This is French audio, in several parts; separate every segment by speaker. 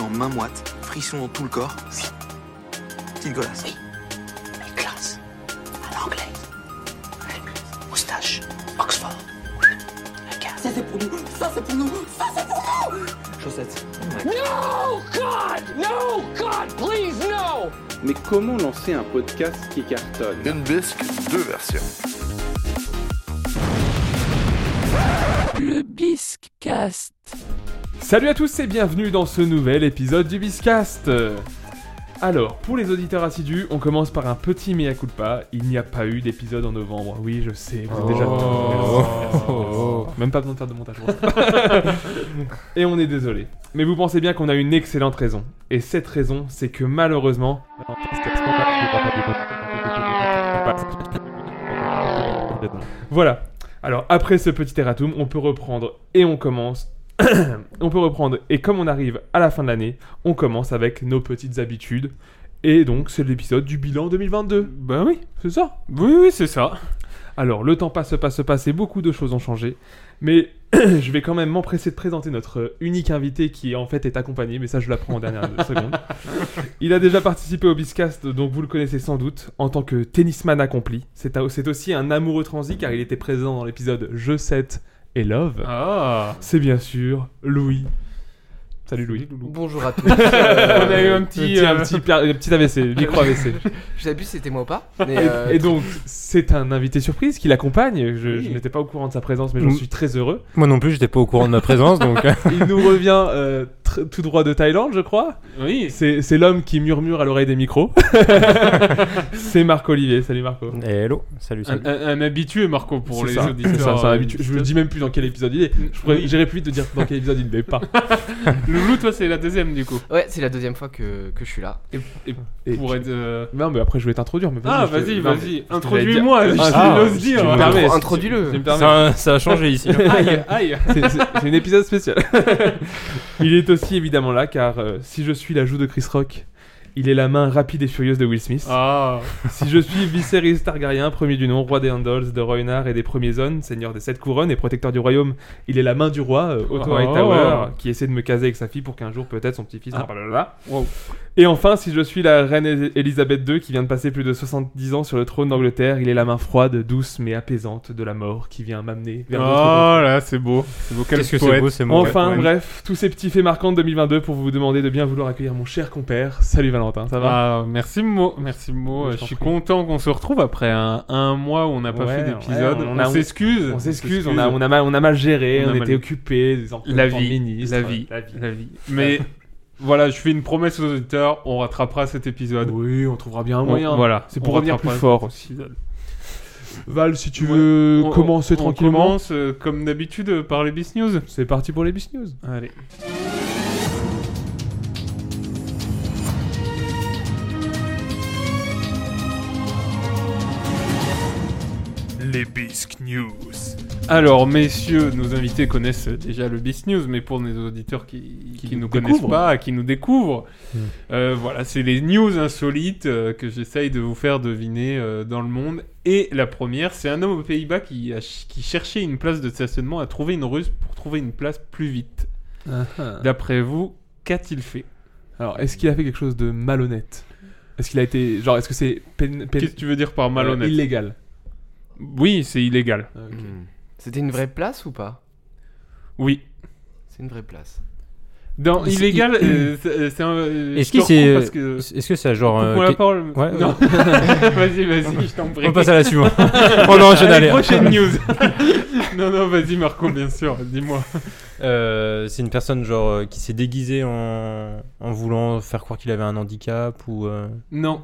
Speaker 1: en main moite, frisson dans tout le corps. Oui. Petite golasse.
Speaker 2: Oui. Mais classe. À l'anglais. Moustache. Oxford. Regarde.
Speaker 3: Ça c'est pour nous. Ça c'est pour nous. Ça c'est pour nous.
Speaker 1: Chaussettes.
Speaker 4: No, God! No, God, please, no!
Speaker 5: Mais comment lancer un podcast qui cartonne
Speaker 6: Une bisque, deux versions.
Speaker 7: Le Biscast.
Speaker 8: Salut à tous et bienvenue dans ce nouvel épisode du Biscast. Euh, Alors, pour les auditeurs assidus, on commence par un petit mea culpa. Il n'y a pas eu d'épisode en novembre. Oui, je sais, vous êtes déjà. Merci, merci, merci. Même pas besoin de faire de montage. bon. et on est désolé. Mais vous pensez bien qu'on a une excellente raison. Et cette raison, c'est que malheureusement. Voilà. Alors, après ce petit erratum, on peut reprendre et on commence on peut reprendre. Et comme on arrive à la fin de l'année, on commence avec nos petites habitudes. Et donc, c'est l'épisode du bilan 2022. Ben oui, c'est ça. Oui, oui, c'est ça. Alors, le temps passe, passe, passe, et beaucoup de choses ont changé. Mais je vais quand même m'empresser de présenter notre euh, unique invité qui, en fait, est accompagné, mais ça, je l'apprends en dernière seconde. Il a déjà participé au Biscast, donc vous le connaissez sans doute, en tant que tennisman accompli. C'est un- c'est aussi un amoureux transi, car il était présent dans l'épisode Je 7 et Love
Speaker 9: Ah
Speaker 8: c'est bien sûr Louis. Salut Louis.
Speaker 10: Bonjour à tous. Euh,
Speaker 8: On a eu un petit, un
Speaker 9: euh,
Speaker 8: petit, per- un petit AVC, micro AVC.
Speaker 10: J'abuse, c'était moi ou pas mais,
Speaker 8: Et-
Speaker 10: euh,
Speaker 8: Et donc, c'est un invité surprise qui l'accompagne. Je, je n'étais pas au courant de sa présence, mais j'en
Speaker 9: Mm.
Speaker 8: suis très heureux.
Speaker 9: Moi non plus, j'étais pas au courant de ma présence, donc.
Speaker 8: Il nous revient euh, tr- tout droit de Thaïlande, je crois.
Speaker 9: oui.
Speaker 8: C'est c'est l'homme qui murmure à l'oreille des micros. c'est Marco Olivier. Salut Marco.
Speaker 9: Eh, hello, salut, salut.
Speaker 11: Un, un- un habitué, Marco, pour
Speaker 8: C'est
Speaker 11: les
Speaker 8: ça,
Speaker 11: auditeurs.
Speaker 8: c'est ça, c'est un
Speaker 11: euh,
Speaker 8: habitué. Je ne dis même plus dans quel épisode il est. Je pourrais- J'irais plus vite de dire dans quel épisode il n'est pas.
Speaker 11: Loulou, toi, c'est la deuxième, du coup.
Speaker 10: Ouais, c'est la deuxième fois que, que je suis là.
Speaker 8: Et
Speaker 11: Pour
Speaker 8: tu-
Speaker 11: être. euh,
Speaker 8: Non, mais après, je vais t'introduire. mais
Speaker 11: Ah,
Speaker 8: je te-
Speaker 11: vas-y,
Speaker 8: non, mais-
Speaker 11: vas-y,
Speaker 8: te l'avais
Speaker 11: introduis-moi,
Speaker 8: dit.
Speaker 11: je
Speaker 8: Ah,
Speaker 11: l'ose
Speaker 8: si tu
Speaker 11: dire.
Speaker 8: me
Speaker 11: Ah,
Speaker 8: permets, si tu-
Speaker 10: introduis-le.
Speaker 8: si tu me permets.
Speaker 9: Ça, ça a changé ici. hein.
Speaker 11: Aïe, aïe.
Speaker 8: C'est- C'est c'est un épisode spécial. il est aussi évidemment là car euh, si je suis la joue de Chris Rock, il est la main rapide et furieuse de Will Smith.
Speaker 11: Ah,
Speaker 8: Si je suis Viserys Targaryen, premier du nom, roi des Handels, de Rhoynar et des premiers zones, seigneur des sept couronnes et protecteur du royaume, il est la main du roi, euh, Otto
Speaker 11: Oh.
Speaker 8: Hightower, qui essaie de me caser avec sa fille pour qu'un jour peut-être son petit-fils.
Speaker 11: Ah.
Speaker 8: blablabla.
Speaker 11: Wow.
Speaker 8: Et enfin, si je suis la reine Elis- Elisabeth II, qui vient de passer plus de 70 ans sur le trône d'Angleterre, il est la main froide, douce mais apaisante de la mort qui vient m'amener
Speaker 11: oh
Speaker 8: vers d'autres
Speaker 11: là, c'est beau. C'est beau, quel
Speaker 9: Qu'est-ce que c'est
Speaker 11: poète.
Speaker 9: beau, c'est mon
Speaker 8: Enfin,
Speaker 9: poète.
Speaker 8: bref, tous ces petits faits marquants de 2022 pour vous demander de bien vouloir accueillir mon cher compère. Salut Valentin, ça va
Speaker 11: Ah, merci Mo, merci Mo. euh,
Speaker 8: Je
Speaker 11: Je
Speaker 8: t'en
Speaker 11: suis
Speaker 8: prie.
Speaker 11: content qu'on se retrouve après un, un mois où on n'a pas
Speaker 8: Ouais,
Speaker 11: fait d'épisode.
Speaker 8: ouais, on
Speaker 11: on
Speaker 8: a-
Speaker 11: s'excuse.
Speaker 8: On s'excuse, on a, on, a mal, on a mal géré,
Speaker 11: On
Speaker 8: on,
Speaker 11: a mal-
Speaker 8: était occupés, des emplois
Speaker 11: La
Speaker 8: du temps de
Speaker 11: vie,
Speaker 8: ministre,
Speaker 11: euh,
Speaker 8: euh,
Speaker 11: la vie,
Speaker 8: la vie.
Speaker 11: la vie. Mais voilà, je fais une promesse aux auditeurs, on rattrapera cet épisode.
Speaker 8: Oui, on trouvera bien un
Speaker 11: On-
Speaker 8: moyen.
Speaker 11: voilà,
Speaker 8: C'est
Speaker 11: on
Speaker 8: pour revenir plus
Speaker 11: rattrapera
Speaker 8: fort
Speaker 11: cet
Speaker 8: aussi.
Speaker 11: épisode.
Speaker 8: Val, si tu
Speaker 11: Ouais.
Speaker 8: veux
Speaker 11: On-
Speaker 8: commencer
Speaker 11: on
Speaker 8: tranquillement.
Speaker 11: commence, euh, comme d'habitude, euh, par les Beast News.
Speaker 8: C'est parti pour les Bis News.
Speaker 11: Allez. Les Bisque News. Alors, messieurs, nos invités connaissent déjà le Bisque News, mais pour nos auditeurs qui, qui, nous connaissent
Speaker 8: découvrent.
Speaker 11: pas, qui nous découvrent,
Speaker 9: Hmm.
Speaker 11: euh, voilà, c'est les news insolites euh, que j'essaye de vous faire deviner euh, dans le monde. Et la première, c'est un homme aux Pays-Bas qui, a ch- qui cherchait une place de stationnement a trouvé une ruse pour trouver une place plus vite. D'après vous, qu'a-t-il fait
Speaker 8: Alors, est-ce qu'il a fait quelque chose de malhonnête Est-ce qu'il a été. Genre, est-ce que c'est pén- pén-
Speaker 11: Qu'est-ce que tu veux dire par malhonnête
Speaker 8: euh, illégal
Speaker 11: Oui, c'est illégal.
Speaker 10: Hmm. C'était une vraie place ou pas
Speaker 11: Oui.
Speaker 10: C'est une vraie place.
Speaker 11: Dans
Speaker 9: Est-ce
Speaker 11: illégal, euh, c'est euh, c'est un. euh,
Speaker 9: Est-ce
Speaker 11: je te
Speaker 9: que c'est-
Speaker 11: reprends parce que-
Speaker 9: Est-ce que c'est genre. euh,
Speaker 11: Coupe-moi la
Speaker 9: qu'est-
Speaker 11: parole.
Speaker 9: Ouais,
Speaker 11: Non. vas-y, vas-y, je t'en prie.
Speaker 9: on passe à la suivante. oh non, je
Speaker 11: Allez,
Speaker 9: n'allais.
Speaker 11: prochaine news. non, non, vas-y, Marco, bien sûr, dis-moi.
Speaker 9: Euh, c'est une personne genre euh, qui s'est déguisée en... en voulant faire croire qu'il avait un handicap ou. euh,
Speaker 11: Non.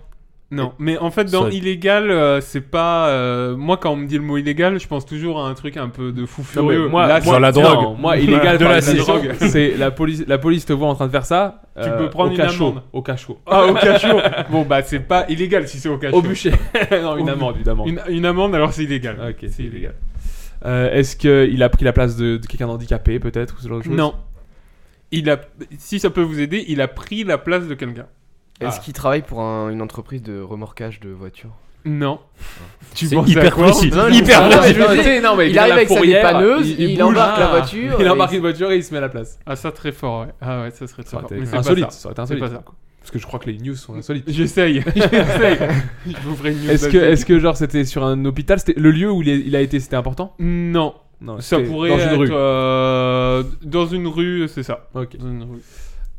Speaker 11: Non, mais en fait, dans
Speaker 9: Ça-
Speaker 11: illégal, euh, c'est pas. euh, moi, quand on me dit le mot illégal, je pense toujours à un truc un peu de fou
Speaker 8: Non,
Speaker 11: furieux.
Speaker 8: mais moi,
Speaker 11: Là,
Speaker 8: moi-
Speaker 9: Genre la
Speaker 8: non,
Speaker 9: drogue.
Speaker 8: Moi, illégal
Speaker 9: De
Speaker 8: par
Speaker 9: la
Speaker 8: exemple,
Speaker 11: drogue.
Speaker 8: drogue. C'est la police. La police te voit en train de faire ça. euh,
Speaker 11: Tu peux prendre
Speaker 8: au
Speaker 11: une
Speaker 8: cachot,
Speaker 11: amende.
Speaker 8: Au cachot.
Speaker 11: Ah, au cachot Bon, bah, c'est pas illégal si c'est au cachot.
Speaker 8: Au bûcher. non, une
Speaker 11: Au-
Speaker 8: amende, une amende.
Speaker 11: Une, une amende, alors c'est illégal.
Speaker 8: Ah, Ok,
Speaker 11: c'est illégal.
Speaker 8: Euh, Est-ce qu'il a pris la place de, de quelqu'un d'handicapé, peut-être ou ce genre de choses
Speaker 11: Non. Il a, si ça peut vous aider, il a pris la place de quelqu'un.
Speaker 10: Est-ce
Speaker 11: Ah.
Speaker 10: qu'il travaille pour un- une entreprise de remorquage de voitures
Speaker 11: Non. Tu
Speaker 9: C'est
Speaker 11: penses
Speaker 9: hyper
Speaker 11: à quoi
Speaker 9: précis.
Speaker 11: Non,
Speaker 9: Hyper
Speaker 11: non, mais
Speaker 9: précis.
Speaker 11: je veux dire, non, mais
Speaker 10: Il
Speaker 11: vient
Speaker 10: arrive
Speaker 11: la
Speaker 10: avec sa
Speaker 11: fourrière,
Speaker 10: dépanneuse, il
Speaker 11: bouge.
Speaker 10: embarque la
Speaker 11: Ah.
Speaker 10: voiture,
Speaker 11: Il
Speaker 10: et
Speaker 11: embarque
Speaker 10: il-
Speaker 11: une voiture et il se met à la place. Ah, ça, très fort, ouais. Ah, ouais, ça serait très
Speaker 8: Ça aurait
Speaker 11: fort.
Speaker 8: été
Speaker 11: Mais c'est pas
Speaker 8: insolite.
Speaker 11: ça.
Speaker 8: Ça aurait été
Speaker 11: C'est
Speaker 8: insolite.
Speaker 11: pas ça.
Speaker 8: Parce que je crois que les news sont insolites.
Speaker 11: J'essaye. J'essaye. Je vous ferai une news.
Speaker 8: Est-ce que,
Speaker 11: là-dessus.
Speaker 8: est-ce que genre c'était sur un hôpital c'était Le lieu où il, est- il a été, c'était important
Speaker 11: Non.
Speaker 8: Non,
Speaker 11: Ça
Speaker 8: c'était
Speaker 11: pourrait
Speaker 8: dans une
Speaker 11: être
Speaker 8: rue.
Speaker 11: euh, dans une rue, c'est ça.
Speaker 8: Ok.
Speaker 11: Dans une rue.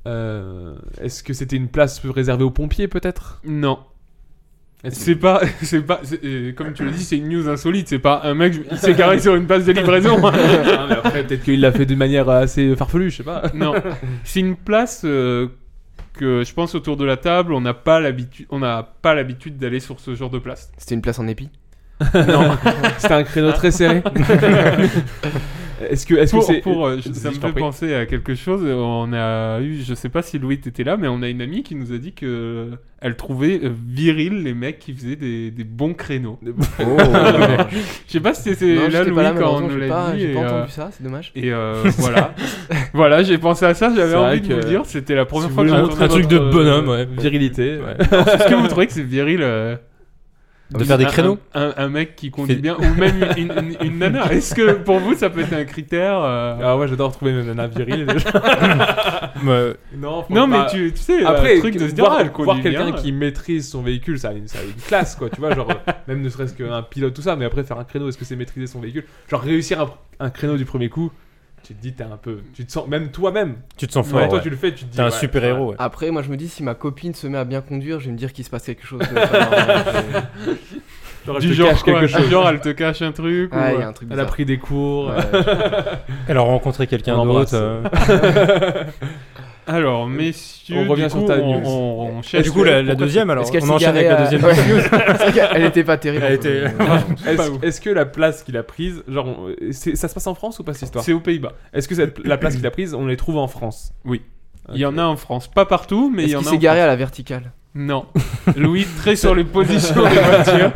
Speaker 8: Euh, est-ce que c'était une place réservée aux pompiers peut-être
Speaker 11: Non.
Speaker 8: Est-ce
Speaker 11: C'est pas, c'est pas, c'est- euh, comme tu le dis, c'est une news insolite. C'est pas un mec, il s'est garé sur une base de livraison. hein.
Speaker 8: Ah, mais après, peut-être qu'il l'a fait d'une manière assez farfelue, je sais pas.
Speaker 11: non, c'est une place euh, que je pense autour de la table, on n'a pas l'habitude, on n'a pas l'habitude d'aller sur ce genre de place.
Speaker 10: C'était une place en épi.
Speaker 8: C'était un créneau très serré. est-ce que, est-ce que
Speaker 11: Pour,
Speaker 8: c'est
Speaker 11: pour, euh, je-
Speaker 8: Vas-y,
Speaker 11: ça me
Speaker 8: je t'en
Speaker 11: fait
Speaker 8: prie.
Speaker 11: penser à quelque chose. euh, On a eu, je sais pas si Louis était là, mais on a une amie qui nous a dit que elle trouvait euh, viril les mecs qui faisaient des, des bons créneaux.
Speaker 10: Oh.
Speaker 11: Je sais pas si c'était
Speaker 10: Non,
Speaker 11: là
Speaker 10: j'étais
Speaker 11: Louis
Speaker 10: pas là,
Speaker 11: quand on
Speaker 10: malheureusement,
Speaker 11: nous
Speaker 10: j'ai
Speaker 11: l'a
Speaker 10: pas,
Speaker 11: dit.
Speaker 10: j'ai
Speaker 11: et,
Speaker 10: pas
Speaker 11: euh,
Speaker 10: entendu ça, c'est dommage.
Speaker 11: Et euh, voilà. voilà, j'ai pensé à ça, j'avais
Speaker 8: C'est vrai
Speaker 11: envie de vous
Speaker 8: que-
Speaker 11: le dire, c'était la
Speaker 9: Si
Speaker 11: première
Speaker 9: vous
Speaker 11: fois que
Speaker 9: voulez
Speaker 11: j'ai
Speaker 9: un
Speaker 11: entendu
Speaker 9: un truc de
Speaker 11: votre, euh,
Speaker 9: bonhomme, ouais.
Speaker 8: virilité
Speaker 9: Ouais.
Speaker 11: Est-ce que vous trouvez que c'est viril euh,
Speaker 9: De faire des
Speaker 11: un-
Speaker 9: créneaux
Speaker 11: un, un mec qui conduit
Speaker 9: Fait-
Speaker 11: bien, ou même une, une- une- une nana Est-ce que pour vous ça peut être un critère euh,
Speaker 8: Ah ouais, j'adore trouver une nana virile.
Speaker 9: Ouais.
Speaker 8: non,
Speaker 11: Non, mais
Speaker 8: bah,
Speaker 11: tu, tu sais,
Speaker 8: Après,
Speaker 11: un truc de se dire,
Speaker 8: voir,
Speaker 11: ah, elle conduit
Speaker 8: voir quelqu'un
Speaker 11: bien.
Speaker 8: qui maîtrise son véhicule, ça a une, ça a une classe, quoi. Tu vois, genre, euh, même ne serait-ce qu'un pilote, tout ça, mais après, faire un créneau, est-ce que c'est maîtriser son véhicule Genre, réussir un, un créneau du premier coup, tu te dis, t'es un peu. Tu te sens, même toi-même.
Speaker 9: Tu te sens
Speaker 8: Ouais,
Speaker 9: fort.
Speaker 8: toi,
Speaker 9: ouais.
Speaker 8: tu le fais, tu te dis.
Speaker 9: T'es un
Speaker 8: ouais,
Speaker 9: super héros.
Speaker 10: Après, moi je me dis, si ma copine se met à bien conduire, je vais me dire qu'il se passe quelque chose. de pas normal.
Speaker 8: Genre, elle
Speaker 11: Du
Speaker 8: te
Speaker 11: genre,
Speaker 8: cache
Speaker 11: quoi,
Speaker 8: quelque chose.
Speaker 11: du genre, elle te cache un truc.
Speaker 10: Ah,
Speaker 11: ou,
Speaker 10: il y
Speaker 11: euh,
Speaker 10: a un truc
Speaker 8: Elle a
Speaker 10: bizarre.
Speaker 8: pris des cours.
Speaker 10: Ouais, je-
Speaker 9: Alors rencontrer quelqu'un
Speaker 8: On l'embrasse.
Speaker 9: d'autre. euh,
Speaker 11: Alors, messieurs,
Speaker 8: On revient
Speaker 11: du
Speaker 8: sur
Speaker 11: coup,
Speaker 8: ta
Speaker 11: on,
Speaker 8: news.
Speaker 11: on- on
Speaker 9: Et
Speaker 11: cherche.
Speaker 9: du coup, la, la
Speaker 10: Pourquoi-
Speaker 9: deuxième, alors
Speaker 10: Est-ce qu'elle
Speaker 9: on
Speaker 10: s'est
Speaker 9: enchaîne avec la
Speaker 10: garée à-
Speaker 9: deuxième.
Speaker 10: C'est qu'elle- Elle était pas terrible. en
Speaker 9: Elle
Speaker 10: fait.
Speaker 9: était-
Speaker 8: Est-ce
Speaker 11: où.
Speaker 8: est-ce que la place qu'il a prise, genre, on- c'est- ça se passe en France ou pas cette histoire
Speaker 11: C'est aux Pays-Bas.
Speaker 8: Est-ce que cette- la place qu'il a prise, on les trouve en France
Speaker 11: Oui. Il y en a en France. Pas partout, mais il y
Speaker 10: Est-ce
Speaker 11: en
Speaker 10: qu'il
Speaker 11: a. en
Speaker 10: s'est garé à la verticale
Speaker 11: Non. Louis, très sur les positions des voitures.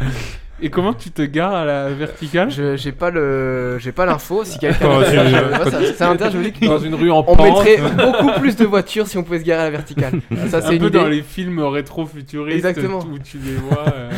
Speaker 11: Et comment tu te gares à la verticale
Speaker 10: Je j'ai pas le j'ai pas l'info si quelqu'un
Speaker 9: Oh, c'est-
Speaker 10: Moi, ça, ça m'intéresse, je me dis que
Speaker 8: Dans une rue en
Speaker 10: on
Speaker 8: pente.
Speaker 10: mettrait beaucoup plus de voitures si on pouvait se garer à la verticale. Ça
Speaker 11: Un
Speaker 10: c'est une
Speaker 11: peu
Speaker 10: idée.
Speaker 11: dans les films rétro-futuristes
Speaker 10: Exactement.
Speaker 11: où tu les vois. euh,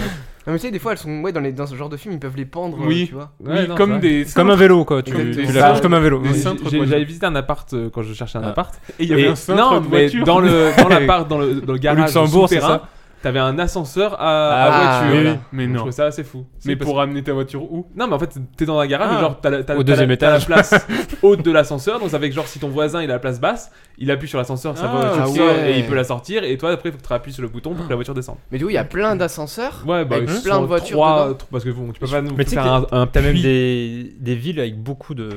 Speaker 10: Non, mais tu sais des fois elles sont ouais dans les dans ce genre de film ils peuvent les pendre euh,
Speaker 11: Oui.
Speaker 10: tu vois.
Speaker 8: Ouais,
Speaker 11: oui,
Speaker 8: non, c'est
Speaker 11: comme
Speaker 8: vrai.
Speaker 11: des.
Speaker 9: Comme un vélo, quoi. Tu,
Speaker 11: Comme des-
Speaker 9: tu la penses comme un vélo.
Speaker 11: des
Speaker 8: J'ai-
Speaker 11: cintres de
Speaker 8: j'ai-
Speaker 11: voitures.
Speaker 8: J'avais visité un appart euh, quand je cherchais un
Speaker 9: Ah.
Speaker 8: appart.
Speaker 11: Et il y avait
Speaker 8: Et-
Speaker 11: un cintre
Speaker 8: non,
Speaker 11: de
Speaker 8: mais
Speaker 11: voiture.
Speaker 8: dans le dans l'appart, dans le dans le garage
Speaker 9: Luxembourg, c'est
Speaker 8: souterrain, t'avais un ascenseur à,
Speaker 10: Ah,
Speaker 8: à voiture.
Speaker 10: oui,
Speaker 8: Voilà.
Speaker 9: oui.
Speaker 11: Mais
Speaker 8: Donc, Je
Speaker 11: non.
Speaker 8: trouvais ça assez fou.
Speaker 11: Mais
Speaker 8: C'est parce
Speaker 11: pour amener ta voiture où
Speaker 8: Non, mais en fait, t'es dans un garage,
Speaker 11: Ah.
Speaker 8: et genre, t'as la, t'as-
Speaker 9: Au
Speaker 8: t'as la-
Speaker 9: deuxième
Speaker 8: t'as la
Speaker 9: étage.
Speaker 8: place haute de l'ascenseur. Donc, avec genre, si ton voisin il a la place basse, il appuie sur l'ascenseur, sa
Speaker 11: Ah,
Speaker 8: voiture
Speaker 10: ouais.
Speaker 8: sort et il peut la sortir. Et toi, après, il faut que tu appuies sur le bouton pour que la voiture descende.
Speaker 10: Mais du coup il y a plein d'ascenseurs.
Speaker 8: Ouais, bah,
Speaker 10: Avec
Speaker 8: ils
Speaker 10: plein de
Speaker 8: sont
Speaker 10: voitures
Speaker 8: trois-
Speaker 10: dedans.
Speaker 8: trois- parce que bon, tu peux pas nous
Speaker 9: Mais tu sais
Speaker 8: faire un, un
Speaker 9: T'as même
Speaker 8: puits.
Speaker 9: des, des villes avec beaucoup de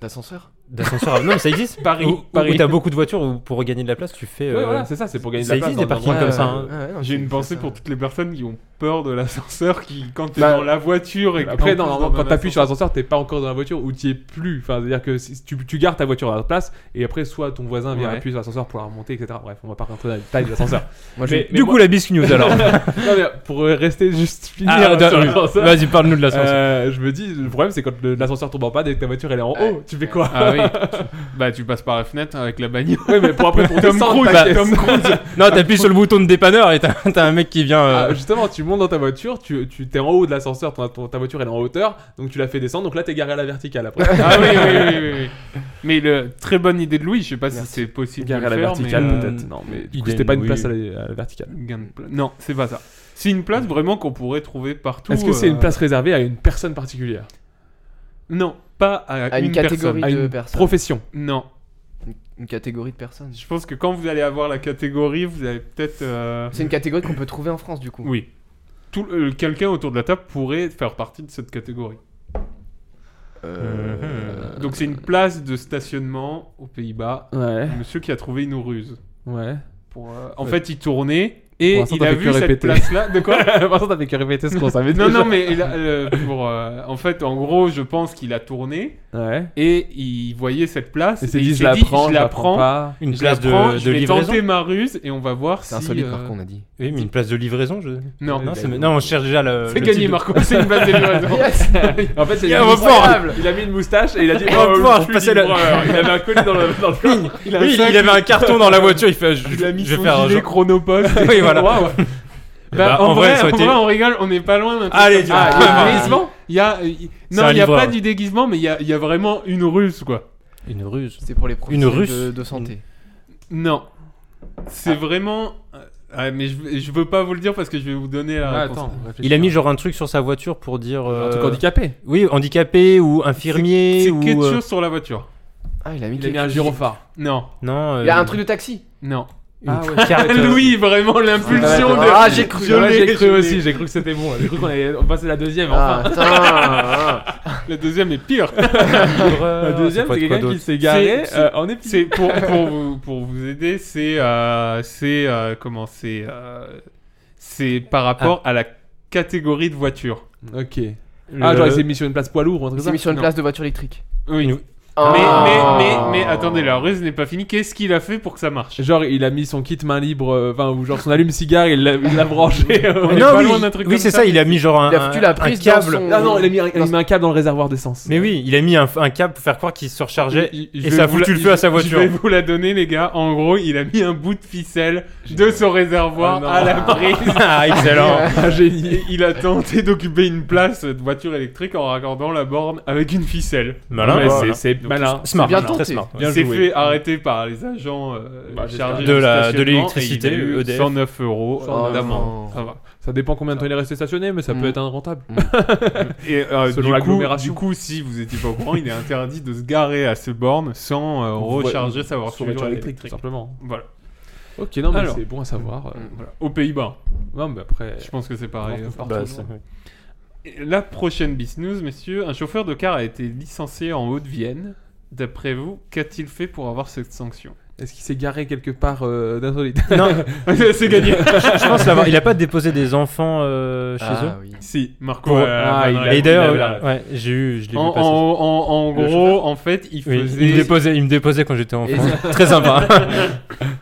Speaker 10: D'ascenseurs.
Speaker 9: d'ascenseurs. à- non, mais ça existe.
Speaker 11: Paris,
Speaker 9: Où, où
Speaker 11: Paris.
Speaker 9: t'as beaucoup de voitures où pour regagner de la place, tu fais.
Speaker 8: Ouais,
Speaker 9: euh,
Speaker 8: voilà, c'est ça, c'est pour gagner de
Speaker 9: ça
Speaker 8: la place.
Speaker 9: existe,
Speaker 8: dans
Speaker 9: des
Speaker 8: un
Speaker 9: parkings
Speaker 8: endroit,
Speaker 9: comme ça,
Speaker 8: euh,
Speaker 9: hein.
Speaker 11: J'ai une pensée pour toutes les personnes qui ont peur de l'ascenseur, qui quand t'es
Speaker 10: Bah,
Speaker 11: dans la voiture et que
Speaker 8: Après,
Speaker 11: en
Speaker 8: non,
Speaker 11: plus,
Speaker 8: non,
Speaker 11: dans
Speaker 8: quand
Speaker 11: un
Speaker 8: t'appuies sur
Speaker 11: ascenseur-
Speaker 8: l'ascenseur, t'es pas encore dans la voiture ou t'y es plus. Enfin, c'est-à-dire que si- tu, tu gardes ta voiture à la place et après, soit ton voisin vient
Speaker 11: Ouais.
Speaker 8: appuyer sur l'ascenseur pour la remonter, etc. Bref, on va pas rentrer dans les détails de l'ascenseur.
Speaker 10: Moi
Speaker 8: Mais-
Speaker 10: je
Speaker 8: mais
Speaker 9: Du coup,
Speaker 8: moi-
Speaker 9: la bisque news alors.
Speaker 8: non, mais pour euh, rester juste finir
Speaker 9: Ah,
Speaker 8: sur
Speaker 9: oui.
Speaker 8: l'ascenseur,
Speaker 9: Vas-y, parle-nous de l'ascenseur.
Speaker 8: euh, je me dis, le problème, c'est quand le- l'ascenseur tombe en panne et que ta voiture elle est en haut, tu fais quoi
Speaker 11: Ah oui. Tu- bah tu passes par la fenêtre avec la bagnole.
Speaker 8: Ouais, mais pour après, pour
Speaker 9: Tom
Speaker 8: descendre,
Speaker 9: Cruise,
Speaker 8: ta
Speaker 9: bah,
Speaker 8: caisse.
Speaker 9: Tom
Speaker 11: Euh,
Speaker 9: Non, t'appuies sur le bouton de dépanneur et t'as t'as un mec qui vient.
Speaker 8: Ah,
Speaker 9: euh,
Speaker 8: justement, tu montes dans ta voiture, tu, tu t'es en haut de l'ascenseur, ton- ton- ta voiture elle est en hauteur, donc tu la fais descendre, donc là t'es garé à la verticale après.
Speaker 11: ah oui, oui, oui, oui, oui. Mais le très bonne idée de Louis, je sais pas si c'est possible de
Speaker 8: garé à
Speaker 11: le
Speaker 8: la
Speaker 11: faire,
Speaker 8: verticale
Speaker 11: mais, euh,
Speaker 8: peut-être, non, mais du coup
Speaker 9: idée,
Speaker 8: c'était pas une
Speaker 9: oui.
Speaker 8: place à la, à la verticale.
Speaker 11: gain de pla- Non, c'est pas ça. C'est une place vraiment qu'on pourrait trouver partout.
Speaker 8: Est-ce que c'est
Speaker 11: euh,
Speaker 8: une place réservée à une personne particulière
Speaker 11: Non, pas à,
Speaker 10: à une catégorie
Speaker 11: personne.
Speaker 8: à
Speaker 10: de
Speaker 8: une
Speaker 10: personnes.
Speaker 8: profession
Speaker 11: Non.
Speaker 10: Une catégorie de personnes.
Speaker 11: Je pense que quand vous allez avoir la catégorie, vous allez peut-être. euh,
Speaker 10: C'est une catégorie qu'on peut trouver en France du coup.
Speaker 11: Oui. Tout euh, quelqu'un autour de la table pourrait faire partie de cette catégorie.
Speaker 9: euh,
Speaker 11: Donc c'est une place de stationnement aux Pays-Bas.
Speaker 8: Ouais,
Speaker 11: Monsieur qui a trouvé une ruse.
Speaker 8: ouais.
Speaker 11: Pour, euh, En fait, il tournait et
Speaker 8: Pour l'instant,
Speaker 11: il
Speaker 8: t'as
Speaker 11: a
Speaker 8: fait
Speaker 11: vu
Speaker 8: que
Speaker 11: cette
Speaker 8: répéter.
Speaker 11: place-là. De quoi
Speaker 8: Par contre, t'avais que répéter ce qu'on savait
Speaker 11: Non,
Speaker 8: déjà.
Speaker 11: non, mais il a, euh, pour, euh, en fait, en gros, je pense qu'il a tourné
Speaker 8: Ouais.
Speaker 11: et il voyait cette place.
Speaker 8: Et
Speaker 11: et
Speaker 8: c'est
Speaker 11: il
Speaker 8: dit,
Speaker 11: s'est
Speaker 8: je la
Speaker 11: dit,
Speaker 8: prends, je la prends pas.
Speaker 9: une
Speaker 11: Je la
Speaker 9: place
Speaker 11: prends,
Speaker 9: de,
Speaker 11: je
Speaker 9: de
Speaker 11: vais
Speaker 9: livraison.
Speaker 11: tenter ma ruse et on va voir
Speaker 10: C'est
Speaker 11: si.
Speaker 10: insolite
Speaker 11: euh,
Speaker 10: par contre on a dit.
Speaker 9: Oui, mais une place de livraison. Je...
Speaker 11: Ah, Non,
Speaker 9: Non,
Speaker 8: bah,
Speaker 9: c'est-
Speaker 8: non.
Speaker 9: non, on cherche déjà le.
Speaker 11: c'est
Speaker 9: le
Speaker 11: gagné,
Speaker 9: type de-
Speaker 11: Marco. C'est une place de livraison.
Speaker 8: En fait, il
Speaker 9: Il
Speaker 8: a,
Speaker 9: a
Speaker 8: mis une
Speaker 9: un
Speaker 8: moustache-
Speaker 9: portable.
Speaker 8: il a mis une moustache et il a dit
Speaker 9: Il va
Speaker 8: Oh,
Speaker 9: pouvoir
Speaker 8: je suis
Speaker 9: passer la-
Speaker 8: livreur. Il avait un colis dans le, dans le corps.
Speaker 11: Il a un
Speaker 9: Oui, il
Speaker 11: sac,
Speaker 9: avait un carton dans la voiture. Il fait. Je,
Speaker 11: il a mis
Speaker 9: je vais
Speaker 11: son
Speaker 9: faire. euh,
Speaker 11: gilet
Speaker 9: genre-
Speaker 11: chronopost.
Speaker 9: Oui, voilà.
Speaker 11: Waouh. Bah, en, vrai, en vrai, on rigole, on n'est pas loin. d'un truc
Speaker 9: Allez,
Speaker 11: comme
Speaker 9: tu
Speaker 11: ça.
Speaker 9: vas
Speaker 11: Ah, il y a
Speaker 9: voir.
Speaker 11: un déguisement Il y a- il-
Speaker 9: C'est
Speaker 11: Non,
Speaker 9: un
Speaker 11: il n'y a
Speaker 9: livreur.
Speaker 11: pas du déguisement, mais il y a, il y a vraiment une ruse, quoi.
Speaker 9: Une ruse.
Speaker 10: C'est pour les professionnels
Speaker 9: russe
Speaker 10: de, de santé.
Speaker 11: Non. C'est vraiment. Ah, mais je, je veux pas vous le dire parce que je vais vous donner la
Speaker 8: Ah,
Speaker 11: réponse.
Speaker 8: attends,
Speaker 9: Il a mis genre un truc sur sa voiture pour dire.
Speaker 8: Un truc
Speaker 9: euh,
Speaker 8: handicapé.
Speaker 9: Oui, handicapé ou infirmier
Speaker 11: C'est
Speaker 9: ou.
Speaker 11: quelque
Speaker 9: euh,
Speaker 11: chose sur la voiture.
Speaker 10: Ah, il a mis,
Speaker 8: Il a
Speaker 10: quelque
Speaker 8: mis un
Speaker 10: chose.
Speaker 8: gyrophare.
Speaker 11: Non,
Speaker 9: Non.
Speaker 10: Il a
Speaker 9: euh,
Speaker 10: un truc de taxi.
Speaker 11: non.
Speaker 9: une
Speaker 8: Ah ouais.
Speaker 9: carte, euh,
Speaker 11: Louis, vraiment l'impulsion de.
Speaker 10: Ah, j'ai cru.
Speaker 11: Je
Speaker 8: Ouais,
Speaker 11: l'ai,
Speaker 8: j'ai
Speaker 11: je
Speaker 8: cru
Speaker 11: l'ai.
Speaker 8: aussi, j'ai cru que c'était bon. J'ai cru qu'on allait passer la deuxième.
Speaker 10: Ah,
Speaker 8: Enfin,
Speaker 10: putain.
Speaker 11: La deuxième est pire.
Speaker 8: la deuxième,
Speaker 9: Ça peut
Speaker 8: c'est
Speaker 9: être quoi
Speaker 8: quelqu'un qui
Speaker 9: d'autre
Speaker 8: s'est garé
Speaker 11: C'est-
Speaker 8: euh, en épi.
Speaker 11: C'est pour, pour, vous, pour vous aider, c'est euh, c'est euh, comment c'est euh, c'est par rapport à la catégorie de voiture.
Speaker 8: Ok. Ah,
Speaker 9: Le-
Speaker 8: genre, il s'est mis sur une place poids lourd ou un truc
Speaker 10: Euh.
Speaker 8: comme
Speaker 10: Il
Speaker 8: ça
Speaker 10: s'est mis sur une
Speaker 11: Non.
Speaker 10: place de voiture électrique. Ah,
Speaker 11: Oui.
Speaker 9: Une-
Speaker 10: Oh.
Speaker 11: Mais, mais, mais, mais attendez, la ruse n'est pas finie. Qu'est-ce qu'il a fait pour que ça marche
Speaker 8: Genre, il a mis son kit main libre, euh, enfin, ou genre son allume-cigare, il l'a- il l'a branché. euh,
Speaker 11: On est
Speaker 9: non,
Speaker 11: pas
Speaker 9: oui,
Speaker 11: loin d'un truc
Speaker 9: oui
Speaker 11: comme
Speaker 9: c'est
Speaker 11: ça,
Speaker 9: ça, il a mis genre un,
Speaker 10: Il a foutu
Speaker 9: un-
Speaker 10: la
Speaker 9: un
Speaker 10: prise dans
Speaker 9: câble.
Speaker 10: son-
Speaker 8: Ah non, il a mis, un- il a mis un câble dans le réservoir d'essence.
Speaker 9: Mais oui, il a mis un, un câble pour faire croire qu'il surchargeait.
Speaker 11: Je- je
Speaker 9: et
Speaker 11: vais
Speaker 9: ça a
Speaker 11: vous
Speaker 9: foutu
Speaker 11: la-
Speaker 9: le feu à sa
Speaker 11: je-
Speaker 9: voiture.
Speaker 11: Je vais vous la donner, les gars. En gros, il a mis un bout de ficelle de son réservoir
Speaker 8: Oh non.
Speaker 11: à la prise.
Speaker 9: ah, excellent.
Speaker 10: Oh,
Speaker 8: Ah, génie.
Speaker 11: Et il a tenté d'occuper une place de voiture électrique en raccordant la borne avec une ficelle.
Speaker 9: Malin.
Speaker 8: Ouais, c'est-
Speaker 9: Voilà.
Speaker 8: c'est malin.
Speaker 9: Smart,
Speaker 10: bien
Speaker 9: très
Speaker 10: tenté.
Speaker 9: smart.
Speaker 8: Bien
Speaker 11: s'est
Speaker 8: joué.
Speaker 11: fait arrêter par les agents euh,
Speaker 8: Bah, j'espère.
Speaker 11: chargés
Speaker 9: De
Speaker 11: du
Speaker 9: la- de
Speaker 11: stationnement
Speaker 9: l'électricité,
Speaker 11: et il a eu
Speaker 9: EDF.
Speaker 11: 109 euros
Speaker 10: Oh
Speaker 11: d'amende.
Speaker 10: non.
Speaker 11: Ça va.
Speaker 8: Ça dépend combien de temps il est resté stationné, mais ça
Speaker 10: Mm.
Speaker 8: peut être un rentable.
Speaker 11: Et
Speaker 8: Selon
Speaker 11: euh, du, coup,
Speaker 8: l'agglomération.
Speaker 11: du coup, si vous étiez pas au courant, il est interdit de se garer à ces bornes sans euh,
Speaker 8: Ouais,
Speaker 11: recharger sa voiture électrique.
Speaker 8: tout simplement.
Speaker 11: Voilà.
Speaker 8: Ok, non, mais
Speaker 11: Alors. Mm.
Speaker 8: c'est bon à savoir. euh,
Speaker 11: Voilà. Aux Pays-Bas,
Speaker 8: Non, mais après.
Speaker 9: Euh,
Speaker 11: je pense que c'est pareil. hein.
Speaker 8: on peut
Speaker 9: Bah,
Speaker 8: partout,
Speaker 9: c'est-
Speaker 8: non
Speaker 11: Et La prochaine bis news, messieurs, un chauffeur de car a été licencié en Haute-Vienne. D'après vous, qu'a-t-il fait pour avoir cette sanction
Speaker 8: Est-ce qu'il s'est garé quelque part euh, d'insolite
Speaker 9: non,
Speaker 11: C'est gagné.
Speaker 9: je pense l'avoir. Il a pas déposé des enfants euh, chez
Speaker 10: Ah,
Speaker 9: eux.
Speaker 10: oui.
Speaker 11: si, Marco.
Speaker 9: Pour-
Speaker 11: euh, la
Speaker 8: il
Speaker 11: bonne
Speaker 8: a-
Speaker 9: Et
Speaker 11: réponse.
Speaker 9: d'ailleurs,
Speaker 8: il avait la-
Speaker 9: ouais, j'ai eu, je l'ai
Speaker 11: en,
Speaker 9: vu passer.
Speaker 11: en- en- en
Speaker 9: Le
Speaker 11: gros, en fait, il
Speaker 9: Oui,
Speaker 11: faisait.
Speaker 9: il, me déposait, il me déposait quand j'étais enfant.
Speaker 10: Et-
Speaker 9: Très sympa.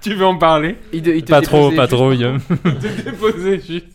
Speaker 11: tu veux en parler
Speaker 10: Il te- il te
Speaker 9: pas trop,
Speaker 10: déposait
Speaker 9: pas
Speaker 10: juste-
Speaker 9: trop, Guillaume.
Speaker 11: Te déposer juste.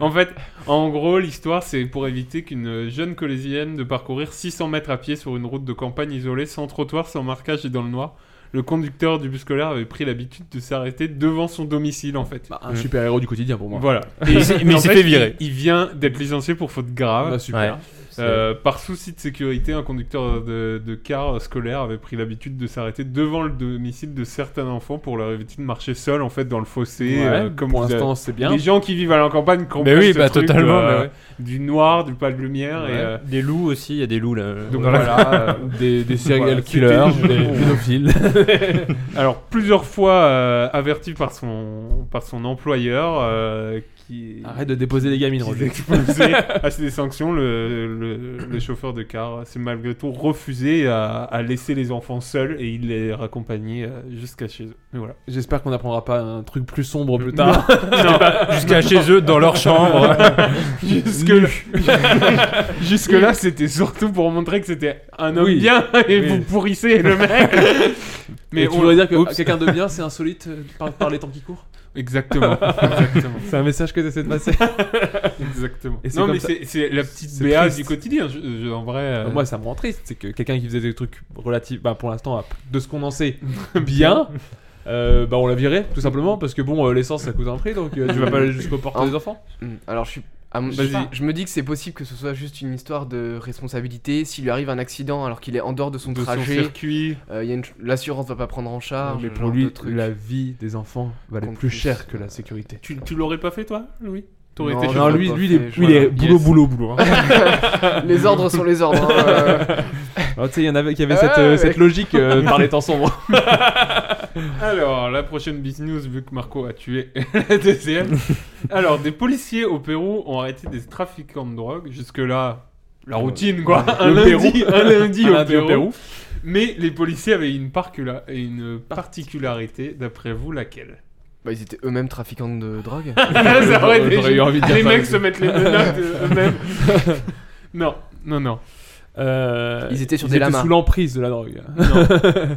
Speaker 11: En fait, en gros, l'histoire, c'est pour éviter qu'une jeune collégienne de parcourir 600 mètres à pied sur une route de campagne isolée, sans trottoir, sans marquage et dans le noir. Le conducteur du bus scolaire avait pris l'habitude de s'arrêter devant son domicile, en fait. Mmh.
Speaker 8: Bah, Un super héros du quotidien pour moi.
Speaker 11: Voilà.
Speaker 9: Mais il s'est- mais
Speaker 11: en
Speaker 9: il s'est
Speaker 11: fait,
Speaker 9: fait virer.
Speaker 11: Il, il vient d'être licencié pour faute grave.
Speaker 8: Bah, super.
Speaker 11: Euh, par souci de sécurité, un conducteur de, de car scolaire avait pris l'habitude de s'arrêter devant le domicile de certains enfants pour leur éviter de marcher seul en fait dans le fossé.
Speaker 8: Ouais,
Speaker 11: euh, comme
Speaker 8: pour
Speaker 11: vous avez-
Speaker 8: l'instant, c'est bien.
Speaker 11: Les gens qui vivent à la campagne comprennent
Speaker 9: Mais oui,
Speaker 11: ce
Speaker 9: bah,
Speaker 11: truc
Speaker 9: totalement,
Speaker 11: de,
Speaker 9: mais
Speaker 11: euh,
Speaker 9: ouais.
Speaker 11: du noir, du pas de lumière. Et, euh,
Speaker 9: Des loups aussi, il y a des loups là.
Speaker 11: donc
Speaker 9: Voilà.
Speaker 11: voilà. euh,
Speaker 8: Des, des serial
Speaker 11: Voilà,
Speaker 8: killers,
Speaker 11: c'était-
Speaker 8: des pédophiles.
Speaker 11: alors plusieurs fois euh, averti par son par son employeur euh, qui
Speaker 8: Arrête de déposer les gamines,
Speaker 11: qui
Speaker 8: Roger.
Speaker 11: s'exposait à ces sanctions, le, le- le chauffeur de car s'est malgré tout refusé à, à laisser les enfants seuls et il les raccompagnait euh, jusqu'à chez eux. Mais voilà.
Speaker 8: J'espère qu'on n'apprendra pas un truc plus sombre plus tard.
Speaker 9: Jusqu'à chez eux, dans leur chambre.
Speaker 11: Jusque-là, Jusque-là, c'était surtout pour montrer que c'était un homme
Speaker 8: Oui.
Speaker 11: bien et
Speaker 8: Oui.
Speaker 11: vous pourrissez le mec.
Speaker 8: Mais
Speaker 11: Mais
Speaker 8: tu
Speaker 11: on-
Speaker 8: voudrais dire que
Speaker 11: Oups.
Speaker 8: quelqu'un de bien, c'est insolite euh, par, par les temps qui courent
Speaker 11: Exactement. Exactement.
Speaker 8: C'est un message que t'essaies de passer.
Speaker 11: Exactement.
Speaker 8: Et c'est
Speaker 11: non,
Speaker 8: comme
Speaker 11: mais
Speaker 8: ça.
Speaker 11: c'est c'est la petite
Speaker 8: C'est
Speaker 11: BA
Speaker 8: triste. Bah,
Speaker 11: du quotidien. je- je- en vrai. euh,
Speaker 8: Moi, ça me rend triste. C'est que quelqu'un qui faisait des trucs relatifs, bah, pour l'instant, à- de ce qu'on en sait, bien. euh, bah on la virait tout simplement parce que bon euh, l'essence ça coûte un prix donc euh, tu vas pas aller jusqu'aux portes
Speaker 10: Hein.
Speaker 8: des enfants
Speaker 10: Hmm, Alors je suis. à mon-
Speaker 11: Je
Speaker 10: je,
Speaker 11: sais pas.
Speaker 10: me dis que c'est possible que ce soit juste une histoire de responsabilité. S'il lui arrive un accident alors qu'il est en dehors de son
Speaker 11: de son
Speaker 10: trajet,
Speaker 11: circuit.
Speaker 10: euh, il y a une ch- l'assurance va pas prendre en charge.
Speaker 8: mais
Speaker 10: ce
Speaker 8: pour
Speaker 10: Ah, genre
Speaker 8: lui
Speaker 10: de truc.
Speaker 8: la vie des enfants valait
Speaker 10: Compte
Speaker 8: plus
Speaker 10: plus,
Speaker 8: cher que
Speaker 10: euh,
Speaker 8: la sécurité
Speaker 11: Tu, tu l'aurais pas fait, toi, Louis T'aurais
Speaker 10: Non,
Speaker 11: été
Speaker 10: je
Speaker 11: chauffeur.
Speaker 8: non lui
Speaker 10: pas
Speaker 8: lui il
Speaker 10: fait,
Speaker 8: est,
Speaker 10: je-
Speaker 8: lui, il est
Speaker 10: voilà.
Speaker 8: boulot
Speaker 10: Yes.
Speaker 8: boulot boulot hein.
Speaker 10: Les ordres sont les ordres. hein, euh.
Speaker 8: Alors, tu sais, il y en avait qui avait
Speaker 10: Ouais,
Speaker 8: cette, euh,
Speaker 10: ouais.
Speaker 8: cette logique euh, par les temps sombres.
Speaker 11: Alors, la prochaine bis news, vu que Marco a tué la deuxième. Alors, des policiers au Pérou ont arrêté des trafiquants de drogue. Jusque-là, la routine, quoi. Un
Speaker 8: Le
Speaker 11: lundi,
Speaker 8: Pérou.
Speaker 11: un lundi,
Speaker 8: Un lundi
Speaker 11: au,
Speaker 8: au
Speaker 11: Pérou.
Speaker 8: Pérou.
Speaker 11: Mais les policiers avaient une, parcula- et une particularité, d'après vous, laquelle
Speaker 10: Bah, ils étaient eux-mêmes trafiquants de drogue.
Speaker 11: Bah, Ça aurait été
Speaker 8: J'aurais eu envie de dire
Speaker 11: Les
Speaker 8: ça
Speaker 11: mecs
Speaker 8: aussi.
Speaker 11: se mettent les menottes euh, eux-mêmes. non, non, non.
Speaker 8: Euh,
Speaker 10: Ils étaient sur des lamas.
Speaker 8: sous l'emprise de la drogue.
Speaker 11: Non.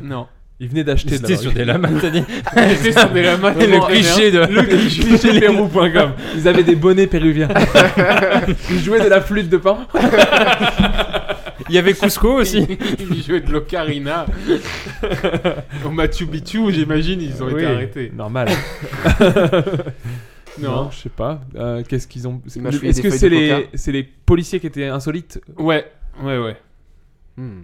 Speaker 11: non.
Speaker 8: Ils venaient d'acheter de la
Speaker 9: C'était
Speaker 8: drogue.
Speaker 9: sur des lames. t'as dit.
Speaker 11: Ils étaient sur des lamas et
Speaker 9: Le cliché de.
Speaker 8: Le cliché Pérou.com. Ils avaient des bonnets péruviens. Ils jouaient de la flûte de pain.
Speaker 9: Il y avait Cusco aussi.
Speaker 11: Ils jouaient de l'ocarina. Au Machu Picchu, j'imagine, ils ont
Speaker 8: Oui,
Speaker 11: été arrêtés.
Speaker 8: Normal.
Speaker 11: Non.
Speaker 8: je sais pas. Euh, Qu'est-ce qu'ils ont
Speaker 10: m'a
Speaker 8: Est-ce
Speaker 10: choué des
Speaker 8: que
Speaker 10: feuilles
Speaker 8: c'est
Speaker 10: de
Speaker 8: les,
Speaker 10: coca.
Speaker 8: c'est les policiers qui étaient insolites
Speaker 11: Ouais, ouais, ouais.
Speaker 10: Hmm.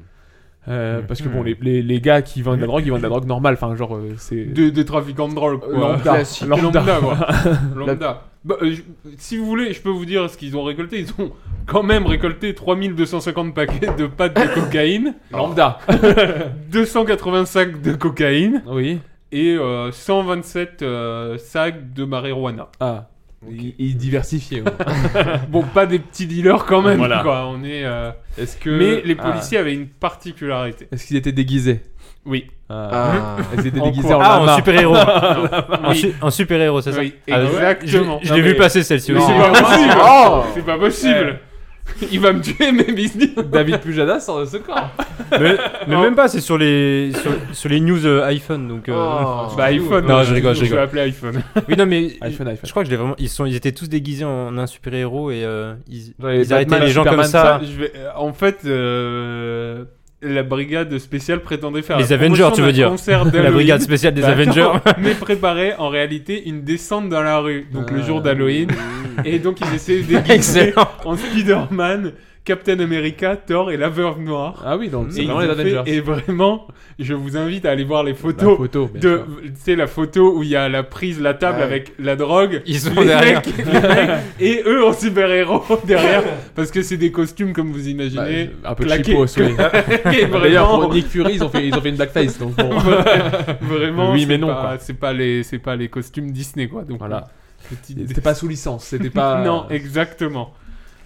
Speaker 8: Euh, Parce que bon, les, les, les gars qui vendent de la drogue, ils vendent de la drogue normale. Enfin, genre, euh, c'est.
Speaker 11: Des, des trafiquants de drogue, quoi.
Speaker 8: Lambda.
Speaker 11: Classique.
Speaker 8: Euh, Lambda.
Speaker 11: Lambda. quoi. Lambda. Bah, euh, je- si vous voulez, je peux vous dire ce qu'ils ont récolté. Ils ont quand même récolté 3250 paquets de pâtes de cocaïne,
Speaker 8: Lambda.
Speaker 11: 285 de cocaïne
Speaker 8: Oui.
Speaker 11: et euh, 127 euh, sacs de marijuana.
Speaker 8: Ah. Ils ils diversifiaient. ouais.
Speaker 11: Bon, pas des petits dealers quand même,
Speaker 8: Voilà.
Speaker 11: quoi. On est, euh,
Speaker 8: Est-ce que.
Speaker 11: Mais les
Speaker 8: Ah.
Speaker 11: policiers avaient une particularité.
Speaker 8: Est-ce qu'ils étaient déguisés
Speaker 11: Oui.
Speaker 8: Ah.
Speaker 10: Ah.
Speaker 8: Est-ce qu'ils étaient
Speaker 11: En
Speaker 8: déguisés
Speaker 11: quoi
Speaker 8: en
Speaker 9: Ah, en
Speaker 8: lama
Speaker 9: super-héros. En
Speaker 11: Oui.
Speaker 9: su- En super-héros, c'est ça
Speaker 11: Oui,
Speaker 9: Ah, je-
Speaker 11: exactement.
Speaker 9: Je, je l'ai
Speaker 11: Non,
Speaker 9: vu
Speaker 11: mais-
Speaker 9: passer celle-ci
Speaker 11: Mais
Speaker 9: aussi.
Speaker 11: c'est pas possible C'est pas possible Il va me tuer, mes business
Speaker 8: David Pujada sort de ce corps.
Speaker 9: mais, mais
Speaker 11: Non.
Speaker 9: même pas, c'est sur les, sur, sur les news euh, iPhone. Donc, euh,
Speaker 10: Oh.
Speaker 11: Bah iPhone.
Speaker 9: Non,
Speaker 11: hein,
Speaker 9: je rigole, je
Speaker 11: Je vais
Speaker 9: rigole.
Speaker 11: appeler iPhone.
Speaker 9: Oui, non, mais
Speaker 8: iPhone, iPhone.
Speaker 9: je crois que je l'ai vraiment. Ils, sont, ils étaient tous déguisés en un super-héros et euh, ils,
Speaker 8: Dans les
Speaker 9: ils arrêtaient
Speaker 8: Batman,
Speaker 9: les gens comme
Speaker 8: Superman,
Speaker 9: ça.
Speaker 11: Je vais- euh, En fait, euh, la brigade spéciale prétendait faire
Speaker 9: Les
Speaker 11: la
Speaker 9: Avengers,
Speaker 11: promotion
Speaker 9: tu
Speaker 11: d'un
Speaker 9: veux dire.
Speaker 11: concert
Speaker 9: La
Speaker 11: d'Halloween.
Speaker 9: brigade spéciale des
Speaker 11: Bah,
Speaker 9: Avengers.
Speaker 11: attends, mais préparait en réalité une descente dans la rue, donc le jour d'Halloween. Et donc ils essayaient de déguiser
Speaker 9: Excellent.
Speaker 11: en Spider-Man, Captain America, Thor et l'aveur noire.
Speaker 8: Ah oui, donc c'est
Speaker 11: Et,
Speaker 8: vraiment
Speaker 11: ils
Speaker 8: les
Speaker 11: ont fait-
Speaker 8: Avengers.
Speaker 11: et vraiment, je vous invite à aller voir
Speaker 9: Bah,
Speaker 11: les
Speaker 8: La
Speaker 11: photos
Speaker 8: photo, bien
Speaker 11: de,
Speaker 8: sûr.
Speaker 11: tu sais, la photo où il y a la prise, la table
Speaker 10: Ouais.
Speaker 11: avec la drogue.
Speaker 9: Ils sont
Speaker 11: les
Speaker 9: derrière.
Speaker 11: mecs, les mecs, et eux en super-héros derrière, parce que c'est des costumes comme vous
Speaker 8: Bah,
Speaker 11: imaginez.
Speaker 8: un peu
Speaker 11: claqués.
Speaker 8: cheapos, oui.
Speaker 11: Et
Speaker 8: Bah, D'ailleurs,
Speaker 11: vraiment,
Speaker 8: pour Nick Fury, ils ont fait, ils ont fait une blackface. Donc bon.
Speaker 11: vraiment,
Speaker 8: Oui,
Speaker 11: c'est
Speaker 8: mais non,
Speaker 11: pas-
Speaker 8: quoi.
Speaker 11: C'est pas les, c'est pas les costumes Disney quoi. Donc euh,
Speaker 8: Voilà.
Speaker 11: petite-
Speaker 8: C'était pas sous licence, c'était pas.
Speaker 11: Non, exactement.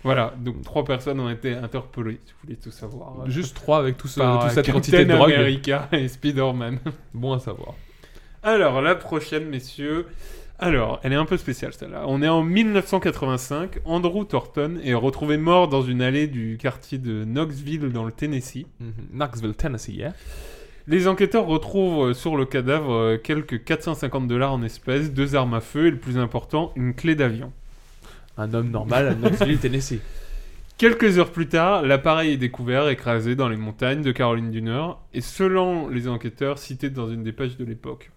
Speaker 11: Voilà, donc trois personnes ont été interpellées. Si vous voulez tout savoir. euh,
Speaker 8: Juste trois avec tout ce,
Speaker 11: par,
Speaker 8: toute
Speaker 11: euh,
Speaker 8: cette quantité de
Speaker 11: Captain
Speaker 8: drogue.
Speaker 11: America et Spider-Man.
Speaker 8: Bon à savoir.
Speaker 11: Alors, la prochaine, messieurs. Alors, elle est un peu spéciale, celle-là. On est en 1985. Andrew Thornton est retrouvé mort dans une allée du quartier de Knoxville, dans le Tennessee.
Speaker 8: Mhm. Knoxville, Tennessee, hein.
Speaker 11: Les enquêteurs retrouvent euh, sur le cadavre euh, quelques 450 dollars en espèces, deux armes à feu et, le plus important, une clé d'avion.
Speaker 8: Un homme normal à Knoxville, Tennessee.
Speaker 11: Quelques heures plus tard, l'appareil est découvert écrasé dans les montagnes de Caroline du Nord et selon les enquêteurs cités dans une dépêche de l'époque.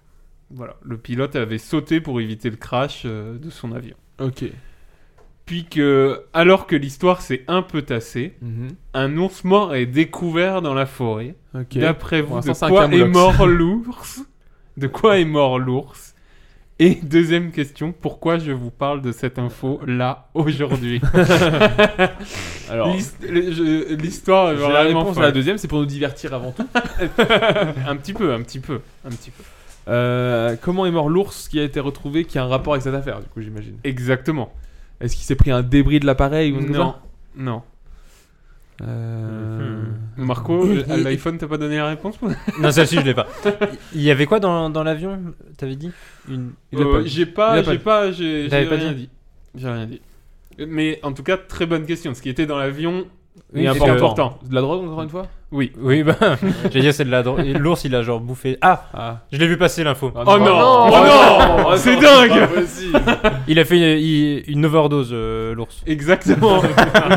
Speaker 11: Voilà, le pilote avait sauté pour éviter le crash euh, de son avion.
Speaker 8: Ok.
Speaker 11: Puis que, alors que l'histoire s'est un peu tassée,
Speaker 8: Mhm.
Speaker 11: un ours mort est découvert dans la forêt.
Speaker 8: Ok.
Speaker 11: D'après
Speaker 8: Pour
Speaker 11: vous, de
Speaker 8: l'instant, c'est un
Speaker 11: quoi est
Speaker 8: Kaamelott.
Speaker 11: mort l'ours De quoi est mort l'ours Et deuxième question, pourquoi je vous parle de cette info là aujourd'hui
Speaker 8: Alors,
Speaker 11: L'hist- le- je- L'histoire est
Speaker 8: j'ai la
Speaker 11: vraiment
Speaker 8: réponse à la
Speaker 11: folle.
Speaker 8: deuxième, c'est pour nous divertir avant tout.
Speaker 11: un petit peu, un petit peu, un petit peu.
Speaker 8: Euh, comment est mort l'ours qui a été retrouvé qui a un rapport avec cette affaire, du coup, j'imagine
Speaker 11: Exactement.
Speaker 8: Est-ce qu'il s'est pris un débris de l'appareil ou un truc
Speaker 11: Non,
Speaker 8: comme
Speaker 11: non.
Speaker 8: ça Euh,
Speaker 11: Marco, à l'iPhone, t'as pas donné la réponse
Speaker 9: Non, celle-ci, je l'ai pas. Il y avait quoi dans, dans l'avion T'avais dit Une...
Speaker 8: l'a
Speaker 11: Euh,
Speaker 8: pas dit.
Speaker 11: J'ai
Speaker 9: Il
Speaker 11: pas,
Speaker 9: l'a pas
Speaker 11: j'ai
Speaker 9: dit.
Speaker 11: pas, j'ai j'ai
Speaker 9: T'avais pas
Speaker 11: rien dit. J'ai rien dit. Mais en tout cas, très bonne question. Ce qui était dans l'avion
Speaker 9: Oui,
Speaker 11: est
Speaker 9: parce que-
Speaker 11: important.
Speaker 8: De la drogue, encore une fois
Speaker 11: Oui.
Speaker 9: Oui, bah, j'allais dire, c'est de la drogue. Et L'ours, il a genre bouffé. Ah
Speaker 8: Ah.
Speaker 9: Je l'ai vu passer l'info.
Speaker 11: Oh non Oh non C'est dingue
Speaker 9: Il a fait une, il- une overdose, euh, l'ours.
Speaker 11: Exactement.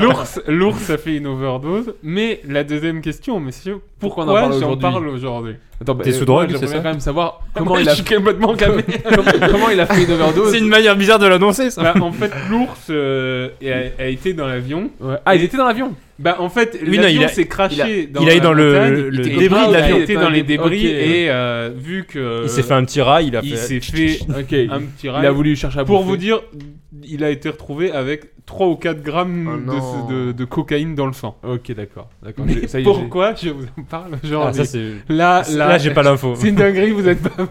Speaker 11: l'ours, l'ours a fait une overdose. Mais la deuxième question, messieurs,
Speaker 8: Pourquoi
Speaker 11: pourquoi,
Speaker 8: on en parle
Speaker 11: j'en
Speaker 8: aujourd'hui
Speaker 11: parle aujourd'hui
Speaker 8: Attends, bah,
Speaker 9: T'es sous
Speaker 8: euh,
Speaker 9: drogue,
Speaker 8: moi,
Speaker 9: c'est
Speaker 8: j'aimerais
Speaker 9: ça
Speaker 8: quand même savoir comment
Speaker 11: Ouais,
Speaker 8: il a
Speaker 11: je suis complètement camé.
Speaker 8: comment, comment il a fait une overdose.
Speaker 9: C'est une manière bizarre de l'annoncer, ça.
Speaker 11: Bah, en fait, l'ours euh, a, a été dans l'avion.
Speaker 8: Ouais. Ah, il était dans l'avion.
Speaker 11: Bah, en fait,
Speaker 9: Oui, non,
Speaker 11: l'avion
Speaker 9: il a-
Speaker 11: s'est craché dans
Speaker 9: il a eu
Speaker 11: la
Speaker 9: dans le-
Speaker 11: montagne.
Speaker 9: le-
Speaker 11: Il était
Speaker 9: le débris
Speaker 11: pas-
Speaker 9: de l'avion.
Speaker 11: Il était dans les débris
Speaker 8: Ok.
Speaker 11: et euh, vu que
Speaker 9: Il s'est fait un petit rail, il a
Speaker 11: il
Speaker 9: fait.
Speaker 11: s'est fait
Speaker 8: Ok.
Speaker 11: un
Speaker 8: il
Speaker 11: petit
Speaker 8: a
Speaker 11: rail.
Speaker 8: voulu chercher à
Speaker 11: Pour
Speaker 8: bouffer.
Speaker 11: vous dire, il a été retrouvé avec 3 ou 4 grammes
Speaker 10: Oh
Speaker 11: de-
Speaker 10: non.
Speaker 11: de, de cocaïne dans le sang.
Speaker 8: Ok, d'accord. D'accord.
Speaker 11: Mais
Speaker 8: j'ai- ça y est, j'ai-
Speaker 11: pourquoi je vous en parle
Speaker 9: Ah,
Speaker 11: aujourd'hui
Speaker 9: ça, c'est-
Speaker 11: Là, là,
Speaker 9: Là, j'ai pas l'info.
Speaker 11: C'est une dinguerie, vous êtes pas.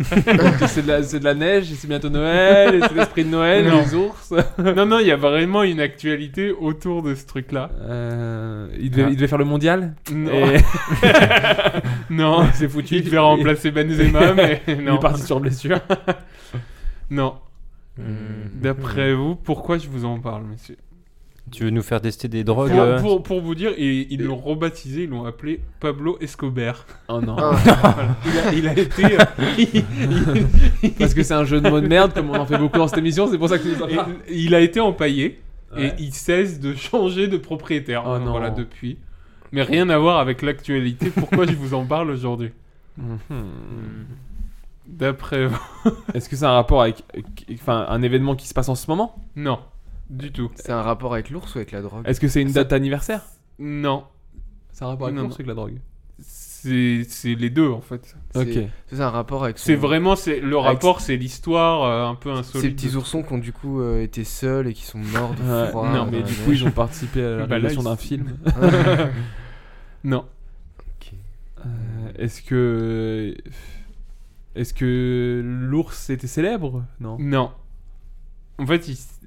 Speaker 8: c'est de, la- c'est de la neige, et c'est bientôt Noël, et c'est l'esprit de Noël,
Speaker 11: Non.
Speaker 8: les ours.
Speaker 11: non, non, il y a vraiment une actualité autour de ce truc-là.
Speaker 8: Euh, il, devait, il devait faire le mondial.
Speaker 11: Ah. Non,
Speaker 8: Et
Speaker 11: non, c'est foutu. Il devait remplacer Benzema, mais
Speaker 8: il
Speaker 11: non.
Speaker 8: est parti sur blessure.
Speaker 11: Non.
Speaker 9: Hmm.
Speaker 11: D'après vous, pourquoi je vous en parle, monsieur
Speaker 9: Tu veux nous faire tester des
Speaker 11: pour,
Speaker 9: drogues euh
Speaker 11: pour, pour vous dire, ils ils l'ont rebaptisé, ils l'ont appelé Pablo Escobar.
Speaker 8: Oh non.
Speaker 10: Ah.
Speaker 11: Il a, il a été. euh, il- il-
Speaker 8: Parce que c'est un jeu de mots de merde, comme on en fait beaucoup dans cette émission, c'est pour ça que c'est
Speaker 11: Et
Speaker 8: sympa.
Speaker 11: il a été empaillé
Speaker 8: Ouais.
Speaker 11: et il cesse de changer de propriétaire.
Speaker 8: Oh
Speaker 11: Donc
Speaker 8: non.
Speaker 11: Voilà, depuis. Mais rien à voir avec l'actualité. Pourquoi je vous en parle aujourd'hui
Speaker 8: Mhm.
Speaker 11: D'après vous.
Speaker 8: Est-ce que c'est un rapport avec enfin, un événement qui se passe en ce moment
Speaker 11: Non, du tout.
Speaker 10: C'est un rapport avec l'ours ou avec la drogue
Speaker 8: Est-ce que c'est une
Speaker 11: Ça-
Speaker 8: date anniversaire
Speaker 11: Non,
Speaker 8: C'est un rapport avec
Speaker 11: Non,
Speaker 8: l'ours
Speaker 11: non.
Speaker 8: ou avec la drogue
Speaker 11: c'est c'est les deux en fait.
Speaker 10: C'est-
Speaker 8: Ok.
Speaker 10: C'est un rapport avec son-
Speaker 11: C'est vraiment c'est le
Speaker 10: Avec-
Speaker 11: rapport, c'est l'histoire euh, un peu
Speaker 10: ces
Speaker 11: insolite.
Speaker 10: petits oursons qui ont du coup euh, été seuls et qui sont morts de
Speaker 8: euh, Ouais,
Speaker 10: froid.
Speaker 11: non,
Speaker 10: dans
Speaker 11: mais
Speaker 10: la
Speaker 8: Et du
Speaker 10: neige.
Speaker 8: coup, ils ont participé à la
Speaker 11: Bah là,
Speaker 8: réalisation
Speaker 11: ils-
Speaker 8: d'un film.
Speaker 11: non,
Speaker 8: Euh, Est-ce que. Est-ce que l'ours était célèbre Non.
Speaker 11: non. En fait, il. s-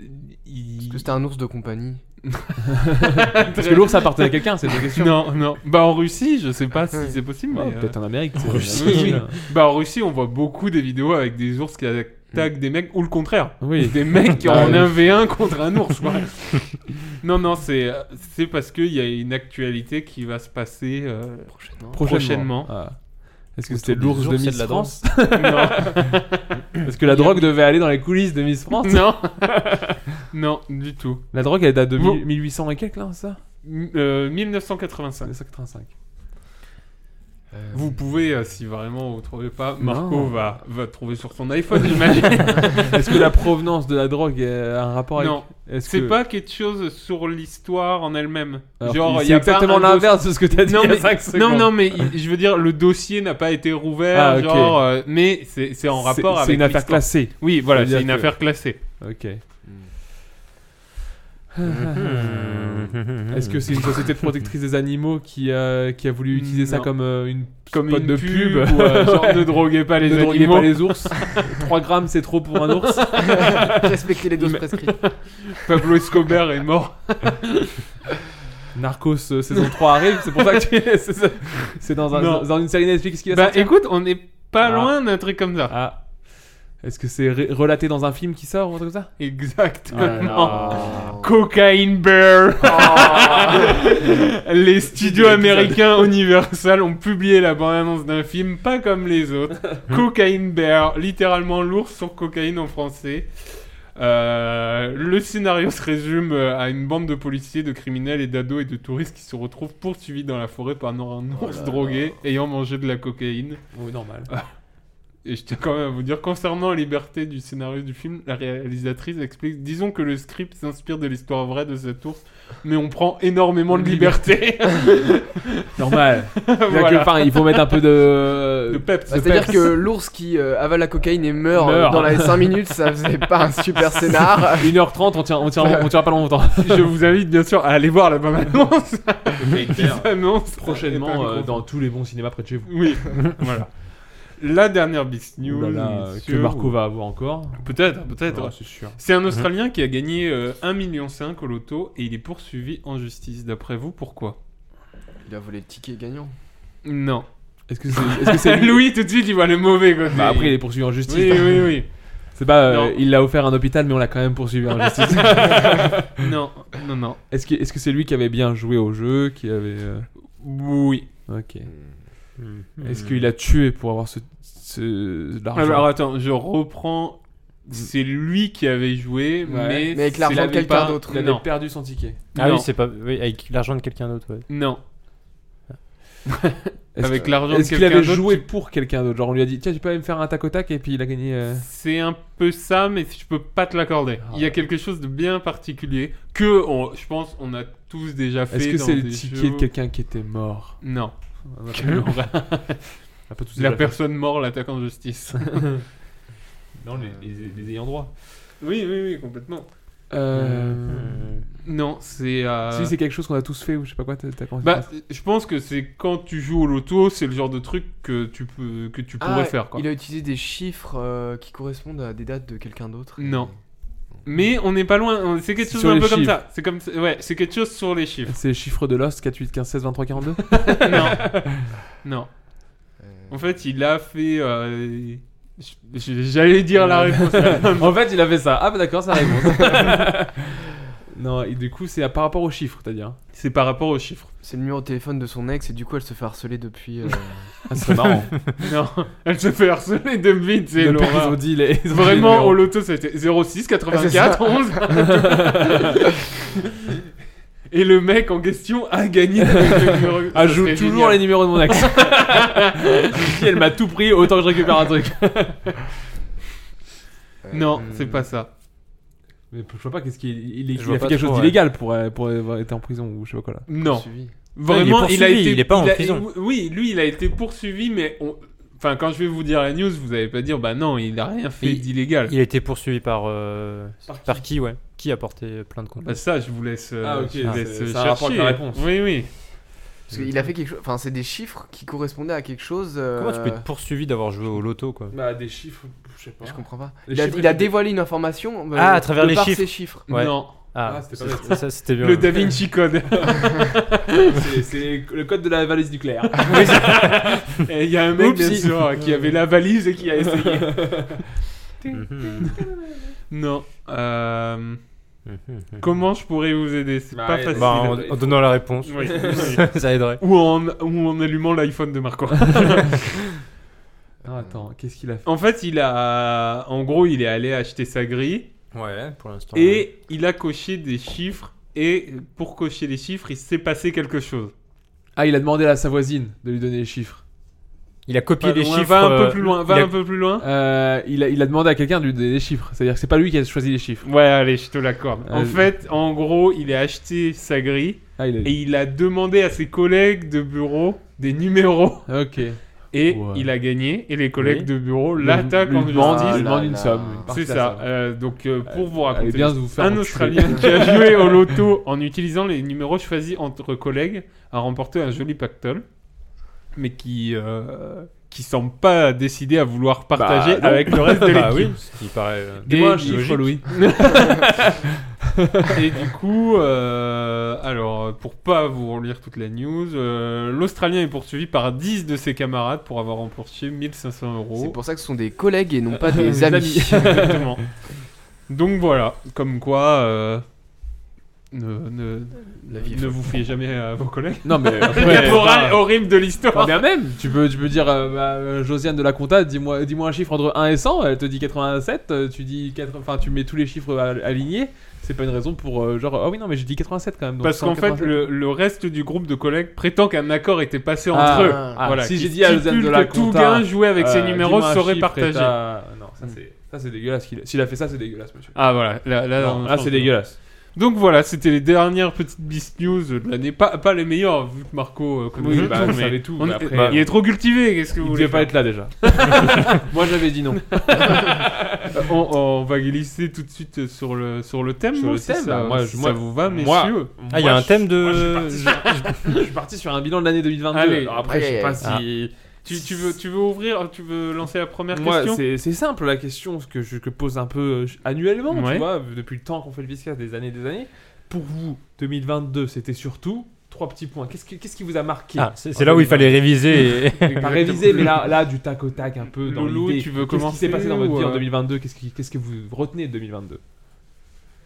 Speaker 11: il-
Speaker 10: Parce que c'était un ours de compagnie.
Speaker 8: Parce que l'ours appartenait à quelqu'un, c'est une question.
Speaker 11: Non, non. Bah en Russie, je sais pas si c'est possible.
Speaker 8: Ouais,
Speaker 11: mais, euh,
Speaker 8: Peut-être en Amérique. c'est-
Speaker 9: Russie.
Speaker 8: Oui,
Speaker 11: Bah en Russie, on voit beaucoup des vidéos avec des ours qui attaquent des mecs ou le contraire.
Speaker 8: Mm. Oui.
Speaker 11: Des mecs qui
Speaker 8: Ah
Speaker 11: en
Speaker 8: oui.
Speaker 11: 1v1 contre un ours. quoi. non, non, c'est c'est parce qu'il y a une actualité qui va se passer euh,
Speaker 10: Prochainement.
Speaker 11: prochainement.
Speaker 8: Ah. Est-ce que
Speaker 9: Autour
Speaker 8: c'était
Speaker 9: des
Speaker 8: l'ours
Speaker 9: ours,
Speaker 8: de
Speaker 9: c'est de
Speaker 8: Miss
Speaker 9: la
Speaker 8: France
Speaker 11: non,
Speaker 8: Est-ce que la drogue devait aller dans les coulisses de Miss France
Speaker 11: non, non, du tout.
Speaker 8: La drogue, elle date de
Speaker 11: Bon.
Speaker 8: 1000 1800 et quelques, là, ça
Speaker 11: M- euh, 1985.
Speaker 8: 1985.
Speaker 10: Euh,
Speaker 11: Vous pouvez, euh, si vraiment vous trouvez pas, Marco
Speaker 8: Non.
Speaker 11: va, va trouver sur son iPhone, j'imagine.
Speaker 8: Est-ce que la provenance de la drogue euh, a un rapport avec.
Speaker 11: non,
Speaker 8: Est-ce
Speaker 11: c'est
Speaker 8: que-
Speaker 11: pas quelque chose sur l'histoire en elle-même.
Speaker 8: Alors,
Speaker 11: Genre, il
Speaker 8: c'est
Speaker 11: y a pas
Speaker 8: exactement
Speaker 11: un dossier-
Speaker 8: l'inverse de ce que t'as dit
Speaker 11: Non,
Speaker 8: il y a
Speaker 11: mais-
Speaker 8: cinq
Speaker 11: Non,
Speaker 8: secondes.
Speaker 11: non, mais il- je veux dire, le dossier n'a pas été rouvert,
Speaker 8: Ah, ok.
Speaker 11: genre, euh, mais c'est c'est en
Speaker 8: C'est-
Speaker 11: rapport avec.
Speaker 8: C'est une affaire
Speaker 11: l'histoire.
Speaker 8: classée.
Speaker 11: Oui,
Speaker 8: Ça
Speaker 11: voilà,
Speaker 8: veut
Speaker 11: c'est
Speaker 8: dire
Speaker 11: une
Speaker 8: que-
Speaker 11: affaire classée.
Speaker 8: Ok.
Speaker 9: Hmm.
Speaker 8: Est-ce que c'est une société de protectrice des animaux qui, euh, qui a voulu utiliser ça
Speaker 11: Non.
Speaker 8: comme euh, une
Speaker 11: Comme
Speaker 8: spot
Speaker 11: une
Speaker 8: de
Speaker 11: pub,
Speaker 8: pub
Speaker 11: ou, euh, genre, ne droguez pas les
Speaker 8: Ne
Speaker 11: animaux.
Speaker 8: droguez pas les ours. 3 grammes, c'est trop pour un ours.
Speaker 10: Respecter les doses prescrites.
Speaker 11: Pablo Escobar est mort.
Speaker 8: Narcos euh, saison 3 arrive, c'est pour ça que tu- c'est ça- c'est dans, un-
Speaker 11: Non.
Speaker 8: dans une série Netflix qui va
Speaker 11: Bah
Speaker 8: sortir.
Speaker 11: écoute, on n'est pas
Speaker 8: Ah.
Speaker 11: loin d'un truc comme ça.
Speaker 8: Ah. Est-ce que c'est ré- relaté dans un film qui sort ou un truc comme ça Ah,
Speaker 11: Exactement. Cocaine Bear. les studios américains Universal ont publié la bande-annonce d'un film, pas comme les autres. Cocaine Bear, littéralement l'ours sur cocaïne en français. Euh, le scénario se résume euh, à une bande de policiers, de criminels et d'ados et de touristes qui se retrouvent poursuivis dans la forêt par un ours drogué ayant mangé de la cocaïne.
Speaker 8: Oui, normal.
Speaker 11: Et je tiens quand même à vous dire, concernant la liberté du scénario du film, la réalisatrice explique Disons que le script s'inspire de l'histoire vraie de cet ours, mais on prend énormément de liberté.
Speaker 8: Normal. Il y a que-
Speaker 11: Voilà.
Speaker 8: enfin, il faut mettre un peu de.
Speaker 11: De peps.
Speaker 10: Bah, C'est-à-dire que l'ours qui euh, avale la cocaïne et meurt,
Speaker 8: Meurt.
Speaker 10: dans les 5 minutes, ça faisait pas un super scénar.
Speaker 8: 1h30, on tient, on tient, on tient pas longtemps.
Speaker 11: je vous invite bien sûr à aller voir la bande annonce. annonce
Speaker 8: Prochainement, euh, dans tous les bons cinémas près de chez vous.
Speaker 11: Oui, voilà. La dernière Beast News.
Speaker 8: Ouh là là, que
Speaker 11: messieurs.
Speaker 8: Marco va avoir encore.
Speaker 11: Peut-être, peut-être.
Speaker 8: Ouais, c'est sûr.
Speaker 11: C'est un Australien qui a gagné euh, 1,5 million au loto et il est poursuivi en justice. D'après vous, pourquoi
Speaker 10: Il a volé le ticket gagnant.
Speaker 11: Non.
Speaker 8: Est-ce que c'est est-ce que c'est lui
Speaker 11: Louis, tout de suite, il voit le mauvais côté.
Speaker 8: Bah après, il est hein. poursuivi en justice.
Speaker 11: Oui, oui, oui.
Speaker 8: C'est pas, euh,
Speaker 11: Non.
Speaker 8: il l'a offert à un hôpital, mais on l'a quand même poursuivi en justice.
Speaker 11: Non, non, non.
Speaker 8: Est-ce que, est-ce que c'est lui qui avait bien joué au jeu, qui avait, euh,
Speaker 11: Oui. Mm.
Speaker 8: ok.
Speaker 9: Hmm.
Speaker 8: Est-ce qu'il a tué pour avoir ce, ce- l'argent
Speaker 11: Ah, Alors attends, je reprends. C'est lui qui avait joué,
Speaker 8: Ouais.
Speaker 11: mais,
Speaker 10: Mais avec l'argent
Speaker 11: c'est-
Speaker 10: de quelqu'un
Speaker 11: pas-
Speaker 10: d'autre.
Speaker 8: Il avait
Speaker 11: Non,
Speaker 8: perdu son ticket.
Speaker 9: Ah
Speaker 11: Non.
Speaker 9: oui, c'est pas. oui, avec l'argent de quelqu'un d'autre, ouais.
Speaker 11: non.
Speaker 8: Est-ce
Speaker 11: Avec
Speaker 8: que-
Speaker 11: l'argent de
Speaker 8: Est-ce qu'il
Speaker 11: quelqu'un
Speaker 8: avait
Speaker 11: d'autre,
Speaker 8: joué
Speaker 11: tu-
Speaker 8: pour quelqu'un d'autre Genre on lui a dit tiens tu peux aller me faire un tac au tac et puis il a gagné. euh,
Speaker 11: C'est un peu ça, mais je peux pas te l'accorder.
Speaker 8: Ah
Speaker 11: Il y a
Speaker 8: ouais.
Speaker 11: quelque chose de bien particulier que, on- je pense, on a tous déjà fait.
Speaker 8: Est-ce que
Speaker 11: dans
Speaker 8: c'est le
Speaker 11: des
Speaker 8: ticket
Speaker 11: jeux.
Speaker 8: de quelqu'un qui était mort
Speaker 11: Non.
Speaker 8: On a pas-
Speaker 11: Que-
Speaker 8: on a pas tous
Speaker 11: La
Speaker 8: déjà fait.
Speaker 11: personne morte l'attaque en justice.
Speaker 8: Non les, les- les ayants droit.
Speaker 11: oui, oui, oui, complètement.
Speaker 8: Euh...
Speaker 9: Hmm.
Speaker 11: Non, c'est. euh,
Speaker 8: Si c'est quelque chose qu'on a tous fait ou je sais pas quoi t'as t'as commencé à
Speaker 11: Bah,
Speaker 8: penser.
Speaker 11: je pense que c'est quand tu joues au loto, c'est le genre de truc que tu peux que tu pourrais
Speaker 10: Ah,
Speaker 11: faire quoi.
Speaker 10: Il a utilisé des chiffres euh, qui correspondent à des dates de quelqu'un d'autre.
Speaker 11: Non. Mais on n'est pas loin, on- c'est quelque
Speaker 8: C'est
Speaker 11: chose
Speaker 8: sur
Speaker 11: un peu
Speaker 8: les
Speaker 11: comme
Speaker 8: chiffres.
Speaker 11: ça. C'est comme ouais, c'est quelque chose sur les chiffres.
Speaker 8: C'est les chiffres de Lost 4 8 15 16 23 42
Speaker 11: non. Non.
Speaker 10: Euh,
Speaker 11: En fait, il a fait euh, je- je- j'allais dire
Speaker 8: Euh.
Speaker 11: la réponse. là.
Speaker 8: En fait il a fait ça. Ah bah d'accord ça réponse. non et du coup c'est par rapport aux chiffres t'as dit. Hein.
Speaker 11: c'est par rapport aux chiffres.
Speaker 10: C'est le numéro de téléphone de son ex et du coup elle se fait harceler depuis. euh,
Speaker 8: Ah, c'est marrant.
Speaker 11: Non, elle se fait harceler de vite, c'est
Speaker 8: Le père, ils ont
Speaker 11: l'horreur.
Speaker 8: dit les. ils ont Ah, dit les
Speaker 11: Vraiment
Speaker 8: numéros.
Speaker 11: au loto c'était 06
Speaker 10: Ah,
Speaker 11: 84 11. Et le mec en question a gagné avec le numéro. Ça
Speaker 8: Ajoute
Speaker 11: serait
Speaker 8: toujours
Speaker 11: génial.
Speaker 8: les numéros de mon accent. si elle m'a tout pris, autant que je récupère un truc.
Speaker 11: Non,
Speaker 10: euh,
Speaker 11: c'est pas ça.
Speaker 8: Mais je vois pas qu'est-ce qu'il il, il
Speaker 9: Je
Speaker 8: a
Speaker 9: vois
Speaker 8: fait
Speaker 9: pas
Speaker 8: quelque
Speaker 9: trop,
Speaker 8: chose
Speaker 9: ouais.
Speaker 8: d'illégal pour, euh, pour avoir été en prison ou je sais pas quoi là.
Speaker 11: Non.
Speaker 10: Suivi.
Speaker 11: Vraiment,
Speaker 9: il est
Speaker 11: il, a
Speaker 9: poursuivi,
Speaker 11: été.
Speaker 9: il est pas en
Speaker 11: a-
Speaker 9: prison.
Speaker 11: Oui, lui, il a été poursuivi, mais on- Enfin, quand je vais vous dire la news, vous allez pas dire, bah non, il a rien fait
Speaker 9: Il-
Speaker 11: d'illégal.
Speaker 9: Il a été poursuivi par. euh, par, qui ouais Qui a porté plainte contre
Speaker 11: Bah, ça, je vous laisse. euh,
Speaker 8: Ah, ok,
Speaker 11: je vous
Speaker 8: c'est-
Speaker 11: laisse, euh,
Speaker 8: ça a un rapport avec la
Speaker 11: chercher.
Speaker 8: réponse.
Speaker 11: Oui, oui.
Speaker 10: Parce qu'il a fait quelque chose. Enfin, c'est des chiffres qui correspondaient à quelque chose. euh,
Speaker 9: Comment tu peux être poursuivi d'avoir joué au loto quoi
Speaker 8: Bah des chiffres, je sais pas.
Speaker 10: Je comprends pas.
Speaker 8: Les
Speaker 10: Il a,
Speaker 8: chiffres
Speaker 10: il a
Speaker 8: qui-
Speaker 10: dévoilé une information. euh,
Speaker 9: Ah, à travers
Speaker 10: de
Speaker 9: les
Speaker 10: par
Speaker 9: chiffres.
Speaker 10: Ces chiffres.
Speaker 9: Ouais.
Speaker 11: Non.
Speaker 8: Ah, c'était pas
Speaker 9: ça-
Speaker 8: bête.
Speaker 9: ça, c'était bien.
Speaker 11: Le Da Vinci Code.
Speaker 8: C'est- C'est le code de la valise nucléaire.
Speaker 11: Et Il y a un mec, bien
Speaker 8: Oupsie.
Speaker 11: sûr, qui avait la valise et qui a essayé.
Speaker 9: Mhm.
Speaker 11: non. Euh,
Speaker 9: Mhm.
Speaker 11: comment je pourrais vous aider C'est
Speaker 8: Bah,
Speaker 11: pas
Speaker 8: ouais,
Speaker 11: facile.
Speaker 9: Bah, en, en donnant la réponse,
Speaker 11: Oui, oui.
Speaker 9: ça aiderait.
Speaker 11: ou, en, ou en allumant l'iPhone de Marco.
Speaker 8: non, Ah, attends, qu'est-ce qu'il a fait
Speaker 11: en fait, il a. En gros, il est allé acheter sa grille
Speaker 9: Ouais, pour l'instant.
Speaker 11: et il a coché des chiffres. Et pour cocher les chiffres, il s'est passé quelque chose.
Speaker 8: Ah, il a demandé à sa voisine de lui donner les chiffres.
Speaker 9: il a copié
Speaker 11: Pas
Speaker 9: les
Speaker 11: loin,
Speaker 9: chiffres.
Speaker 11: va un
Speaker 9: euh,
Speaker 11: peu plus loin,
Speaker 9: il
Speaker 11: va
Speaker 9: a-
Speaker 11: un peu plus loin.
Speaker 8: Euh, il, a, il a demandé à quelqu'un de lui donner les chiffres. C'est-à-dire que c'est pas lui qui a choisi les chiffres.
Speaker 11: Ouais, allez, je te l'accorde. En
Speaker 8: Euh,
Speaker 11: fait, en gros, il a acheté sa grille
Speaker 8: Ah, il
Speaker 11: et il a demandé à ses collègues de bureau des numéros.
Speaker 8: a... Ok.
Speaker 11: Et
Speaker 8: Ouais.
Speaker 11: il a gagné, et les collègues
Speaker 9: Oui.
Speaker 11: de bureau l'attaquent
Speaker 8: Lui-
Speaker 11: en
Speaker 8: lui demande-
Speaker 11: justice.
Speaker 8: lui demande une
Speaker 10: là.
Speaker 8: somme. une partie
Speaker 11: C'est
Speaker 8: de la
Speaker 11: ça.
Speaker 8: somme.
Speaker 11: Euh, donc, euh, pour vous
Speaker 8: hein. Allez
Speaker 11: raconter,
Speaker 8: bien vous faire
Speaker 11: un
Speaker 8: enculer.
Speaker 11: Australien qui a joué au loto en utilisant les numéros choisis entre collègues a remporté un joli pactole, mais qui euh, qui semble pas décidé à vouloir partager
Speaker 8: non.
Speaker 11: avec le reste de l'équipe.
Speaker 9: Bah oui, ce qui paraît. euh,
Speaker 11: Et
Speaker 8: Dis-moi un
Speaker 11: du-
Speaker 8: chiffre, Louis.
Speaker 11: Et du coup, euh, alors, pour pas vous relire toute la news, euh, l'Australien est poursuivi par 10 de ses camarades pour avoir remporté 1500 euros.
Speaker 10: C'est pour ça que ce sont des collègues et non pas des
Speaker 11: Oh. Des
Speaker 10: amis.
Speaker 11: Exactement. Donc voilà, comme quoi, euh, ne, ne, ne vous fiez jamais à vos collègues.
Speaker 8: Non, mais
Speaker 11: La
Speaker 8: après.
Speaker 11: morale horrible de
Speaker 8: Quand
Speaker 11: l'histoire.
Speaker 8: bien même, tu peux, tu peux dire euh, bah, euh, Josiane de la compta, dis-moi dis un chiffre entre 1 et 100, elle te dit 87, euh, tu dis 80, enfin tu mets tous les chiffres al- alignés, c'est pas une raison pour euh, genre oh oui non mais j'ai dit 87 quand même. donc
Speaker 11: Parce qu'en fait,
Speaker 8: 187.
Speaker 11: le, le reste du groupe de collègues prétend qu'un accord était passé entre
Speaker 8: Ah,
Speaker 11: eux.
Speaker 8: ah,
Speaker 11: voilà,
Speaker 8: si
Speaker 11: qui
Speaker 8: j'ai dit à
Speaker 11: stipule
Speaker 8: Josiane de la
Speaker 11: que tout
Speaker 8: compta,
Speaker 11: gain joué avec ses
Speaker 8: euh,
Speaker 11: numéros
Speaker 8: dis-moi un
Speaker 11: serait
Speaker 8: chiffre et
Speaker 11: partagé. Hmm.
Speaker 8: t'as- euh, Non, ça c'est ça, c'est dégueulasse. qu'il- S'il a fait ça, c'est dégueulasse monsieur.
Speaker 11: Ah voilà, là, là,
Speaker 8: Non,
Speaker 11: on
Speaker 8: là
Speaker 11: change
Speaker 8: c'est
Speaker 11: de-
Speaker 8: dégueulasse.
Speaker 11: Donc voilà, c'était les dernières petites Beast News de l'année. Pas, pas les meilleures, vu que Marco euh, connaissait
Speaker 8: Oui, bah,
Speaker 11: tout,
Speaker 8: vous
Speaker 11: mais
Speaker 8: savez tout,
Speaker 11: on-
Speaker 8: mais après,
Speaker 11: il
Speaker 8: euh,
Speaker 11: est trop cultivé, qu'est-ce que vous
Speaker 8: Il
Speaker 11: voulez
Speaker 8: devait pas
Speaker 11: faire
Speaker 8: être là déjà. Moi j'avais dit non.
Speaker 11: on, on va glisser tout de suite sur le, sur le thème.
Speaker 8: Sur le
Speaker 11: si
Speaker 8: thème,
Speaker 11: ça,
Speaker 8: moi,
Speaker 11: si
Speaker 8: je-
Speaker 11: ça
Speaker 8: moi-
Speaker 11: vous va,
Speaker 8: moi-
Speaker 11: messieurs.
Speaker 9: Ah, il y a
Speaker 8: Moi,
Speaker 9: un
Speaker 8: je-
Speaker 9: thème
Speaker 8: moi, je
Speaker 9: de.
Speaker 8: suis parti sur- je suis parti sur un bilan de l'année 2022.
Speaker 11: Allez.
Speaker 8: Alors après je sais
Speaker 10: Allez,
Speaker 8: pas
Speaker 10: allez.
Speaker 8: si
Speaker 9: Ah.
Speaker 11: Tu, tu veux, tu veux ouvrir, tu veux lancer la première
Speaker 8: Moi,
Speaker 11: question
Speaker 8: c'est- c'est simple la question ce que je que pose un peu euh, annuellement,
Speaker 11: Ouais.
Speaker 8: tu vois, depuis le temps qu'on fait le Biscast, des années et des années. Pour vous, 2022, c'était surtout trois petits points. Qu'est-ce qui, qu'est-ce qui vous a marqué
Speaker 9: Ah, c'est c'est là où il fallait réviser. et-
Speaker 8: Pas révisé, mais là, là, du tac au tac, un peu dans
Speaker 11: Loulou,
Speaker 8: l'idée.
Speaker 11: tu veux
Speaker 8: Qu'est-ce qui s'est
Speaker 11: commencer
Speaker 8: passé dans votre vie
Speaker 11: ou,
Speaker 8: en
Speaker 11: euh,
Speaker 8: 2022 Qu'est-ce qui- qu'est-ce que vous retenez de 2022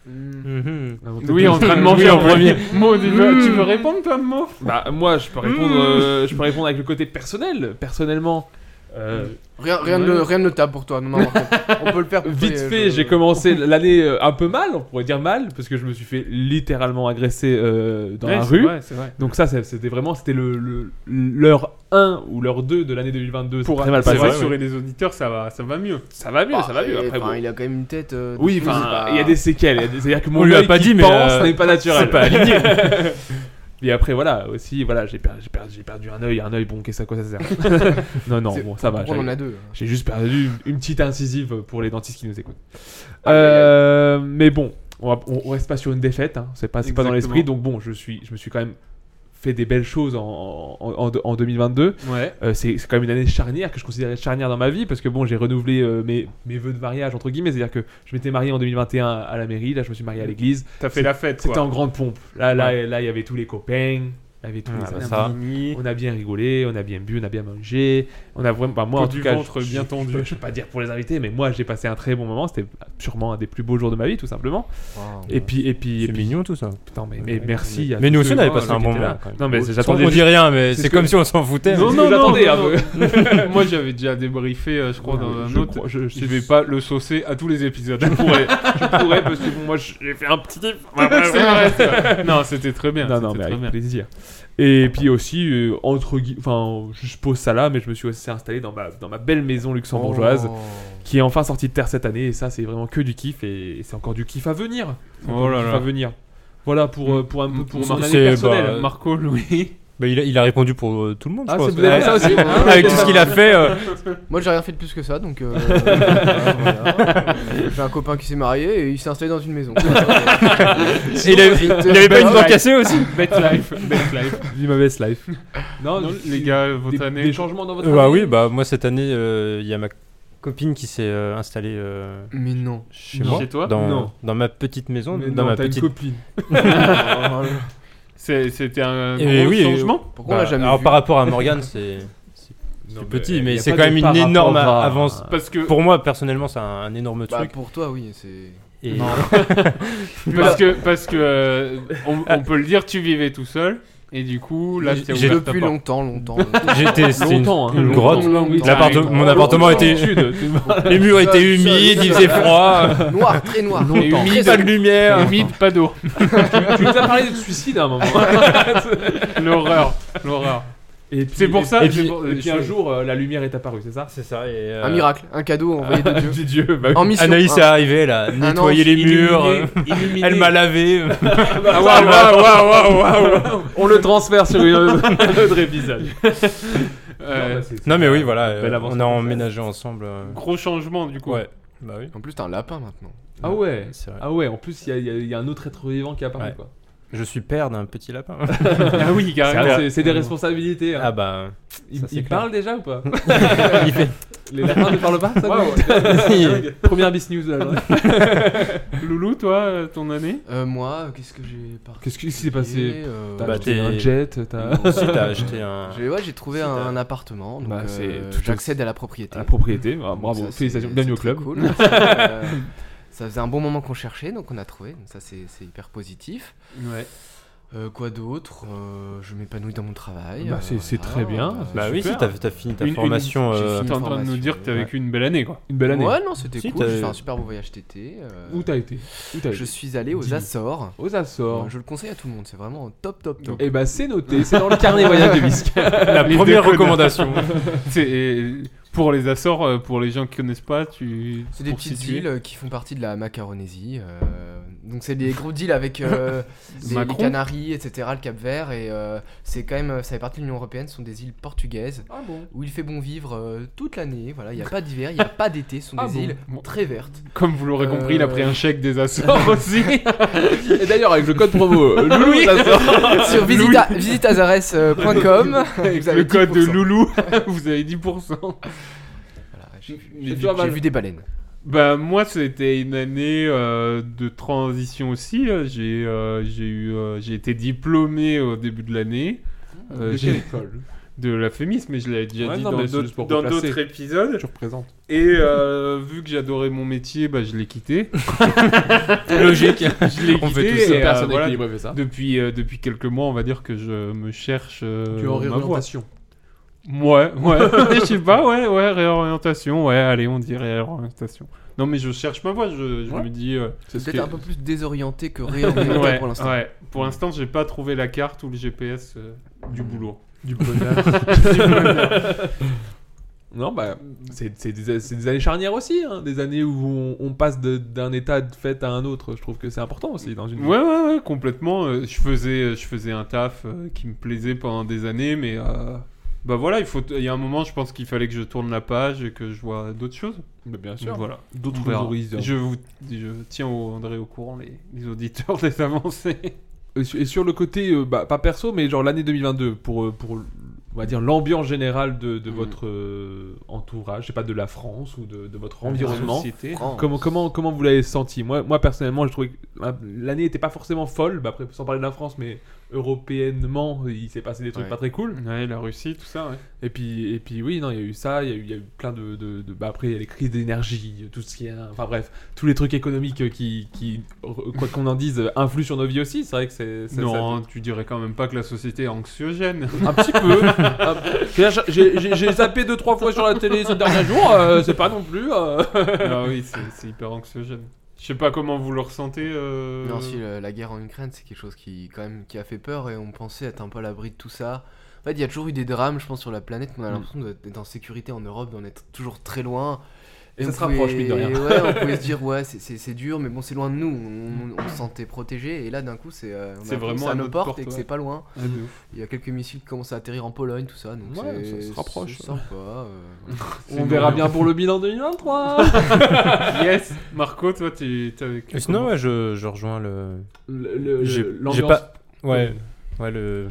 Speaker 9: Mhm.
Speaker 11: Oui, en train de manger en premier. Mo, tu, veux,
Speaker 8: Mm.
Speaker 11: tu veux répondre, toi, Mo
Speaker 8: Bah, moi, je peux répondre, euh, je peux répondre avec le côté personnel. Personnellement, euh,
Speaker 10: Rien, rien, de, rien de notable pour toi. Non, non, par contre. on peut le faire. pour
Speaker 8: Vite
Speaker 10: les-
Speaker 8: fait,
Speaker 10: je-
Speaker 8: j'ai commencé l'année euh, un peu mal, on pourrait dire mal, parce que je me suis fait littéralement agresser euh, dans
Speaker 11: Ouais,
Speaker 8: la
Speaker 11: c'est
Speaker 8: rue.
Speaker 11: vrai, c'est vrai.
Speaker 8: Donc ça, c'est- c'était vraiment, c'était le, le- l'heure 1 ou l'heure 2 de l'année 2022.
Speaker 11: Pour
Speaker 8: c'est très mal
Speaker 11: c'est
Speaker 8: passé.
Speaker 11: vrai, sur les auditeurs, ça va, ça va mieux.
Speaker 8: Ça va mieux,
Speaker 10: Ah,
Speaker 8: ça va mieux.
Speaker 10: et,
Speaker 8: Après,
Speaker 10: enfin,
Speaker 8: bon.
Speaker 10: il a quand même une tête. euh,
Speaker 8: Oui,
Speaker 10: diffuse,
Speaker 8: enfin,
Speaker 10: pas-
Speaker 8: il y a des séquelles. il y a des- C'est-à-dire que mon
Speaker 9: On lui a
Speaker 8: œil
Speaker 9: pas
Speaker 8: qui
Speaker 9: dit, mais
Speaker 8: pense
Speaker 9: la-
Speaker 8: n'est pas naturel.
Speaker 9: c'est pas aligné.
Speaker 8: Et après, voilà, aussi, voilà, j'ai, per- j'ai, per- j'ai perdu un œil, un œil, bon, qu'est-ce à quoi ça sert Non, non,
Speaker 10: C'est-
Speaker 8: bon, ça va.
Speaker 10: Pourquoi on en
Speaker 8: j'avais-
Speaker 10: a deux
Speaker 8: J'ai juste perdu une, une petite incisive pour les dentistes qui nous écoutent. Euh, mais bon, on, va- on- on reste pas sur une défaite, hein. c'est pas, c'est pas dans
Speaker 11: Exactement.
Speaker 8: l'esprit. Donc bon, je, suis, je me suis quand même fait des belles choses en, en, en- en 2022.
Speaker 11: Ouais.
Speaker 8: Euh, c'est c'est quand même une année charnière que je considérais charnière dans ma vie parce que bon, j'ai renouvelé euh, mes, mes vœux de mariage, entre guillemets. C'est-à-dire que je m'étais marié en 2021 à la mairie, là je me suis marié à l'église.
Speaker 11: T'as fait la fête,
Speaker 8: C'était
Speaker 11: quoi.
Speaker 8: en grande pompe. Là, là, là, il y avait tous les copains. avait tous
Speaker 9: Ah
Speaker 8: les
Speaker 9: bah
Speaker 8: années
Speaker 9: ça.
Speaker 8: un mini. On a bien rigolé, on a bien bu, on a bien mangé. On a vraiment. bah, moi,
Speaker 11: Pour
Speaker 8: en tout
Speaker 11: du
Speaker 8: cas,
Speaker 11: ventre
Speaker 8: je-
Speaker 11: bien
Speaker 8: je-
Speaker 11: tendu.
Speaker 8: Je, peux pas dire pour les invités, mais moi, j'ai passé un très bon moment. C'était sûrement un des plus beaux jours de ma vie, tout simplement. Et puis, et puis, et
Speaker 9: C'est
Speaker 8: puis-
Speaker 9: mignon tout ça.
Speaker 8: putain, mais, mais merci. à
Speaker 9: Mais
Speaker 8: tous
Speaker 9: nous aussi
Speaker 8: ceux-
Speaker 9: on avait
Speaker 8: oh,
Speaker 9: passé
Speaker 8: ceux
Speaker 9: un
Speaker 8: qui
Speaker 9: bon
Speaker 8: étaient là.
Speaker 9: moment. quand même.
Speaker 8: Non, mais c'est- j'attendais.
Speaker 9: On dit rien, mais
Speaker 8: c'est
Speaker 9: c'est
Speaker 8: ce
Speaker 9: comme
Speaker 8: que-
Speaker 9: si on s'en foutait.
Speaker 8: Non,
Speaker 11: C'est ce
Speaker 8: non,
Speaker 11: que j'attendais,
Speaker 8: non,
Speaker 11: un
Speaker 8: non,
Speaker 11: peu. Oh Moi, j'avais déjà débriefé, euh, je crois, dans un
Speaker 8: Je
Speaker 11: autre.
Speaker 8: crois- je- je-
Speaker 11: Je vais pas le saucer à tous les épisodes.
Speaker 8: Je pourrais, je pourrais parce que moi j'ai fait un petit.
Speaker 11: C'est vrai, c'est vrai. Non, c'était très bien.
Speaker 8: Non, non,
Speaker 11: c'était
Speaker 8: mais
Speaker 11: très
Speaker 8: avec
Speaker 11: bien.
Speaker 8: plaisir. Et puis aussi, euh, entre guillemets, enfin, je pose ça là, mais je me suis aussi installé dans ma, dans ma belle maison luxembourgeoise
Speaker 11: Oh.
Speaker 10: Oh.
Speaker 8: qui est enfin sortie de terre cette année. Et ça, c'est vraiment que du kiff et, et c'est encore du kiff à venir. C'est encore
Speaker 11: Oh
Speaker 8: du
Speaker 11: là
Speaker 8: kiff
Speaker 11: là.
Speaker 8: à venir. Voilà pour, euh, pour un peu pour
Speaker 11: Pour
Speaker 8: mon
Speaker 11: mon
Speaker 8: année
Speaker 9: c'est-
Speaker 8: personnelle.
Speaker 9: bah, euh,
Speaker 11: Marco, Louis.
Speaker 9: Bah, il, a, il a répondu pour euh, tout le monde.
Speaker 8: Ah,
Speaker 9: je
Speaker 8: c'est
Speaker 9: pense.
Speaker 8: vous avez
Speaker 9: Ouais.
Speaker 8: ça aussi
Speaker 10: Ah,
Speaker 9: Avec tout ce qu'il a fait. euh,
Speaker 10: Moi, j'ai rien fait de plus que ça, donc. euh, voilà, voilà. J'ai un copain qui s'est marié et il s'est installé dans une maison.
Speaker 9: et il, a- il avait pas une dent cassée aussi
Speaker 11: Best life. Best life.
Speaker 8: Vive ma best life. non,
Speaker 11: Non,
Speaker 8: c'est-
Speaker 11: les gars,
Speaker 8: des,
Speaker 11: votre année.
Speaker 8: des changements dans votre
Speaker 9: Euh, Bah
Speaker 8: année
Speaker 9: oui, bah moi cette année, euh, il y a ma copine qui s'est euh, installée euh,
Speaker 10: Mais non.
Speaker 9: chez
Speaker 11: Non.
Speaker 9: moi,
Speaker 11: Chez toi
Speaker 9: dans,
Speaker 8: Non.
Speaker 9: dans ma petite maison,
Speaker 8: Mais
Speaker 9: dans
Speaker 8: non,
Speaker 9: ma
Speaker 8: t'as une
Speaker 9: petite.
Speaker 8: copine.
Speaker 11: C'est- C'était un
Speaker 9: Et
Speaker 11: gros
Speaker 9: oui, et-
Speaker 11: changement.
Speaker 10: Pourquoi on
Speaker 9: Bah,
Speaker 10: l'a jamais
Speaker 9: alors
Speaker 10: vu
Speaker 9: par rapport à Morgane, c'est c'est
Speaker 8: Non,
Speaker 9: petit,
Speaker 8: y
Speaker 9: mais
Speaker 8: a
Speaker 9: c'est
Speaker 8: pas
Speaker 9: quand
Speaker 8: de
Speaker 9: même
Speaker 8: par
Speaker 9: une
Speaker 8: rapport
Speaker 9: énorme
Speaker 8: à-
Speaker 9: avance.
Speaker 11: Parce que.
Speaker 9: Pour moi personnellement, c'est un, un énorme
Speaker 10: Bah,
Speaker 9: truc.
Speaker 10: pour toi, oui, c'est.
Speaker 9: Et...
Speaker 11: Parce que, parce que euh, on, on peut le dire, tu vivais tout seul. Et du coup, là, c'était
Speaker 9: J'ai-
Speaker 11: ouvert ta
Speaker 10: Depuis
Speaker 11: porte.
Speaker 8: hein.
Speaker 10: longtemps, longtemps.
Speaker 9: J'étais, c'était une,
Speaker 8: Longtemps, hein,
Speaker 9: une
Speaker 8: longtemps.
Speaker 9: grotte.
Speaker 10: longtemps,
Speaker 11: oui,
Speaker 9: L'apparte-
Speaker 11: longtemps.
Speaker 9: mon appartement était,
Speaker 8: Sud, tu vois.
Speaker 9: les murs étaient humides, il faisait froid,
Speaker 10: noir, très noir.
Speaker 11: Longtemps.
Speaker 10: Très
Speaker 11: Humide.
Speaker 9: pas de lumière.
Speaker 11: Humide, pas d'eau.
Speaker 8: tu nous as parlé de suicide à un moment.
Speaker 11: L'horreur. L'horreur.
Speaker 8: Et
Speaker 11: C'est
Speaker 8: puis-
Speaker 11: pour ça.
Speaker 8: Et
Speaker 11: c'est
Speaker 8: puis,
Speaker 11: pour-
Speaker 8: et puis un
Speaker 11: je-
Speaker 8: jour, euh, la lumière est apparue, c'est ça
Speaker 9: C'est ça. Et, euh,
Speaker 10: Un miracle, un cadeau envoyé de Dieu.
Speaker 8: Petit Dieu, bah oui.
Speaker 10: En mission.
Speaker 9: Ah Anaïs est
Speaker 10: hein.
Speaker 9: arrivée, elle a nettoyé
Speaker 10: ange
Speaker 9: les murs, euh,
Speaker 11: illuminé.
Speaker 9: elle m'a lavé.
Speaker 11: Ah, waouh, waouh, waouh, waouh, waouh.
Speaker 8: On le transfère sur une, un autre épisode. bah,
Speaker 11: Euh,
Speaker 9: Non mais oui, voilà,
Speaker 8: Belle
Speaker 9: euh,
Speaker 8: avance
Speaker 9: on
Speaker 8: pour
Speaker 9: a
Speaker 8: ça.
Speaker 9: emménagé ensemble. euh,
Speaker 11: Gros changement du coup.
Speaker 9: Ouais. Bah oui.
Speaker 10: En plus, t'as un lapin maintenant.
Speaker 8: Ah ouais.
Speaker 9: C'est vrai.
Speaker 8: Ah ouais, en plus, il y a- il y, a- il y a un autre être vivant qui apparaît.
Speaker 9: Ouais.
Speaker 8: quoi.
Speaker 9: Je suis père d'un petit lapin.
Speaker 11: Ah oui,
Speaker 8: Ah,
Speaker 11: carrément.
Speaker 9: vrai.
Speaker 8: c'est- C'est des responsabilités. hein.
Speaker 9: ah bah,
Speaker 8: il
Speaker 9: ça, c'est
Speaker 8: il
Speaker 9: clair.
Speaker 8: parle déjà ou pas
Speaker 9: il fait.
Speaker 8: Les lapins ne parlent pas ça
Speaker 11: Waouh.
Speaker 8: Première bis news de la journée.
Speaker 11: Loulou, toi, euh, ton année
Speaker 10: Euh, moi, euh, qu'est-ce que j'ai parti
Speaker 8: Qu'est-ce qui s'est passé T'as
Speaker 9: Bah,
Speaker 8: acheté
Speaker 9: t'es-
Speaker 8: un jet, t'as
Speaker 9: Si t'as acheté un.
Speaker 10: J'ai- ouais, j'ai trouvé
Speaker 9: Si,
Speaker 10: un,
Speaker 9: t'as-
Speaker 10: un appartement, donc
Speaker 8: Bah, c'est
Speaker 10: euh,
Speaker 8: tout-
Speaker 10: j'accède à la propriété.
Speaker 8: la propriété. Ah,
Speaker 10: Donc
Speaker 8: bravo,
Speaker 10: ça, c'est-
Speaker 8: félicitations,
Speaker 10: c'est
Speaker 8: bienvenue au
Speaker 10: très
Speaker 8: club.
Speaker 10: cool. Euh, ça faisait un bon moment qu'on cherchait, donc on a trouvé. Donc Ça, c'est c'est hyper positif.
Speaker 11: Ouais.
Speaker 10: Euh, quoi d'autre Euh, Je m'épanouis dans mon travail.
Speaker 8: Bah,
Speaker 10: euh,
Speaker 8: c'est- c'est
Speaker 10: voilà,
Speaker 8: très bien,
Speaker 10: euh,
Speaker 9: Bah oui,
Speaker 11: Super.
Speaker 9: si t'as t'as fini ta
Speaker 11: Une- une-
Speaker 9: formation.
Speaker 10: j'ai
Speaker 9: euh,
Speaker 10: fini.
Speaker 11: T'es en train de nous dire que t'as vécu une belle année quoi.
Speaker 8: Une belle année.
Speaker 10: Ouais, non, c'était
Speaker 9: Si,
Speaker 10: cool.
Speaker 9: t'as-
Speaker 10: J'ai fait un super beau voyage d'été. euh,
Speaker 8: Où t'as été Où t'as
Speaker 10: je
Speaker 8: été
Speaker 10: suis allé aux
Speaker 8: Dis-nous.
Speaker 10: Açores.
Speaker 8: Aux Açores.
Speaker 10: Euh, Je le conseille à tout le monde, c'est vraiment top, top, top.
Speaker 8: Et bah c'est noté, c'est dans le carnet voyage de Bisc.
Speaker 9: La
Speaker 11: Les
Speaker 9: première
Speaker 11: deux connards.
Speaker 9: recommandation.
Speaker 11: C'est- et Pour les Açores, euh, pour les gens qui connaissent pas, tu.
Speaker 10: C'est des
Speaker 11: pour
Speaker 10: petites
Speaker 11: situer-
Speaker 10: îles euh, qui font partie de la Macaronésie. euh, donc c'est des gros deals avec euh, des, les
Speaker 11: Macron
Speaker 10: Canaries, etc., le Cap Vert. Et euh, c'est quand même, ça fait partie de l'Union Européenne, ce sont des îles portugaises
Speaker 8: Ah bon
Speaker 10: où il fait bon vivre euh, toute l'année. Voilà, il n'y a pas d'hiver, il n'y a pas d'été, ce sont
Speaker 11: Ah
Speaker 10: des
Speaker 11: bon
Speaker 10: îles
Speaker 11: Bon.
Speaker 10: très vertes.
Speaker 11: Comme vous l'aurez compris, il a
Speaker 10: Euh,
Speaker 11: pris un chèque des Açores aussi.
Speaker 8: Et d'ailleurs avec le code promo euh, Loulou aux Açores.
Speaker 10: Sur visita- visitazares.com,
Speaker 11: Avec
Speaker 10: vous avez
Speaker 11: le code de
Speaker 10: 10%.
Speaker 11: Loulou, vous avez 10%.
Speaker 10: Voilà, j'ai vu-
Speaker 11: Mais
Speaker 10: j'ai
Speaker 11: du-
Speaker 10: vu, j'ai vu des baleines.
Speaker 11: Bah moi c'était une année euh, de transition aussi. euh, J'ai euh, j'ai eu euh, j'ai été diplômé au début de l'année. Euh, j'ai- de la FEMIS, mais je l'avais déjà
Speaker 8: Ouais,
Speaker 11: dit
Speaker 8: non,
Speaker 11: dans
Speaker 8: mais c'est juste
Speaker 11: d'autres
Speaker 8: pour
Speaker 11: dans
Speaker 8: replacer.
Speaker 11: d'autres épisodes.
Speaker 8: Tu représentes.
Speaker 11: Et euh, vu que j'adorais mon métier, bah, je l'ai quitté.
Speaker 9: Logique.
Speaker 11: Je l'ai
Speaker 9: On fait
Speaker 11: quitté.
Speaker 9: tous ça.
Speaker 11: et, euh,
Speaker 8: personne
Speaker 11: voilà,
Speaker 8: équilibré fait ça.
Speaker 11: depuis, euh, depuis quelques mois, on va dire que je me cherche euh,
Speaker 8: Tu es en
Speaker 11: ma voie.
Speaker 8: réorientation.
Speaker 11: Ouais, ouais, je sais pas, ouais, ouais, réorientation, ouais, allez, on dit réorientation. Non, mais je cherche ma voie, je, je
Speaker 8: Ouais.
Speaker 11: me dis... euh,
Speaker 10: C'est
Speaker 11: que-
Speaker 10: peut-être un peu plus désorienté que réorienté
Speaker 11: ouais,
Speaker 10: pour l'instant.
Speaker 11: ouais. Pour l'instant, j'ai pas trouvé la carte ou le GPS euh,
Speaker 8: Hmm.
Speaker 11: du boulot.
Speaker 8: Du bonheur. non, bah, c'est c'est des, c'est des années charnières aussi, hein, des années où on, on passe de- d'un état de fait à un autre. Je trouve que c'est important aussi dans une.
Speaker 11: Ouais, ouais, ouais, complètement. Euh, Je faisais, je faisais un taf euh, qui me plaisait pendant des années, mais euh, bah voilà, il faut. Il y a un moment, je pense qu'il fallait que je tourne la page et que je vois d'autres choses.
Speaker 8: Mais bien
Speaker 11: Donc Voilà.
Speaker 8: D'autres
Speaker 11: On verra.
Speaker 8: horizons.
Speaker 11: Je vous, je tiens au André au courant les, les auditeurs des avancées.
Speaker 8: Et sur- Et sur le côté, euh, bah, pas perso, mais genre l'année 2022, pour, euh, pour on va dire, l'ambiance générale de, de
Speaker 11: Mm-hmm.
Speaker 10: Mhm.
Speaker 8: votre euh, entourage, je sais pas, de la France ou de, de votre
Speaker 11: Ah,
Speaker 8: environnement.
Speaker 11: Société.
Speaker 10: France.
Speaker 8: Comment, comment, comment ah, vous l'avez senti moi, moi, personnellement, je trouvais que euh, l'année n'était pas forcément folle, bah, après, sans parler de la France, mais européennement, il s'est passé des trucs
Speaker 11: Ouais. Mm.
Speaker 8: pas très cool.
Speaker 11: Ouais, la Russie, tout ça, ouais.
Speaker 8: Et puis, et puis oui, non, il y a eu ça, il y a eu, il y a eu plein de, de, de- bah, après, il y a les crises d'énergie, tout ce qui est, enfin bref, tous les trucs économiques qui, qui quoi qu'on en dise, influent sur nos vies aussi. C'est vrai que c'est c'est-
Speaker 11: non, tu dirais quand même pas que la société est anxiogène.
Speaker 8: ça- un petit peu. Un- j'ai- J'ai j'ai zappé deux trois fois sur la télé ces derniers jours, euh, c'est pas non plus. euh.
Speaker 11: ah oui, c'est c'est hyper anxiogène. Je sais pas comment vous le ressentez. euh,
Speaker 10: Non, si le- la guerre en Ukraine, c'est quelque chose qui, quand même, qui a fait peur et on pensait être un peu à l'abri de tout ça. En fait, il y a toujours eu des drames, je pense, sur la planète.
Speaker 11: Mm.
Speaker 10: mais On a l'impression d'être d'être en sécurité en Europe, d'en être toujours très loin.
Speaker 8: Et ça
Speaker 10: on
Speaker 8: se rapproche, mine de rien.
Speaker 10: ouais, on pouvait se dire, ouais, c'est- c'est c'est dur, mais bon, c'est loin de nous. On, on- on se sentait protégé et là, d'un coup, c'est euh, on a
Speaker 11: C'est
Speaker 10: l'impression que
Speaker 11: vraiment
Speaker 10: c'est
Speaker 11: à
Speaker 10: à nos
Speaker 11: notre
Speaker 10: portes
Speaker 11: porte,
Speaker 10: et que
Speaker 11: ouais.
Speaker 10: c'est pas loin.
Speaker 11: ah, de ouf.
Speaker 10: Il y a quelques missiles qui commencent à atterrir en Pologne, tout ça. Donc
Speaker 8: Ouais,
Speaker 10: c'est-
Speaker 8: ça se rapproche,
Speaker 10: c'est Sympa. euh, voilà.
Speaker 8: On verra bien pour le bilan 2023.
Speaker 11: Yes Marco, toi, tu t'es avec.
Speaker 9: Et sinon, ouais, je, je rejoins le.
Speaker 8: Le- le-
Speaker 9: J'ai-
Speaker 8: le-
Speaker 9: j'ai
Speaker 8: l'ambiance-
Speaker 9: pas- Ouais, ouais, le.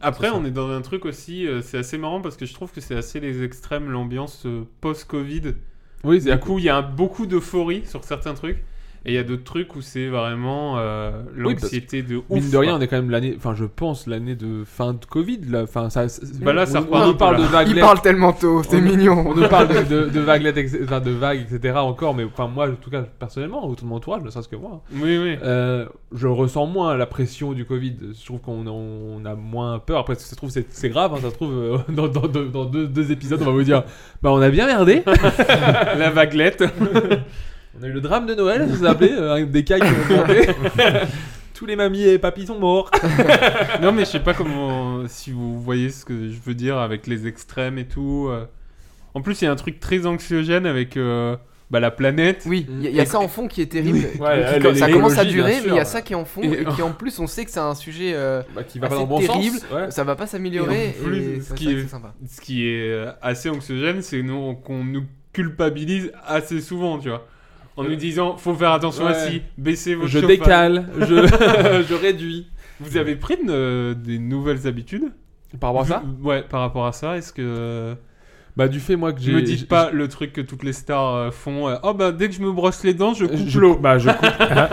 Speaker 11: Après,
Speaker 9: C'est ça.
Speaker 11: on est dans un truc aussi, euh, c'est assez marrant parce que je trouve que c'est assez les extrêmes, l'ambiance euh, post-Covid.
Speaker 8: Oui,
Speaker 11: Du coup, il y a un- beaucoup d'euphorie sur certains trucs. Et il y a d'autres trucs où c'est vraiment euh,
Speaker 8: Oui, parce-
Speaker 11: l'anxiété de ouf.
Speaker 8: Mine de rien,
Speaker 11: quoi.
Speaker 8: on est quand même l'année, enfin je pense l'année de fin de Covid, là, enfin ça.
Speaker 11: Bah là, ça
Speaker 8: on,
Speaker 11: repart
Speaker 8: on
Speaker 11: un
Speaker 8: nous
Speaker 11: peu,
Speaker 8: parle
Speaker 11: là.
Speaker 8: de vagues
Speaker 10: Il
Speaker 8: lèvres,
Speaker 10: parle tellement tôt, Oh, c'est
Speaker 8: on-
Speaker 10: mignon.
Speaker 8: On nous parle de, de, de vagues, lettres, ex- enfin, de vagues, etc. encore, mais enfin, moi, en tout cas, personnellement, autour de mon entourage, ne serait-ce que moi,
Speaker 11: Oui, oui.
Speaker 8: euh, je ressens moins la pression du Covid. Je trouve qu'on on a moins peur. Après, ça se trouve, c'est c'est grave, hein, ça se trouve, euh, dans, dans deux, dans deux- deux épisodes, on va vous dire Bah, on a bien merdé
Speaker 11: La vaguelette.
Speaker 8: On a eu le drame de Noël, ça s'appelait, euh, un des cas qui ont augmenté. Tous les mamies et papis sont morts.
Speaker 11: non, mais je sais pas comment. Si vous voyez ce que je veux dire avec les extrêmes et tout. euh. En plus, il y a un truc très anxiogène avec euh, bah, la planète.
Speaker 10: Oui, il y, a- y a ça en fond qui est terrible. qui-
Speaker 8: Ouais,
Speaker 10: qui-
Speaker 8: les- les
Speaker 10: ça commence à
Speaker 8: écologies, bien
Speaker 10: durer, mais il y a
Speaker 8: sûr.
Speaker 10: ça qui est en fond
Speaker 11: Et-
Speaker 10: et, qui en plus on sait que c'est un sujet. euh,
Speaker 8: Bah, qui va
Speaker 10: Ah,
Speaker 8: pas dans le
Speaker 10: c'est
Speaker 8: bon
Speaker 10: terrible.
Speaker 8: sens. Ouais.
Speaker 10: Ça va pas s'améliorer.
Speaker 11: Et en plus,
Speaker 10: et
Speaker 11: ce
Speaker 10: ça,
Speaker 11: qui
Speaker 10: c'est vrai que
Speaker 11: est-
Speaker 10: c'est sympa.
Speaker 11: Ce qui est euh, assez anxiogène, c'est nous- qu'on nous culpabilise assez souvent, tu vois. En nous disant, faut faire attention à
Speaker 8: Ouais.
Speaker 11: si, baissez vos
Speaker 8: Je décale, je, je réduis.
Speaker 11: Vous avez pris de, euh, des nouvelles habitudes
Speaker 8: Par rapport à ça
Speaker 11: Vu- Ouais, par rapport à ça, est-ce que.
Speaker 8: Bah, du fait, moi, que j'ai.
Speaker 11: Me
Speaker 8: j'ai-
Speaker 11: dites pas le truc que toutes les stars euh, font. euh, oh bah dès que je me brosse les dents, je coupe
Speaker 8: Je-
Speaker 11: l'eau.
Speaker 8: Bah, je coupe.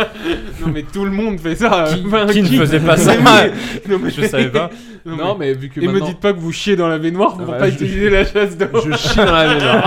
Speaker 11: Non mais tout le monde fait ça. euh,
Speaker 9: Qui,
Speaker 11: enfin,
Speaker 9: qui ne
Speaker 11: qui-
Speaker 9: faisait pas ça
Speaker 11: Non, mais-
Speaker 9: Je savais pas.
Speaker 11: Non,
Speaker 8: Non,
Speaker 11: mais-
Speaker 8: mais vu que
Speaker 11: Et
Speaker 8: maintenant,
Speaker 11: me dites pas que vous chiez dans la baignoire
Speaker 8: Ah
Speaker 11: pour
Speaker 8: bah,
Speaker 11: pas
Speaker 8: je-
Speaker 11: utiliser la chasse d'eau.
Speaker 8: je chie dans la maison.
Speaker 11: hein.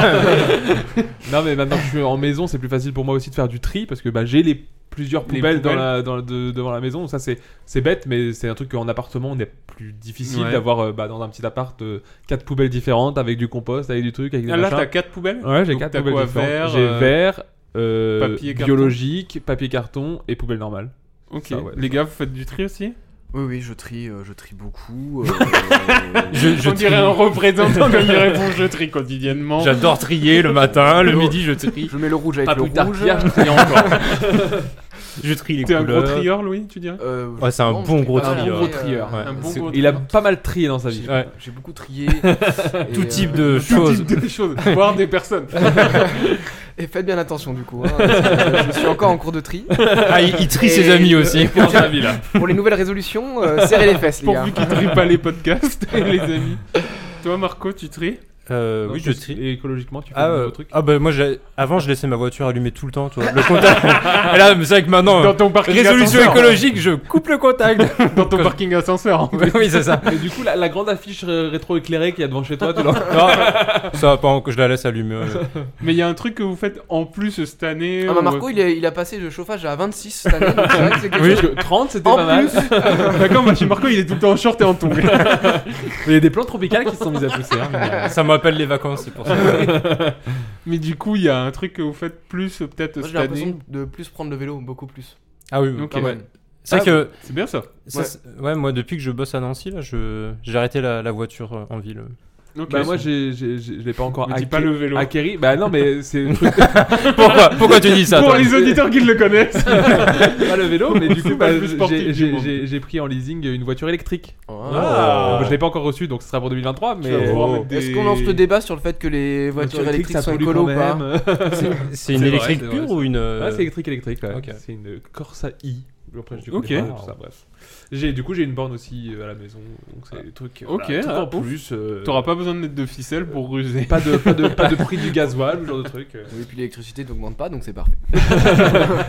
Speaker 8: non, mais maintenant que je suis en maison, c'est plus facile pour moi aussi de faire du tri parce que bah, j'ai les plusieurs
Speaker 11: Les
Speaker 8: poubelles, Dans
Speaker 11: poubelles.
Speaker 8: la, dans, de- devant la maison. Ça, c'est c'est bête, mais c'est un truc qu'en appartement, on est plus difficile
Speaker 11: Ouais.
Speaker 8: d'avoir euh, bah, dans un petit appart euh, quatre poubelles différentes avec du compost, avec du truc, avec des
Speaker 11: Ah, là
Speaker 8: machins.
Speaker 11: t'as 4 poubelles
Speaker 8: Ouais, j'ai
Speaker 11: Donc,
Speaker 8: quatre
Speaker 11: t'as
Speaker 8: poubelles
Speaker 11: quoi,
Speaker 8: différentes.
Speaker 11: verre,
Speaker 8: j'ai
Speaker 11: euh,
Speaker 8: verre, euh,
Speaker 11: papier, carton
Speaker 8: biologique, papier carton et poubelle normale.
Speaker 11: Ok.
Speaker 8: Ça, Ah ouais.
Speaker 11: Les gars, vous faites du tri aussi
Speaker 10: Oui, oui, je trie, euh, je trie beaucoup. euh,
Speaker 9: Je, je
Speaker 11: On dirait
Speaker 9: trie.
Speaker 11: un représentant comme il répond je trie quotidiennement.
Speaker 9: J'adore trier le matin, le
Speaker 10: Non.
Speaker 9: midi, je trie.
Speaker 10: je mets le rouge avec
Speaker 8: Pas
Speaker 10: le
Speaker 8: Ah, plus tard
Speaker 10: rouge.
Speaker 8: qu'hier, je
Speaker 9: Je trie les
Speaker 11: T'es un gros
Speaker 9: couleurs.
Speaker 11: trieur, Louis, tu dirais
Speaker 10: Euh,
Speaker 9: Ouais, c'est un
Speaker 10: non, je
Speaker 9: bon
Speaker 10: trie
Speaker 9: gros
Speaker 10: pas mal,
Speaker 9: trieur.
Speaker 10: mais,
Speaker 9: Un
Speaker 10: euh,
Speaker 9: trieur, ouais.
Speaker 11: Un bon
Speaker 9: c'est-
Speaker 11: gros
Speaker 8: Il a
Speaker 11: trieur.
Speaker 8: pas mal trié dans sa vie.
Speaker 10: J'ai
Speaker 9: Ouais.
Speaker 10: j'ai beaucoup trié. et,
Speaker 9: Tout
Speaker 10: euh,
Speaker 9: type de
Speaker 11: Tout
Speaker 9: choses.
Speaker 11: type de choses, voire des personnes.
Speaker 10: Et faites bien attention du coup. hein, parce que, euh, je suis encore en cours de tri.
Speaker 9: Ah, il, il trie
Speaker 10: Et-
Speaker 9: ses amis aussi.
Speaker 10: Pour les nouvelles résolutions, euh, serrez les fesses, les gars.
Speaker 11: Pourvu qu'ils trient pas les podcasts, les amis. Toi, Marco, tu tries
Speaker 9: Euh,
Speaker 8: Non,
Speaker 9: oui, je
Speaker 8: parce-
Speaker 9: trie.
Speaker 8: Et écologiquement, tu fais
Speaker 9: Ah,
Speaker 8: des
Speaker 9: euh,
Speaker 8: nouveaux trucs.
Speaker 9: ah bah moi j'ai- avant je laissais ma voiture allumée tout le temps toi. Le contact. Et là mais c'est vrai que maintenant euh,
Speaker 11: Dans ton parking
Speaker 9: résolution
Speaker 11: ascenseur.
Speaker 9: écologique je coupe le contact.
Speaker 11: Dans ton parking ascenseur. en fait.
Speaker 9: oui c'est ça.
Speaker 8: Et du coup, la, la grande affiche euh, rétro-éclairée qu'il y a devant chez toi, tu l'as.
Speaker 9: Non, ça va pas que je la laisse allumer. euh.
Speaker 11: Mais il y a un truc que vous faites en plus euh, cette année.
Speaker 10: Ah bah,
Speaker 11: ou-
Speaker 10: Marco, il a, il a passé le chauffage à 26 cette année. donc c'est vrai que c'est quelque
Speaker 8: Parce
Speaker 10: chose.
Speaker 8: que 30, c'était
Speaker 10: En
Speaker 8: pas mal.
Speaker 11: D'accord, moi, chez Marco, il est tout le temps en short et en tongs.
Speaker 8: Il y a des plantes tropicales qui se sont mises à pousser. hein, mais, euh,
Speaker 9: ça me rappelle les vacances c'est pour ça.
Speaker 11: Mais du coup, il y a un truc que vous faites plus euh, peut-être
Speaker 10: Moi,
Speaker 11: cette
Speaker 10: j'ai l'impression
Speaker 11: année.
Speaker 10: de plus prendre le vélo, beaucoup plus.
Speaker 9: Ah oui. oui.
Speaker 11: Ok.
Speaker 10: Pas mal.
Speaker 9: C'est vrai
Speaker 11: Ah,
Speaker 9: que
Speaker 11: C'est bien ça.
Speaker 9: ça,
Speaker 10: ouais.
Speaker 9: c'est- ouais moi depuis que je bosse à Nancy là je j'ai arrêté la, la voiture euh, en ville.
Speaker 11: Ok.
Speaker 8: Bah, moi, j'ai, j'ai- j'ai- je l'ai pas encore
Speaker 11: Me dis
Speaker 8: acqué-
Speaker 11: pas le vélo.
Speaker 8: acquéri. Bah, non, mais c'est
Speaker 9: Pourquoi pourquoi tu dis ça
Speaker 11: Pour
Speaker 9: toi
Speaker 11: les auditeurs qui le connaissent.
Speaker 8: pas le vélo, mais du coup,
Speaker 11: C'est pas
Speaker 8: bah,
Speaker 11: le plus sportif
Speaker 8: j'ai,
Speaker 11: du
Speaker 8: j'ai-
Speaker 11: monde.
Speaker 8: j'ai- j'ai pris en leasing une voiture électrique.
Speaker 9: Ah.
Speaker 8: Bon, je l'ai pas encore reçue, donc ce sera pour 2023. Mais
Speaker 11: Tu vas pouvoir mettre des-
Speaker 10: Est-ce qu'on lance le débat sur le fait que les voitures électriques sont écolo ou pas
Speaker 8: même.
Speaker 9: C'est
Speaker 8: C'est
Speaker 9: une
Speaker 8: vrai,
Speaker 9: électrique
Speaker 8: c'est vrai,
Speaker 9: pure ou une euh,
Speaker 8: Ouais, c'est électrique, électrique. ouais.
Speaker 9: ok.
Speaker 8: C'est une Corsa i. après, j'ai du
Speaker 11: Ok.
Speaker 8: tout ça, bref. J'ai- Du coup, j'ai une borne aussi euh, à la maison, donc c'est des trucs. euh,
Speaker 11: Ok,
Speaker 8: voilà, tout
Speaker 11: ah,
Speaker 8: en
Speaker 11: ouf.
Speaker 8: plus. euh,
Speaker 11: T'auras pas besoin de mettre de ficelle pour ruser.
Speaker 8: pas de, pas, de, pas de prix du gasoil, ce genre de truc. euh.
Speaker 10: Oui, puis l'électricité n'augmente pas, donc c'est parfait.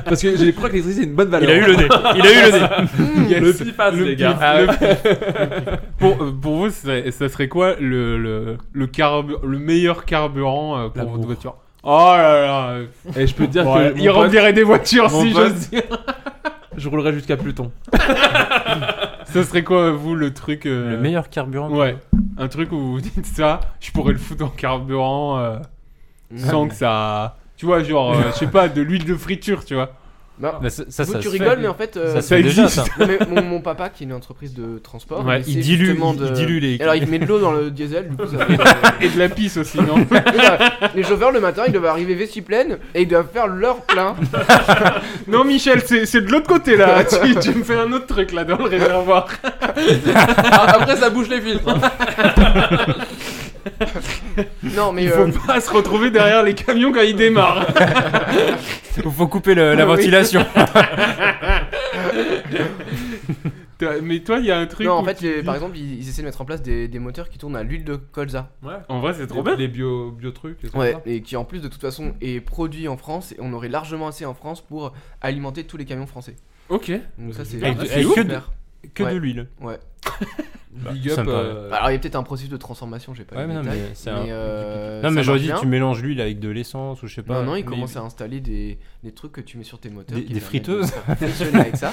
Speaker 8: Parce que je crois que l'électricité c'est une bonne valeur.
Speaker 9: Il a eu le nez. Il a eu le nez.
Speaker 8: Yes. Le pifas,
Speaker 11: Le
Speaker 8: les gars.
Speaker 11: pif, le pif. Mm. pour, euh, pour vous, ça serait, ça serait quoi le, le, le, carbu- le meilleur carburant euh, pour
Speaker 8: L'amour.
Speaker 11: votre voiture Oh là là
Speaker 8: Et je peux te dire
Speaker 11: Ouais,
Speaker 8: que.
Speaker 11: Il
Speaker 8: mon pote-
Speaker 11: remplirait des voitures
Speaker 8: mon
Speaker 11: si
Speaker 8: pote-
Speaker 11: j'ose dire
Speaker 8: Je roulerai jusqu'à Pluton.
Speaker 11: Ça serait quoi, vous, le truc euh,
Speaker 9: Le meilleur carburant.
Speaker 11: Ouais. Un truc où vous dites ça, je pourrais le foutre en carburant euh, sans que ça. Tu vois, genre, euh, je sais pas, de l'huile de friture, tu vois.
Speaker 10: Bah,
Speaker 9: Bah, ça, ça,
Speaker 10: vous,
Speaker 9: ça
Speaker 10: tu
Speaker 9: se
Speaker 10: rigoles,
Speaker 9: fait.
Speaker 10: mais en fait, euh,
Speaker 9: Ça se fait déjà, ça.
Speaker 11: existe.
Speaker 10: non, mais mon, mon papa qui est une entreprise de transport,
Speaker 11: Ouais,
Speaker 10: essaie
Speaker 9: Il dilue,
Speaker 10: justement
Speaker 9: il,
Speaker 10: de-
Speaker 9: il dilue les.
Speaker 10: Et Alors il met de l'eau dans le diesel, du coup ça fait-
Speaker 11: Et de la pisse aussi, non
Speaker 10: Et là, Les chauffeurs le matin ils doivent arriver vessie pleine et ils doivent faire leur plein.
Speaker 11: Non, Michel, c'est c'est de l'autre côté là. tu, tu me fais un autre truc là dans le réservoir.
Speaker 10: Après ça bouge les filtres.
Speaker 9: hein.
Speaker 10: non mais
Speaker 11: Il faut
Speaker 10: euh,
Speaker 11: pas se retrouver derrière les camions quand ils démarrent.
Speaker 9: Faut- Faut couper le- la ventilation.
Speaker 11: T'as- Mais toi, il y a un truc.
Speaker 10: non en
Speaker 11: où
Speaker 10: fait
Speaker 11: tu
Speaker 10: les-
Speaker 11: dis-
Speaker 10: par exemple ils, ils essaient de mettre en place des, des moteurs qui tournent à l'huile de colza.
Speaker 11: En vrai, c'est trop bien.
Speaker 8: Les bio, bio trucs. et tout
Speaker 10: Ouais
Speaker 8: ça.
Speaker 10: et qui en plus de toute façon est produit en France et on aurait largement assez en France pour alimenter tous les camions français.
Speaker 11: Ok.
Speaker 10: Donc ça c'est
Speaker 9: Avec-
Speaker 10: c'est
Speaker 9: avec que
Speaker 10: super.
Speaker 9: Que
Speaker 10: Ouais.
Speaker 9: de l'huile.
Speaker 10: Ouais.
Speaker 8: Big
Speaker 9: ça
Speaker 8: up.
Speaker 9: me paraît.
Speaker 8: euh,
Speaker 10: Alors il y a peut-être un processus de transformation j'ai pas.
Speaker 9: Ouais,
Speaker 10: le
Speaker 9: mais non,
Speaker 10: détail,
Speaker 9: mais c'est un-
Speaker 10: euh,
Speaker 9: Non,
Speaker 10: ça
Speaker 9: mais j'aurais dit,
Speaker 10: marche
Speaker 9: tu
Speaker 10: bien.
Speaker 9: mélanges l'huile avec de l'essence ou je sais pas.
Speaker 10: Non, non, ils
Speaker 9: Mais-
Speaker 10: commencent à installer des, des trucs que tu mets sur tes moteurs.
Speaker 9: Des-
Speaker 10: qui
Speaker 9: des
Speaker 10: permettent de
Speaker 9: friteuses.
Speaker 10: fonctionner avec ça.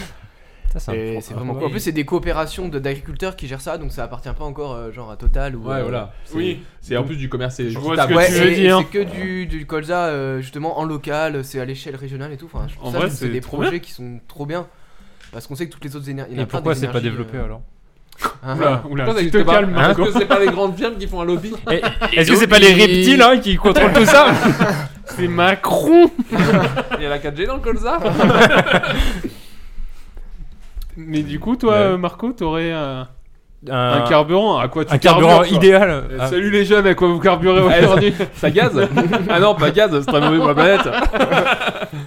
Speaker 9: Ça, c'est un
Speaker 10: Et
Speaker 9: pro-
Speaker 10: c'est
Speaker 9: un
Speaker 10: vraiment
Speaker 9: pro-
Speaker 10: cool. En plus, c'est des coopérations de- d'agriculteurs qui gèrent ça, donc ça appartient pas encore euh, genre à Total ou.
Speaker 8: Ouais,
Speaker 10: euh,
Speaker 8: voilà. C'est-
Speaker 11: Oui.
Speaker 8: C'est en plus du commerce. C'est
Speaker 11: Je
Speaker 8: juste
Speaker 11: vois ce
Speaker 8: ta-
Speaker 11: que
Speaker 10: Ouais,
Speaker 11: tu
Speaker 10: et-
Speaker 11: veux
Speaker 10: et
Speaker 11: dire.
Speaker 10: c'est que du, du colza euh, justement en local, c'est à l'échelle régionale et tout. Enfin, je trouve
Speaker 11: En
Speaker 10: ça,
Speaker 11: vrai,
Speaker 10: c'est
Speaker 11: c'est
Speaker 10: des
Speaker 11: trop
Speaker 10: projets qui sont trop bien. Parce qu'on sait que toutes les autres énergies. euh,
Speaker 9: Et pourquoi c'est pas développé
Speaker 11: euh,
Speaker 9: alors
Speaker 11: Oula, oula,
Speaker 8: Pourquoi ça
Speaker 11: tu te
Speaker 8: existe pas
Speaker 11: calmes, Margot.
Speaker 8: Parce que c'est pas les grandes firmes qui font un lobby.
Speaker 9: Est-ce que c'est pas les reptiles hein, qui contrôlent tout ça
Speaker 11: C'est Macron.
Speaker 8: Il y a la 4G dans le colza.
Speaker 11: Mais du coup, toi,
Speaker 9: Ouais.
Speaker 11: euh, Marco, t'aurais un, un carburant. À quoi tu
Speaker 9: un carburant
Speaker 11: carbures, toi
Speaker 9: idéal.
Speaker 11: Euh,
Speaker 9: Ah,
Speaker 11: Salut les jeunes, à quoi vous carburez aujourd'hui
Speaker 8: Ça gaze Ah non, pas gaz, c'est très mauvais pour la planète.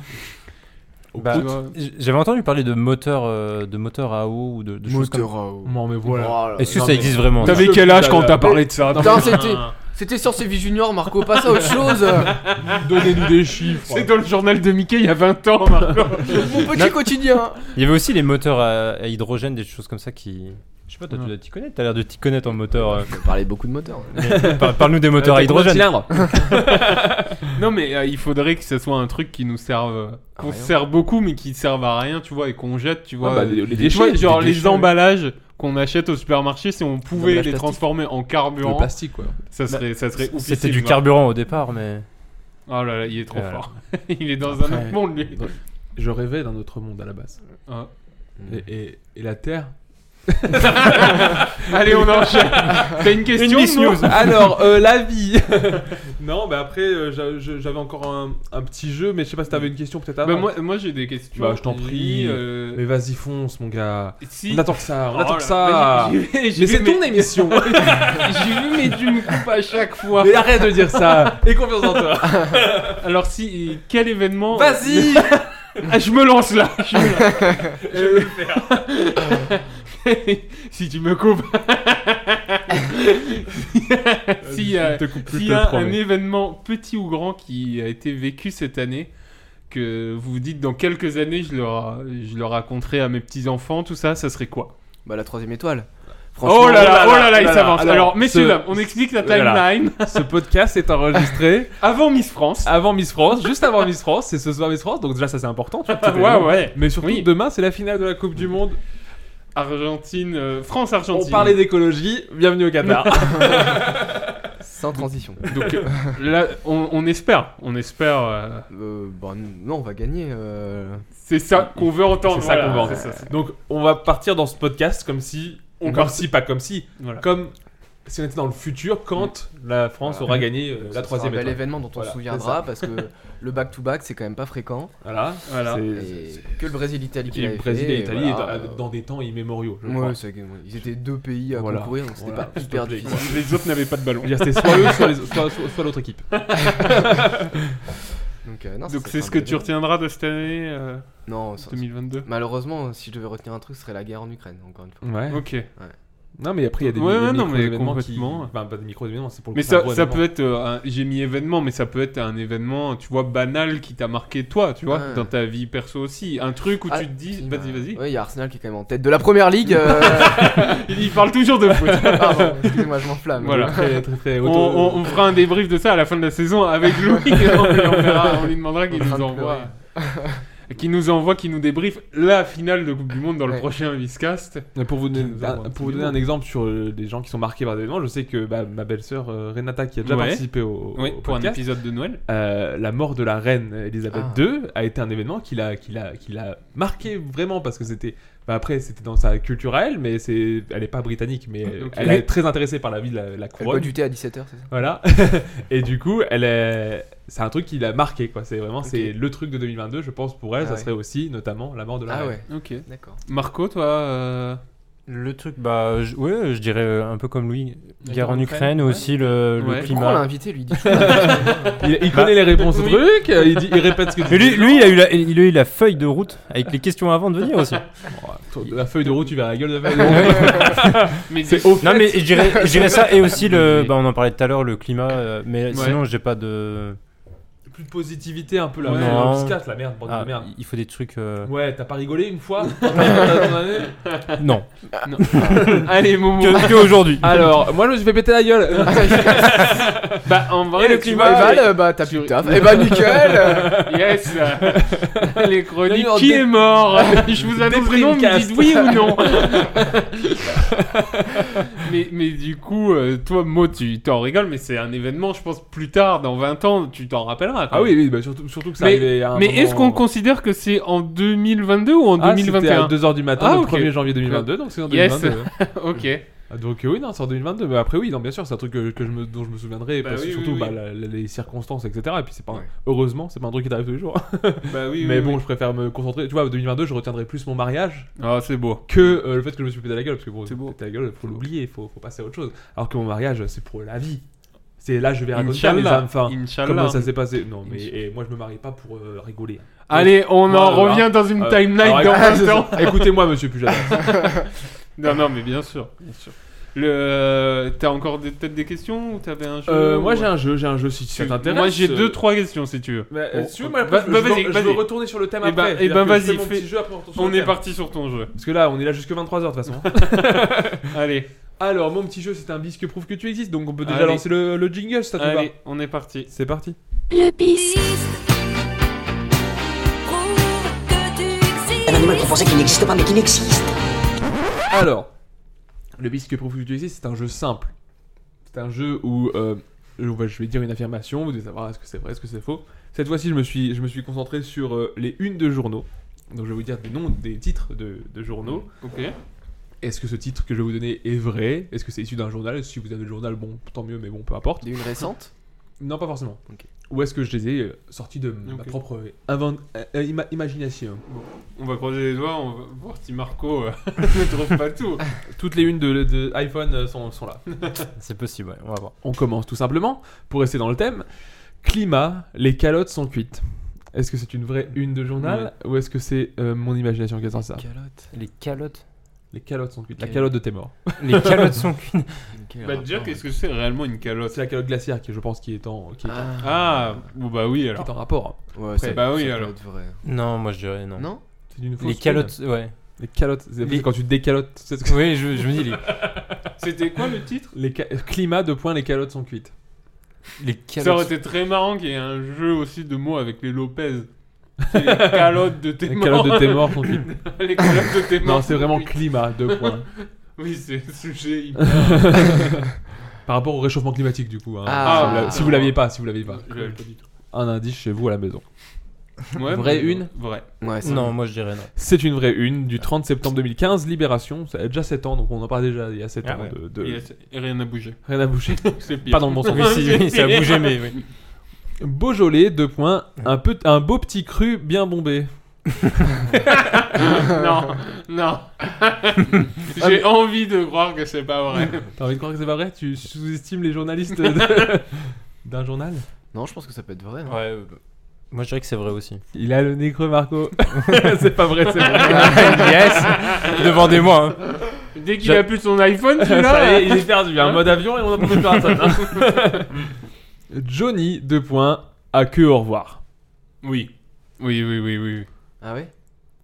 Speaker 9: bah,
Speaker 11: tu vois.
Speaker 9: j- J'avais entendu parler de moteur, euh, de moteur à eau ou de, de choses comme
Speaker 10: à eau.
Speaker 11: Non, mais voilà.
Speaker 9: Est-ce que ça existe vraiment
Speaker 11: T'avais
Speaker 8: Non,
Speaker 11: quel
Speaker 8: mais-
Speaker 11: âge quand t'as parlé de ça
Speaker 10: Putain, c'était- C'était sur Séville Junior, Marco, passe à autre chose.
Speaker 8: Donnez-nous des chiffres.
Speaker 11: C'est dans le journal de Mickey il y a 20 ans, Marco.
Speaker 10: Mon petit quotidien.
Speaker 9: Il y avait aussi les moteurs à, à hydrogène, des choses comme ça qui. Je sais pas, toi
Speaker 11: Non.
Speaker 9: tu dois t'y connaître, t'as l'air de t'y connaître en moteur. euh.
Speaker 10: On parlait beaucoup de moteurs.
Speaker 9: Par- Parle-nous
Speaker 11: Euh,
Speaker 9: des moteurs à hydrogène.
Speaker 8: cylindre.
Speaker 11: Non, mais euh, il faudrait que ce soit un truc qui nous serve. euh, qu'on
Speaker 10: rien.
Speaker 11: sert beaucoup, mais qui serve à rien, tu vois, et qu'on jette, tu vois.
Speaker 8: bah, les- les
Speaker 11: Tu
Speaker 8: déchets,
Speaker 11: vois, genre
Speaker 8: des
Speaker 11: les
Speaker 8: déchets,
Speaker 11: emballages qu'on achète au supermarché, si on pouvait
Speaker 10: emballages
Speaker 11: les
Speaker 10: plastiques.
Speaker 11: transformer en
Speaker 8: Le
Speaker 11: carburant,
Speaker 8: plastique, quoi.
Speaker 11: ça serait, ça serait ouf.
Speaker 9: C'était du carburant au départ, mais.
Speaker 11: Oh là là, il est trop
Speaker 9: Voilà.
Speaker 11: fort. il est dans un
Speaker 8: Après-
Speaker 11: autre monde, lui.
Speaker 8: Je rêvais d'un autre monde à la base.
Speaker 11: Ah.
Speaker 8: Et, et- et la Terre
Speaker 11: Allez, on enchaîne. T'as une question
Speaker 8: Nice
Speaker 11: Mo
Speaker 8: news. Alors, euh, la vie Non, bah après, euh, j'a- je- j'avais encore un, un petit jeu, mais je sais pas si t'avais une question peut-être avant.
Speaker 11: Bah, moi, moi j'ai des questions.
Speaker 8: Bah, je t'en prie.
Speaker 11: Euh,
Speaker 8: Mais vas-y, fonce, mon gars.
Speaker 11: Si.
Speaker 8: On attend que ça, on
Speaker 11: Oh
Speaker 8: attend
Speaker 11: là,
Speaker 8: que ça.
Speaker 11: vas-y, j'y vais, j'y
Speaker 8: Mais
Speaker 11: vais,
Speaker 8: c'est ton émission
Speaker 11: J'y vais, mais tu me coupes à chaque fois.
Speaker 8: Mais arrête de dire ça Et confiance en toi
Speaker 11: Alors, si. Quel événement.
Speaker 8: Vas-y
Speaker 11: Ah, je me lance là Je, me lance. Je vais le faire Si tu me coupes S'il y a,
Speaker 8: Euh, te coupe plus,
Speaker 11: s'il
Speaker 8: je te
Speaker 11: y
Speaker 8: le
Speaker 11: a euh, un
Speaker 8: promets.
Speaker 11: événement, petit ou grand, qui a été vécu cette année, que vous vous dites dans quelques années, je le, ra- je le raconterai à mes petits-enfants, tout ça, ça serait quoi
Speaker 10: Bah la troisième étoile.
Speaker 11: Oh là là, oh là là, il
Speaker 8: là
Speaker 11: s'avance
Speaker 8: là.
Speaker 11: Alors,
Speaker 8: Alors,
Speaker 11: messieurs,
Speaker 8: ce-
Speaker 11: dames, on explique la
Speaker 8: Voilà.
Speaker 11: timeline
Speaker 8: Ce podcast est enregistré
Speaker 11: avant Miss France.
Speaker 8: avant Miss France, juste avant Miss France, c'est ce soir Miss France, donc déjà ça c'est important. tu vois, tout est
Speaker 11: ouais,
Speaker 8: bon.
Speaker 11: ouais.
Speaker 8: Mais surtout,
Speaker 11: Oui.
Speaker 8: demain c'est la finale de la Coupe du Monde.
Speaker 11: Argentine, euh,
Speaker 8: On
Speaker 11: France-Argentine.
Speaker 8: parlait d'écologie, bienvenue au Qatar. Ah,
Speaker 10: Sans transition.
Speaker 11: Donc euh, là, on, on espère, on espère. euh,
Speaker 10: Euh, bah, non, on va gagner. euh,
Speaker 11: c'est ça qu'on veut entendre.
Speaker 8: C'est ça
Speaker 11: voilà,
Speaker 8: qu'on veut entendre.
Speaker 11: c'est ça, c'est-
Speaker 8: donc on va partir dans ce podcast comme si,
Speaker 11: On
Speaker 8: comme
Speaker 11: part-
Speaker 8: si, pas comme si,
Speaker 11: voilà.
Speaker 8: comme si on était dans le futur quand la France
Speaker 10: Voilà.
Speaker 8: aura gagné euh, la
Speaker 10: ce sera
Speaker 8: troisième
Speaker 10: un bel
Speaker 8: étoile.
Speaker 10: événement dont on
Speaker 8: Voilà,
Speaker 10: se souviendra parce que le back-to-back c'est quand même pas fréquent.
Speaker 8: Voilà.
Speaker 11: Voilà.
Speaker 8: Ah, C'est-
Speaker 10: Et que le Brésil-Italie qui
Speaker 8: Et le
Speaker 10: l'avait
Speaker 8: Brésil
Speaker 10: fait,
Speaker 8: et l'Italie
Speaker 10: voilà,
Speaker 8: est dans-
Speaker 10: euh,
Speaker 8: dans des temps immémoriaux. Je crois.
Speaker 10: Ouais, c'est- ils étaient deux pays à
Speaker 8: Voilà.
Speaker 10: concourir donc c'était
Speaker 8: Voilà.
Speaker 10: pas hyper difficile.
Speaker 11: Les autres n'avaient pas de ballon.
Speaker 8: Je veux dire, C'était soit eux, soit, les- soit- soit- soit l'autre équipe.
Speaker 10: Donc, euh, non, ça,
Speaker 11: Donc
Speaker 10: ça
Speaker 11: c'est
Speaker 10: fait
Speaker 11: ce
Speaker 10: un
Speaker 11: que
Speaker 10: bel
Speaker 11: tu
Speaker 10: événement.
Speaker 11: retiendras de cette année euh,
Speaker 10: Non, ça-
Speaker 11: 2022.
Speaker 10: malheureusement, si je devais retenir un truc, ce serait la guerre en Ukraine, encore une fois.
Speaker 8: Ouais.
Speaker 11: Ok.
Speaker 8: Non, mais après, il y a des,
Speaker 11: Ouais,
Speaker 8: mi- des
Speaker 11: ouais, non, mais
Speaker 8: micro-événements qui...
Speaker 11: complètement.
Speaker 8: Enfin, pas des micro-événements, c'est pour le
Speaker 11: Mais
Speaker 8: coup, c'est un
Speaker 11: ça,
Speaker 8: gros
Speaker 11: ça
Speaker 8: événement.
Speaker 11: peut être, euh, un- j'ai mis événement, mais ça peut être un événement, tu vois, banal qui t'a marqué toi, tu vois,
Speaker 10: Ouais.
Speaker 11: dans ta vie perso aussi. Un truc où tu te dis,
Speaker 10: Puis,
Speaker 11: vas-y,
Speaker 10: bah,
Speaker 11: vas-y.
Speaker 10: Ouais, il y a Arsenal qui est quand même en tête de la première ligue. euh,
Speaker 11: Il parle toujours de foot.
Speaker 10: Pardon, excusez-moi, je m'enflamme.
Speaker 11: Voilà.
Speaker 8: Très, très, très
Speaker 11: On,
Speaker 8: auto-
Speaker 11: on- on fera un débrief de ça à la fin de la saison avec Louis. on, on verra, on lui demandera qu'il
Speaker 10: En train
Speaker 11: nous
Speaker 10: de
Speaker 11: envoie. Qui nous envoie, qui nous débriefe la finale de Coupe du Monde dans le
Speaker 10: Ouais.
Speaker 11: prochain Viscast.
Speaker 8: Mais Pour vous donner,
Speaker 11: nous envoie
Speaker 8: un,
Speaker 11: un
Speaker 8: pour vous
Speaker 11: petit
Speaker 8: donner
Speaker 11: mot.
Speaker 8: un exemple sur euh, des gens qui sont marqués par des événements, je sais que bah, ma belle-sœur euh, Renata, qui a déjà
Speaker 11: Ouais.
Speaker 8: participé au,
Speaker 11: Oui,
Speaker 8: au
Speaker 11: pour un
Speaker 8: podcast,
Speaker 11: épisode de Noël.
Speaker 8: euh, la mort de la reine Elisabeth
Speaker 10: Ah.
Speaker 8: II a été un événement qui l'a, qui l'a, qui l'a marqué vraiment parce que c'était. bah, après, c'était dans sa culture à elle, mais c'est, elle n'est pas britannique, mais
Speaker 11: Ok.
Speaker 8: elle est très intéressée par la vie de la, la
Speaker 10: Elle boit
Speaker 8: couronne.
Speaker 10: du thé à 17h, c'est ça
Speaker 8: Voilà. et du coup, elle est... c'est un truc qui l'a marqué, quoi. C'est vraiment c'est le truc de 2022, je pense, pour elle.
Speaker 10: Ah
Speaker 8: ça
Speaker 10: ouais.
Speaker 8: serait aussi, notamment, la mort de la
Speaker 10: Ah
Speaker 8: reine.
Speaker 10: ouais,
Speaker 11: Ok.
Speaker 10: d'accord.
Speaker 11: Marco, toi. euh,
Speaker 9: Le truc, bah, je- ouais, je dirais euh, un peu comme Louis.
Speaker 11: La
Speaker 9: Guerre en Ukraine,
Speaker 11: ouais.
Speaker 9: aussi le, le
Speaker 11: Ouais.
Speaker 10: Pourquoi on l'a
Speaker 9: climat.
Speaker 10: invité, lui il dit-
Speaker 8: Il, il connaît les réponses au
Speaker 11: Oui.
Speaker 8: truc, euh, il, dit, il répète ce que
Speaker 9: Mais
Speaker 8: tu
Speaker 9: lui, lui, il a eu la, il a eu la feuille de route avec les questions avant de venir aussi.
Speaker 8: dis. La feuille de route, tu verras la gueule de la feuille de route.
Speaker 11: Mais
Speaker 9: non, mais je dirais je dirais ça et aussi le. Bah, on en parlait tout à l'heure, le climat. euh, Mais sinon, j'ai pas de.
Speaker 8: Plus de positivité un peu là.
Speaker 9: Ouais.
Speaker 8: Ouais,
Speaker 9: Non.
Speaker 8: on se casse, la merde, bande
Speaker 9: Ah,
Speaker 8: de merde.
Speaker 9: il faut des trucs. euh,
Speaker 8: Ouais, t'as pas rigolé une fois T'as pas rigolé
Speaker 9: Non.
Speaker 11: Allez, Momo.
Speaker 9: Que, que aujourd'hui.
Speaker 8: Alors, moi je me suis fait péter la gueule.
Speaker 11: Bah, en vrai,
Speaker 10: Et le climat, Val, euh, bah t'as plus de taf. Et bah nickel euh,
Speaker 11: Yes Les chroniques.
Speaker 10: Bienvenue en
Speaker 11: Qui
Speaker 10: dé-
Speaker 11: est mort Je vous annonce le nom, vous me
Speaker 8: Débriencast.
Speaker 11: dites oui ou non mais, mais du coup, euh, toi, Mo, tu t'en rigoles, mais c'est un événement, je pense, plus tard, dans 20 ans, tu t'en rappelleras. quoi.
Speaker 8: Ah oui, oui, bah, surtout, surtout que ça
Speaker 11: Mais,
Speaker 8: arrivait à un
Speaker 11: mais
Speaker 8: moment-
Speaker 11: est-ce qu'on considère que c'est en 2022 ou en
Speaker 8: Ah, c'était
Speaker 11: 2021
Speaker 8: à 2h du matin,
Speaker 11: Ah,
Speaker 8: le
Speaker 11: ok.
Speaker 8: 1er janvier 2022, donc c'est en
Speaker 11: Yes.
Speaker 8: 2022.
Speaker 11: Ok.
Speaker 8: Ah, Donc euh, oui, non, c'est en 2022. Mais après oui, non, bien sûr, c'est un truc que, que je me, dont je me souviendrai,
Speaker 11: Bah
Speaker 8: parce que
Speaker 11: oui, oui,
Speaker 8: surtout
Speaker 11: oui.
Speaker 8: bah, la- la- les circonstances, etc. Et puis c'est pas un-
Speaker 10: Ouais.
Speaker 8: heureusement, c'est pas un truc qui t'arrive tous les jours.
Speaker 11: Bah oui,
Speaker 8: mais bon, je préfère me concentrer. Tu vois, 2022, je retiendrai plus mon mariage
Speaker 11: Ah, c'est beau.
Speaker 8: que euh, le fait que je me suis pété la gueule, parce que bon,
Speaker 11: C'est beau.
Speaker 8: péter la gueule, faut
Speaker 11: beau.
Speaker 8: l'oublier, faut, faut passer à autre chose. Alors que mon mariage, c'est pour la vie. C'est là, je vais raconter à mes
Speaker 11: Inch'Allah.
Speaker 8: âmes, enfin,
Speaker 11: Inch'Allah.
Speaker 8: comment ça s'est passé. Non, mais
Speaker 10: Inch'Allah.
Speaker 8: et moi, je me marie pas pour euh, rigoler.
Speaker 11: Allez, on en
Speaker 8: Voilà.
Speaker 11: revient dans une
Speaker 8: Euh,
Speaker 11: timeline
Speaker 8: alors,
Speaker 11: dans 20 ans.
Speaker 8: Écoutez-moi, monsieur Pujada.
Speaker 11: Non, non, mais bien sûr. Bien sûr. Le... T'as encore des- peut-être des questions ou t'avais un jeu
Speaker 8: Euh, moi,
Speaker 11: ou-
Speaker 8: j'ai un jeu, j'ai un jeu si ça
Speaker 11: Tu-
Speaker 8: t'intéresse. euh,
Speaker 11: Moi j'ai deux trois questions si tu veux.
Speaker 8: Bah,
Speaker 11: On-
Speaker 8: euh, si tu veux, moi,
Speaker 11: on-
Speaker 8: après,
Speaker 11: bah,
Speaker 8: je,
Speaker 11: bah,
Speaker 8: je
Speaker 11: vas-y,
Speaker 8: veux- je
Speaker 11: vas-y.
Speaker 8: veux retourner sur le thème
Speaker 11: Eh ben-
Speaker 8: après.
Speaker 11: eh
Speaker 8: C'est-à-dire
Speaker 11: ben,
Speaker 8: que je
Speaker 11: vas-y,
Speaker 8: fais mon
Speaker 11: fais-
Speaker 8: petit jeu, après on retourne sur
Speaker 11: On
Speaker 8: le
Speaker 11: est
Speaker 8: thème.
Speaker 11: parti sur ton jeu.
Speaker 8: Parce que là, on est là jusque 23h de toute façon.
Speaker 11: Allez,
Speaker 8: Alors, mon petit jeu, c'est un bisque prouve que tu existes, donc on peut déjà
Speaker 11: Allez.
Speaker 8: lancer le, le jingle si ça te va.
Speaker 11: allez, on est parti.
Speaker 8: C'est parti.
Speaker 7: Le bisque.
Speaker 2: Un animal qu'on pensait qu'il n'existe pas, mais qu'il existe.
Speaker 8: Alors, le bisque prouve que tu existes, c'est un jeu simple. C'est un jeu où euh, je bah, je vais dire une affirmation, vous devez savoir est-ce que c'est vrai, est-ce que c'est faux. Cette fois-ci, je me suis, je me suis concentré sur euh, les unes de journaux. Donc, je vais vous dire des noms, des titres de, de journaux.
Speaker 11: Ok.
Speaker 8: Est-ce que ce titre que je vais vous donner est vrai Est-ce que c'est issu d'un journal Si vous avez le journal, bon, tant mieux, mais bon, peu importe.
Speaker 10: Des une récente
Speaker 8: Non, pas forcément.
Speaker 10: Ok.
Speaker 8: Ou est-ce que je les ai euh, sortis de ma
Speaker 11: Ok.
Speaker 8: propre euh, invent- euh, euh, ima- imagination
Speaker 11: On va croiser les doigts, on va voir si Marco euh, ne trouve pas tout.
Speaker 8: Toutes les unes de, de iPhone euh, sont, sont là.
Speaker 9: C'est possible, ouais, on va voir.
Speaker 8: On commence tout simplement, pour rester dans le thème. Climat, les calottes sont cuites. Est-ce que c'est une vraie une de journal ou est-ce que c'est euh, mon imagination qui a sorti ça
Speaker 10: Calotte.
Speaker 9: Les calottes.
Speaker 8: Les calottes sont cuites. La
Speaker 10: Ok.
Speaker 8: calotte de tes morts.
Speaker 9: Les calottes sont cuites.
Speaker 10: Quel
Speaker 11: bah déjà,
Speaker 10: rapport,
Speaker 11: qu'est-ce que c'est réellement une calotte
Speaker 8: C'est la calotte glaciaire qui, je pense, qui est en, qui est,
Speaker 10: Ah,
Speaker 11: Ah, bon bah oui
Speaker 8: qui
Speaker 11: alors.
Speaker 8: est en rapport.
Speaker 10: ouais,
Speaker 11: Après,
Speaker 10: ça-
Speaker 11: bah oui,
Speaker 10: ça peut
Speaker 11: alors.
Speaker 10: être vrai.
Speaker 9: Non, moi je dirais non.
Speaker 10: Non
Speaker 8: C'est une fausse
Speaker 9: les
Speaker 8: une.
Speaker 9: calottes, ouais.
Speaker 8: Les calottes. C'est
Speaker 9: Les-
Speaker 8: quand tu décalotes. c'est ce que-
Speaker 9: Oui, je, je me dis les,
Speaker 11: C'était quoi le titre
Speaker 8: Les ca- Climat, de points, les calottes sont cuites.
Speaker 9: les
Speaker 11: Ça aurait
Speaker 9: calottes.
Speaker 11: été très marrant qu'il y ait un jeu aussi de mots avec les Lopez. C'est les calottes de tes
Speaker 8: Les
Speaker 11: morts.
Speaker 8: calottes de tes morts sont cuites.
Speaker 11: les calottes de tes morts.
Speaker 8: Non, c'est vraiment climat, deux points.
Speaker 11: Oui, c'est le sujet hyper-
Speaker 8: Par rapport au réchauffement climatique, du coup. hein. Si
Speaker 10: Ah.
Speaker 8: vous l'a- si vous l'aviez pas, si vous l'aviez pas.
Speaker 11: Je l'avais pas dit.
Speaker 8: Un indice chez vous à la maison.
Speaker 11: Ouais,
Speaker 8: Vraie
Speaker 11: mais-
Speaker 8: une
Speaker 11: Vraie.
Speaker 10: Ouais, c'est
Speaker 9: Non, moi je dirais non.
Speaker 8: C'est une vraie une du 30 septembre 2015, Libération. Ça a déjà 7 ans, donc on en parle déjà il y a 7
Speaker 9: Ah
Speaker 8: ans
Speaker 9: ouais.
Speaker 8: de, de-
Speaker 11: Il y a- et rien n'a bougé.
Speaker 8: Rien à bouger.
Speaker 11: C'est pire.
Speaker 8: Euh, pas dans le bon sens.
Speaker 9: Oui, si, oui, ça a bougé, mais oui.
Speaker 8: Beaujolais, deux points. Un, peu, un beau petit cru bien bombé.
Speaker 11: non, non. J'ai envie de croire que c'est pas vrai.
Speaker 8: T'as envie de croire que c'est pas vrai Tu sous-estimes les journalistes de- d'un journal
Speaker 10: Non, je pense que ça peut être vrai. hein.
Speaker 9: Ouais, euh, Moi, je dirais que c'est vrai aussi.
Speaker 11: Il a le nez creux, Marco. c'est pas vrai, c'est vrai.
Speaker 9: yes Demandez-moi. hein.
Speaker 11: Dès qu'il
Speaker 9: Je-
Speaker 11: a plus son iPhone,
Speaker 8: Ça
Speaker 11: celui-là. hein.
Speaker 8: y est, il est perdu. Un mode avion et on a plus personne. hein. Johnny, deux points. À que au revoir.
Speaker 11: Oui. Oui, oui, oui, oui.
Speaker 10: Ah ouais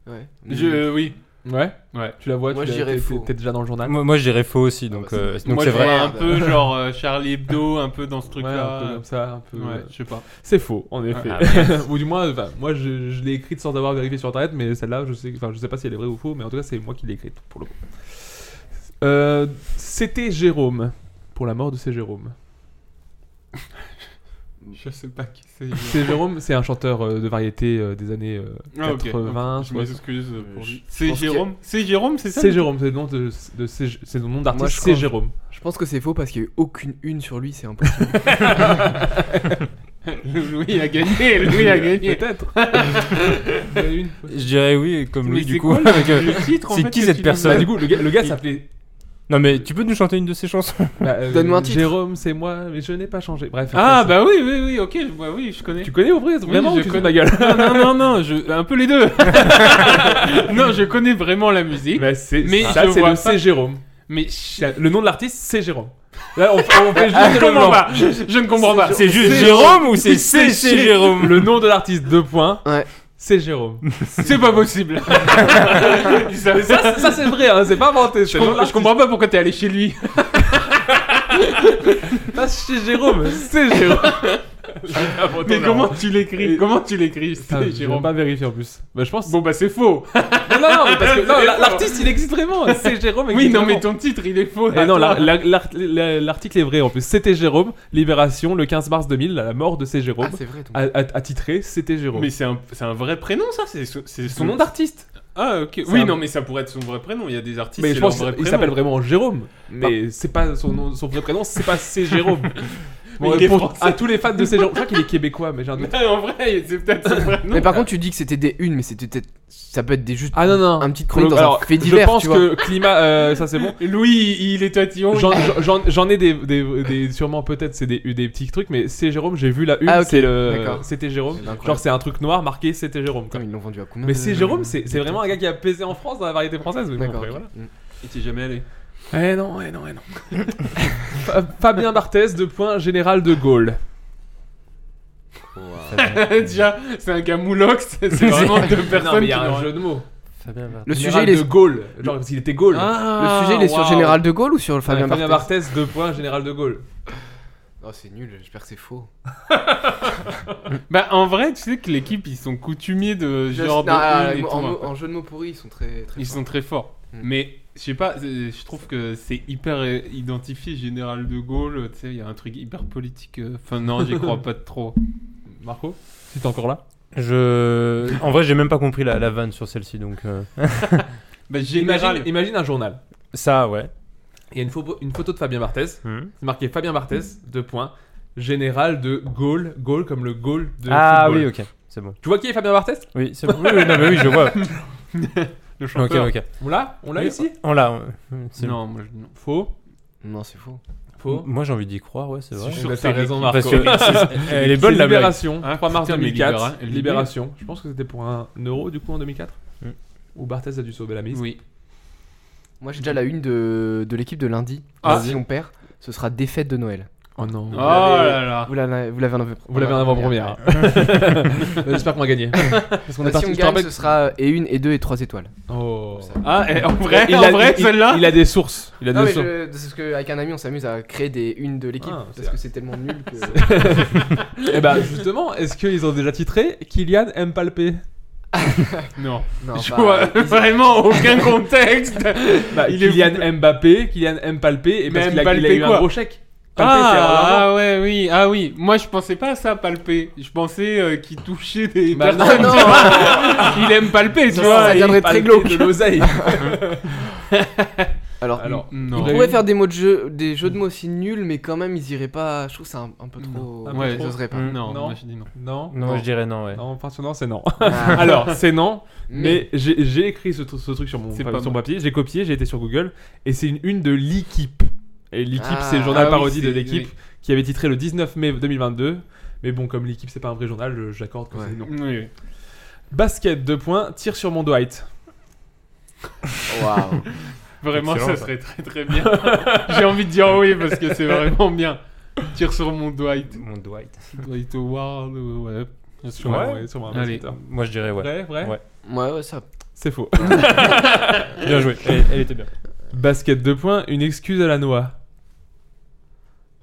Speaker 10: Ouais.
Speaker 11: Je, euh, oui.
Speaker 8: Ouais
Speaker 11: Ouais.
Speaker 8: Tu la vois
Speaker 10: Moi,
Speaker 8: tu
Speaker 10: je
Speaker 8: l'as-
Speaker 10: dirais
Speaker 8: t'es-
Speaker 10: faux.
Speaker 8: T'es t'es déjà dans le journal
Speaker 9: Moi, moi, je dirais faux aussi, donc
Speaker 10: bah, c'est-
Speaker 9: euh, donc
Speaker 11: Ah, Moi,
Speaker 9: c'est
Speaker 11: je
Speaker 9: vrai.
Speaker 11: vois un
Speaker 10: Merde.
Speaker 11: peu genre euh, Charlie Hebdo, un peu dans ce
Speaker 8: Ouais, un peu
Speaker 11: truc-là.
Speaker 8: comme ça, un peu. euh,
Speaker 11: Ouais, je sais pas.
Speaker 8: C'est faux, en effet.
Speaker 9: Ah,
Speaker 8: ou du moins, enfin, moi je, je l'ai écrite sans avoir vérifié sur internet, mais celle-là, je sais, enfin, je sais pas si elle est vraie ou faux, mais en tout cas, c'est moi qui l'ai écrite pour le coup. Euh, C'était Jérôme pour la mort de C'est Jérôme.
Speaker 11: Je sais pas qui c'est.
Speaker 8: C'est Jérôme, c'est un chanteur euh, de variété euh, des années euh,
Speaker 11: Ah, ok.
Speaker 8: 80.
Speaker 11: Je m'excuse
Speaker 10: Euh,
Speaker 11: pour
Speaker 10: je-
Speaker 11: lui.
Speaker 10: je
Speaker 11: C'est
Speaker 10: pense qu'il y a-
Speaker 11: Jérôme C'est Jérôme, c'est ça
Speaker 8: C'est Jérôme, c'est le nom de, de c'est c'est le nom
Speaker 10: Moi,
Speaker 8: d'artiste.
Speaker 10: je
Speaker 8: C'est
Speaker 10: crois-
Speaker 8: Jérôme.
Speaker 10: Je pense que c'est faux parce qu'il y a eu aucune une sur lui, c'est impossible.
Speaker 11: Louis a gagné, Louis a gagné.
Speaker 8: Peut-être.
Speaker 9: Je dirais oui, comme
Speaker 11: Mais
Speaker 9: lui,
Speaker 11: c'est
Speaker 9: du coup.
Speaker 11: quoi le-
Speaker 9: avec, euh,
Speaker 11: le titre, en
Speaker 9: c'est
Speaker 11: fait,
Speaker 9: qui
Speaker 11: que
Speaker 9: cette
Speaker 11: tu
Speaker 8: Bah,
Speaker 9: personne
Speaker 8: du coup, le gars, le gars s'appelait.
Speaker 9: Non, mais tu peux nous chanter une de ses chansons
Speaker 8: bah, euh,
Speaker 10: Donne-moi un titre.
Speaker 8: Jérôme, c'est moi, mais je n'ai pas changé. Bref.
Speaker 11: Ah
Speaker 8: après,
Speaker 11: bah oui, oui, oui, ok, je- bah oui, je connais.
Speaker 8: c'est- Tu connais au vrai
Speaker 11: Oui,
Speaker 8: Vraiment,
Speaker 11: je
Speaker 8: ou tu fais
Speaker 11: connais.
Speaker 8: ma gueule.
Speaker 11: Non, non, non, non, je... un peu les deux. non, je connais vraiment la musique,
Speaker 8: Bah, c'est-
Speaker 11: Mais
Speaker 8: ça,
Speaker 11: je
Speaker 8: c'est
Speaker 11: vois
Speaker 8: le
Speaker 11: pas.
Speaker 8: C'est Jérôme.
Speaker 11: mais je,
Speaker 8: Le nom de l'artiste, c'est Jérôme. Là, on, on fait juste
Speaker 11: je
Speaker 8: le
Speaker 11: comprends
Speaker 8: blanc.
Speaker 11: pas. Je ne comprends pas.
Speaker 9: Ah, C'est juste
Speaker 11: Jérôme
Speaker 9: Jérôme ou c'est c'est chez Jérôme
Speaker 8: Le nom de l'artiste, deux points.
Speaker 10: Ouais.
Speaker 8: C'est Jérôme.
Speaker 11: C'est pas possible. Ils savent ça.
Speaker 8: ça, ça, c'est vrai, hein, c'est pas inventé.
Speaker 11: Je, com- je comprends pas pourquoi t'es allé chez lui.
Speaker 8: pas chez Jérôme, Ah, c'est Jérôme.
Speaker 11: Mais comment tu l'écris Comment tu l'écris
Speaker 8: Putain,
Speaker 11: C'est
Speaker 8: J'ai
Speaker 11: Jérôme.
Speaker 8: pas vérifié en plus. Bah, je pense.
Speaker 11: Bon bah c'est faux.
Speaker 8: Non, non, non, mais parce que non,
Speaker 11: C'est
Speaker 8: la-
Speaker 11: faux.
Speaker 8: l'artiste, il existe vraiment. C'est Jérôme.
Speaker 11: Oui,
Speaker 8: existe
Speaker 11: non mais
Speaker 8: vraiment.
Speaker 11: ton titre il est faux.
Speaker 8: Et
Speaker 11: à
Speaker 8: non,
Speaker 11: toi.
Speaker 8: la- la- l'art- la- l'article est vrai en plus. C'était Jérôme, Libération, le 15 mars 2000, la mort de ces
Speaker 10: ah,
Speaker 8: Jérôme.
Speaker 10: c'est vrai. donc.
Speaker 8: a- a- Attitré, c'était Jérôme.
Speaker 11: Mais c'est un, c'est un vrai prénom ça C'est son c'est
Speaker 8: son nom d'artiste.
Speaker 11: Ah ok.
Speaker 8: C'est
Speaker 11: Oui,
Speaker 8: un-
Speaker 11: non mais ça pourrait être son vrai prénom. Il y a des artistes.
Speaker 8: Mais
Speaker 11: c'est
Speaker 8: je
Speaker 11: leur
Speaker 8: pense
Speaker 11: vrai
Speaker 8: qu'il
Speaker 11: prénom.
Speaker 8: s'appelle vraiment Jérôme. Mais c'est pas son, nom, son vrai prénom, c'est pas C'est Jérôme.
Speaker 11: Mais
Speaker 8: Bon,
Speaker 11: il est
Speaker 8: pour-
Speaker 11: français.
Speaker 8: à tous les fans de C'est Jérôme. Je crois qu'il est québécois, mais j'ai un doute.
Speaker 11: Ah, en vrai, c'est peut-être son vrai nom.
Speaker 10: mais par contre, tu dis que c'était des unes, mais c'était peut-être. Ça peut être des juste.
Speaker 8: Ah non, non.
Speaker 10: Un petit chronique dans
Speaker 8: Alors,
Speaker 10: un fait
Speaker 8: je
Speaker 10: divers,
Speaker 8: pense
Speaker 10: tu vois.
Speaker 8: que climat, euh, ça c'est bon.
Speaker 11: Louis, il est tatillon.
Speaker 8: J'en- J'en j'en ai des, des- des- sûrement peut-être c'est des, des petits trucs, mais c'est Jérôme. J'ai vu la une,
Speaker 10: Ah, ok,
Speaker 8: c'est le,
Speaker 10: d'accord.
Speaker 8: c'était Jérôme.
Speaker 10: C'est incroyable.
Speaker 8: Genre c'est un truc noir marqué, c'était Jérôme. quoi.
Speaker 10: Putain, ils l'ont vendu à combien
Speaker 8: Mais
Speaker 10: de-
Speaker 8: c'est Jérôme, c'est c'est vraiment un gars qui a pesé en France dans la variété française. mais bon,
Speaker 10: D'accord.
Speaker 8: après,
Speaker 10: ok.
Speaker 8: voilà.
Speaker 10: Mm.
Speaker 11: Il t'est jamais allé.
Speaker 8: Eh non, eh non, eh non. Fa- Fabien Barthez, de point général de Gaulle.
Speaker 11: Eh, Déjà, c'est un gars moulox. C'est vraiment deux
Speaker 8: non, mais
Speaker 11: personnes
Speaker 8: il y
Speaker 11: qui
Speaker 8: a un
Speaker 11: l'ont.
Speaker 8: jeu de mots.
Speaker 10: Le sujet,
Speaker 8: Général
Speaker 10: il est.
Speaker 8: de Gaulle. Genre parce qu'il était Gaulle. Ah,
Speaker 10: Le sujet, il est sur Général de Gaulle ou sur le
Speaker 8: Fabien,
Speaker 10: Fabien Barthez
Speaker 8: Barthez, de point général de Gaulle.
Speaker 10: Oh, c'est nul, j'espère que c'est faux.
Speaker 11: Bah, en vrai, tu sais que l'équipe, ils sont coutumiers de
Speaker 10: Non,
Speaker 11: genre. de
Speaker 10: ah,
Speaker 8: euh,
Speaker 11: une et
Speaker 10: en,
Speaker 11: tout,
Speaker 10: en-
Speaker 11: hein.
Speaker 10: en jeu de mots pourris, ils sont très. très
Speaker 11: Ils sont très forts.
Speaker 8: Hmm.
Speaker 10: Mm.
Speaker 11: Mais je sais pas, euh, je trouve que c'est hyper euh, identifié Général de Gaulle, euh, tu sais, il y a un truc hyper politique. euh. Enfin non, j'y crois pas trop.
Speaker 8: Marco, si t'es encore là.
Speaker 9: Je. En vrai, j'ai même pas compris la, la vanne sur celle-ci, donc. euh,
Speaker 11: Bah général,
Speaker 8: Imagine, imagine un journal.
Speaker 9: Ça, ouais.
Speaker 8: Il y a une, photo- une photo de Fabien Barthez. C'est marqué Fabien Barthez, deux points. Général de Gaulle, Gaulle comme le Gaulle de
Speaker 9: Ah
Speaker 8: football.
Speaker 9: oui, ok, c'est bon.
Speaker 8: Tu vois qui est Fabien Barthez
Speaker 9: Oui, c'est bon. Oui, oui, non, mais oui, je vois.
Speaker 11: le
Speaker 9: Ok,
Speaker 11: chanteur.
Speaker 9: ok.
Speaker 8: On l'a On l'a
Speaker 9: Oui.
Speaker 8: ici
Speaker 9: On l'a. on- c'est-
Speaker 11: Non, moi je- non.
Speaker 8: Faux.
Speaker 10: Non, c'est faux.
Speaker 8: Faux.
Speaker 9: Moi, j'ai envie d'y croire, ouais, c'est vrai.
Speaker 11: Je suis
Speaker 8: Eh
Speaker 11: sûr
Speaker 8: ben,
Speaker 11: que
Speaker 8: t'as
Speaker 11: c'est
Speaker 8: raison,
Speaker 9: Parce
Speaker 8: Marco.
Speaker 9: que c'est- elle est bonne
Speaker 8: C'est
Speaker 9: la blague.
Speaker 8: Libération,
Speaker 11: Ah,
Speaker 8: 3 mars
Speaker 11: putain, mais
Speaker 8: 2004.
Speaker 11: libéra- libé-
Speaker 8: Libération. Je pense que c'était pour un euro, du coup, en 2004.
Speaker 9: Mm.
Speaker 8: Ou Barthez a dû sauver la mise.
Speaker 11: Oui.
Speaker 10: Moi, j'ai déjà la une de, de l'équipe de lundi.
Speaker 11: Ah.
Speaker 10: si on perd, ce sera défaite de Noël.
Speaker 8: Oh non.
Speaker 11: Oh là là.
Speaker 10: Vous l'avez vous l'avez en avant
Speaker 8: Vous l'avez en avant-première. J'espère qu'on va gagner. Bah, Parce qu'on est
Speaker 10: Euh,
Speaker 8: parti.
Speaker 10: si on
Speaker 8: je te
Speaker 10: gagne,
Speaker 8: rappelle-
Speaker 10: ce sera et une, et deux, et trois étoiles.
Speaker 8: Oh.
Speaker 11: Ah, eh, en vrai,
Speaker 8: Il
Speaker 11: en
Speaker 8: a-
Speaker 11: vrai,
Speaker 8: il-
Speaker 11: celle-là.
Speaker 8: Il a des sources. Il a
Speaker 10: Non,
Speaker 8: des
Speaker 10: mais
Speaker 8: sources.
Speaker 10: je- c'est parce qu'avec un ami, on s'amuse à créer des une de l'équipe.
Speaker 8: Ah, c'est
Speaker 10: parce que c'est tellement nul que.
Speaker 8: Eh ben justement, est-ce qu'ils ont déjà titré Kylian aime palper
Speaker 11: Non.
Speaker 10: Non,
Speaker 11: je
Speaker 10: bah,
Speaker 11: vois
Speaker 10: ils-
Speaker 11: vraiment aucun contexte.
Speaker 8: Bah,
Speaker 11: Il est
Speaker 8: Kylian Mbappé, Kylian Mbappé, et
Speaker 11: Mais
Speaker 8: parce qu'il a,
Speaker 11: Mbappé
Speaker 8: il a eu
Speaker 11: quoi
Speaker 8: un gros chèque. Mbappé, c'est
Speaker 11: Ah,
Speaker 8: vraiment-
Speaker 11: ah ouais, oui, ah oui. Moi, je pensais pas à ça, palper. Je pensais euh, qu'il touchait des
Speaker 8: Bah,
Speaker 11: personnes.
Speaker 10: non,
Speaker 11: tu vois. Il aime palper, tu
Speaker 10: Ça,
Speaker 11: vois.
Speaker 10: ça
Speaker 11: il-
Speaker 10: viendrait très
Speaker 8: Palper
Speaker 10: glauque.
Speaker 8: de l'oseille.
Speaker 10: Alors,
Speaker 8: Alors,
Speaker 11: non.
Speaker 10: ils pourraient faire des, mots de jeu, des jeux de mots aussi nuls, mais quand même, ils iraient pas. Je trouve que c'est un, un peu trop.
Speaker 8: un peu
Speaker 11: Ouais,
Speaker 8: trop.
Speaker 10: j'oserais pas.
Speaker 11: Non,
Speaker 8: Non.
Speaker 11: moi, je dis non.
Speaker 8: non,
Speaker 9: Non, je dirais non, ouais.
Speaker 8: Non, parce que non, c'est non.
Speaker 10: Ah,
Speaker 8: Alors, c'est non,
Speaker 10: mais.
Speaker 8: mais j'ai j'ai écrit ce, tru- ce truc sur mon
Speaker 11: C'est
Speaker 8: pa-
Speaker 11: pas
Speaker 8: sur mon
Speaker 11: bon.
Speaker 8: papier, j'ai copié, j'ai été sur Google, et c'est une une de l'équipe. Et l'équipe, c'est le
Speaker 10: Ah.
Speaker 8: journal
Speaker 11: Ah oui,
Speaker 8: parodie de
Speaker 11: c'est-
Speaker 8: l'équipe
Speaker 11: oui.
Speaker 8: qui avait titré le 19 mai 2022. Mais bon, comme l'équipe, c'est pas un vrai journal, je- j'accorde que
Speaker 10: Ouais.
Speaker 8: c'est non.
Speaker 11: Oui, oui.
Speaker 8: Basket, deux points, tire sur mon Dwight.
Speaker 10: Waouh.
Speaker 11: Vraiment,
Speaker 9: Excellent,
Speaker 11: ça
Speaker 9: ça.
Speaker 11: serait très très bien. J'ai envie de dire oui parce que c'est vraiment bien. Tire sur mon Dwight.
Speaker 9: Mon Dwight.
Speaker 11: Dwight Howard. ou- Ouais. Sûrement,
Speaker 9: Ouais.
Speaker 11: ouais, sûrement un
Speaker 9: Allez,
Speaker 11: basketteur.
Speaker 9: moi je dirais ouais.
Speaker 8: Vrai, vrai
Speaker 9: Ouais.
Speaker 10: Ouais, ouais, ça.
Speaker 8: C'est faux.
Speaker 9: Bien joué, elle, elle était bien.
Speaker 8: Basket, deux points, une excuse à la noix.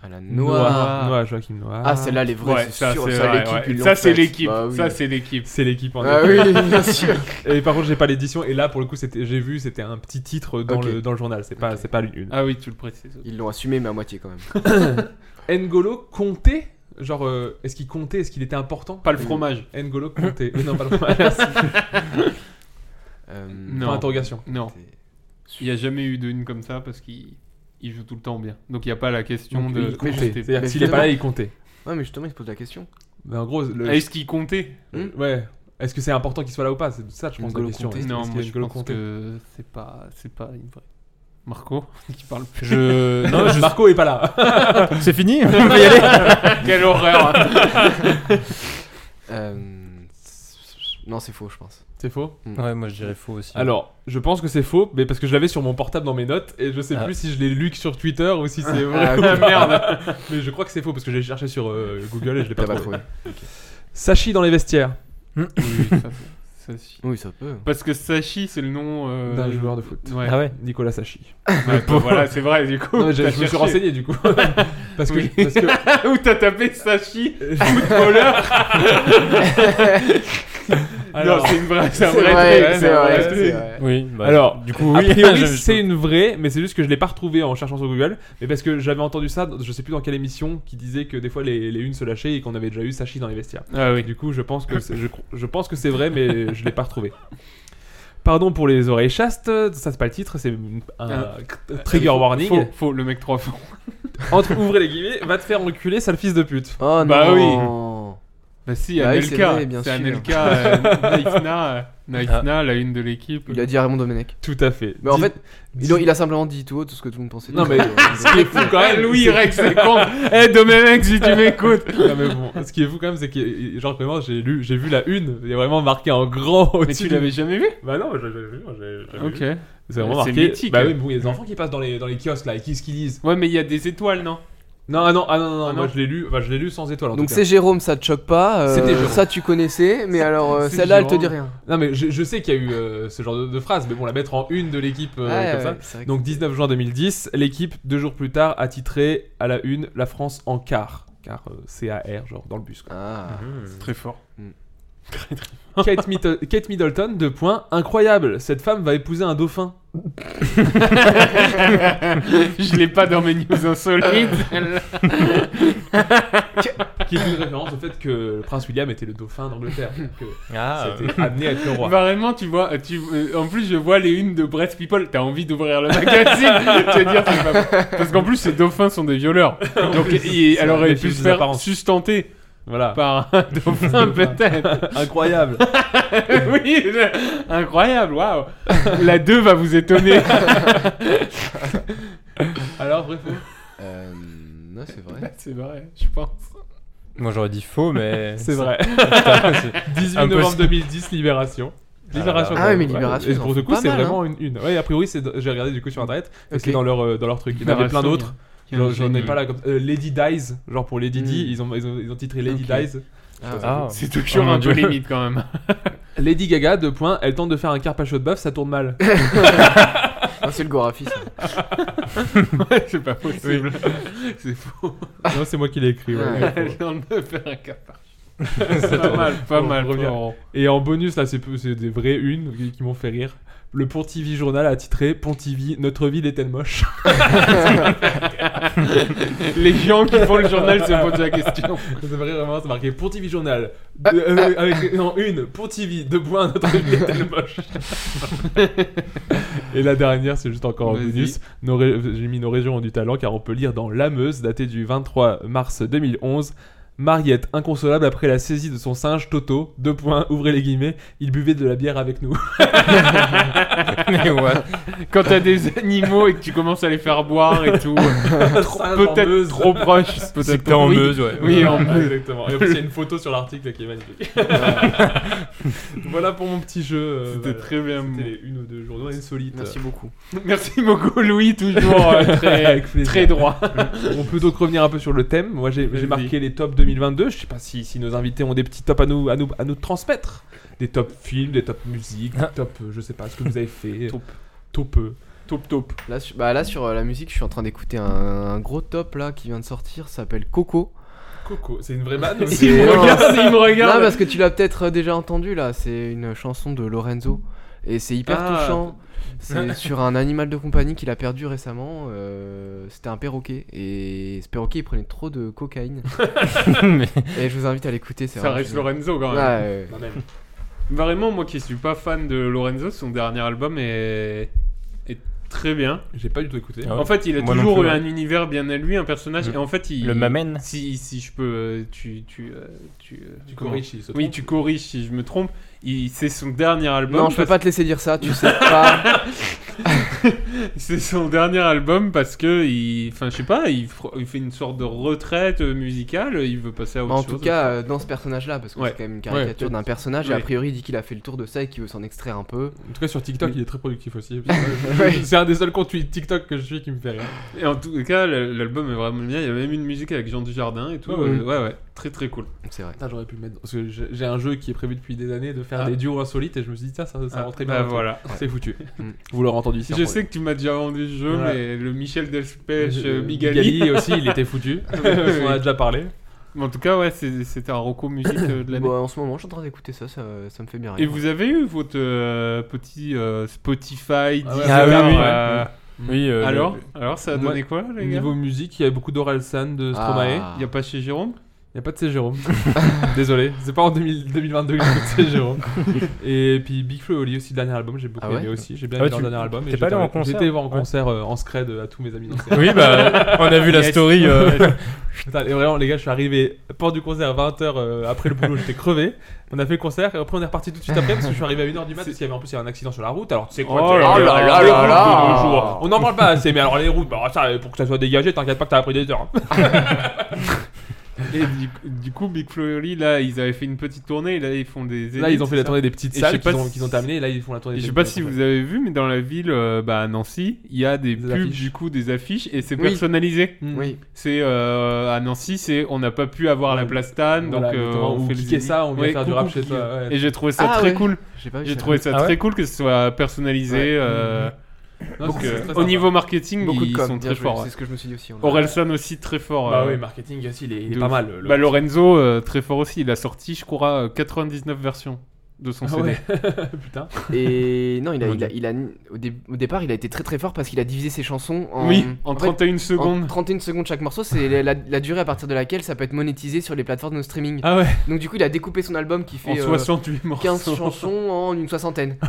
Speaker 10: À la
Speaker 8: Noah,
Speaker 10: noix.
Speaker 8: Noah, Joachim Noah.
Speaker 10: Ah, celle-là, les
Speaker 11: Ouais,
Speaker 10: vrais, c'est
Speaker 11: ça
Speaker 10: sûr.
Speaker 11: c'est
Speaker 10: Ça,
Speaker 11: vrai,
Speaker 10: l'équipe,
Speaker 11: ouais.
Speaker 10: ils l'ont
Speaker 11: Ça, c'est
Speaker 10: faite.
Speaker 11: l'équipe.
Speaker 10: Bah oui.
Speaker 11: Ça, c'est l'équipe.
Speaker 8: C'est l'équipe en
Speaker 10: Ah
Speaker 8: effet.
Speaker 10: oui, bien sûr.
Speaker 8: Et par contre, j'ai pas l'édition. Et là, pour le coup, c'était, j'ai vu, c'était un petit titre dans,
Speaker 10: Ok.
Speaker 8: le, dans le journal. C'est pas,
Speaker 10: Ok.
Speaker 8: c'est pas une.
Speaker 11: Ah oui, tu le précises.
Speaker 10: Ils l'ont assumé, mais à moitié quand même.
Speaker 8: N'Golo comptait Genre, euh, est-ce qu'il comptait Est-ce qu'il était important
Speaker 11: Pas le fromage.
Speaker 8: N'Golo comptait. Mais non, pas le fromage.
Speaker 10: Euh,
Speaker 11: Non.
Speaker 8: Point interrogation.
Speaker 11: Non, il n'y a jamais eu de une comme ça parce qu'il il joue tout le temps bien. Donc il n'y a pas la question
Speaker 8: Donc,
Speaker 11: de.
Speaker 8: il comptait.
Speaker 11: C'était-
Speaker 8: C'est-à-dire que
Speaker 10: Mais
Speaker 8: s'il est pas
Speaker 10: justement-
Speaker 8: là, il comptait.
Speaker 10: Ouais, mais justement, il se pose la question.
Speaker 8: Mais en gros, le-
Speaker 11: Ah, Est-ce qu'il comptait
Speaker 10: Hmm
Speaker 8: ouais. Est-ce que c'est important qu'il soit là ou pas C'est ça, je pense, la
Speaker 10: N'Golo
Speaker 8: question.
Speaker 10: Kanté.
Speaker 8: Est-ce-
Speaker 11: Non,
Speaker 8: est-ce
Speaker 11: moi je
Speaker 8: qu'N'Golo
Speaker 11: pense
Speaker 8: comptait
Speaker 11: que c'est pas, c'est pas une vraie. Marco, qui parle plus.
Speaker 9: Je. Non, je-
Speaker 8: Marco est pas là.
Speaker 9: C'est fini
Speaker 11: Quelle horreur
Speaker 10: Euh, c'est- Non, c'est faux, je pense.
Speaker 8: C'est faux.
Speaker 9: Ouais, moi je dirais faux aussi.
Speaker 8: Alors, je pense que c'est faux, mais parce que je l'avais sur mon portable dans mes notes et je sais
Speaker 9: Ah.
Speaker 8: plus si je l'ai lu que sur Twitter ou si c'est vrai. ou
Speaker 10: Ah, ok.
Speaker 8: pas. merde. Mais je crois que c'est faux parce que j'ai cherché sur euh, Google et je l'ai pas
Speaker 10: T'as pas
Speaker 8: trouvé.
Speaker 10: trouvé.
Speaker 8: Sachi dans les vestiaires.
Speaker 11: Oui, ça, c'est- Sachi.
Speaker 10: Oui, ça peut.
Speaker 11: Parce que Sachi, c'est le nom. euh,
Speaker 8: D'un joueur de foot.
Speaker 11: Ouais.
Speaker 9: Ah ouais
Speaker 8: Nicolas Sachi.
Speaker 11: Ouais, bah, voilà, c'est vrai, du coup.
Speaker 8: Non, mais j'ai-
Speaker 11: t'as
Speaker 8: je me suis
Speaker 11: cherché.
Speaker 8: renseigné du coup. parce que.
Speaker 11: Oui.
Speaker 8: parce que-
Speaker 11: Où t'as tapé Sachi
Speaker 8: alors,
Speaker 11: Non, c'est une vraie. C'est un
Speaker 10: C'est
Speaker 11: vrai
Speaker 10: vrai,
Speaker 11: truc,
Speaker 10: c'est
Speaker 11: un
Speaker 10: vrai,
Speaker 11: truc.
Speaker 10: c'est vrai.
Speaker 9: Oui, bah,
Speaker 8: Alors,
Speaker 9: du coup, oui.
Speaker 8: a priori,
Speaker 9: je-
Speaker 8: c'est une vraie, mais c'est juste que je l'ai pas retrouvée en cherchant sur Google. Mais parce que j'avais entendu ça, je sais plus dans quelle émission, qui disait que des fois les, les unes se lâchaient et qu'on avait déjà eu Sachi dans les vestiaires.
Speaker 11: Ah
Speaker 8: Et
Speaker 11: oui.
Speaker 8: du coup, je pense que c'est, je, cro- je pense que c'est vrai, mais je l'ai pas retrouvé. Pardon pour les oreilles chastes, ça c'est pas le titre, c'est un
Speaker 11: Ah.
Speaker 8: trigger warning.
Speaker 11: Faux, faux, oh, le mec 3 faux.
Speaker 8: Entre ouvrez les guillemets, va te faire enculer, sale fils de pute.
Speaker 10: Oh
Speaker 11: Bah
Speaker 10: non.
Speaker 11: Bah si,
Speaker 10: Bah oui, c'est
Speaker 11: Anelka,
Speaker 10: vrai, bien
Speaker 11: c'est
Speaker 10: sûr.
Speaker 11: Anelka, euh, Naïfna, euh,
Speaker 8: Ah.
Speaker 11: Naïfna, la une de l'équipe.
Speaker 10: Il a dit à Raymond Domenech.
Speaker 8: Tout à fait.
Speaker 10: Mais en
Speaker 8: Dis-
Speaker 10: fait,
Speaker 8: dis-
Speaker 10: il a, il a simplement dit tout haut tout ce que tout le monde pensait.
Speaker 8: Non, mais- ce qui est fou quand
Speaker 11: Ah,
Speaker 8: même,
Speaker 11: Louis
Speaker 8: c'est-
Speaker 11: Rex, c'est con Eh, Domenech, si tu m'écoutes
Speaker 8: Non, mais bon, ce qui est fou quand même, c'est que genre vraiment, j'ai lu, j'ai vu la une, il y a vraiment marqué en grand.
Speaker 11: Mais
Speaker 8: au-dessus
Speaker 11: tu
Speaker 8: du-
Speaker 11: l'avais jamais vu
Speaker 8: Bah non, j'avais vu, moi, j'ai- j'avais
Speaker 11: Ok.
Speaker 8: vu. C'est vraiment
Speaker 11: C'est
Speaker 8: marqué.
Speaker 11: mythique.
Speaker 8: Bah oui, mais bon, il y a des enfants qui passent dans les dans les kiosques là, et qui ce qu'ils lisent.
Speaker 11: Ouais, mais il y a des étoiles, non
Speaker 8: Non, ah non, ah non, non,
Speaker 11: Ah
Speaker 8: moi
Speaker 11: non.
Speaker 8: je l'ai lu, bah, je l'ai lu sans étoile. En
Speaker 10: Donc
Speaker 8: tout cas.
Speaker 10: c'est Jérôme, ça te choque pas. euh,
Speaker 8: C'était Jérôme.
Speaker 10: ça, tu connaissais, mais alors euh,
Speaker 11: c'est
Speaker 10: celle-là, elle te
Speaker 11: Jérôme.
Speaker 10: dit rien.
Speaker 8: Non mais je, je sais qu'il y a eu euh, ce genre de, de phrase, mais bon, la mettre en une de l'équipe euh,
Speaker 10: Ouais,
Speaker 8: comme
Speaker 10: ouais,
Speaker 8: ça.
Speaker 10: c'est vrai que
Speaker 8: Donc 19 juin 2010, l'équipe, deux jours plus tard, a titré à la une La France en quart. Car euh, C-A-R, genre dans le bus. quoi.
Speaker 10: Ah.
Speaker 11: Très fort.
Speaker 8: Kate, Middle- Kate Middleton, deux points. Incroyable, cette femme va épouser un dauphin.
Speaker 11: Je l'ai pas dans mes news insolites.
Speaker 8: Qui est une référence au fait que le prince William était le dauphin d'Angleterre. Que
Speaker 9: Ah, euh,
Speaker 8: c'était amené à être le roi.
Speaker 11: Vraiment, tu vois, tu, euh, en plus, je vois les unes de Brest People. T'as envie d'ouvrir le magazine. tu vas dire, c'est pas vrai. Parce qu'en plus, ces dauphins sont des violeurs. Donc, il- elle aurait
Speaker 8: défi
Speaker 11: pu
Speaker 8: des
Speaker 11: se faire
Speaker 8: apparences.
Speaker 11: sustenter
Speaker 8: Voilà.
Speaker 11: par un dauphin, peut-être.
Speaker 8: Incroyable.
Speaker 11: oui, je- incroyable, waouh. La 2 va vous étonner.
Speaker 8: Alors, vrai faux
Speaker 10: Euh, non, c'est vrai.
Speaker 11: c'est vrai, je pense.
Speaker 9: moi j'aurais dit faux, mais.
Speaker 8: C'est vrai.
Speaker 9: Putain, c'est-
Speaker 8: 18
Speaker 9: Impossible.
Speaker 8: novembre 2010, Libération. Libération.
Speaker 10: Ah
Speaker 8: quand
Speaker 10: ouais,
Speaker 8: même,
Speaker 10: mais Libération,
Speaker 8: Et
Speaker 10: ils en
Speaker 8: pour le
Speaker 10: font
Speaker 8: coup,
Speaker 10: pas
Speaker 8: c'est
Speaker 10: mal, hein.
Speaker 8: vraiment une, une. Ouais, a priori, c'est dans- j'ai regardé du coup sur internet. et
Speaker 10: Ok.
Speaker 8: C'est dans leur, euh, dans leur truc. Il y en avait plein d'autres. J'en j'en ai pas là comme. euh, Lady Dies, genre pour Lady
Speaker 10: Hmm.
Speaker 8: Di, ils ont, ils, ont, ils ont titré Lady
Speaker 10: Ok.
Speaker 8: Dies.
Speaker 9: Ah,
Speaker 11: C'est
Speaker 9: Oh
Speaker 11: toujours
Speaker 9: mon
Speaker 11: un peu
Speaker 9: Dieu.
Speaker 11: limite quand même.
Speaker 8: Lady Gaga, deux points, elle tente de faire un carpaccio de bœuf, ça tourne mal.
Speaker 10: Ah, c'est le Gorafi. ça.
Speaker 11: c'est pas possible. C'est faux.
Speaker 8: non, c'est moi qui l'ai écrit. ouais.
Speaker 10: Ouais.
Speaker 11: Elle vient de faire un capard. pas mal, pas
Speaker 8: Bon,
Speaker 11: mal.
Speaker 8: revient.
Speaker 11: Florent.
Speaker 8: Et en bonus, là, c'est peu- c'est des vraies unes qui- qui m'ont fait rire. Le Pontivy Journal a titré Pontivy, notre ville est-elle moche
Speaker 11: Les gens qui font le journal se posent la question.
Speaker 8: Ça me fait rire vraiment, c'est marqué Pontivy Journal.
Speaker 11: Ah,
Speaker 8: deux- euh, avec, non, une, Pontivy, deux points, notre ville est-elle moche Et la dernière, c'est juste encore en
Speaker 11: Vas-y.
Speaker 8: bonus. Nos ré- J'ai mis nos régions ont du talent car on peut lire dans La Meuse, datée du 23 mars 2011. Mariette, inconsolable après la saisie de son singe Toto, deux points, ouvrez les guillemets, il buvait de la bière avec nous.
Speaker 11: Mais ouais. Quand t'as des animaux et que tu commences à les faire boire et tout, trop-
Speaker 8: Singe en
Speaker 11: peut-être
Speaker 8: Meuse.
Speaker 11: trop proche.
Speaker 9: Ah, C'est
Speaker 11: peut-être
Speaker 9: que t'es en
Speaker 11: oui.
Speaker 9: Meuse, ouais.
Speaker 11: Oui, en
Speaker 8: Ah,
Speaker 11: Meuse.
Speaker 8: Exactement. Et en plus, il y a une photo sur l'article qui est magnifique. voilà pour mon petit jeu. euh,
Speaker 11: C'était
Speaker 8: voilà.
Speaker 11: très bien.
Speaker 8: C'était les une ou deux journées insolites.
Speaker 10: Merci beaucoup.
Speaker 11: Merci beaucoup, Louis, toujours euh, très,
Speaker 8: Avec plaisir.
Speaker 11: très droit.
Speaker 8: On peut donc revenir un peu sur le thème. Moi, j'ai j'ai
Speaker 11: Vas-y.
Speaker 8: marqué les tops 2022. Je sais pas si, si nos invités ont des petits tops à nous, à nous, à nous transmettre. Des tops films, des tops musique, des tops, euh, je sais pas, ce que vous avez fait.
Speaker 11: Top.
Speaker 8: Top. euh,
Speaker 11: Top, top.
Speaker 10: Là, sur- bah, là sur euh, la musique, je suis en train d'écouter un, un gros top là qui vient de sortir, ça s'appelle Coco.
Speaker 8: Coco, c'est une vraie manne.
Speaker 10: C'est-
Speaker 11: Il me
Speaker 10: Non.
Speaker 11: regarde, il me
Speaker 10: Non,
Speaker 11: regarde.
Speaker 10: parce que tu l'as peut-être euh, déjà entendu là, c'est une chanson de Lorenzo et c'est hyper
Speaker 11: Ah.
Speaker 10: touchant. C'est sur un animal de compagnie qu'il a perdu récemment. euh, C'était un perroquet et ce perroquet il prenait trop de cocaïne.
Speaker 9: Mais-
Speaker 10: et je vous invite à l'écouter, c'est
Speaker 11: Ça
Speaker 10: vraiment
Speaker 11: reste
Speaker 10: génial.
Speaker 11: Lorenzo quand même.
Speaker 10: Ouais, ouais.
Speaker 8: Non, Bah, même.
Speaker 11: Vraiment, moi qui suis pas fan de Lorenzo, son dernier album est, est très bien.
Speaker 8: J'ai pas du tout écouté.
Speaker 9: Ah ouais.
Speaker 11: En fait, il a
Speaker 9: Moi non
Speaker 11: toujours
Speaker 9: plus,
Speaker 11: eu
Speaker 9: ouais.
Speaker 11: un univers bien à lui, un personnage.
Speaker 9: Mm.
Speaker 11: Et en fait, il.
Speaker 9: Le Mamen
Speaker 11: Si, si je peux. euh, Tu. Tu. euh, tu, euh,
Speaker 8: Tu
Speaker 11: comment-
Speaker 8: corriges, il se
Speaker 11: Oui,
Speaker 8: trompe.
Speaker 11: tu corriges si je me trompe. Il- C'est son dernier album.
Speaker 10: Non, je peux
Speaker 11: parce-
Speaker 10: pas te laisser dire ça, tu sais pas.
Speaker 11: C'est son dernier album parce que. Il... Enfin, je sais pas, il, fr- il fait une sorte de retraite euh, musicale. Il veut passer à
Speaker 10: Mais
Speaker 11: autre
Speaker 10: en
Speaker 11: chose.
Speaker 10: tout cas, euh, dans ce personnage-là, parce que
Speaker 11: Ouais.
Speaker 10: c'est quand même une caricature
Speaker 11: Ouais.
Speaker 10: d'un personnage, et
Speaker 11: Ouais.
Speaker 10: a priori il dit qu'il a fait le tour de ça et qu'il veut s'en extraire un peu.
Speaker 8: En tout cas, sur TikTok, il est très productif aussi.
Speaker 10: Ouais.
Speaker 8: C'est un des seuls comptes TikTok que je suis qui me fait rire.
Speaker 11: Et en tout cas, l- l'album est vraiment bien. Il y a même une musique avec Jean Dujardin et tout.
Speaker 8: Ouais, ouais.
Speaker 11: euh, ouais, ouais. Très, très cool.
Speaker 10: C'est vrai.
Speaker 8: Putain, j'aurais pu le mettre. Parce que j'ai j'ai un jeu qui est prévu depuis des années de faire
Speaker 11: Ah.
Speaker 8: des duos insolites et je me suis dit, tiens, ça, ça
Speaker 11: Ah,
Speaker 8: rentrait bien.
Speaker 11: bah
Speaker 8: dans le truc.
Speaker 11: voilà.
Speaker 8: C'est foutu.
Speaker 10: Mm.
Speaker 8: Vous l'aurez entendu ici.
Speaker 11: Je sais que tu m'as déjà vendu ce jeu,
Speaker 8: Voilà.
Speaker 11: mais le Michel Delpech, euh, Bigali.
Speaker 8: Bigali aussi, il était foutu. On en a déjà parlé.
Speaker 11: Mais en tout cas, ouais, c'est- c'était un Rocco musique euh, de l'année.
Speaker 10: Bon, Bah, en ce moment, je suis en train d'écouter ça, ça, ça me fait bien
Speaker 11: Et
Speaker 10: rire.
Speaker 11: vous avez eu votre euh, petit euh, Spotify,
Speaker 8: Ah ouais,
Speaker 11: Deezer,
Speaker 9: ah oui, oui,
Speaker 11: euh,
Speaker 9: Oui, euh, le-
Speaker 11: alors, alors, ça a
Speaker 8: Moi,
Speaker 11: donné quoi, les gars
Speaker 8: Niveau musique, il y avait beaucoup d'Orelsan, de Stromae.
Speaker 10: Ah.
Speaker 11: Il n'y a pas chez Jérôme
Speaker 8: Il n'y a pas de C. Jérôme. Désolé, c'est pas en 2000 2022 que j'écoute C. Jérôme. Et puis Big Flo et Oli aussi, le dernier album, j'ai beaucoup
Speaker 10: Ah ouais
Speaker 8: aimé aussi. J'ai bien
Speaker 9: Ah
Speaker 8: aimé
Speaker 9: ouais,
Speaker 8: leur
Speaker 9: tu-
Speaker 8: dernier album. et
Speaker 9: t'es pas allé
Speaker 8: j'étais-
Speaker 9: en concert
Speaker 8: J'étais voir en
Speaker 9: Ouais.
Speaker 8: concert euh, en scred euh, à tous mes amis d'anciens.
Speaker 9: Oui, bah, on a vu la
Speaker 11: Yes.
Speaker 9: story. euh,
Speaker 8: Putain, et vraiment, les gars, je suis arrivé pour du concert à 20h après le boulot, j'étais crevé. On a fait le concert et après, on est reparti tout de suite après parce que je suis arrivé à 1h du mat parce qu'il y avait en plus il y avait un accident sur la route. Alors, tu sais quoi
Speaker 11: Oh
Speaker 8: t'es-
Speaker 11: là
Speaker 8: les
Speaker 11: là
Speaker 8: routes
Speaker 11: là
Speaker 8: de
Speaker 11: là
Speaker 8: nos
Speaker 11: là.
Speaker 8: jours. On n'en parle pas assez, mais alors les routes, bah, ça, pour que ça soit dégagé, t'inquiète pas que t'as appris des heures.
Speaker 11: Et du, du coup, Big Flo et Oli, là, ils avaient fait une petite tournée, et là, ils font des.
Speaker 8: Là, ils ont
Speaker 11: élites,
Speaker 8: fait la
Speaker 11: ça.
Speaker 8: tournée des petites
Speaker 11: Et je sais
Speaker 8: salles
Speaker 11: pas
Speaker 8: qu'ils ont,
Speaker 11: si-
Speaker 8: qu'ils ont terminées et là, ils font la tournée
Speaker 11: Et
Speaker 8: des
Speaker 11: je sais
Speaker 8: des-
Speaker 11: pas
Speaker 8: des
Speaker 11: si
Speaker 8: concerts.
Speaker 11: vous avez vu, mais dans la ville, euh, bah, à Nancy, il y a des,
Speaker 8: Des
Speaker 11: pubs,
Speaker 8: affiches.
Speaker 11: du coup, des affiches, et c'est
Speaker 10: Oui.
Speaker 11: personnalisé.
Speaker 8: Mm.
Speaker 10: Oui,
Speaker 11: C'est euh, à Nancy, c'est on n'a pas pu avoir la place Tan,
Speaker 8: Voilà,
Speaker 11: donc euh,
Speaker 8: exactement.
Speaker 11: on
Speaker 8: Ou
Speaker 11: fait les
Speaker 8: cliquez
Speaker 11: élites.
Speaker 8: ça, on vient
Speaker 11: Ouais,
Speaker 8: faire du
Speaker 11: coucou,
Speaker 8: rap chez toi,
Speaker 11: cliquez.
Speaker 8: ouais.
Speaker 11: Et j'ai trouvé ça
Speaker 10: Ah
Speaker 11: très
Speaker 10: ouais.
Speaker 11: cool.
Speaker 10: j'ai pas vu
Speaker 11: J'ai
Speaker 10: ça.
Speaker 11: trouvé ça
Speaker 9: Ah ouais
Speaker 11: très cool que ce soit personnalisé.
Speaker 10: Ouais.
Speaker 11: euh,
Speaker 8: Mmh. Non,
Speaker 11: parce
Speaker 8: c'est
Speaker 11: que
Speaker 8: très sympa.
Speaker 11: au niveau marketing,
Speaker 10: Beaucoup
Speaker 11: ils
Speaker 10: de com,
Speaker 11: sont
Speaker 10: bien
Speaker 11: très
Speaker 10: joué,
Speaker 11: forts.
Speaker 10: C'est ce que je me suis dit aussi. on a-
Speaker 11: Orelsan aussi très fort.
Speaker 8: Bah
Speaker 11: euh,
Speaker 8: oui, marketing aussi, il est, il est
Speaker 11: de
Speaker 8: pas
Speaker 11: ouf.
Speaker 8: mal. le-
Speaker 11: Bah, Lorenzo, euh, très fort aussi. Il a sorti, je crois, euh, 99 versions de son
Speaker 8: Ah
Speaker 11: CD.
Speaker 8: ouais, putain.
Speaker 10: Et non, il a,
Speaker 9: Mon
Speaker 10: il a- il a- au, dé- au départ, il a été très très fort parce qu'il a divisé ses chansons en.
Speaker 11: Oui, en
Speaker 10: fait,
Speaker 11: 31
Speaker 10: en
Speaker 11: secondes.
Speaker 10: 31 secondes chaque morceau, c'est la, la- la durée à partir de laquelle ça peut être monétisé sur les plateformes de streaming.
Speaker 8: Ah ouais,
Speaker 10: Donc du coup, il a découpé son album qui fait
Speaker 11: En
Speaker 10: euh,
Speaker 11: 68 morceaux.
Speaker 10: 15 chansons en une soixantaine.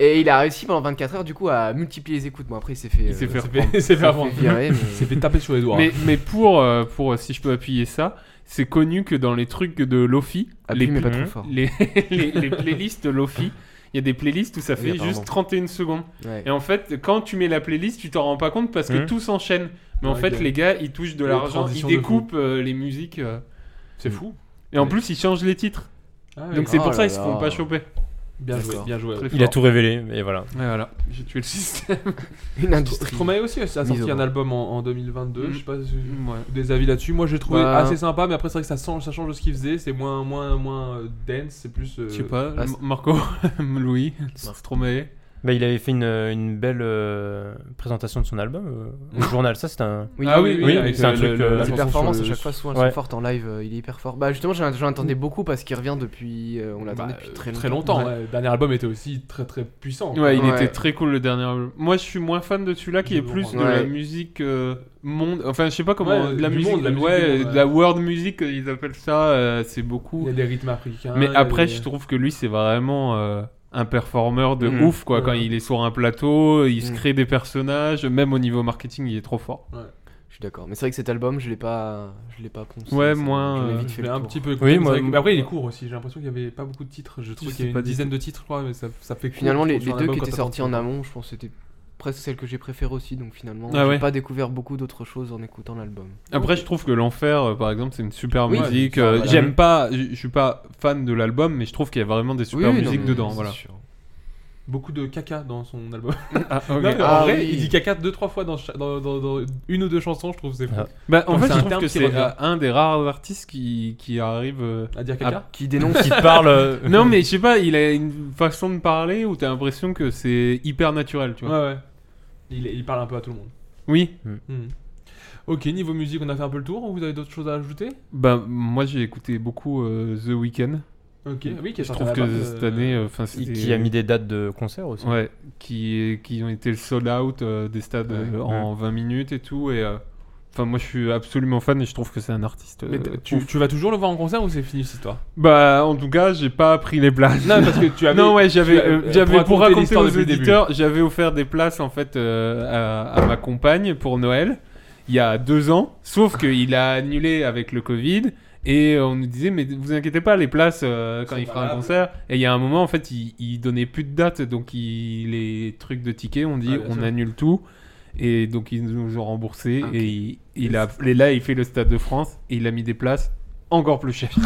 Speaker 10: et il a réussi pendant 24 heures du coup à multiplier les écoutes. Bon après, il s'est fait.
Speaker 11: Il s'est
Speaker 10: euh,
Speaker 11: fait
Speaker 8: c'est fait, c'est fait avant.
Speaker 10: virer, mais-
Speaker 8: C'est fait taper sur les doigts.
Speaker 11: Mais, mais pour, euh, pour, euh, si je peux appuyer ça, c'est connu que dans les trucs de Lofi,
Speaker 10: Appuie,
Speaker 11: les,
Speaker 10: mais pas
Speaker 11: pl-
Speaker 10: trop fort.
Speaker 11: les, les, les playlists Lofi, il y a des playlists où ça fait
Speaker 10: Ah apparemment.
Speaker 11: juste 31 secondes.
Speaker 10: Ouais.
Speaker 11: Et en fait, quand tu mets la playlist, tu t'en rends pas compte parce que
Speaker 9: Mhm.
Speaker 11: tout s'enchaîne. Mais en
Speaker 8: Mmh. Ouais,
Speaker 11: fait,
Speaker 8: bien.
Speaker 11: les gars, ils touchent de
Speaker 8: Les
Speaker 11: l'argent, ils
Speaker 8: transitions de
Speaker 11: découpent euh, les musiques. euh,
Speaker 8: C'est fou.
Speaker 11: et en
Speaker 10: Ouais.
Speaker 11: plus, ils changent les titres.
Speaker 8: Ah ouais,
Speaker 11: Donc c'est
Speaker 10: Oh
Speaker 11: pour ça, ils
Speaker 10: là
Speaker 11: se font
Speaker 10: là.
Speaker 11: pas choper.
Speaker 8: bien joué,
Speaker 10: D'accord.
Speaker 8: bien joué.
Speaker 11: Très
Speaker 9: il a
Speaker 11: fort.
Speaker 9: tout révélé, et voilà.
Speaker 11: Ouais, voilà, j'ai tué le système.
Speaker 10: Une industrie.
Speaker 8: Stromae aussi a
Speaker 10: Mise
Speaker 8: sorti
Speaker 10: au
Speaker 8: un
Speaker 10: point.
Speaker 8: album en, en 2022,
Speaker 11: Mm.
Speaker 8: je sais pas si-
Speaker 11: Ouais.
Speaker 8: des avis là-dessus. Moi j'ai trouvé
Speaker 10: Bah.
Speaker 8: assez sympa, mais après c'est vrai que ça change, ça change de ce qu'il faisait, c'est moins moins moins euh, dance, c'est plus euh,
Speaker 11: Je sais pas,
Speaker 10: ah,
Speaker 11: M-
Speaker 10: c'est-
Speaker 11: Marco, Louis, Stromae.
Speaker 9: Bah, il avait fait une, une belle euh, présentation de son album euh, au journal. Ça, c'est un.
Speaker 10: Oui,
Speaker 11: ah oui, oui,
Speaker 9: oui,
Speaker 11: avec
Speaker 9: c'est un
Speaker 11: le-
Speaker 9: truc,
Speaker 11: le-
Speaker 9: euh,
Speaker 11: la
Speaker 10: Les
Speaker 11: chanson
Speaker 10: performances
Speaker 11: sur
Speaker 10: à
Speaker 11: le-
Speaker 10: chaque fois sont, elles
Speaker 9: Ouais.
Speaker 10: sont fortes en live, euh, il est hyper fort. Bah justement, j'en j'en attendais
Speaker 11: Mm.
Speaker 10: beaucoup parce qu'il revient depuis, euh, on
Speaker 8: bah,
Speaker 10: l'attendait
Speaker 11: Bah,
Speaker 10: depuis très longtemps.
Speaker 8: ouais. Le dernier album était aussi très très puissant.
Speaker 11: Ouais, il
Speaker 10: Ouais.
Speaker 11: était très cool le dernier album. Moi, je suis moins fan de celui-là qui
Speaker 8: Du
Speaker 11: est plus de
Speaker 10: monde.
Speaker 11: la
Speaker 10: Ouais.
Speaker 11: musique euh, monde. Enfin, je sais pas comment.
Speaker 8: Ouais,
Speaker 11: de la
Speaker 8: du
Speaker 11: musique,
Speaker 8: monde, la musique
Speaker 11: ouais,
Speaker 8: du monde, ouais.
Speaker 11: de la world music, euh, ils appellent ça. euh, c'est
Speaker 8: Il
Speaker 11: beaucoup.
Speaker 8: y a des rythmes africains.
Speaker 11: Mais
Speaker 8: il y a
Speaker 11: après,
Speaker 8: des-
Speaker 11: je trouve que lui, c'est vraiment euh, un performeur de
Speaker 10: Mm.
Speaker 9: Mhm.
Speaker 11: ouf, quoi.
Speaker 8: Ouais.
Speaker 11: Quand il est sur un plateau, il se
Speaker 10: Mhm.
Speaker 11: crée des personnages. Même au niveau marketing, il est trop fort.
Speaker 10: Je suis d'accord. Mais c'est vrai que cet album, je l'ai pas, je l'ai pas poncé.
Speaker 11: Ouais,
Speaker 10: ça-
Speaker 11: moins,
Speaker 10: je l'ai
Speaker 11: euh,
Speaker 10: vite fait le
Speaker 8: un
Speaker 10: tour.
Speaker 8: petit peu.
Speaker 9: Oui,
Speaker 8: court,
Speaker 9: moi-
Speaker 8: c'est vrai que- Après, il est court aussi. J'ai l'impression qu'il n'y avait pas beaucoup de titres. Je trouve
Speaker 11: sais
Speaker 8: qu'il y a
Speaker 11: pas
Speaker 8: une
Speaker 11: du
Speaker 8: dizaine
Speaker 11: tout.
Speaker 8: de titres, je crois, mais ça, ça fait court,
Speaker 10: Finalement,
Speaker 8: je
Speaker 10: les,
Speaker 8: trouve,
Speaker 10: les
Speaker 8: sur un
Speaker 10: deux
Speaker 8: album
Speaker 10: qui
Speaker 8: quand
Speaker 10: étaient
Speaker 8: t'as
Speaker 10: sortis en
Speaker 8: sorti.
Speaker 10: amont, je pense que c'était presque celles que j'ai préférées aussi. Donc finalement,
Speaker 11: Ah
Speaker 10: j'ai
Speaker 11: ouais.
Speaker 10: pas découvert beaucoup d'autres choses en écoutant l'album.
Speaker 11: Après, je trouve que l'enfer, euh, par exemple, c'est une super
Speaker 10: Oui.
Speaker 11: musique.
Speaker 10: Ouais,
Speaker 11: euh,
Speaker 10: voilà.
Speaker 11: J'aime pas, je je suis pas fan de l'album, mais je trouve qu'il y a vraiment des super
Speaker 10: Oui, oui, non,
Speaker 11: musiques
Speaker 10: mais
Speaker 11: dedans.
Speaker 10: c'est
Speaker 11: Voilà.
Speaker 10: sûr.
Speaker 8: Beaucoup de caca dans son album.
Speaker 11: Ah, ok.
Speaker 8: Non, mais en
Speaker 10: Ah
Speaker 8: vrai,
Speaker 10: oui.
Speaker 8: il dit caca deux, trois fois dans, cha- dans- dans- dans une ou deux chansons. Je trouve que c'est fou.
Speaker 9: Ah.
Speaker 11: Bah, en
Speaker 8: Comme
Speaker 11: fait,
Speaker 8: c'est
Speaker 11: je
Speaker 8: un
Speaker 11: trouve
Speaker 8: terme
Speaker 11: que
Speaker 8: qui
Speaker 11: c'est
Speaker 8: revient.
Speaker 11: euh, un des rares artistes qui, qui arrive. euh,
Speaker 8: À dire caca
Speaker 10: Qui dénonce
Speaker 9: Qui te parle. euh,
Speaker 11: Non, mais je sais pas, il a une façon de parler où t'as l'impression que c'est hyper naturel, tu vois.
Speaker 8: Ouais, ouais. Il, il parle un peu à tout le monde.
Speaker 11: Oui.
Speaker 8: Hmm. Ok, niveau musique, on a fait un peu le tour. Vous avez d'autres choses à ajouter
Speaker 11: Bah, moi j'ai écouté beaucoup euh, The Weeknd.
Speaker 8: Ok, Euh, oui, qui est
Speaker 11: Je
Speaker 8: sorti
Speaker 11: trouve
Speaker 8: à
Speaker 11: que
Speaker 8: la base,
Speaker 11: cette
Speaker 8: euh,
Speaker 11: année, enfin,
Speaker 9: qui qui a mis des dates de concert aussi.
Speaker 11: Ouais, qui, qui ont été le sold out euh, des stades euh, en 20 minutes et tout. Et euh, enfin, moi je suis absolument fan et je trouve que c'est un artiste.
Speaker 8: Mais
Speaker 11: euh,
Speaker 8: t- tu,
Speaker 11: ouf.
Speaker 8: tu vas toujours le voir en concert ou c'est fini cette histoire
Speaker 11: Bah, en tout cas, j'ai pas pris les places.
Speaker 8: Non, parce que tu avais.
Speaker 11: Non, ouais, j'avais,
Speaker 8: tu as-
Speaker 11: euh,
Speaker 8: pour
Speaker 11: j'avais pour
Speaker 8: raconter
Speaker 11: raconter
Speaker 8: l'histoire
Speaker 11: aux
Speaker 8: depuis le début.
Speaker 11: auditeurs, j'avais offert des places en fait euh, à, à ma compagne pour Noël il y a deux ans, sauf qu'il a annulé avec le Covid. Et euh, on nous disait, mais vous inquiétez pas, les places, euh, quand
Speaker 8: Sont
Speaker 11: il fera un
Speaker 8: valables.
Speaker 11: concert. Et il y a un moment, en fait, il, il donnait plus de date, donc il- les trucs de tickets, on dit,
Speaker 8: Ouais, bien
Speaker 11: on
Speaker 8: sûr.
Speaker 11: annule tout. Et donc ils nous ont remboursé.
Speaker 10: Ok.
Speaker 11: Et, il, il a, et là, il fait le Stade de France, et il a mis des places encore plus chères.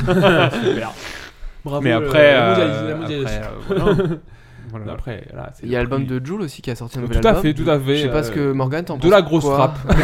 Speaker 8: Bravo,
Speaker 11: mais
Speaker 8: le-
Speaker 11: après.
Speaker 8: la
Speaker 11: euh,
Speaker 8: mondialis- la mondialisation.
Speaker 11: après, euh, voilà. Voilà.
Speaker 8: Voilà. Après, là, c'est
Speaker 10: Il y a
Speaker 8: le
Speaker 10: l'album
Speaker 8: prix.
Speaker 10: de Jules aussi qui a sorti un nouvel
Speaker 8: Tout à
Speaker 10: album.
Speaker 8: fait, tout à fait.
Speaker 10: Je sais
Speaker 8: euh,
Speaker 10: pas ce que Morgan t'en
Speaker 8: de
Speaker 10: pense.
Speaker 8: la grosse
Speaker 10: quoi.
Speaker 8: frappe.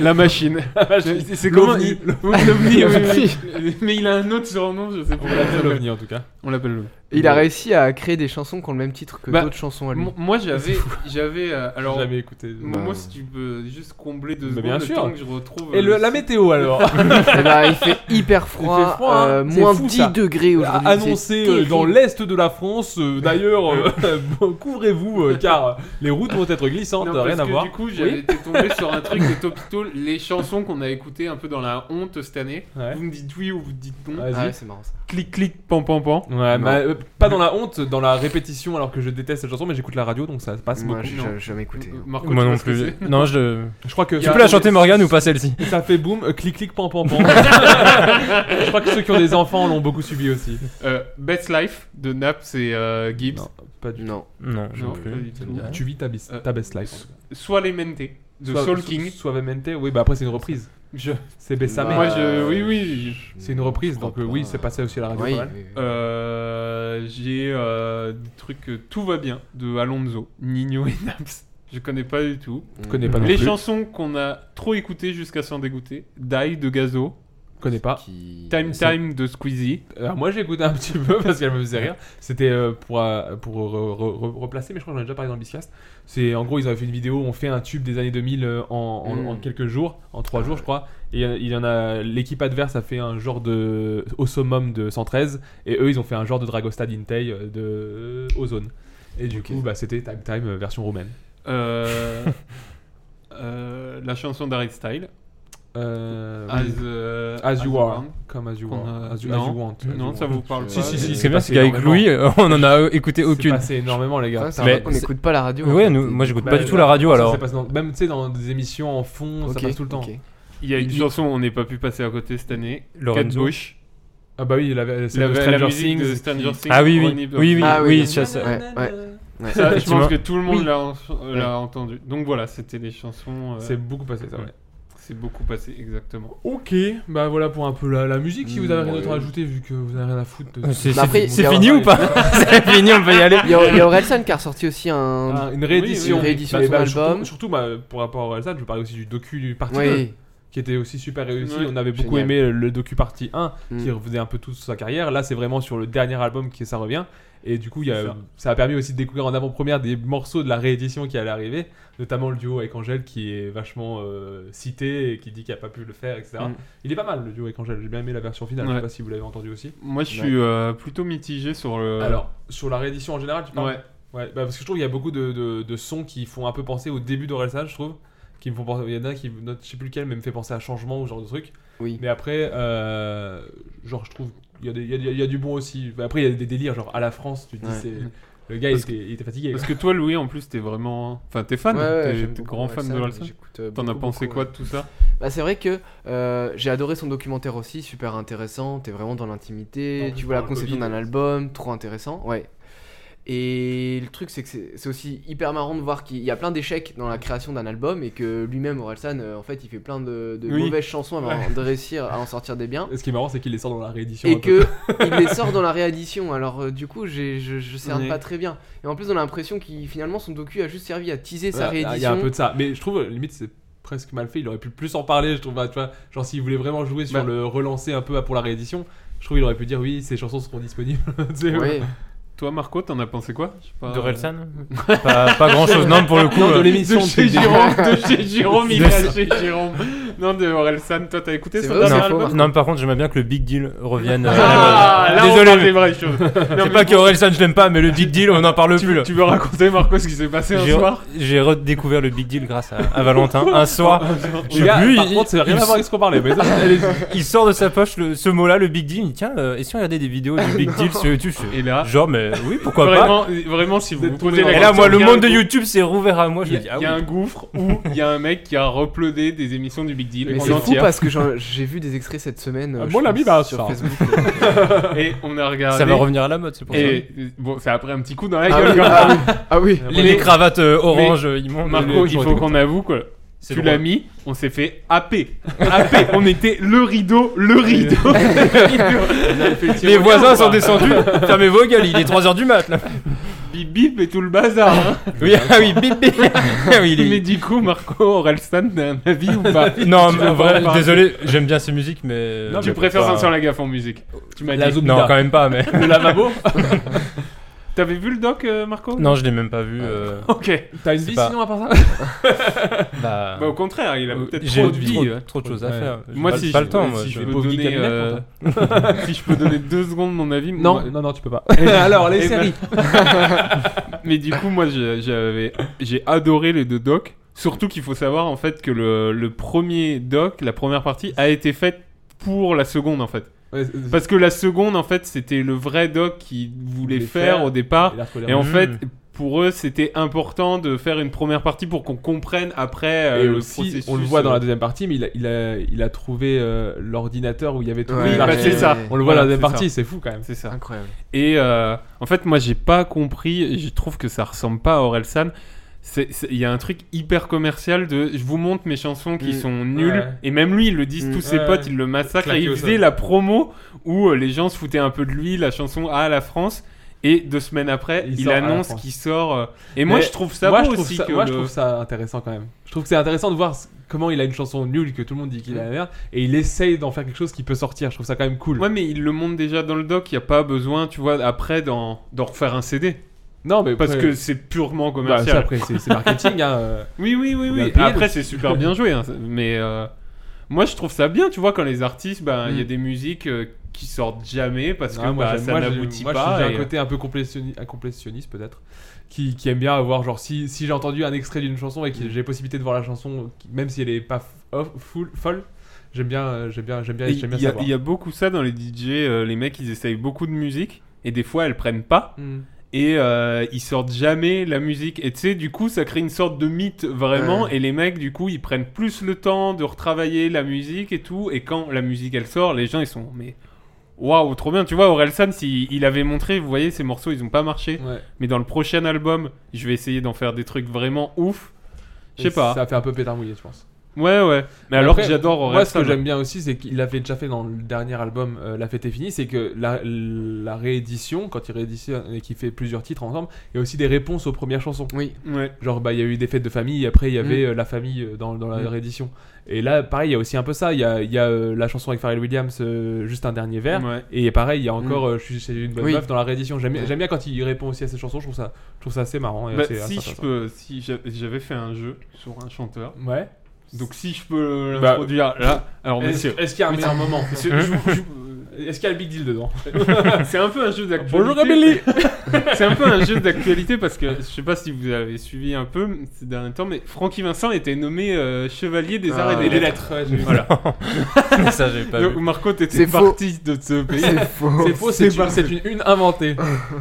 Speaker 11: La machine.
Speaker 8: C'est c'est
Speaker 11: Comment
Speaker 8: l'OVNI.
Speaker 11: il- L'OVNI, oui, oui. Mais il a un autre surnom, je sais pas.
Speaker 8: On l'appelle l'OVNI en tout cas.
Speaker 11: On l'appelle l'OVNI.
Speaker 10: Et Il a réussi à créer des chansons qui ont le même titre que
Speaker 11: Bah,
Speaker 10: d'autres chansons à lui.
Speaker 11: Mo- Moi, j'avais. j'avais euh, alors,
Speaker 8: J'ai jamais écouté.
Speaker 11: moi,
Speaker 10: Bah,
Speaker 11: moi, si tu peux juste combler deux
Speaker 8: Bah,
Speaker 11: secondes
Speaker 8: bien
Speaker 11: le
Speaker 8: sûr.
Speaker 11: temps que je retrouve.
Speaker 8: Et
Speaker 11: euh,
Speaker 8: le- la météo alors
Speaker 10: Eh ben, il fait hyper froid,
Speaker 8: Il fait froid, hein.
Speaker 10: euh,
Speaker 8: C'est
Speaker 10: moins
Speaker 8: fou,
Speaker 10: 10
Speaker 8: ça.
Speaker 10: degrés aujourd'hui. c'est
Speaker 8: Annoncé euh, dans
Speaker 10: terrible.
Speaker 8: l'est de la France. euh, D'ailleurs, euh, bon, couvrez-vous euh, car les routes vont être glissantes.
Speaker 11: Non, parce
Speaker 8: rien à
Speaker 11: que
Speaker 8: voir.
Speaker 11: Du coup, j'avais été tombé sur un truc de Topito, les chansons qu'on a écoutées un peu dans la honte cette année.
Speaker 8: Ouais.
Speaker 11: Vous me dites oui ou vous me dites non.
Speaker 8: Vas-y.
Speaker 10: Ah ouais, c'est marrant ça.
Speaker 11: Clic, clic, pan, pan, pan.
Speaker 8: Ouais,
Speaker 10: Non.
Speaker 8: bah, euh, pas dans la honte, dans la répétition, alors que je déteste cette chanson, mais j'écoute la radio donc ça passe
Speaker 10: Moi,
Speaker 8: beaucoup.
Speaker 10: j'ai
Speaker 11: non.
Speaker 10: jamais- jamais écouté.
Speaker 11: Marco,
Speaker 9: Moi
Speaker 11: tu
Speaker 9: non
Speaker 11: vois ce que
Speaker 9: plus.
Speaker 11: c'est
Speaker 9: Non, je.
Speaker 8: Je crois que
Speaker 11: Tu
Speaker 9: Tu
Speaker 11: peux
Speaker 9: peux
Speaker 11: la
Speaker 9: la chanter Morgane ou pas celle-ci
Speaker 8: ça fait boum, euh, clic clic pan pan pan. je crois que ceux qui ont des enfants l'ont beaucoup subi aussi.
Speaker 11: Euh, Best Life de Naps et euh, Gibbs.
Speaker 8: Non, pas du
Speaker 10: Non.
Speaker 9: Non, je
Speaker 11: Non,
Speaker 9: non
Speaker 11: pas
Speaker 9: plus.
Speaker 11: du tout.
Speaker 8: tout. Tu vis ta, bis-
Speaker 11: Euh,
Speaker 8: ta best life.
Speaker 11: Soit les Mente de
Speaker 8: Soit-
Speaker 11: Soul
Speaker 8: so-
Speaker 11: King.
Speaker 8: Suavemente, oui, bah après c'est une reprise.
Speaker 11: Je-
Speaker 8: C'est Bessamé.
Speaker 11: Bah, Moi, je- oui, oui,
Speaker 8: C'est une reprise, donc euh, oui, c'est passé aussi à la radio.
Speaker 10: Oui,
Speaker 8: pas mal.
Speaker 10: oui, oui.
Speaker 11: Euh, j'ai euh, des trucs euh, Tout va bien de Alonso, Nino et Naps. Je connais pas du tout.
Speaker 8: Je connais pas non
Speaker 11: les
Speaker 8: plus.
Speaker 11: chansons qu'on a trop écoutées jusqu'à s'en dégoûter. Die de Gazo,
Speaker 8: Je connais pas.
Speaker 10: Qui-
Speaker 11: Time
Speaker 8: C'est-
Speaker 11: Time de Squeezie.
Speaker 8: Alors moi j'ai écouté un petit peu parce qu'elle me faisait rire. C'était euh, pour, euh, pour re- re- re- replacer, mais je crois que j'en ai déjà parlé dans le Biscast. C'est en gros ils avaient fait une vidéo, on fait un tube des années 2000 euh, en, en-
Speaker 10: Mm.
Speaker 11: Hmm.
Speaker 8: en quelques jours, en
Speaker 11: Ah
Speaker 8: trois jours je crois. Et euh, il y en a l'équipe adverse a fait un genre de au summum de 113 et eux ils ont fait un genre de Dragostad Intei euh, de Ozone. Et du coup bah c'était Time Time euh, version roumaine.
Speaker 11: Euh, euh, la chanson d'Harry Style.
Speaker 8: Euh,
Speaker 11: As,
Speaker 8: oui.
Speaker 11: euh,
Speaker 8: As you are,
Speaker 11: Want.
Speaker 8: comme as you
Speaker 11: Qu'on
Speaker 8: are,
Speaker 11: a-
Speaker 8: as you,
Speaker 11: non.
Speaker 8: as you want. as
Speaker 11: Non,
Speaker 8: you
Speaker 11: ça
Speaker 8: want.
Speaker 11: vous parle
Speaker 10: Si,
Speaker 11: pas
Speaker 9: Si,
Speaker 10: Ouais,
Speaker 9: si,
Speaker 10: c'est
Speaker 9: c'est bien,
Speaker 8: passé
Speaker 9: c'est qu'avec
Speaker 8: énormément.
Speaker 9: Louis, euh, on en a écouté
Speaker 8: C'est
Speaker 9: aucune.
Speaker 8: passé énormément les gars.
Speaker 10: Ouais, C'est
Speaker 9: Mais
Speaker 10: vrai qu'on
Speaker 9: c'est-
Speaker 10: n'écoute pas la radio. en
Speaker 9: Ouais,
Speaker 10: fait.
Speaker 9: nous-
Speaker 10: C'est-
Speaker 9: moi j'écoute
Speaker 8: Bah,
Speaker 9: pas du tout la radio
Speaker 8: ça,
Speaker 9: alors.
Speaker 8: ça passe dans- même tu sais dans des émissions en fond, ça
Speaker 10: Ok,
Speaker 8: passe tout le temps.
Speaker 10: ok.
Speaker 11: Il y a une
Speaker 9: Il-
Speaker 11: chanson on n'est pas pu passer à côté cette année.
Speaker 9: Lorenzo.
Speaker 11: Bush.
Speaker 8: Ah bah oui, la, c'est
Speaker 11: La,
Speaker 8: de
Speaker 11: la
Speaker 8: Stranger Things.
Speaker 11: musique de Stranger Things.
Speaker 9: Ah oui, oui,
Speaker 11: Ronnie-
Speaker 9: oui, oui,
Speaker 10: Ah oui,
Speaker 9: oui,
Speaker 10: oui.
Speaker 9: ça, ça-
Speaker 10: Ouais, ouais. Ouais.
Speaker 11: Ça, je pense
Speaker 9: Effectivement.
Speaker 11: que tout le monde
Speaker 9: Oui.
Speaker 11: l'a en- euh, l'a entendu. Donc voilà, c'était les chansons. euh,
Speaker 8: C'est beaucoup passé ça. Ouais.
Speaker 11: c'est beaucoup passé, exactement.
Speaker 8: Ok, bah voilà pour un peu la, la musique. Si vous avez rien d'autre à ajouter, vu que vous n'avez rien à foutre. De...
Speaker 9: C'est
Speaker 10: Bah après,
Speaker 9: c'est- c'est
Speaker 10: il y a-
Speaker 9: fini ou pas C'est fini, on peut y aller.
Speaker 10: Il y a- il y a Orelsan qui a ressorti aussi un.
Speaker 8: Ah, une réédition,
Speaker 10: oui, une réédition
Speaker 8: Bah,
Speaker 10: de
Speaker 8: bah, Surtout,
Speaker 10: l'album.
Speaker 8: surtout, bah, pour rapport à ça, je parlais aussi du docu du parti 2,
Speaker 10: Oui.
Speaker 8: qui était aussi super réussi.
Speaker 11: Ouais.
Speaker 8: On avait beaucoup
Speaker 10: Génial.
Speaker 8: aimé le docu partie 1,
Speaker 10: Mm.
Speaker 8: qui revenait un peu toute sa carrière. Là, c'est vraiment sur le dernier album que ça revient. Et du coup, il y a-
Speaker 11: C'est
Speaker 8: ça.
Speaker 11: ça.
Speaker 8: a permis aussi de découvrir en avant-première des morceaux de la réédition qui allait arriver, notamment le duo avec Angèle qui est vachement euh, cité et qui dit qu'il n'a pas pu le faire, etc.
Speaker 10: Mm.
Speaker 8: Il est pas mal le duo avec Angèle, j'ai bien aimé la version finale, je sais
Speaker 11: Ouais.
Speaker 8: pas si vous l'avez entendu aussi.
Speaker 11: Moi, je suis euh, plutôt mitigé sur le.
Speaker 8: Alors, sur la réédition en général, tu parles
Speaker 11: Euh. ouais.
Speaker 8: Ouais, bah parce que je trouve qu'il y a beaucoup de, de- de sons qui font un peu penser au début d'Orelsan, je trouve. Qui me font penser, il y en a qui, note, je sais plus lequel, mais me fait penser à changement ou ce genre de truc.
Speaker 10: Oui.
Speaker 8: Mais après, Bah, euh, genre, je trouve, il y, a des- il y a, il y a du bon aussi. Après, il y a des délires, genre à la France, tu te dis,
Speaker 10: Ouais.
Speaker 8: c'est. Le gars, il
Speaker 11: Parce que-
Speaker 8: était, il était fatigué.
Speaker 11: Parce
Speaker 8: quoi.
Speaker 11: que toi, Louis, en plus, t'es vraiment. Enfin, t'es fan,
Speaker 10: Ouais, ouais,
Speaker 11: t'es
Speaker 10: j'aime
Speaker 11: t'es
Speaker 10: beaucoup
Speaker 11: grand fan de
Speaker 10: Orelsan,
Speaker 11: Orelsan.
Speaker 10: j'écoute, euh,
Speaker 11: T'en as
Speaker 10: beaucoup,
Speaker 11: pensé
Speaker 10: beaucoup,
Speaker 11: quoi
Speaker 10: ouais.
Speaker 11: de tout ça
Speaker 10: Bah, c'est vrai que euh, j'ai adoré son documentaire aussi, super intéressant. T'es vraiment dans l'intimité,
Speaker 8: En plus,
Speaker 10: tu vois la
Speaker 8: pendant le
Speaker 10: conception
Speaker 8: Covid.
Speaker 10: d'un album, trop intéressant, ouais. Et le truc, c'est que c'est c'est aussi hyper marrant de voir qu'il y a plein d'échecs dans la création d'un album et que lui-même, Orelsan, euh, en fait, il fait plein de, de
Speaker 8: Oui.
Speaker 10: mauvaises chansons avant de réussir à en sortir des biens.
Speaker 8: Ce qui est marrant, c'est qu'il les sort dans la réédition. un
Speaker 10: Et
Speaker 8: peu.
Speaker 10: que il les sort dans la réédition, alors euh, du coup j'ai- je, je cerne
Speaker 11: Ouais.
Speaker 10: pas très bien. Et en plus on a l'impression qu'il finalement son docu a juste servi à teaser sa
Speaker 8: Voilà, bah, Il y a un
Speaker 10: réédition.
Speaker 8: peu de ça. Mais je trouve, limite, c'est presque mal fait. Il aurait pu plus en parler, je trouve. bah, tu vois, genre, s'il voulait vraiment jouer sur
Speaker 11: Bah.
Speaker 8: le relancer un peu pour la réédition, je trouve qu'il aurait pu dire oui, ces chansons seront disponibles. Tu sais, ouais.
Speaker 10: Ouais.
Speaker 11: Toi, Marco, t'en as pensé quoi Je sais pas, euh,
Speaker 9: Relsan pas, pas grand chose. Non, pour le coup.
Speaker 8: Non, de
Speaker 9: euh,
Speaker 8: l'émission.
Speaker 11: de chez
Speaker 8: depuis le
Speaker 11: Jérôme, de chez Jérôme, il
Speaker 9: De
Speaker 11: est
Speaker 9: ça.
Speaker 11: à chez Jérôme. Non, de Orelsan, toi t'as écouté
Speaker 10: C'est
Speaker 11: son
Speaker 10: vrai, c'est
Speaker 11: dernier
Speaker 10: faux, hein.
Speaker 11: album
Speaker 10: Marco.
Speaker 9: non, mais par contre, j'aimerais bien que le Big Deal revienne. euh,
Speaker 11: Ah, là on
Speaker 9: Désolé,
Speaker 11: parle
Speaker 9: mais-
Speaker 11: des vraies choses. Non, mais
Speaker 9: C'est pas que
Speaker 11: bon,
Speaker 9: Orelsan, je l'aime pas, mais le Big Deal, on n'en parle plus. là.
Speaker 11: Tu veux raconter Marco ce qui s'est passé un
Speaker 9: J'ai-
Speaker 11: soir
Speaker 9: J'ai redécouvert le Big Deal grâce à, à Valentin. Un soir, je sais
Speaker 8: gars,
Speaker 9: plus,
Speaker 8: par
Speaker 9: il-
Speaker 8: contre, c'est rien
Speaker 9: il-
Speaker 8: à voir avec ce qu'on parlait. Mais ça, allez-y.
Speaker 9: il sort de sa poche le- ce mot-là, le Big Deal. Il dit tiens, euh, et si on regardait des vidéos du Big Deal sur YouTube Je fais,
Speaker 11: Et là,
Speaker 9: Genre, mais oui, pourquoi pas
Speaker 11: vraiment, vraiment, si vous
Speaker 8: êtes
Speaker 11: vous
Speaker 8: tombé
Speaker 11: posez
Speaker 8: dans-
Speaker 11: la
Speaker 9: Et là,
Speaker 11: question,
Speaker 9: moi, le
Speaker 11: il y a
Speaker 9: monde de
Speaker 11: un-
Speaker 9: YouTube s'est rouvert à moi. Je
Speaker 11: Il y
Speaker 9: me
Speaker 11: a,
Speaker 9: dis ah
Speaker 11: il
Speaker 9: oui.
Speaker 11: y a un gouffre où il y a un mec qui a uploadé des émissions du Big Deal
Speaker 10: Mais
Speaker 11: en
Speaker 10: c'est fou
Speaker 11: entière.
Speaker 10: parce que j'en- j'ai vu des extraits cette semaine. euh,
Speaker 8: Ah,
Speaker 10: je
Speaker 8: mon
Speaker 10: pense,
Speaker 8: ami va
Speaker 10: sur
Speaker 8: ça.
Speaker 10: Facebook.
Speaker 11: Et on a regardé.
Speaker 9: Ça va revenir à la mode, c'est pour
Speaker 11: Et bon, ça a pris un petit coup dans la
Speaker 10: Ah
Speaker 11: gueule.
Speaker 10: oui,
Speaker 11: quand
Speaker 10: ah
Speaker 11: même.
Speaker 10: oui, ah oui.
Speaker 9: ça. Les, les cravates euh, orange euh, immondes.
Speaker 11: Marco,
Speaker 9: les-
Speaker 11: il faut qu'on avoue que
Speaker 9: C'est
Speaker 11: tu
Speaker 9: drôle.
Speaker 11: l'as mis, on s'est fait happer. happer. On était le rideau, le rideau. le rideau.
Speaker 9: Les voisins sont descendus. Fermez vos gueules, il est 3h du mat là.
Speaker 11: Bip bip et tout le bazar. hein.
Speaker 9: Oui, ah oui, bip bip. Ah oui, il est-
Speaker 11: Mais du coup, Marco Orelsan, t'as un avis ou pas
Speaker 9: Non,
Speaker 11: Tu
Speaker 9: mais
Speaker 11: veux
Speaker 9: en
Speaker 11: pas en
Speaker 9: vrai,
Speaker 11: parler
Speaker 9: désolé, j'ime bien ces musiques, mais. euh,
Speaker 11: Tu préfères ça sur la gaffe en musique. Tu m'as
Speaker 8: La
Speaker 11: dit.
Speaker 8: zone
Speaker 9: Non, quand même pas, mais.
Speaker 8: Le lavabo
Speaker 11: T'avais vu le doc, euh, Marco
Speaker 9: Non, je l'ai même pas vu. euh,
Speaker 11: Ok.
Speaker 8: T'as une vie
Speaker 9: pas-
Speaker 8: sinon à part ça
Speaker 9: bah,
Speaker 11: Bah, au contraire, il a
Speaker 9: euh,
Speaker 11: peut-être
Speaker 9: j'ai
Speaker 11: trop de vie.
Speaker 9: trop,
Speaker 11: euh.
Speaker 9: trop de choses à
Speaker 8: Ouais.
Speaker 9: faire. J'ai
Speaker 11: Moi,
Speaker 9: pas,
Speaker 11: si
Speaker 9: pas
Speaker 11: je-
Speaker 9: le temps.
Speaker 11: si
Speaker 9: moi,
Speaker 11: je
Speaker 9: je-
Speaker 11: peux
Speaker 8: Pauvre
Speaker 11: donner,
Speaker 8: Gabriel,
Speaker 11: euh,
Speaker 8: toi.
Speaker 11: si je peux donner deux secondes mon avis, moi-
Speaker 8: Non, non, non, tu peux pas. Alors, les
Speaker 11: Eh ben-
Speaker 8: séries.
Speaker 11: Mais du coup, moi, j'ai- j'avais, j'ai adoré les deux docs. Surtout qu'il faut savoir en fait que le, le premier doc, la première partie, a été faite pour la seconde en fait.
Speaker 8: Ouais, c'est- c'est-
Speaker 11: Parce que la seconde en fait, c'était le vrai doc qu'ils voulaient
Speaker 8: Voulait
Speaker 11: faire,
Speaker 8: faire. Hmm.
Speaker 11: au départ.
Speaker 8: il a retrouvé
Speaker 11: Et en
Speaker 9: Mm.
Speaker 11: fait, pour eux, c'était important de faire une première partie pour qu'on comprenne après euh,
Speaker 8: Et
Speaker 11: le
Speaker 8: aussi,
Speaker 11: processus.
Speaker 8: on le voit dans la
Speaker 11: euh,
Speaker 8: deuxième partie, mais il a, il a, il a trouvé euh, l'ordinateur où il y avait tous
Speaker 10: Ouais,
Speaker 8: les
Speaker 11: bah,
Speaker 8: archives.
Speaker 11: c'est ça.
Speaker 8: On le voit dans la
Speaker 11: Voilà,
Speaker 8: deuxième
Speaker 11: c'est ça.
Speaker 8: partie, c'est fou quand même.
Speaker 11: C'est ça.
Speaker 10: Incroyable.
Speaker 11: Et euh, en fait, moi, j'ai pas compris. et Je trouve que ça ressemble pas à Orelsan. C'est- c'est- Il y a un truc hyper commercial de je vous montre mes chansons qui
Speaker 10: Mm.
Speaker 11: sont nulles.
Speaker 8: Ouais.
Speaker 11: Et même lui, ils le disent,
Speaker 10: Mm.
Speaker 11: tous ses
Speaker 8: Ouais.
Speaker 11: potes, ils le massacrent. Et
Speaker 8: Claqué
Speaker 11: il
Speaker 8: au
Speaker 11: faisait
Speaker 8: sol.
Speaker 11: la promo où euh, les gens se foutaient un peu de lui, la chanson Ah, la France. Et deux semaines après,
Speaker 8: Il
Speaker 11: il,
Speaker 8: sort Ah, la
Speaker 11: annonce
Speaker 8: France.
Speaker 11: qu'il sort. euh, Et moi,
Speaker 8: Mais
Speaker 11: je trouve ça
Speaker 8: moi,
Speaker 11: beau
Speaker 8: je trouve
Speaker 11: aussi.
Speaker 8: ça,
Speaker 11: que
Speaker 8: moi, je
Speaker 11: le-
Speaker 8: trouve ça intéressant quand même. Je trouve que c'est intéressant de voir c- comment il a une chanson nulle que tout le monde dit qu'il a la merde et il essaye d'en faire quelque chose qui peut sortir. Je trouve ça quand même cool.
Speaker 11: Ouais, mais il le montre déjà dans le doc. Il n'y a pas besoin, tu vois, après d'en d'en refaire un CD.
Speaker 8: Non, mais
Speaker 11: Parce
Speaker 8: après-
Speaker 11: que c'est purement
Speaker 8: Bah, ça,
Speaker 11: commercial.
Speaker 8: après, c'est c'est marketing. hein, euh.
Speaker 11: Oui, oui, oui,
Speaker 8: Faut bien
Speaker 11: oui.
Speaker 8: le payer,
Speaker 11: Après,
Speaker 8: donc.
Speaker 11: c'est super bien joué. hein, Mais euh, moi, je trouve ça bien, tu vois, quand les artistes, ben, il y a
Speaker 8: Mm.
Speaker 11: des musiques euh, qui sortent jamais parce que
Speaker 8: Ah, moi,
Speaker 11: bah,
Speaker 8: j'aime-
Speaker 11: ça
Speaker 8: moi, j'ai-
Speaker 11: n'aboutit
Speaker 8: moi,
Speaker 11: pas.
Speaker 8: J'ai
Speaker 11: et-
Speaker 8: un côté un peu complétionni- un complétionniste peut-être, qui, qui aime bien avoir genre si, si j'ai entendu un extrait d'une chanson et que
Speaker 11: Mm.
Speaker 8: j'ai possibilité de voir la chanson, qui- même si elle est pas f- off- full- folle, j'aime bien, euh, j'aime bien, j'aime bien,
Speaker 11: et
Speaker 8: j'aime bien
Speaker 11: Il y a-
Speaker 8: savoir.
Speaker 11: il y, a beaucoup ça dans les DJ. euh, les mecs, ils essayent beaucoup de musique et des fois, elles prennent pas.
Speaker 8: Hmm.
Speaker 11: Et euh, ils sortent jamais la musique. Et tu sais, du coup, ça crée une sorte de mythe vraiment.
Speaker 10: Ouais.
Speaker 11: Et les mecs, du coup, ils prennent plus le temps de retravailler la musique et tout. Et quand la musique, elle sort, les gens, ils sont. Mais waouh, trop bien. Tu vois, Orelsan, s'il il avait montré, vous voyez, ces morceaux, ils ont pas marché.
Speaker 8: Ouais.
Speaker 11: Mais dans le prochain album, je vais essayer d'en faire des trucs vraiment ouf. Je sais
Speaker 8: Et
Speaker 11: pas.
Speaker 8: Ça fait un peu pétard mouillé, je pense.
Speaker 11: Ouais, ouais. Mais alors
Speaker 8: après,
Speaker 11: que j'adore
Speaker 8: Moi, ce
Speaker 11: Orelsan.
Speaker 8: que j'aime bien aussi, c'est qu'il l'avait déjà fait dans le dernier album euh, La fête est finie, c'est que la, la réédition, quand il rééditionne et qu'il fait plusieurs titres ensemble, il y a aussi des réponses aux premières chansons.
Speaker 10: Oui.
Speaker 11: Ouais.
Speaker 8: Genre, bah, il y a eu des fêtes de famille, et après, il y avait euh, la famille euh, dans, dans la
Speaker 11: Mm.
Speaker 8: réédition. Et là, pareil, il y a aussi un peu ça. Il y a, il y a, euh, la chanson avec Pharrell Williams, euh, juste un dernier verre.
Speaker 11: Ouais.
Speaker 8: Et pareil, il y a encore
Speaker 11: Mm.
Speaker 8: euh, Je suis chez une bonne
Speaker 10: Oui.
Speaker 8: meuf dans la réédition. J'aime bien-
Speaker 10: Ouais.
Speaker 8: j'aime bien quand il répond aussi à ces chansons, je trouve ça, je trouve ça assez marrant. et
Speaker 11: Bah,
Speaker 8: assez- assez
Speaker 11: si je
Speaker 8: intéressant.
Speaker 11: peux, si j'a- j'avais fait un jeu sur un chanteur.
Speaker 8: Ouais.
Speaker 11: Donc si je peux
Speaker 8: Bah,
Speaker 11: l'introduire là. Alors
Speaker 8: Est-ce
Speaker 11: monsieur.
Speaker 8: est-ce qu'il y a un meilleur moment
Speaker 11: monsieur, je vous- je-
Speaker 8: Est-ce qu'il y a le Big Deal dedans
Speaker 11: C'est un peu un jeu d'actualité.
Speaker 8: Bonjour Amélie
Speaker 11: C'est un peu un jeu d'actualité parce que je sais pas si vous avez suivi un peu ces derniers temps, mais Francky Vincent était nommé euh, chevalier des arts et des lettres. Voilà.
Speaker 8: Ah,
Speaker 9: ça, j'ai pas
Speaker 11: Donc
Speaker 9: vu.
Speaker 11: Marco, t'étais
Speaker 10: C'est faux.
Speaker 11: parti de ce pays.
Speaker 8: C'est faux, c'est une, c'est une une inventée.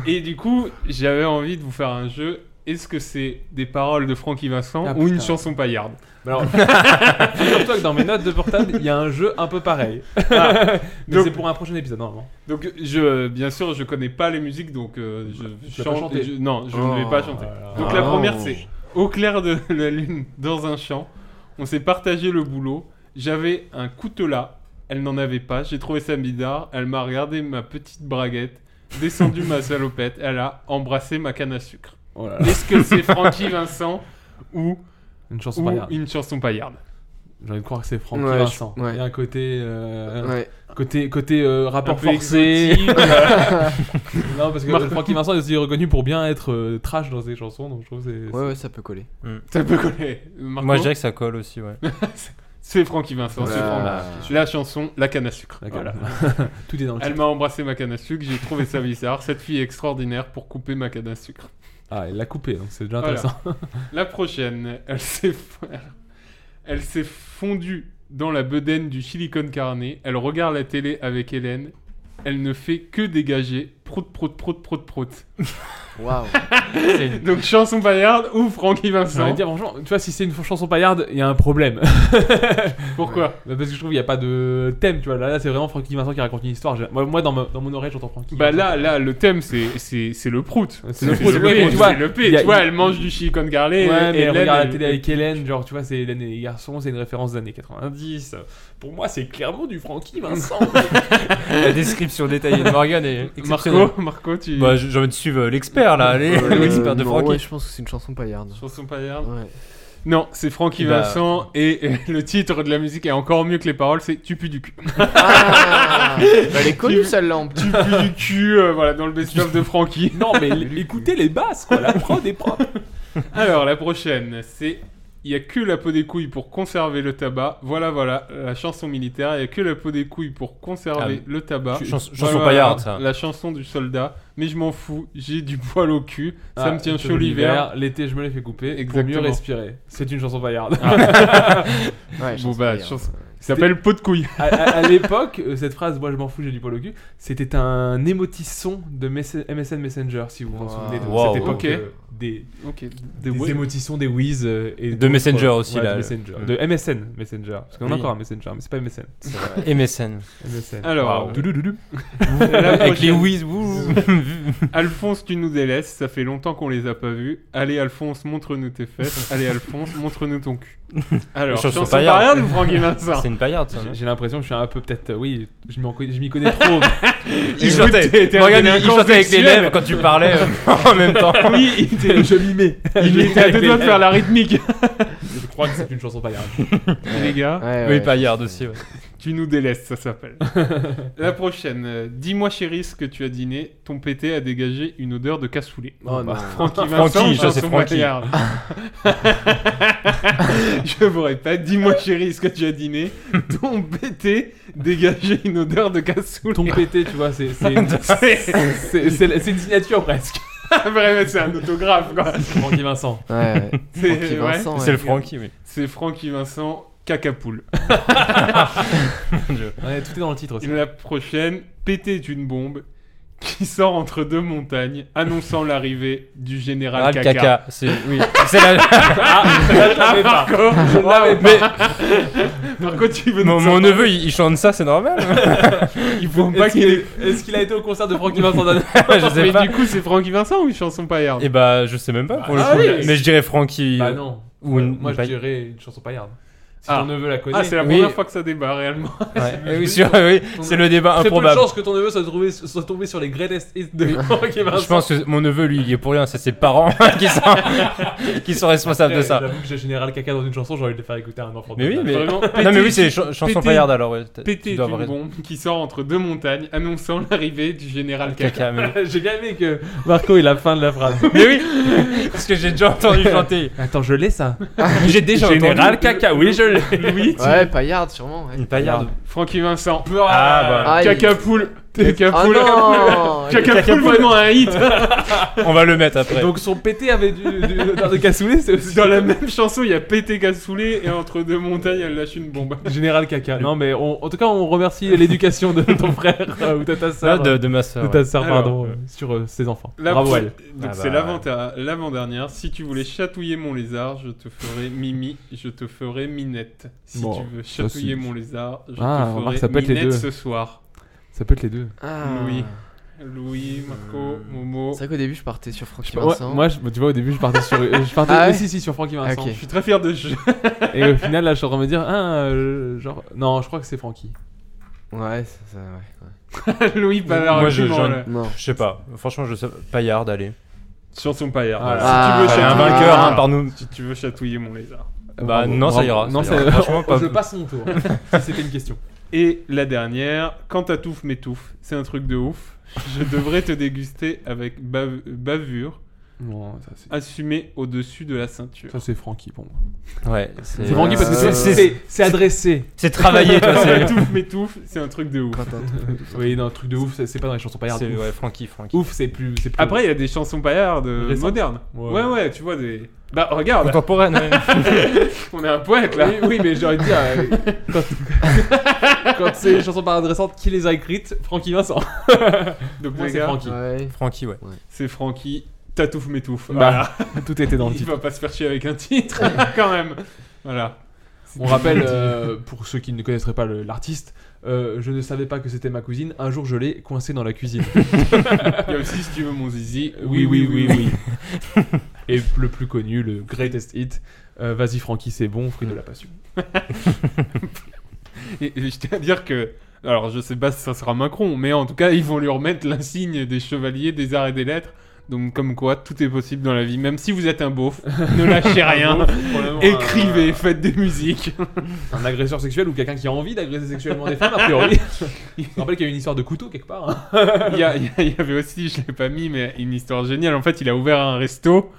Speaker 11: Et du coup, j'avais envie de vous faire un jeu. Est-ce que c'est des paroles de Francky Vincent
Speaker 8: Ah,
Speaker 11: ou une
Speaker 8: putain.
Speaker 11: chanson paillarde
Speaker 8: Alors, figure-toi que dans mes notes de portable, il y a un jeu un peu pareil. Mais
Speaker 11: Ah. Donc-
Speaker 8: c'est pour un prochain épisode, normalement.
Speaker 11: Donc, je, bien sûr, je connais pas les musiques, donc euh, je
Speaker 8: vas pas
Speaker 11: chante.
Speaker 8: chanter.
Speaker 11: je- non, je
Speaker 10: Oh.
Speaker 11: ne vais pas chanter. Donc la première c'est au clair de la lune dans un champ, on s'est partagé le boulot, j'avais un coutelas, elle n'en avait pas, j'ai trouvé ça bizarre, elle m'a regardé ma petite braguette, descendu ma salopette, elle a embrassé ma canne à sucre.
Speaker 8: Oh là là.
Speaker 11: Est-ce que c'est Francky Vincent ou,
Speaker 8: Une chanson
Speaker 11: ou
Speaker 8: paillarde.
Speaker 11: une chanson paillarde
Speaker 8: J'ai envie de croire que c'est Francky
Speaker 10: Ouais,
Speaker 8: Vincent.
Speaker 10: je- ouais.
Speaker 8: Il y a un côté, euh,
Speaker 10: Ouais.
Speaker 8: côté, côté euh,
Speaker 11: Un
Speaker 8: rapport
Speaker 11: peu
Speaker 8: forcé.
Speaker 11: exotique,
Speaker 8: non, parce que
Speaker 11: Marc-
Speaker 8: Francky Vincent est aussi reconnu pour bien être euh, trash dans ses chansons, donc je trouve que c'est.
Speaker 10: Ouais, ouais, ça peut coller.
Speaker 11: ça peut coller. Marco,
Speaker 9: Moi, je dirais que ça colle aussi, ouais.
Speaker 11: c'est Francky Vincent, c'est
Speaker 10: Voilà.
Speaker 11: Francky. La chanson, la canne à sucre.
Speaker 8: D'accord.
Speaker 11: Voilà.
Speaker 8: Tout est dans le
Speaker 11: Elle
Speaker 8: titre.
Speaker 11: m'a embrassé ma canne à sucre, j'ai trouvé ça bizarre. Cette fille est extraordinaire pour couper ma canne à sucre.
Speaker 8: Ah, elle l'a coupé, donc c'est déjà
Speaker 11: Voilà.
Speaker 8: intéressant.
Speaker 11: La prochaine, elle s'est f- elle s'est fondue dans la bedaine du silicone carné. Elle regarde la télé avec Hélène. Elle ne fait que dégager prout prout prout prout prout.
Speaker 10: Waouh.
Speaker 11: Donc chanson Bayard ou Francky
Speaker 8: J'ai envie
Speaker 11: Vincent.
Speaker 8: de dire, franchement, tu vois, si c'est une chanson paillarde, il y a un problème.
Speaker 11: Pourquoi
Speaker 8: Bah, Parce que je trouve qu'il n'y a pas de thème, tu vois. Là, là, c'est vraiment Francky Vincent qui raconte une histoire. J'ai- Moi, moi, dans, ma- dans mon oreille, j'entends Francky.
Speaker 11: Bah
Speaker 8: Vincent.
Speaker 11: là, là, le thème c'est c'est c'est le prout.
Speaker 8: C'est le prout,
Speaker 11: c'est
Speaker 8: oui, mais tu vois,
Speaker 11: c'est le P.
Speaker 8: il y a-
Speaker 11: Tu vois, elle mange du silicone carné.
Speaker 8: Ouais, mais
Speaker 11: Hélène,
Speaker 8: regarde
Speaker 11: elle-
Speaker 8: la télé avec Hélène, genre, tu vois, c'est Hélène et les garçons, c'est une référence des années 90. Pour moi, c'est clairement du Francky Vincent.
Speaker 9: La description détaillée de Morgan est exceptionnelle.
Speaker 11: Marco, Marco, tu
Speaker 9: Bah, j'ai envie de suivre euh, l'expert là, allez,
Speaker 10: Euh,
Speaker 9: l'expert de
Speaker 10: non,
Speaker 9: Francky.
Speaker 10: Ouais, je pense que c'est une chanson paillarde.
Speaker 11: chanson Bayard.
Speaker 10: Ouais.
Speaker 11: Non, c'est Francky
Speaker 9: Bah.
Speaker 11: Vincent et euh, le titre de la musique est encore mieux que les paroles, c'est Tu pues du cul.
Speaker 10: Ah Elle est connue celle-là en plus.
Speaker 11: Tu pues du cul, euh, voilà, dans le best-of de Francky.
Speaker 8: non, mais l- écoutez les basses, quoi. La prod est propre.
Speaker 11: Alors, la prochaine, c'est Il y a que la peau des couilles pour conserver le tabac. Voilà, voilà, la chanson militaire. Il y a que la peau des couilles pour conserver
Speaker 9: Ah,
Speaker 11: le tabac.
Speaker 9: ch- chanson-
Speaker 11: Voilà,
Speaker 9: chanson paillarde,
Speaker 11: voilà,
Speaker 9: ça.
Speaker 11: La chanson du soldat. Mais je m'en fous, j'ai du poil au cul. ça
Speaker 8: Ah,
Speaker 11: me tient
Speaker 8: c'est
Speaker 11: chaud l'hiver.
Speaker 8: L'été, je me l'ai fait couper. Pour
Speaker 11: Exactement.
Speaker 8: mieux respirer. Ah. C'est une chanson paillarde.
Speaker 10: Ouais,
Speaker 11: Bon,
Speaker 10: chanson
Speaker 11: bah,
Speaker 10: paillarde.
Speaker 11: chanson- Ça s'appelle peau de couille.
Speaker 8: à, à- à l'époque, euh, cette phrase, moi je m'en fous, j'ai du poil au cul, c'était un émotisson de Messe- MSN Messenger, si vous vous en
Speaker 10: Wow.
Speaker 8: souvenez de
Speaker 9: Wow.
Speaker 8: cette époque.
Speaker 11: Ok.
Speaker 8: euh, des,
Speaker 11: Ok.
Speaker 8: Ah. des émotissons des Wiz euh, et
Speaker 9: De
Speaker 8: d'autres,
Speaker 9: Messenger
Speaker 8: euh,
Speaker 9: aussi,
Speaker 8: ouais,
Speaker 9: là.
Speaker 8: De, Messenger.
Speaker 9: Mm.
Speaker 8: De MSN Messenger. Parce qu'on
Speaker 9: Oui.
Speaker 8: a encore un Messenger, mais c'est pas MSN.
Speaker 9: MSN.
Speaker 8: MSN.
Speaker 11: Alors,
Speaker 9: Wow.
Speaker 8: Douloudoulou.
Speaker 11: la
Speaker 9: Avec les
Speaker 11: prochaine-
Speaker 9: whiz, wouh.
Speaker 11: Alphonse, tu nous délaisses, ça fait longtemps qu'on les a pas vus. Allez, Alphonse, montre-nous tes fesses. Allez, Alphonse, montre-nous ton cul. Alors,
Speaker 9: Les choses
Speaker 11: chanson
Speaker 9: sont paillardes.
Speaker 11: paillarde ou Francky Vincent
Speaker 9: C'est une paillarde ça, non
Speaker 8: J'ai l'impression que je suis un peu peut-être. euh, oui, je m'en connais- je m'y connais trop.
Speaker 9: Il
Speaker 11: Écoute,
Speaker 9: chantait,
Speaker 11: t'es- t'es un
Speaker 9: Morgane, il- il
Speaker 11: délinquant
Speaker 9: chantait avec les
Speaker 11: sexuel.
Speaker 9: lèvres quand tu parlais euh, en même temps.
Speaker 11: Oui, il était,
Speaker 8: je mimais.
Speaker 11: il était à deux doigts de faire la rythmique.
Speaker 8: Je crois que c'est une chanson paillarde.
Speaker 11: les gars,
Speaker 10: Ouais,
Speaker 9: Oui,
Speaker 10: ouais,
Speaker 9: paillarde aussi, ouais.
Speaker 11: tu nous délaisses, ça s'appelle. La prochaine. euh, Dis-moi, chérie, ce que tu as dîné. Ton pété a dégagé une odeur de cassoulet.
Speaker 10: Oh non.
Speaker 11: Francky Vincent,
Speaker 9: Francky, ça,
Speaker 11: chanson
Speaker 9: c'est Francky.
Speaker 11: paillarde. Je vous répète, dis-moi chérie ce que tu as dîné. Ton pété dégageait une odeur de cassoulet. Ah
Speaker 8: Ton pété, tu vois, c'est c'est une,
Speaker 11: C'est
Speaker 8: c'est- c'est- c'est une signature presque.
Speaker 11: Vraiment, c'est un autographe, quoi.
Speaker 8: Francky Vincent.
Speaker 10: Ouais, ouais.
Speaker 11: C'est
Speaker 10: Francky
Speaker 11: ouais.
Speaker 10: Vincent,
Speaker 9: C'est
Speaker 10: ouais.
Speaker 9: le Francky, oui.
Speaker 11: C'est Francky Vincent, cacapoule.
Speaker 8: Ouais, tout est dans le titre
Speaker 11: Et
Speaker 9: Ah,
Speaker 8: aussi.
Speaker 11: la prochaine, pété est une bombe qui sort entre deux montagnes, annonçant l'arrivée du général
Speaker 9: Ah, le
Speaker 11: caca.
Speaker 9: caca. C'est oui. C'est la...
Speaker 8: Ah, Marco, je l'avais pas.
Speaker 9: Mais
Speaker 11: Marco, tu veux nous
Speaker 9: mon, mon
Speaker 11: entendre
Speaker 9: neveu, il, il chante ça, c'est normal.
Speaker 11: il faut pas
Speaker 8: Est-ce
Speaker 11: qu'il ait-
Speaker 8: qu'il, est-ce qu'il a été au concert de Francky Vincent Dana
Speaker 9: je sais
Speaker 11: Mais
Speaker 9: pas.
Speaker 11: du coup, c'est Francky Vincent ou une chanson paillarde
Speaker 9: Et bah, je sais même pas pour le
Speaker 11: Ah,
Speaker 9: coup.
Speaker 11: oui.
Speaker 9: Mais je dirais Francky. euh,
Speaker 8: Bah non.
Speaker 9: Ou une-
Speaker 8: Moi, je
Speaker 9: une
Speaker 8: dirais une chanson paillarde. Si
Speaker 11: Ah.
Speaker 8: ton neveu la connaît.
Speaker 11: Ah, c'est la
Speaker 9: ben, Oui.
Speaker 11: première fois que ça débat réellement.
Speaker 9: Ouais. Oui, sûr, oui, c'est le débat
Speaker 8: Très peu de
Speaker 9: improbable.
Speaker 8: chance que ton neveu soit, trouvé- soit tombé sur les greatest hits de Francky Vincent.
Speaker 9: Je pense que mon neveu, lui, il est pour rien. C'est ses parents qui sont, qui sont responsables de
Speaker 8: Après,
Speaker 9: ça.
Speaker 8: J'avoue que j'ai général caca dans une chanson, j'ai envie de le faire écouter à un enfant. de
Speaker 9: Mais oui,
Speaker 8: tête.
Speaker 9: mais.
Speaker 11: Vraiment,
Speaker 9: Non, mais
Speaker 11: pété-
Speaker 9: oui, c'est les ch- chansons
Speaker 11: pété-
Speaker 9: paillardes alors. ouais, t'as-
Speaker 11: Pété
Speaker 9: tu
Speaker 11: est
Speaker 9: dois
Speaker 11: une
Speaker 9: avoir raison.
Speaker 11: bombe qui sort entre deux montagnes, annonçant l'arrivée du général
Speaker 9: Caca,
Speaker 11: caca.
Speaker 9: mais...
Speaker 8: J'ai bien aimé que Marco ait la fin de la phrase.
Speaker 9: mais oui, parce que j'ai déjà entendu chanter.
Speaker 8: Attends, je l'ai ça.
Speaker 9: J'ai déjà entendu.
Speaker 8: caca, oui, je
Speaker 11: gueule, Louis.
Speaker 10: Ouais, paillarde sûrement. ouais.
Speaker 9: Une paillarde.
Speaker 11: Francky Vincent.
Speaker 9: Ah, bah.
Speaker 10: Ah, il-
Speaker 11: Cacapoule.
Speaker 10: Ah
Speaker 11: Cacapoule.
Speaker 10: non
Speaker 11: Cacapoule, vraiment un hit.
Speaker 9: On va le mettre après.
Speaker 8: Donc son pété avait du, du, de cassoulet, c'est aussi
Speaker 11: Dans la même chanson, il y a pété Gassoulet et entre deux montagnes, elle lâche une bombe.
Speaker 8: Général caca. Non, mais on- en tout cas, on remercie l'éducation de ton frère euh, ou de ta
Speaker 9: Ah,
Speaker 8: sœur.
Speaker 9: de, de ma soeur.
Speaker 8: de ta sœur,
Speaker 11: Alors,
Speaker 8: pardon,
Speaker 11: euh,
Speaker 8: euh, sur euh, ses enfants.
Speaker 11: La
Speaker 8: Bravo,
Speaker 11: pro-
Speaker 8: elle.
Speaker 11: Donc
Speaker 9: Ah
Speaker 11: c'est
Speaker 9: bah.
Speaker 11: l'avant- l'avant-dernière. Si tu voulais chatouiller mon lézard, je te ferai Mimi, je te ferai Minette. Si
Speaker 8: Bon,
Speaker 11: tu veux
Speaker 8: ça,
Speaker 11: chatouiller
Speaker 8: c'est-
Speaker 11: mon lézard, je
Speaker 8: Ah,
Speaker 11: te ferai
Speaker 8: remarque, ça peut être les
Speaker 11: Minette
Speaker 8: deux.
Speaker 11: ce soir.
Speaker 8: Ça peut être les deux.
Speaker 10: Ah.
Speaker 11: Louis. Louis, Marco,
Speaker 9: Euh,
Speaker 10: Hmm.
Speaker 11: Momo.
Speaker 10: C'est vrai qu'au début je partais sur Francky
Speaker 8: Ouais,
Speaker 10: Vincent.
Speaker 8: moi, je- tu vois, au début, je partais sur. euh, Je partais
Speaker 10: Ah ouais
Speaker 8: mais si, si, sur Francky Vincent.
Speaker 10: Ok.
Speaker 11: Je suis très fier de ce jeu.
Speaker 8: Et au final, là, je suis en train de me dire, ah, euh, genre. Non, je crois que c'est Francky.
Speaker 10: Ouais, ça, ça, ouais.
Speaker 11: Louis, pas
Speaker 9: Moi,
Speaker 11: l'argument,
Speaker 9: je- j'en-
Speaker 11: là.
Speaker 10: Non.
Speaker 9: Je sais pas. Franchement, je sais. Paillard, allez.
Speaker 11: Chanson paillard.
Speaker 8: Voilà.
Speaker 10: Ah,
Speaker 11: si, tu veux
Speaker 9: J'ai un
Speaker 11: chatouiller-
Speaker 9: vainqueur hein, par nous.
Speaker 11: si tu veux chatouiller mon lézard.
Speaker 8: Euh,
Speaker 9: Bah,
Speaker 8: bravo,
Speaker 9: non, ça
Speaker 8: bravo.
Speaker 9: ira,
Speaker 8: Non,
Speaker 9: ça ira.
Speaker 8: c'est-
Speaker 9: Franchement, pas-
Speaker 8: Je passe mon tour. hein, si c'était une question.
Speaker 11: Et la dernière, quand ta touffe m'étouffe, c'est un truc de ouf. Je devrais te déguster avec bav- bavure,
Speaker 8: Non, ça, c'est.
Speaker 11: assumée au-dessus de la ceinture.
Speaker 8: Ça, c'est Francky pour moi.
Speaker 9: Ouais.
Speaker 8: C'est Francky parce que
Speaker 10: Euh,
Speaker 8: c'est- c'est c'est adressé.
Speaker 9: C'est travaillé, toi.
Speaker 11: Quand
Speaker 9: C'est
Speaker 11: ta touffe m'étouffe, c'est un truc de ouf.
Speaker 10: Quand t'as tout-
Speaker 8: Oui, non, truc de ouf, c'est c'est pas dans les chansons paillardes.
Speaker 9: C'est-
Speaker 8: Ouf,
Speaker 9: ouais, Francky, Francky.
Speaker 8: Ouf, c'est plus, c'est plus.
Speaker 11: Après, il y a des chansons paillardes euh,
Speaker 8: Récentes.
Speaker 11: modernes.
Speaker 8: Ouais.
Speaker 11: Ouais. ouais, tu vois des. Bah, regarde,
Speaker 9: Contemporaine, ouais.
Speaker 11: on est un poète là.
Speaker 8: Oui, oui, mais j'ai envie de dire. euh, quand quand c'est les chansons par adressantes, qui les a écrites Francky Vincent.
Speaker 11: Donc,
Speaker 8: Moi,
Speaker 11: les
Speaker 8: c'est
Speaker 11: gars,
Speaker 8: Francky.
Speaker 10: Ouais.
Speaker 9: Francky, ouais.
Speaker 11: c'est Francky, ta touffe m'étouffe.
Speaker 8: Bah, tout était dans
Speaker 11: voilà.
Speaker 8: le
Speaker 11: Il
Speaker 8: titre.
Speaker 11: va pas se faire chier avec un titre, quand même. Voilà.
Speaker 8: On rappelle, euh, pour ceux qui ne connaîtraient pas le- l'artiste, euh, je ne savais pas que c'était ma cousine. Un jour, je l'ai coincée dans la cuisine. Euh,
Speaker 11: Il y a aussi, si tu veux, mon zizi.
Speaker 8: oui. Et le plus connu, le greatest hit. euh, Vas-y, Francky, c'est bon, fruit de la passion.
Speaker 11: Et, et je tiens à dire que. Alors, je sais pas si ça sera Macron, mais en tout cas, ils vont lui remettre l'insigne des chevaliers, des arts et des lettres. Donc, comme quoi, tout est possible dans la vie. Même si vous êtes un beauf, ne lâchez rien.
Speaker 8: Euh.
Speaker 11: Écrivez, faites des musiques.
Speaker 8: Un agresseur sexuel ou quelqu'un qui a envie d'agresser sexuellement des femmes, a priori. Je me rappelle qu'il y a eu une histoire de couteau quelque part. hein.
Speaker 11: Il y, a- il y a- il y avait aussi, je l'ai pas mis, mais une histoire géniale. En fait, il a ouvert un resto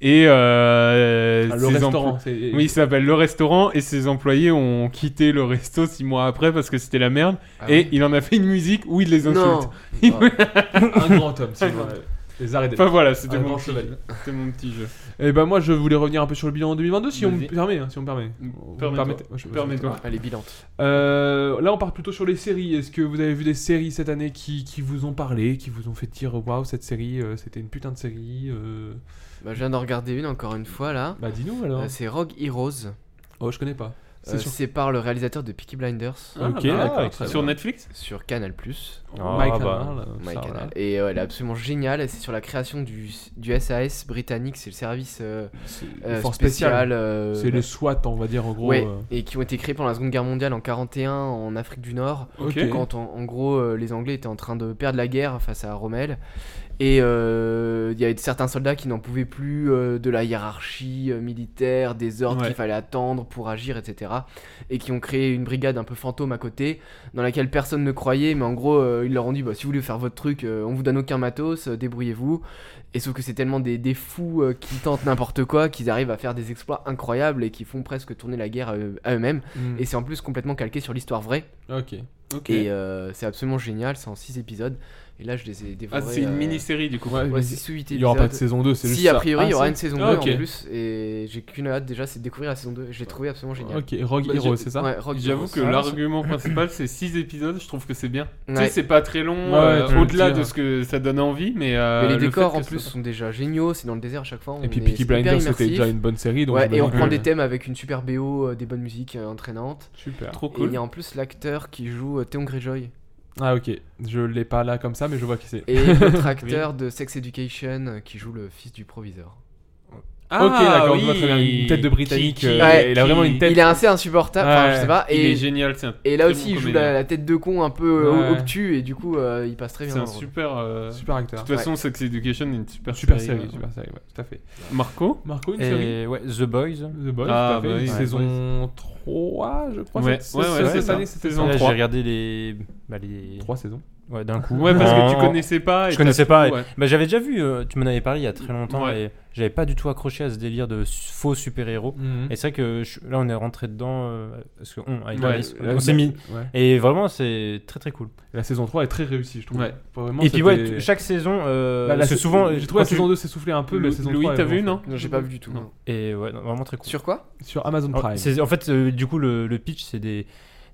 Speaker 11: et. euh,
Speaker 8: Ah, le
Speaker 11: ses
Speaker 8: restaurant.
Speaker 11: emplo-
Speaker 8: c'est-
Speaker 11: Oui, il s'appelle Le Restaurant et ses employés ont quitté le resto six mois après parce que c'était la merde.
Speaker 10: Ah
Speaker 11: et
Speaker 10: ouais.
Speaker 11: il en a fait une musique où il les insulte.
Speaker 10: Non.
Speaker 8: un grand homme. c'est vrai. Les arrêts
Speaker 11: Enfin voilà, c'était
Speaker 8: Un Ah, grand
Speaker 11: mon, petit-
Speaker 8: chevalier.
Speaker 11: c'était mon petit jeu.
Speaker 8: Et ben moi je voulais revenir un peu sur le bilan en 2022 si on me
Speaker 11: Vas-y. Mm.
Speaker 8: permet, hein, si on me permet. Vous me
Speaker 11: Permets-toi.
Speaker 8: permettez- moi, je-
Speaker 11: Permets-toi.
Speaker 10: Allez, bilante.
Speaker 8: Euh, là on part plutôt sur les séries. Est-ce que vous avez vu des séries cette année qui, qui vous ont parlé, qui vous ont fait dire waouh cette série euh, c'était une putain de série euh...
Speaker 10: Bah, je viens d'en regarder une encore une fois là.
Speaker 8: Bah dis-nous alors.
Speaker 10: Euh, C'est Rogue Heroes.
Speaker 8: Oh je connais pas. C'est
Speaker 10: Euh,
Speaker 8: sur...
Speaker 10: C'est par le réalisateur de Peaky Blinders
Speaker 8: Ah, ok
Speaker 11: Ah,
Speaker 8: d'accord.
Speaker 11: avec-
Speaker 8: très
Speaker 11: sur
Speaker 8: bien.
Speaker 11: Netflix
Speaker 10: sur Canal+.
Speaker 9: Ah,
Speaker 8: My
Speaker 9: bah.
Speaker 8: Canal, euh,
Speaker 10: My
Speaker 8: ça,
Speaker 10: Canal.
Speaker 8: voilà.
Speaker 10: Et euh, elle est absolument géniale. C'est sur la création du, du SAS britannique. C'est le service euh,
Speaker 8: C'est
Speaker 10: euh,
Speaker 8: force
Speaker 10: spécial.
Speaker 8: spéciale.
Speaker 10: euh,
Speaker 8: C'est le SWAT on va dire en gros.
Speaker 10: ouais,
Speaker 8: euh,
Speaker 10: et qui ont été créés pendant la Seconde Guerre mondiale en 41 en Afrique du Nord.
Speaker 11: Ok.
Speaker 8: Ok.
Speaker 10: quand en, en gros euh, les Anglais étaient en train de perdre la guerre face à Rommel et euh, il y avait certains soldats qui n'en pouvaient plus euh, de la hiérarchie euh, militaire, des ordres
Speaker 11: Ouais.
Speaker 10: qu'il fallait attendre pour agir, etc. Et qui ont créé une brigade un peu fantôme à côté dans laquelle personne ne croyait, mais en gros euh, ils leur ont dit bah, si vous voulez faire votre truc, euh, on vous donne aucun matos, euh, débrouillez-vous. Et sauf que c'est tellement des, des fous euh, qui tentent n'importe quoi qu'ils arrivent à faire des exploits incroyables et qui font presque tourner la guerre à eux- à eux-mêmes.
Speaker 11: Mm.
Speaker 8: hmm,
Speaker 10: Et c'est en plus complètement calqué sur l'histoire vraie.
Speaker 8: Ok.
Speaker 11: Ok.
Speaker 10: Et euh, c'est absolument génial, c'est en 6 épisodes. Et là, je les ai
Speaker 11: Ah,
Speaker 10: dévorés.
Speaker 11: c'est une
Speaker 10: euh,
Speaker 11: mini-série du coup.
Speaker 8: Ouais,
Speaker 10: Ouais,
Speaker 8: mais
Speaker 10: 6 ou 8 épisodes.
Speaker 8: il y aura pas de saison 2, c'est juste
Speaker 10: Si, a
Speaker 8: ça.
Speaker 10: priori, il y
Speaker 8: Ah,
Speaker 10: aura
Speaker 8: si.
Speaker 10: une saison 2
Speaker 8: Ah, ok.
Speaker 10: en plus. Et j'ai qu'une hâte déjà, c'est de découvrir la saison 2. Je l'ai trouvé absolument génial.
Speaker 8: Ok, Rogue
Speaker 10: Bah,
Speaker 8: Hero,
Speaker 10: je-
Speaker 8: c'est ça
Speaker 10: Ouais, Rogue
Speaker 11: J'avoue
Speaker 10: Heroes.
Speaker 11: que l'argument principal, c'est 6 épisodes. Je trouve que c'est bien. Tu
Speaker 10: Ouais.
Speaker 11: sais, c'est pas très long,
Speaker 8: Ouais,
Speaker 11: euh,
Speaker 8: tu hein. veux
Speaker 11: au-delà
Speaker 8: dire.
Speaker 11: de ce que ça donne envie, mais. euh,
Speaker 10: Mais les
Speaker 11: le fait
Speaker 10: décors
Speaker 11: que
Speaker 10: en
Speaker 11: ce
Speaker 10: plus
Speaker 11: soit-
Speaker 10: sont déjà géniaux, c'est dans le désert à chaque fois. on
Speaker 8: Et puis
Speaker 10: est-
Speaker 8: Peaky
Speaker 10: c'est hyper
Speaker 8: Blinders c'était
Speaker 10: immersif.
Speaker 8: déjà une bonne série donc
Speaker 10: Ouais, et on
Speaker 8: j'imagine
Speaker 10: prend
Speaker 8: que-
Speaker 10: des thèmes avec une super BO, euh, des bonnes musiques euh, entraînantes.
Speaker 8: Super.
Speaker 11: Trop
Speaker 10: Et il y
Speaker 11: cool.
Speaker 10: a en plus l'acteur qui joue euh, Theon Greyjoy.
Speaker 8: Ah ok, je l'ai pas là comme ça, mais je vois qui c'est.
Speaker 10: Et l'autre acteur de Sex Education euh, qui joue le fils du proviseur.
Speaker 8: Ah, ok, d'accord, je vois très bien. Une tête de Britannique.
Speaker 11: Qui-
Speaker 8: euh,
Speaker 10: Ouais,
Speaker 8: il a vraiment une tête.
Speaker 10: Il est assez insupportable, enfin, je
Speaker 8: Ouais.
Speaker 10: sais pas.
Speaker 11: Il
Speaker 10: et
Speaker 11: est génial, c'est un
Speaker 10: Et là
Speaker 11: très
Speaker 10: aussi,
Speaker 11: bon
Speaker 10: il joue
Speaker 11: comédien.
Speaker 10: la, la tête de con un peu euh,
Speaker 8: Ouais.
Speaker 10: obtus et du coup, euh, il passe très bien.
Speaker 11: C'est un
Speaker 10: dans le rôle.
Speaker 11: super. euh, De
Speaker 8: Super acteur.
Speaker 11: toute façon, Sex Education est une super
Speaker 8: Super série,
Speaker 11: euh.
Speaker 8: super série, ouais, tout à fait.
Speaker 11: Marco
Speaker 8: Marco, une série
Speaker 9: Et ouais, The Boys.
Speaker 8: The Boys, tout
Speaker 11: Ah,
Speaker 8: à
Speaker 11: bah
Speaker 8: fait.
Speaker 11: oui,
Speaker 8: une
Speaker 11: ouais.
Speaker 8: saison 3, je crois.
Speaker 11: Ouais,
Speaker 8: cette,
Speaker 11: ouais, ouais,
Speaker 8: cette
Speaker 11: c'est ça.
Speaker 8: année, c'était
Speaker 11: Saison
Speaker 9: Là, j'ai
Speaker 11: trois. Ah,
Speaker 9: regardé les. Bah, les...
Speaker 8: 3 saisons.
Speaker 9: Ouais, d'un coup.
Speaker 11: Ouais, parce que tu
Speaker 9: En-
Speaker 11: connaissais pas. et
Speaker 9: Je
Speaker 11: t'as
Speaker 9: connaissais
Speaker 11: tout,
Speaker 9: pas. et-
Speaker 11: ouais.
Speaker 9: Bah, j'avais déjà vu, euh, tu m'en avais parlé il y a très longtemps
Speaker 11: Ouais.
Speaker 9: et j'avais pas du tout accroché à ce délire de su- faux super-héros.
Speaker 8: Mhm.
Speaker 9: Et c'est vrai que je- là, on est rentré dedans euh, parce que on, avec
Speaker 11: Ouais,
Speaker 9: Alice,
Speaker 11: là,
Speaker 9: on s'est mis.
Speaker 11: ouais.
Speaker 9: Et vraiment, c'est très très cool.
Speaker 8: La saison 3 est très réussie, je trouve.
Speaker 11: Ouais.
Speaker 8: Vraiment,
Speaker 9: et puis, ouais,
Speaker 8: c'était-
Speaker 9: tu- chaque saison, euh,
Speaker 8: Bah, la
Speaker 9: parce que
Speaker 8: sa-
Speaker 9: souvent.
Speaker 8: J'ai trouvé la
Speaker 9: quand tu-
Speaker 8: saison 2 s'essouffler un peu, mais la saison
Speaker 11: Louis,
Speaker 8: 3 est
Speaker 11: t'as vu,
Speaker 8: vraiment
Speaker 11: non
Speaker 10: Non, j'ai pas vu du tout.
Speaker 11: Non.
Speaker 10: non.
Speaker 9: Et ouais, non, vraiment très cool.
Speaker 10: Sur quoi
Speaker 8: faite. Sur Amazon
Speaker 9: Alors,
Speaker 8: Prime.
Speaker 9: c'est- en fait, euh, du coup, le, le pitch, c'est des,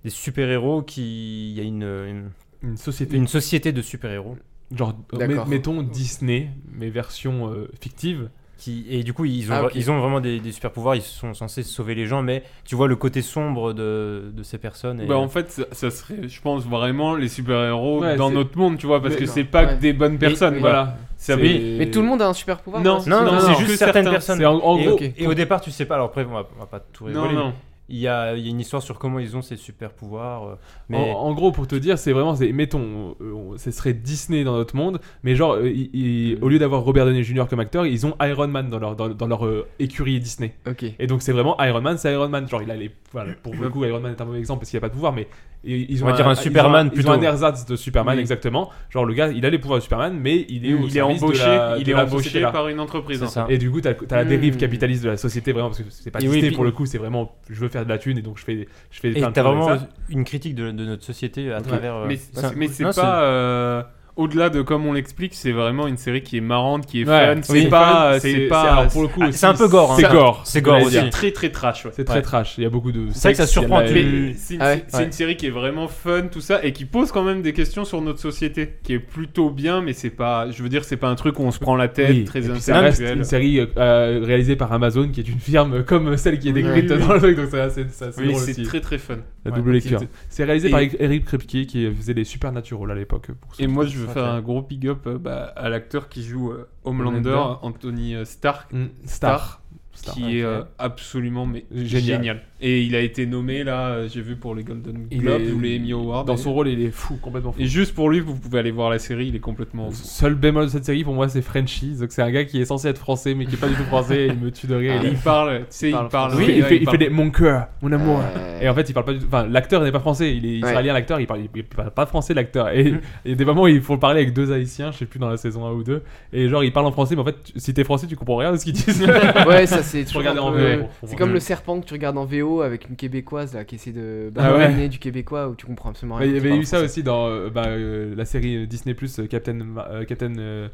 Speaker 9: des super-héros qui. Il y a une, une,
Speaker 8: Une société.
Speaker 9: une société de super-héros.
Speaker 8: Genre, euh,
Speaker 10: D'accord.
Speaker 8: met- mettons Disney, mais version euh, fictive.
Speaker 9: Qui, et du coup, ils ont,
Speaker 10: Ah, ok.
Speaker 9: ils ont vraiment des, des super-pouvoirs, ils sont censés sauver les gens, mais tu vois le côté sombre de, de ces personnes. Et,
Speaker 11: Bah, en fait, ça, ça serait, je pense, vraiment les super-héros
Speaker 8: Ouais,
Speaker 11: dans
Speaker 8: c'est-
Speaker 11: notre monde, tu vois, parce
Speaker 8: Mais-
Speaker 11: que c'est pas
Speaker 10: Ouais.
Speaker 11: que des bonnes personnes,
Speaker 10: oui.
Speaker 11: voilà. Ça-
Speaker 8: C'est-
Speaker 10: Mais tout le monde a un super pouvoir
Speaker 11: Non.
Speaker 10: là,
Speaker 9: non, non,
Speaker 11: non,
Speaker 9: c'est
Speaker 11: non,
Speaker 9: juste
Speaker 11: que
Speaker 9: certaines
Speaker 11: certains.
Speaker 9: personnes.
Speaker 8: C'est en, en
Speaker 9: et,
Speaker 8: gros.
Speaker 10: ok.
Speaker 9: et au départ, tu sais pas. Alors après, on va, on va pas tout
Speaker 11: Non,
Speaker 9: rigoler. mais
Speaker 11: non.
Speaker 9: Il y a, il y a une histoire sur comment ils ont ces super pouvoirs. euh,
Speaker 8: En,
Speaker 9: Mais
Speaker 8: en gros, pour te dire, c'est vraiment, c'est- mettons, euh, on- ce serait Disney dans notre monde, mais genre, euh, ils- ils- au lieu d'avoir Robert Downey Jr. comme acteur, ils ont Iron Man dans leur, dans, dans leur euh, écurie Disney.
Speaker 10: Ok.
Speaker 8: Et donc, c'est vraiment Iron Man, c'est Iron Man. Genre, il a les. Voilà, pour le coup, Iron Man est un mauvais exemple parce qu'il a pas de pouvoir, mais i- ils ont
Speaker 9: On va dire un
Speaker 8: ils ont
Speaker 9: Superman
Speaker 8: Ils ont un
Speaker 9: plutôt.
Speaker 8: ersatz de Superman,
Speaker 11: Oui.
Speaker 8: exactement. Genre, le gars, il a les pouvoirs de Superman, mais il est, au
Speaker 11: Il est
Speaker 8: service de
Speaker 11: embauché,
Speaker 8: la-
Speaker 11: il
Speaker 8: de
Speaker 11: est
Speaker 8: la
Speaker 11: embauché
Speaker 8: société-là.
Speaker 11: par une entreprise.
Speaker 9: c'est
Speaker 11: hein.
Speaker 9: ça.
Speaker 8: Et du coup, t'as as la dérive
Speaker 10: Mm.
Speaker 8: capitaliste de la société, vraiment, parce que c'est pas
Speaker 9: Hmm. Et oui,
Speaker 8: Disney
Speaker 9: puis-
Speaker 8: pour le coup, c'est vraiment je veux faire de la thune et donc je fais, je fais
Speaker 9: Et
Speaker 8: plein de
Speaker 9: t'as
Speaker 8: trucs avec
Speaker 9: vraiment
Speaker 8: ça.
Speaker 9: une critique de, de notre société à travers. euh,
Speaker 11: Mais
Speaker 8: Bah,
Speaker 9: ça.
Speaker 11: mais c'est
Speaker 9: Non,
Speaker 11: pas. euh, Au-delà de comme on l'explique, c'est vraiment une série qui est marrante, qui est
Speaker 8: Ouais,
Speaker 11: fun.
Speaker 8: oui.
Speaker 11: C'est pas,
Speaker 8: fun,
Speaker 11: c'est
Speaker 8: alors,
Speaker 11: pas,
Speaker 8: pour le coup,
Speaker 9: Ah,
Speaker 8: aussi,
Speaker 9: c'est un peu gore, hein.
Speaker 8: C'est
Speaker 9: Ça-
Speaker 8: gore.
Speaker 9: c'est gore
Speaker 8: je
Speaker 11: c'est
Speaker 8: veux dire.
Speaker 9: aussi.
Speaker 11: très très trash. ouais.
Speaker 8: C'est très
Speaker 9: Ouais.
Speaker 8: trash. Il y a beaucoup de.
Speaker 9: C'est vrai que
Speaker 8: sexe,
Speaker 9: ça
Speaker 8: il y a de
Speaker 9: surprend,
Speaker 8: la-
Speaker 9: tu-
Speaker 11: Mais c'est une,
Speaker 10: Ah ouais.
Speaker 11: c'est une
Speaker 9: Ouais.
Speaker 11: série qui est vraiment fun, tout ça, et qui pose quand même des questions sur notre société, qui est plutôt bien, mais c'est pas, je veux dire, c'est pas un truc où on se prend la tête,
Speaker 8: Oui, et
Speaker 11: très
Speaker 8: puis ça reste
Speaker 11: intellectuel.
Speaker 8: une série euh, euh, réalisée par Amazon qui est une firme comme celle qui est
Speaker 11: Oui,
Speaker 8: décrite
Speaker 11: oui, oui.
Speaker 8: dans le truc donc c'est assez, c'est assez
Speaker 11: Oui,
Speaker 8: drôle
Speaker 11: c'est
Speaker 8: aussi.
Speaker 11: très très fun.
Speaker 8: La
Speaker 11: Ouais,
Speaker 8: double
Speaker 11: donc
Speaker 8: lecture.
Speaker 11: c'était-
Speaker 8: C'est réalisé
Speaker 11: Et-
Speaker 8: par Eric Kripke qui faisait des Supernatural à l'époque. pour
Speaker 11: Et
Speaker 8: son-
Speaker 11: moi, je veux
Speaker 9: Ok.
Speaker 11: faire un gros big up euh, bah, à l'acteur qui joue euh, Homelander,
Speaker 8: Homelander.
Speaker 11: Anthony euh, Stark,
Speaker 8: Mm,
Speaker 11: Star,
Speaker 8: Star. Star.
Speaker 11: qui
Speaker 9: ouais,
Speaker 11: est
Speaker 9: ok.
Speaker 11: euh, absolument mais génial.
Speaker 8: Génial.
Speaker 11: Et il a été nommé là, euh, j'ai vu pour les Golden
Speaker 8: Il
Speaker 11: Globes
Speaker 8: est-
Speaker 11: ou les Emmy Awards.
Speaker 8: Dans son rôle, il est fou, complètement fou.
Speaker 11: Et juste pour lui, vous pouvez aller voir la série, il est complètement fou.
Speaker 8: Seul bémol de cette série pour moi c'est Frenchie, donc c'est un gars qui est censé être français mais qui est pas du tout français et il me tue de rire.
Speaker 11: Et il parle, tu sais, Ah il
Speaker 10: parle
Speaker 11: parle.
Speaker 8: Oui,
Speaker 11: ouais,
Speaker 8: il fait, il
Speaker 11: parle.
Speaker 8: fait des mon cœur, mon amour.
Speaker 10: Euh,
Speaker 8: Et en fait, il parle pas du tout. Enfin, l'acteur n'est pas français, il est israélien, l'acteur, il parle, il parle pas français, l'acteur. Et
Speaker 10: Mm.
Speaker 8: il y a des moments où il faut parler avec deux haïtiens, je sais plus, dans la saison 1 ou 2. Et genre, il parle en français, mais en fait, tu- si t'es français, tu comprends rien de ce qu'ils disent.
Speaker 10: Ouais, ça c'est toujours
Speaker 8: regarder
Speaker 10: un
Speaker 8: en
Speaker 10: peu-
Speaker 8: VO.
Speaker 10: C'est comme le serpent que tu regardes en VO avec une québécoise là qui essaie de
Speaker 8: Ah
Speaker 10: bah,
Speaker 8: ouais.
Speaker 10: ramener du québécois où tu comprends absolument
Speaker 8: Mais
Speaker 10: rien.
Speaker 8: Bah, il y
Speaker 10: quand tu
Speaker 8: avait
Speaker 10: parles
Speaker 8: eu ça
Speaker 10: français.
Speaker 8: aussi dans euh, bah, euh, la série euh, Disney Plus, Captain, Ma- euh, Captain euh,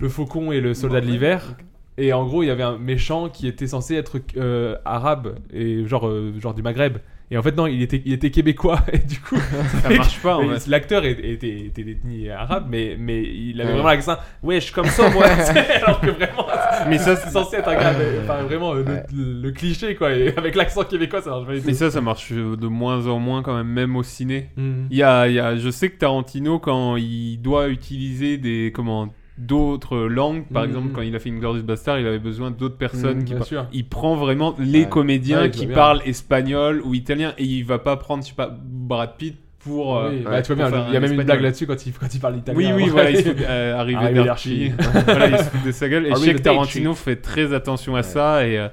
Speaker 8: le Faucon et le Soldat de l'hiver. Et en gros, il y avait un méchant qui était censé être euh, arabe et genre, euh, genre du Maghreb. Et en fait, non, il était, il était québécois. Et du coup,
Speaker 11: Ça marche pas en
Speaker 8: Et
Speaker 11: vrai.
Speaker 8: L'acteur est- était, était d'ethnie arabe, mais, mais il avait
Speaker 10: Ouais.
Speaker 8: vraiment l'accent wesh comme ça, moi. Alors que vraiment,
Speaker 11: Mais ça,
Speaker 8: c'est censé être un gars, mais- enfin, vraiment euh, le- le, le cliché quoi. Et avec l'accent québécois, ça marche pas du tout.
Speaker 11: Mais ça, ça marche euh, de moins en moins quand même, même au ciné.
Speaker 8: Mhm.
Speaker 11: Il y a, il y a- je sais que Tarantino, quand il doit utiliser des, comment, d'autres langues, par
Speaker 8: Mhm.
Speaker 11: exemple, quand il a fait Inglourious Bastard, il avait besoin d'autres personnes
Speaker 8: Mhm,
Speaker 11: qui
Speaker 8: bien
Speaker 11: par-
Speaker 8: sûr.
Speaker 11: Il prend vraiment les
Speaker 10: Ouais.
Speaker 11: comédiens
Speaker 8: Ouais, je
Speaker 11: qui
Speaker 8: vois bien.
Speaker 11: parlent espagnol ou italien et il va pas prendre, je sais pas, Brad Pitt pour. euh,
Speaker 8: Oui, bah,
Speaker 11: ouais,
Speaker 8: tu vois
Speaker 11: pour
Speaker 8: bien,
Speaker 11: faire
Speaker 8: il y a
Speaker 11: un
Speaker 8: même
Speaker 11: espagnol.
Speaker 8: une blague là-dessus quand il, quand il parle italien. hein.
Speaker 11: Oui, oui,
Speaker 8: Bon,
Speaker 11: voilà, il
Speaker 8: allez.
Speaker 11: se fout, euh,
Speaker 8: Arrivé
Speaker 11: arrivé
Speaker 8: d'Archie.
Speaker 11: voilà, il se fout de sa gueule. Et je sais que
Speaker 8: Arrivé
Speaker 11: Tarantino fait très attention à ça. Et euh,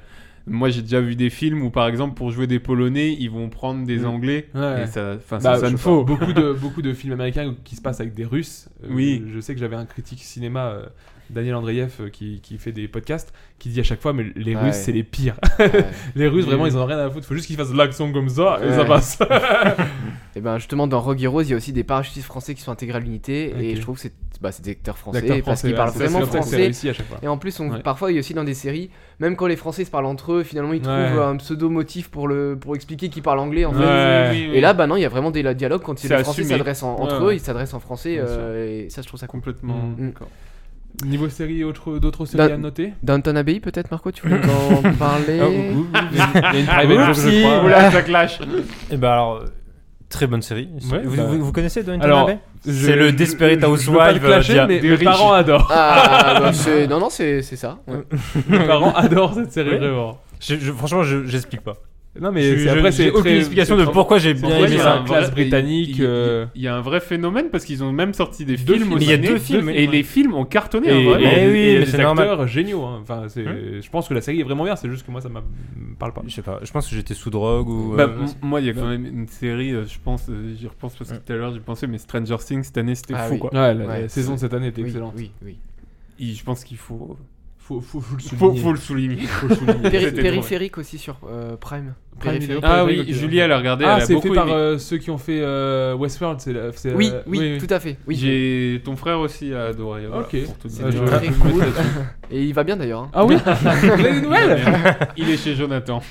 Speaker 11: moi, j'ai déjà vu des films où, par exemple, pour jouer des Polonais, ils vont prendre des
Speaker 8: Mm.
Speaker 11: Anglais.
Speaker 8: Ouais.
Speaker 11: Et ça, enfin,
Speaker 8: Bah,
Speaker 11: ça sonne
Speaker 8: je-
Speaker 11: faux.
Speaker 8: Beaucoup de, beaucoup de films américains qui se passent avec des Russes. Euh,
Speaker 11: Oui.
Speaker 8: Je sais que j'avais un critique cinéma, euh, Daniel Andreev, euh, qui, qui fait des podcasts, qui dit à chaque fois, mais les
Speaker 10: Ouais.
Speaker 8: Russes, c'est les pires.
Speaker 10: Ouais.
Speaker 8: Les Russes, vraiment,
Speaker 11: Oui.
Speaker 8: ils en ont rien à foutre. Faut juste qu'ils fassent de l'action comme ça et ça
Speaker 10: Ouais.
Speaker 8: passe.
Speaker 10: Et ben justement dans Rogue Heroes, il y a aussi des parachutistes français qui sont intégrés à l'unité et
Speaker 8: Ok.
Speaker 10: je trouve que c'est bah, c'est des acteurs français,
Speaker 8: L'acteur
Speaker 10: parce
Speaker 8: français,
Speaker 10: qu'ils
Speaker 8: ouais,
Speaker 10: parlent
Speaker 8: c'est-
Speaker 10: vraiment
Speaker 8: c'est comme ça que c'est
Speaker 10: français.
Speaker 8: réussi à chaque fois.
Speaker 10: Et en plus, on,
Speaker 8: Ouais.
Speaker 10: parfois, il y a aussi dans des séries, même quand les Français se parlent entre eux, finalement, ils trouvent
Speaker 8: Ouais.
Speaker 10: un pseudo motif pour le pour expliquer qu'ils parlent anglais en
Speaker 8: Ouais.
Speaker 10: fait.
Speaker 11: Oui, oui, oui.
Speaker 10: Et là, bah non, il y a vraiment des la- dialogues quand les
Speaker 11: C'est
Speaker 10: Français
Speaker 11: assumé.
Speaker 10: s'adressent en- entre
Speaker 11: Ouais, ouais.
Speaker 10: eux, ils s'adressent en français
Speaker 11: Bien sûr.
Speaker 10: euh, et ça, je trouve ça cool.
Speaker 11: complètement.
Speaker 8: Mm.
Speaker 11: d'accord.
Speaker 8: Niveau série, autre- d'autres séries
Speaker 10: Dans-
Speaker 8: à noter
Speaker 10: Downton Abbey, peut-être, Marco, tu voulais en
Speaker 9: Ah,
Speaker 10: parler
Speaker 9: ouh, ouh, ouh.
Speaker 8: Oh, Il y a une private joke, je crois.
Speaker 11: Oula, ça clash.
Speaker 9: Et bah alors, euh, très bonne série.
Speaker 8: Ouais,
Speaker 9: vous,
Speaker 8: bah-
Speaker 9: vous, vous connaissez Downton
Speaker 8: Alors,
Speaker 11: hein.
Speaker 9: Abbey
Speaker 8: Je-
Speaker 9: C'est le
Speaker 8: je-
Speaker 9: Desperate
Speaker 8: je- je veux pas le
Speaker 9: Housewives, euh,
Speaker 8: clasher,
Speaker 9: dia-
Speaker 8: mais
Speaker 11: des
Speaker 8: mes
Speaker 11: riches.
Speaker 8: parents adorent.
Speaker 10: Ah, bah, c'est- Non, non, c'est c'est ça. ouais.
Speaker 8: mes parents adorent cette série, vraiment.
Speaker 9: Je- je- franchement, je- j'explique pas.
Speaker 8: Non, mais c'est-
Speaker 9: Je- je-
Speaker 8: après,
Speaker 9: j'ai
Speaker 8: c'est
Speaker 9: aucune
Speaker 8: très-
Speaker 9: explication
Speaker 8: c'est
Speaker 9: de
Speaker 8: très-
Speaker 9: pourquoi j'ai
Speaker 8: c'est
Speaker 9: bien
Speaker 8: très-
Speaker 11: vrai,
Speaker 9: aimé
Speaker 11: il y a
Speaker 8: c'est
Speaker 11: un
Speaker 9: ça.
Speaker 8: un
Speaker 11: vrai-
Speaker 8: classe
Speaker 11: il-
Speaker 8: britannique.
Speaker 11: Il,
Speaker 8: euh,
Speaker 11: il y a un vrai phénomène parce qu'ils ont même sorti des
Speaker 8: Deux
Speaker 11: films.
Speaker 8: films.
Speaker 11: aux
Speaker 8: Il y a
Speaker 11: années,
Speaker 9: deux films,
Speaker 11: Et
Speaker 9: ouais.
Speaker 11: les films ont cartonné.
Speaker 8: Et,
Speaker 11: hein,
Speaker 9: et- oui,
Speaker 11: vraiment.
Speaker 8: il y a des
Speaker 9: mais c'est normal.
Speaker 8: acteurs géniaux. hein. Enfin, c'est, je pense que la série est vraiment bien. C'est juste que moi, ça m'a- me parle pas.
Speaker 9: Je sais pas, je pense que j'étais sous drogue ou.
Speaker 11: Bah,
Speaker 9: euh,
Speaker 11: m- moi, il y a quand même une série, euh, je pense, euh, j'y repense parce que tout à l'heure j'y pensais, mais Stranger Things cette année c'était
Speaker 10: Ah
Speaker 11: fou
Speaker 10: oui.
Speaker 11: quoi.
Speaker 8: Ouais, la,
Speaker 10: Ouais,
Speaker 8: la saison de cette année était
Speaker 10: Oui,
Speaker 8: excellente.
Speaker 10: oui, oui.
Speaker 11: Il- je pense qu'il faut,
Speaker 8: Faut, faut, faut le
Speaker 11: faut,
Speaker 8: souligner.
Speaker 11: faut le souligner.
Speaker 10: Péri-
Speaker 11: C'était
Speaker 10: périphérique aussi sur euh, Prime.
Speaker 8: Prime
Speaker 10: Périphérique.
Speaker 8: Video.
Speaker 11: Ah
Speaker 8: Ouais,
Speaker 11: oui,
Speaker 8: ok,
Speaker 11: Julie
Speaker 8: ouais.
Speaker 11: elle a regardé,
Speaker 8: Ah,
Speaker 11: elle a
Speaker 8: c'est fait
Speaker 11: beaucoup
Speaker 8: par
Speaker 11: aimé.
Speaker 8: euh, ceux qui ont fait euh, Westworld. C'est la, c'est,
Speaker 10: Oui,
Speaker 8: euh,
Speaker 10: oui, tout à fait. Oui.
Speaker 11: J'ai ton frère aussi a adoré. voilà,
Speaker 8: Ok.
Speaker 11: pour tout
Speaker 8: C'est
Speaker 11: dire.
Speaker 8: très
Speaker 11: Voilà.
Speaker 10: cool. Et il va bien d'ailleurs. hein.
Speaker 8: Ah oui Vous avez des nouvelles
Speaker 11: Il est chez Jonathan.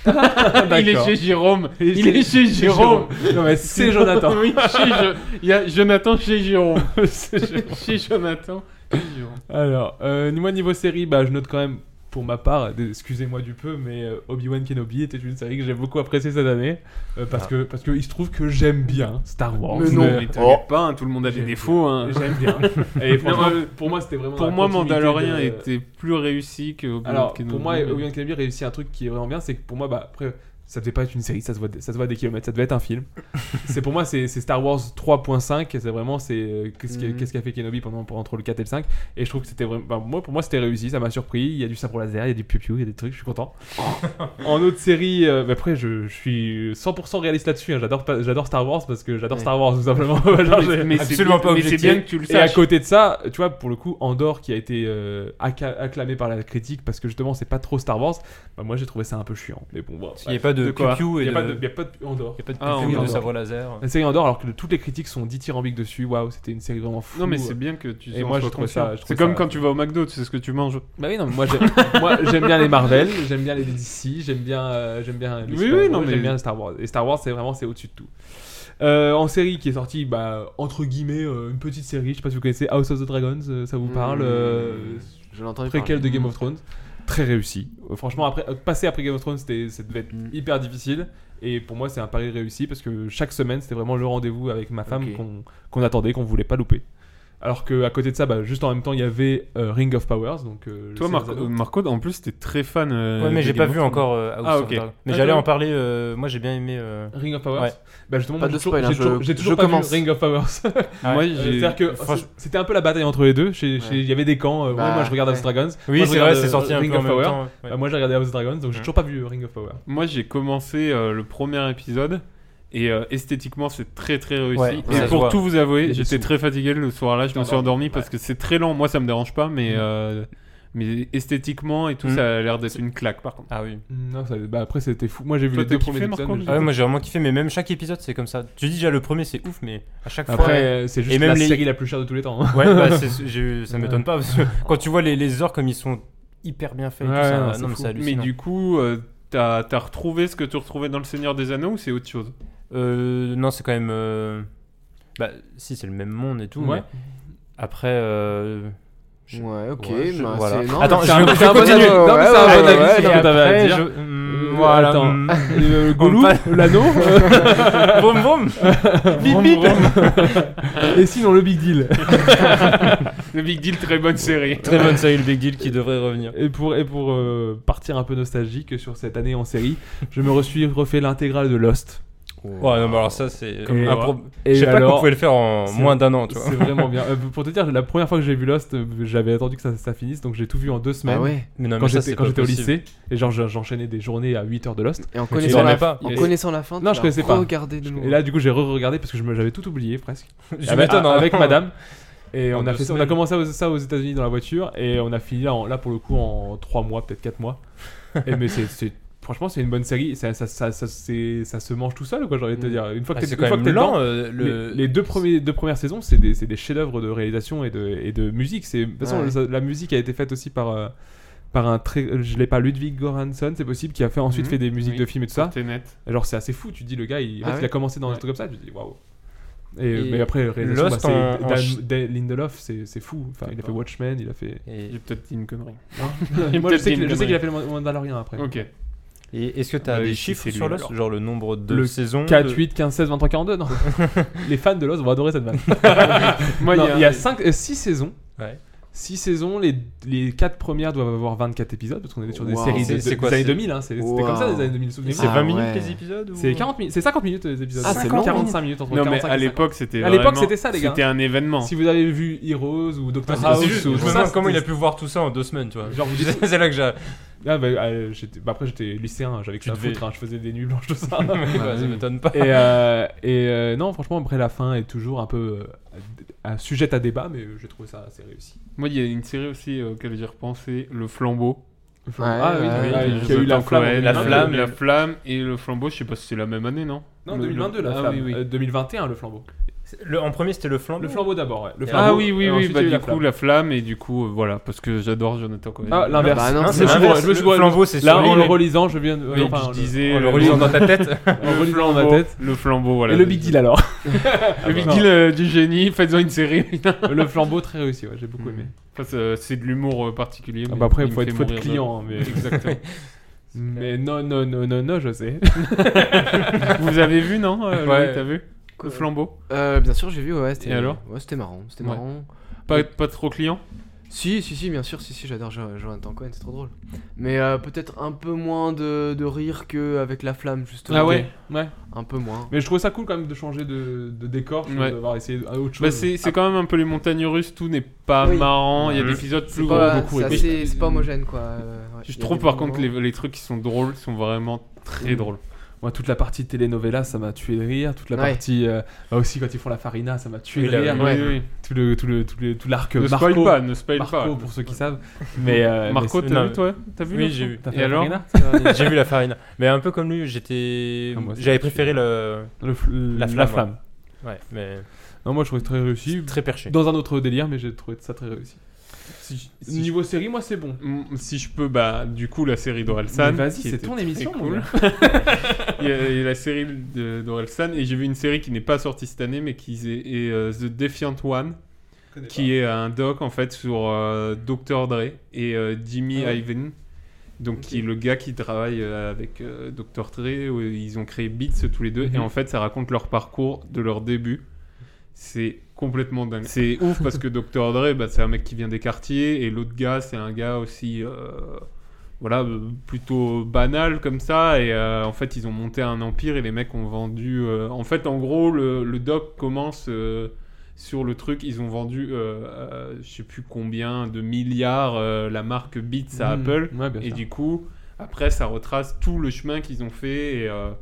Speaker 11: Il est chez Jérôme.
Speaker 8: Il est
Speaker 11: Il est chez Jérôme.
Speaker 8: Non, mais c'est Jonathan.
Speaker 11: Oui, chez Je- Il y a Jonathan chez Jérôme. Chez Jonathan. chez Jérôme.
Speaker 8: Alors, euh, moi niveau série, bah, je note quand même, pour ma part, d- excusez-moi du peu, mais euh, Obi-Wan Kenobi était une série que j'ai beaucoup appréciée cette année, euh, parce, que, parce que il se trouve que j'aime bien Star Wars.
Speaker 10: Mais non.
Speaker 11: Mais t'inquiète pas, hein, tout le monde a
Speaker 8: J'ai-
Speaker 11: des défauts. hein.
Speaker 8: J'aime bien. Oh. Et franchement,
Speaker 11: euh,
Speaker 8: pour moi, c'était vraiment.
Speaker 11: Pour
Speaker 8: la
Speaker 11: moi,
Speaker 8: continuité
Speaker 11: Mandalorian
Speaker 8: de-
Speaker 11: était plus réussi que Obi-Wan
Speaker 8: Alors,
Speaker 11: Kenobi.
Speaker 8: pour moi, Obi-Wan Kenobi réussit un truc qui est vraiment bien, c'est que pour moi, bah, après, ça devait pas être une série, ça se voit, ça se voit à des kilomètres, ça devait être un film. c'est pour moi, c'est c'est Star Wars 3.5, et c'est vraiment, c'est euh, qu'est-ce qui-
Speaker 10: Mhm.
Speaker 8: qu'est-ce qu'a fait Kenobi pendant, pendant- entre le 4 et le 5, et je trouve que c'était vraiment, bah, moi, pour moi, c'était réussi, ça m'a surpris, il y a du sabre laser, il y a du piu-piu, il y a des trucs, je suis content. en autre série, euh, bah, après, je, je suis 100% réaliste là-dessus, hein, j'adore pas- j'adore Star Wars parce que j'adore
Speaker 10: Ouais.
Speaker 8: Star Wars, tout simplement. Genre, j'ai-
Speaker 11: mais c'est
Speaker 9: absolument
Speaker 11: bien-
Speaker 9: pas
Speaker 11: Mais c'est
Speaker 9: objectif.
Speaker 11: bien que tu le
Speaker 8: et à
Speaker 11: saches.
Speaker 8: côté de ça, tu vois, pour le coup, Andorre qui a été euh, acca- acclamé par la critique parce que justement c'est pas trop Star Wars, bah moi j'ai trouvé ça un peu chiant. Mais bon, voilà.
Speaker 9: Il n'y a pas de
Speaker 11: De quoi
Speaker 9: piou
Speaker 8: Il
Speaker 9: et
Speaker 8: n'y
Speaker 9: de.
Speaker 8: a, pas de- il y a pas de Andorre.
Speaker 9: il y a pas de
Speaker 11: Ah,
Speaker 9: piou-piou
Speaker 8: on
Speaker 9: et de
Speaker 8: dort.
Speaker 9: sabre laser.
Speaker 8: La série Andorre, alors que toutes les critiques sont dithyrambiques dessus, waouh, c'était une série vraiment fou. hein.
Speaker 11: Non, mais c'est bien que tu
Speaker 8: Et
Speaker 11: en
Speaker 8: moi,
Speaker 11: sois
Speaker 8: je trouve
Speaker 11: conscient.
Speaker 8: ça- je trouve
Speaker 11: C'est comme
Speaker 8: ça-
Speaker 11: quand tu vas au McDo, tu sais ce que tu manges.
Speaker 8: Bah oui, non, mais moi j'aime, moi, j'aime bien les Marvel, j'aime bien les DC, j'aime bien, euh, j'aime bien. les
Speaker 11: Oui,
Speaker 8: super-héros,
Speaker 11: oui, non, mais-
Speaker 8: j'aime bien Star Wars. Et Star Wars, c'est vraiment c'est au-dessus de tout. Euh, en série qui est sortie, bah, entre guillemets, euh, une petite série, je sais pas si vous connaissez House of the Dragons, euh, ça vous parle
Speaker 10: Mmh.
Speaker 8: euh,
Speaker 10: Je l'entends
Speaker 8: préquel de Game of Thrones. Très réussi. Euh, Franchement, après, euh, passer après Game of Thrones, c'était, ça devait être
Speaker 10: Mm.
Speaker 8: hyper difficile. Et pour moi, c'est un pari réussi parce que chaque semaine, c'était vraiment le rendez-vous avec ma femme
Speaker 10: Ok.
Speaker 8: qu'on, qu'on attendait, qu'on voulait pas louper. Alors que à côté de ça, bah, juste en même temps, il y avait euh, Ring of Powers. Donc, euh, le
Speaker 11: Toi,
Speaker 8: Seigneur
Speaker 11: Marco,
Speaker 8: des Anneaux.
Speaker 11: euh, Marco, en plus, t'es très fan. euh,
Speaker 9: Ouais, mais
Speaker 11: de
Speaker 9: j'ai
Speaker 11: Game
Speaker 9: pas
Speaker 11: of
Speaker 9: vu
Speaker 11: Thrones.
Speaker 9: encore euh, House
Speaker 11: Ah,
Speaker 9: of
Speaker 11: ok.
Speaker 9: Dragon. Mais
Speaker 11: Ah,
Speaker 9: j'allais
Speaker 11: toi-
Speaker 9: en parler. euh, Moi, j'ai bien aimé. euh,
Speaker 8: Ring of Powers
Speaker 9: Ouais.
Speaker 8: Bah justement,
Speaker 10: Pas
Speaker 8: moi,
Speaker 10: de
Speaker 8: j'ai toujours-
Speaker 10: spoil, hein,
Speaker 8: j'ai
Speaker 10: je-
Speaker 8: toujours, j'ai toujours
Speaker 10: je
Speaker 8: pas vu
Speaker 10: commence.
Speaker 8: Ring of Powers.
Speaker 9: Ah,
Speaker 11: Moi,
Speaker 9: ouais.
Speaker 11: j'ai-
Speaker 8: Euh, C'est-à-dire que
Speaker 9: franch-
Speaker 8: c'est- c'était un peu la bataille entre les deux. Chez- chez- Il y avait des camps. euh, ouais,
Speaker 10: Bah,
Speaker 8: moi, je regarde House of
Speaker 10: ouais.
Speaker 8: Dragons. moi,
Speaker 9: Oui,
Speaker 8: je
Speaker 9: c'est vrai,
Speaker 8: regarde,
Speaker 9: c'est
Speaker 8: euh,
Speaker 9: sorti un
Speaker 8: Ring
Speaker 9: peu en
Speaker 8: of
Speaker 9: même
Speaker 8: Power.
Speaker 9: temps. ouais.
Speaker 8: Bah, moi, j'ai regardé House of Dragons, donc j'ai
Speaker 9: Mm.
Speaker 8: toujours pas vu euh, Ring of Power.
Speaker 11: Moi, j'ai commencé euh, le premier épisode. Et euh, esthétiquement, c'est très très réussi.
Speaker 9: Ouais,
Speaker 11: et
Speaker 9: ça se
Speaker 11: pour
Speaker 9: voit.
Speaker 11: tout vous
Speaker 8: Il y
Speaker 11: avouer,
Speaker 8: a des
Speaker 11: j'étais
Speaker 8: sous.
Speaker 11: très fatigué le soir-là. Je me suis endormi parce que c'est très lent. Moi, ça me dérange pas, mais,
Speaker 8: Mm.
Speaker 9: Mhm.
Speaker 11: euh, mais esthétiquement et tout,
Speaker 9: Mhm.
Speaker 11: ça a l'air d'être une claque par contre.
Speaker 9: Ah oui.
Speaker 8: Non, ça- bah après c'était fou. Moi j'ai vu
Speaker 11: Toi,
Speaker 8: les deux
Speaker 11: t'as
Speaker 8: premiers
Speaker 11: kiffé,
Speaker 8: épisodes.
Speaker 11: Marco
Speaker 8: mais
Speaker 9: Ah ouais,
Speaker 8: j'ai-
Speaker 9: moi j'ai vraiment kiffé, mais même chaque épisode c'est comme ça. Tu dis déjà le premier c'est ouf, mais à chaque fois.
Speaker 8: Après euh, c'est juste
Speaker 9: Et même
Speaker 8: la
Speaker 9: les-
Speaker 8: série la plus chère de tous les temps. hein.
Speaker 9: Ouais, bah, c'est- j'ai- ça
Speaker 8: Ouais.
Speaker 9: m'étonne pas parce que quand tu vois les, les orques comme ils sont hyper bien faits, et tout,
Speaker 8: Ouais,
Speaker 9: ça-
Speaker 8: non,
Speaker 9: non,
Speaker 8: c'est
Speaker 9: mais
Speaker 8: fou.
Speaker 9: c'est
Speaker 11: Mais
Speaker 9: hallucinant.
Speaker 11: du coup, euh, t'as t'as retrouvé ce que tu retrouvais dans Le Seigneur des Anneaux ou c'est autre chose
Speaker 9: Euh, non, c'est quand même. euh, Bah, si, c'est le même monde et tout.
Speaker 8: Ouais.
Speaker 9: mais Après. euh, je-
Speaker 10: Ouais, ok.
Speaker 9: Ouais, je-
Speaker 10: bah,
Speaker 9: voilà.
Speaker 10: c'est- non,
Speaker 9: Attends,
Speaker 10: mais
Speaker 9: je-
Speaker 10: c'est
Speaker 9: je
Speaker 10: un bon
Speaker 9: continue.
Speaker 10: avis.
Speaker 8: mais
Speaker 9: Non,
Speaker 8: c'est un
Speaker 10: Ouais,
Speaker 8: bon
Speaker 10: ouais,
Speaker 8: avis,
Speaker 10: ouais,
Speaker 8: c'est
Speaker 10: ouais.
Speaker 8: un- t'avais à
Speaker 9: après,
Speaker 8: dire.
Speaker 9: je- hum,
Speaker 8: Euh,
Speaker 9: Voilà.
Speaker 8: attends.
Speaker 9: hum.
Speaker 8: Euh, le goulou,
Speaker 9: passe-
Speaker 8: l'anneau,
Speaker 9: Vroom, vroom.
Speaker 8: bip bip. Et sinon le big deal.
Speaker 11: Le Big Deal, très bonne série.
Speaker 9: Très bonne série, le Big Deal qui devrait revenir.
Speaker 8: Et pour et pour euh, partir un peu nostalgique sur cette année en série, je me suis refait l'intégrale de Lost.
Speaker 9: Ouais, non, mais alors ça, c'est.
Speaker 8: Comme
Speaker 9: un
Speaker 8: moi.
Speaker 9: pro-
Speaker 8: Et
Speaker 9: Je sais pas qu'on
Speaker 8: alors,
Speaker 9: pouvait le faire en
Speaker 8: c'est-
Speaker 9: moins d'un an, tu vois.
Speaker 8: C'est vraiment bien. Euh, pour te dire, la première fois que j'ai vu Lost, euh, j'avais attendu que ça, ça finisse, donc j'ai tout vu en deux semaines.
Speaker 10: Ah ouais.
Speaker 9: Mais non,
Speaker 8: Quand
Speaker 9: mais ça,
Speaker 8: j'étais
Speaker 9: c'est
Speaker 8: quand
Speaker 9: pas
Speaker 8: j'étais au
Speaker 9: possible.
Speaker 8: lycée, et genre j'en- j'enchaînais des journées à 8 heures de Lost.
Speaker 10: Et en
Speaker 9: Mais tu
Speaker 10: connaissant la,
Speaker 9: dormais pas.
Speaker 10: en
Speaker 8: Et-
Speaker 10: connaissant la fin,
Speaker 8: Non, je connaissais pas.
Speaker 10: Regarder de nouveau.
Speaker 8: Et là, du coup, j'ai re-regardé parce que je me- j'avais tout oublié presque.
Speaker 9: Je
Speaker 8: avec,
Speaker 9: m'étonne, hein.
Speaker 8: avec madame. Et
Speaker 9: En
Speaker 8: on a,
Speaker 9: deux
Speaker 8: fait ça, on a
Speaker 9: semaines.
Speaker 8: commencé aux- ça aux États-Unis dans la voiture et on a fini là, en- là pour le coup en 3 mois, peut-être 4 mois. et mais c'est, c'est- franchement, c'est une bonne série. Ça, ça, ça, ça- c'est- ça se mange tout seul, quoi, j'ai envie de te
Speaker 10: Mm.
Speaker 8: dire. Une fois que
Speaker 9: Ah,
Speaker 8: t'es,
Speaker 9: c'est
Speaker 8: une
Speaker 9: quand
Speaker 8: fois
Speaker 9: même
Speaker 8: que t'es
Speaker 9: lent.
Speaker 8: dedans,
Speaker 9: euh, le...
Speaker 8: les, les deux, premiers, deux premières saisons, c'est des, c'est des chefs-d'œuvre de réalisation et de, et de musique. C'est, de toute façon,
Speaker 10: Ouais.
Speaker 8: ça- la musique a été faite aussi par. euh, par un très, je l'ai pas Ludwig Göransson, c'est possible, qui a fait ensuite
Speaker 9: Mm.
Speaker 11: Mhm.
Speaker 8: fait des musiques
Speaker 11: Oui.
Speaker 8: de films et tout ça.
Speaker 11: T'es net.
Speaker 8: Alors c'est assez fou, tu dis le gars, il, en
Speaker 10: Ah
Speaker 8: fait,
Speaker 10: ouais
Speaker 8: il a commencé dans un
Speaker 11: Ouais.
Speaker 8: truc comme ça, tu dis waouh. Et,
Speaker 9: Et
Speaker 8: mais après, réalisation,
Speaker 9: Lost
Speaker 8: bah,
Speaker 9: en-
Speaker 8: c'est
Speaker 9: en
Speaker 8: Dan-
Speaker 9: ch-
Speaker 8: Dan Lindelof, c'est c'est fou. Enfin, il a
Speaker 9: D'accord.
Speaker 8: fait Watchmen, il a fait.
Speaker 9: Et-
Speaker 11: J'ai peut-être dit une connerie.
Speaker 8: Moi, je
Speaker 11: peut-être
Speaker 8: sais
Speaker 11: dit
Speaker 8: qu'il
Speaker 11: une
Speaker 8: je sais qu'il a
Speaker 11: connerie.
Speaker 8: fait le Mandalorian après.
Speaker 11: Ok.
Speaker 9: Et est-ce que t'as
Speaker 11: Euh,
Speaker 9: des
Speaker 11: si
Speaker 9: chiffres
Speaker 11: c'est lui,
Speaker 9: sur Lost
Speaker 11: alors.
Speaker 9: Genre le nombre de
Speaker 8: Le
Speaker 9: saisons
Speaker 8: 4,
Speaker 9: de-
Speaker 8: 8, 15, 16, 23, 42, non Les fans de Lost vont adorer cette vanne.
Speaker 11: Moi,
Speaker 8: Non,
Speaker 11: il y a,
Speaker 8: il y a 5, 6 euh, saisons.
Speaker 9: Ouais.
Speaker 8: 6 saisons, les, les 4 premières doivent avoir 24 épisodes, parce qu'on était sur des
Speaker 10: Wow.
Speaker 8: séries
Speaker 9: C'est-
Speaker 8: des,
Speaker 9: c'est
Speaker 8: des
Speaker 9: quoi,
Speaker 8: années
Speaker 9: c'est-
Speaker 8: 2000, hein, c'est- c'était
Speaker 10: Wow.
Speaker 8: comme ça les années 2000, souvenez-vous.
Speaker 9: C'est
Speaker 10: Ah
Speaker 9: 20 minutes
Speaker 10: ouais.
Speaker 9: les épisodes ou-
Speaker 8: C'est 40 minutes, c'est 50 minutes les épisodes.
Speaker 10: Ah, c'est long.
Speaker 8: 45 minutes entre
Speaker 11: Non,
Speaker 8: 45
Speaker 11: mais à
Speaker 8: et 50.
Speaker 11: l'époque, c'était.
Speaker 8: À l'époque,
Speaker 11: vraiment-
Speaker 8: c'était ça, les gars.
Speaker 11: C'était un événement.
Speaker 8: Si vous avez vu Heroes ou Doctor
Speaker 9: Enfin,
Speaker 8: House
Speaker 9: c'est juste-
Speaker 8: ou
Speaker 9: Ah, je me
Speaker 8: tout
Speaker 9: demande
Speaker 8: ça,
Speaker 9: comment il a
Speaker 8: c'était-
Speaker 9: pu voir tout ça en deux semaines, tu vois.
Speaker 8: Genre, vous dites-
Speaker 9: c'est là que j'ai.
Speaker 8: Ah, bah, euh, j'étais- bah, après j'étais lycéen, hein, j'avais que
Speaker 9: Tu
Speaker 8: ça à
Speaker 9: devais-
Speaker 8: foutre, hein, je faisais des nuits blanches tout ça.
Speaker 9: Ouais, bah, ça
Speaker 8: oui.
Speaker 9: m'étonne pas.
Speaker 8: et euh, et, euh, non, franchement, après la fin est toujours un peu euh, à- sujette à débat, mais euh, j'ai trouvé ça assez réussi.
Speaker 11: Moi, il y a une série aussi euh, auquel j'ai repensé Le Flambeau.
Speaker 8: ah oui,
Speaker 10: ouais,
Speaker 8: oui,
Speaker 10: ouais.
Speaker 8: oui, il y a eu la
Speaker 11: Jonathan
Speaker 8: flamme. en
Speaker 11: Cohen,
Speaker 8: 2022.
Speaker 11: la flamme, la flamme et le flambeau. Je sais pas si c'est la même année, non
Speaker 8: Non,
Speaker 11: Le-
Speaker 8: 2022
Speaker 11: le-
Speaker 8: la
Speaker 11: ah,
Speaker 8: flamme.
Speaker 11: oui, oui.
Speaker 8: Euh, 2021 le flambeau.
Speaker 9: Le- en premier, c'était le flambeau.
Speaker 8: Le flambeau d'abord, ouais. Le
Speaker 9: Ah
Speaker 8: flambeau,
Speaker 11: ah oui, oui,
Speaker 8: et
Speaker 11: oui.
Speaker 8: ensuite,
Speaker 11: Bah,
Speaker 8: il y a eu
Speaker 11: du
Speaker 8: la
Speaker 11: coup,
Speaker 8: flamme.
Speaker 11: la flamme et du coup, euh, voilà, parce que j'adore Jonathan Cohen.
Speaker 8: Ah, l'inverse.
Speaker 10: Bah non,
Speaker 9: Non,
Speaker 8: Je
Speaker 9: c'est
Speaker 8: me suis
Speaker 9: l'inverse.
Speaker 8: bourré, je me suis
Speaker 9: Le
Speaker 8: bourré.
Speaker 9: flambeau, c'est
Speaker 8: Là,
Speaker 9: sur lui,
Speaker 8: en le
Speaker 9: mais-
Speaker 8: relisant, je viens de.
Speaker 11: Mais
Speaker 8: enfin,
Speaker 11: je disais.
Speaker 9: En le relisant dans ta tête.
Speaker 8: en
Speaker 11: le
Speaker 8: relisant dans ma
Speaker 11: flambeau,
Speaker 8: tête.
Speaker 11: Le flambeau, voilà.
Speaker 8: Et le Big Deal Ah, alors
Speaker 11: Le Big Deal euh, du génie, faites-en une série. putain.
Speaker 8: Le flambeau très réussi, ouais, j'ai beaucoup aimé.
Speaker 11: Enfin, c'est- c'est de l'humour euh, particulier.
Speaker 8: Ah
Speaker 11: mais
Speaker 8: bah après,
Speaker 11: me
Speaker 8: faut être,
Speaker 11: fait
Speaker 8: faut être
Speaker 11: mourir de-
Speaker 8: client, hein, mais...
Speaker 11: Exactement.
Speaker 8: mais non, non, non, non, non, je sais.
Speaker 11: Vous avez vu, non euh,
Speaker 9: Ouais.
Speaker 11: Loïc, t'as vu Le
Speaker 10: Quoi
Speaker 11: flambeau.
Speaker 10: Euh, bien sûr, j'ai vu, ouais, c'était
Speaker 11: Et alors
Speaker 10: ouais, c'était marrant, c'était
Speaker 11: Ouais.
Speaker 10: marrant.
Speaker 11: Pas, pas trop client
Speaker 10: Si, si, si, bien sûr, si, si, j'adore Jo- Jonathan Cohen, c'est trop drôle. Mais euh, peut-être un peu moins de, de rire qu'avec La Flamme, justement.
Speaker 11: Ah
Speaker 8: ouais.
Speaker 10: Un peu moins.
Speaker 8: Mais je trouvais ça cool quand même de changer de, de décor, je trouve,
Speaker 11: Ouais.
Speaker 8: d'avoir essayé à autre chose.
Speaker 11: Bah, c'est c'est quand même un peu les montagnes russes, tout n'est pas
Speaker 10: Oui.
Speaker 11: marrant, il y a
Speaker 9: Mhm.
Speaker 11: des épisodes
Speaker 10: C'est
Speaker 11: plus gros,
Speaker 10: pas,
Speaker 11: beaucoup.
Speaker 10: c'est
Speaker 11: aimé.
Speaker 10: assez- c'est pas homogène, quoi. euh, ouais.
Speaker 11: Je
Speaker 10: Il y a
Speaker 11: trouve
Speaker 10: des
Speaker 11: par contre
Speaker 10: moments-
Speaker 11: les, les trucs qui sont drôles sont vraiment très
Speaker 8: Mhm.
Speaker 11: drôles.
Speaker 8: Moi, toute la partie telenovela, ça m'a tué de rire. Toute la
Speaker 10: Ouais.
Speaker 8: partie. euh, bah aussi, quand ils font la farina, ça m'a tué
Speaker 9: Oui,
Speaker 8: de
Speaker 9: la-
Speaker 8: rire.
Speaker 11: Oui,
Speaker 10: Ouais.
Speaker 11: oui, oui.
Speaker 8: Tout l'arc le, tout le, tout le, tout l'arc
Speaker 11: Ne
Speaker 8: Marco.
Speaker 11: spoil pas, ne spoil
Speaker 8: Marco,
Speaker 11: pas.
Speaker 8: pour ceux qui savent. Mais. euh,
Speaker 11: Marco,
Speaker 8: mais
Speaker 11: t'as
Speaker 9: non,
Speaker 11: vu toi T'as vu
Speaker 9: Oui,
Speaker 11: Marco
Speaker 9: j'ai vu.
Speaker 8: T'as fait
Speaker 11: Et
Speaker 8: la
Speaker 11: alors
Speaker 8: farina
Speaker 9: J'ai vu la farine. Mais un peu comme lui, j'étais.
Speaker 8: Ah, moi, c'est-
Speaker 9: J'avais préféré le.
Speaker 8: Le fl-
Speaker 9: La
Speaker 8: la,
Speaker 9: flamme,
Speaker 8: flamme.
Speaker 9: Ouais, mais.
Speaker 8: Non, moi, je trouvais très réussi.
Speaker 9: Très perché.
Speaker 8: Dans un autre délire, mais j'ai trouvé ça très réussi. Niveau série, moi, c'est bon.
Speaker 11: Mm, Si je peux, bah du coup la série d'Orelsan.
Speaker 8: Mais Vas-y,
Speaker 11: qui
Speaker 8: c'est
Speaker 11: était
Speaker 8: ton
Speaker 11: très
Speaker 8: émission, mon
Speaker 11: cool.
Speaker 8: gars.
Speaker 11: Il y, a, il y a la série de- d'Orelsan et j'ai vu une série qui n'est pas sortie cette année mais qui est, est, euh, The Defiant One qui est un doc en fait sur euh, Dr Dre et euh, Jimmy
Speaker 8: Ah ouais.
Speaker 11: Iovine donc qui est le gars qui travaille euh, avec euh, Dr Dre où ils ont créé Beats tous les deux et en fait ça raconte leur parcours de leur début c'est complètement dingue. C'est ouf parce que Dr. Dre, bah, c'est un mec qui vient des quartiers et l'autre gars, c'est un gars aussi, euh, voilà, euh, plutôt banal comme ça. Et euh, en fait, ils ont monté un empire et les mecs ont vendu. euh, en fait, en gros, le, le doc commence euh, sur le truc. Ils ont vendu, euh, euh, je sais plus combien de milliards euh, la marque Beats à
Speaker 8: Mm.
Speaker 11: Apple.
Speaker 8: Ouais, bien
Speaker 11: Et
Speaker 8: sûr.
Speaker 11: du coup, après, ça retrace tout le chemin qu'ils ont fait. Et euh,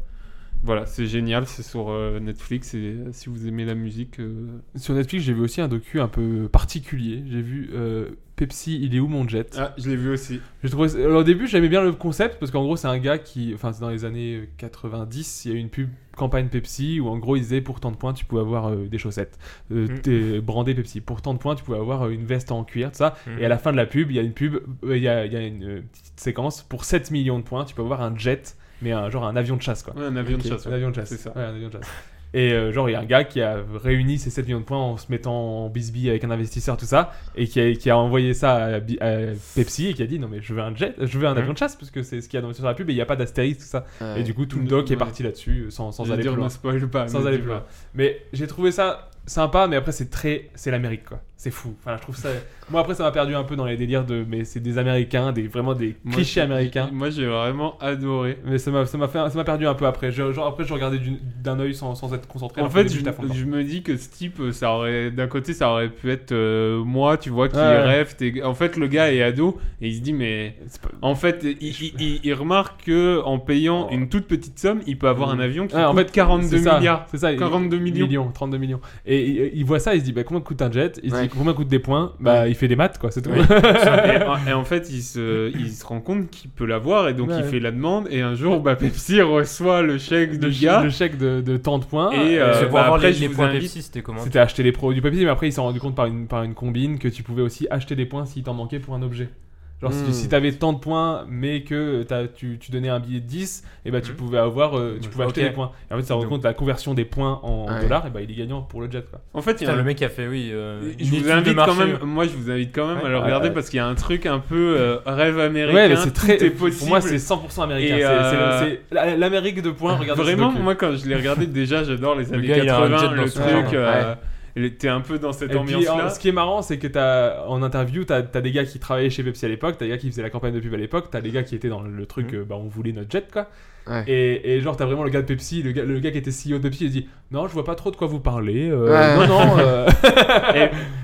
Speaker 11: voilà, c'est génial. C'est sur euh, Netflix. Et euh, si vous aimez la musique, euh,
Speaker 8: Sur Netflix, j'ai vu aussi un docu un peu particulier. J'ai vu euh, Pepsi, il est où mon jet
Speaker 11: ah, je l'ai vu aussi.
Speaker 8: J'ai trouvé ça- Alors, Au début, j'aimais bien le concept parce qu'en gros, c'est un gars qui. Enfin, c'est dans les années 90, il y a eu une pub campagne Pepsi où en gros, ils disaient pour tant de points, tu pouvais avoir euh, des chaussettes. Euh,
Speaker 11: Hmm.
Speaker 9: Mm.
Speaker 8: T'es brandé Pepsi. Pour tant de points, tu pouvais avoir euh, une veste en cuir, tout ça.
Speaker 9: Mm.
Speaker 11: Hmm.
Speaker 8: Et à la fin de la pub, il y a une pub, euh, il y, a, il y a une euh, petite séquence. Pour 7 millions de points, tu peux avoir un jet, mais un, genre un avion de chasse, quoi.
Speaker 11: Ouais, un avion
Speaker 8: Ok,
Speaker 11: de chasse.
Speaker 8: Un avion de chasse,
Speaker 11: C'est ça.
Speaker 8: Ouais, un avion de chasse. Et euh, genre, il y a un gars qui a réuni ses 7 millions de points en se mettant en bisbille avec un investisseur, tout ça, et qui a, qui a envoyé ça à, Bi- à Pepsi et qui a dit non, mais je veux un jet, je veux un
Speaker 9: Mhm.
Speaker 8: avion de chasse, parce que c'est ce qu'il y a dans sur la pub et il n'y a pas d'astérisque, tout ça.
Speaker 10: Ouais.
Speaker 8: Et du coup, tout le doc
Speaker 11: Hein Ouais.
Speaker 8: est parti là-dessus euh, sans, sans
Speaker 11: J'allais
Speaker 8: aller
Speaker 11: dire,
Speaker 8: plus loin.
Speaker 11: ne spoil pas.
Speaker 8: Sans
Speaker 11: mais
Speaker 8: aller
Speaker 11: dis
Speaker 8: plus
Speaker 11: pas.
Speaker 8: loin. Mais j'ai trouvé ça sympa, mais après, c'est très. C'est l'Amérique, quoi. C'est fou. Enfin, je trouve ça. Moi, après, ça m'a perdu un peu dans les délires de. Mais c'est des Américains, des, vraiment des
Speaker 11: Moi,
Speaker 8: clichés
Speaker 11: j'ai-
Speaker 8: américains.
Speaker 11: Moi, j'ai vraiment adoré.
Speaker 8: Mais ça m'a ça m'a fait- ça m'a perdu un peu après. Je- genre, après, je regardais d'une- d'un œil sans, sans être concentré.
Speaker 11: En
Speaker 8: alors qu'au
Speaker 11: fait,
Speaker 8: début,
Speaker 11: je,
Speaker 8: j'étais à fond dedans.
Speaker 11: je me dis que ce type, euh, ça aurait, d'un côté, ça aurait pu être euh, moi, tu vois, qui
Speaker 8: Ouais.
Speaker 11: rêve. t'es- En fait, le gars est ado et il se dit, mais
Speaker 8: C'est pas-
Speaker 11: en fait, il, il- il- il remarque que en payant
Speaker 8: Oh. Mm.
Speaker 11: une toute petite somme, il peut avoir un avion qui
Speaker 8: Ouais, en
Speaker 11: coûte
Speaker 8: fait,
Speaker 11: 42
Speaker 8: c'est ça,
Speaker 11: milliards.
Speaker 8: C'est ça, il-
Speaker 11: 42 millions.
Speaker 8: 32 millions. Et il, il voit ça, il se dit bah, combien coûte un jet Il se
Speaker 10: Ouais.
Speaker 8: dit combien coûte des points Bah il fait des maths quoi, c'est tout.
Speaker 11: Oui. et, et en fait, il se, il se rend compte qu'il peut l'avoir et donc
Speaker 8: Ouais.
Speaker 11: il fait la demande. Et un jour, bah, Pepsi reçoit le chèque
Speaker 8: le,
Speaker 11: du
Speaker 8: ch-
Speaker 11: gars.
Speaker 8: le chèque de, de tant de points.
Speaker 11: Et, euh,
Speaker 9: C'est pour
Speaker 11: bah,
Speaker 9: avoir
Speaker 11: après,
Speaker 9: les,
Speaker 11: je
Speaker 9: les
Speaker 11: vous
Speaker 9: points
Speaker 11: invite-
Speaker 9: Pepsi, c'était comment
Speaker 8: C'était acheter les produits papier, mais après ils s'est rendu compte par une, par une combine que tu pouvais aussi acheter des points si t'en manquais pour un objet. Genre si,
Speaker 11: Hmm.
Speaker 8: tu- si t'avais tant de points mais que t'as- tu, tu donnais un billet de 10, et bah tu
Speaker 11: Hmm.
Speaker 9: Mhm.
Speaker 8: pouvais avoir euh, tu pouvais
Speaker 9: Ok.
Speaker 8: acheter des points. Et en fait, ça rend
Speaker 9: Donc.
Speaker 8: compte la conversion des points
Speaker 11: Ah
Speaker 8: en
Speaker 10: Ouais.
Speaker 8: dollars, et bah il est gagnant pour le jet quoi.
Speaker 11: En fait, il y a
Speaker 9: Putain,
Speaker 11: un
Speaker 9: le mec a fait, oui. euh, une
Speaker 11: Je
Speaker 9: étude
Speaker 11: vous
Speaker 9: de
Speaker 11: invite quand
Speaker 9: marché.
Speaker 11: même, moi je vous invite quand même
Speaker 9: Ouais.
Speaker 11: à le
Speaker 8: Ouais,
Speaker 11: regarder
Speaker 8: ouais.
Speaker 11: parce qu'il y a un truc un peu euh, rêve américain.
Speaker 8: Ouais, mais c'est
Speaker 11: tout
Speaker 8: très.
Speaker 11: est
Speaker 8: Pour
Speaker 11: possible.
Speaker 8: moi, c'est 100% américain.
Speaker 11: Et,
Speaker 8: C'est-
Speaker 11: euh,
Speaker 8: c'est- C'est la- l'Amérique de points. Regardez ce
Speaker 11: Vraiment,
Speaker 8: docu.
Speaker 11: moi quand je l'ai regardé, déjà j'adore les années
Speaker 9: gars, il a un jet
Speaker 11: 80,
Speaker 9: dans
Speaker 11: le
Speaker 9: son
Speaker 11: truc.
Speaker 9: jardin.
Speaker 11: euh, Et T'es un peu dans
Speaker 8: Et
Speaker 11: cette
Speaker 8: puis, en-
Speaker 11: ambiance-là.
Speaker 8: ce qui est marrant, c'est que t'as, en interview, t'as as des gars qui travaillaient chez Pepsi à l'époque, t'as des gars qui faisaient la campagne de pub à l'époque, t'as des gars qui étaient dans le
Speaker 11: Mm.
Speaker 8: truc, euh, bah on voulait notre jet quoi.
Speaker 10: Ouais.
Speaker 8: Et, et genre, t'as vraiment le gars de Pepsi, le gars, le gars qui était CEO de Pepsi, il dit Non, je vois pas trop de quoi vous parlez. euh,
Speaker 10: Ouais.
Speaker 8: Non, non. euh,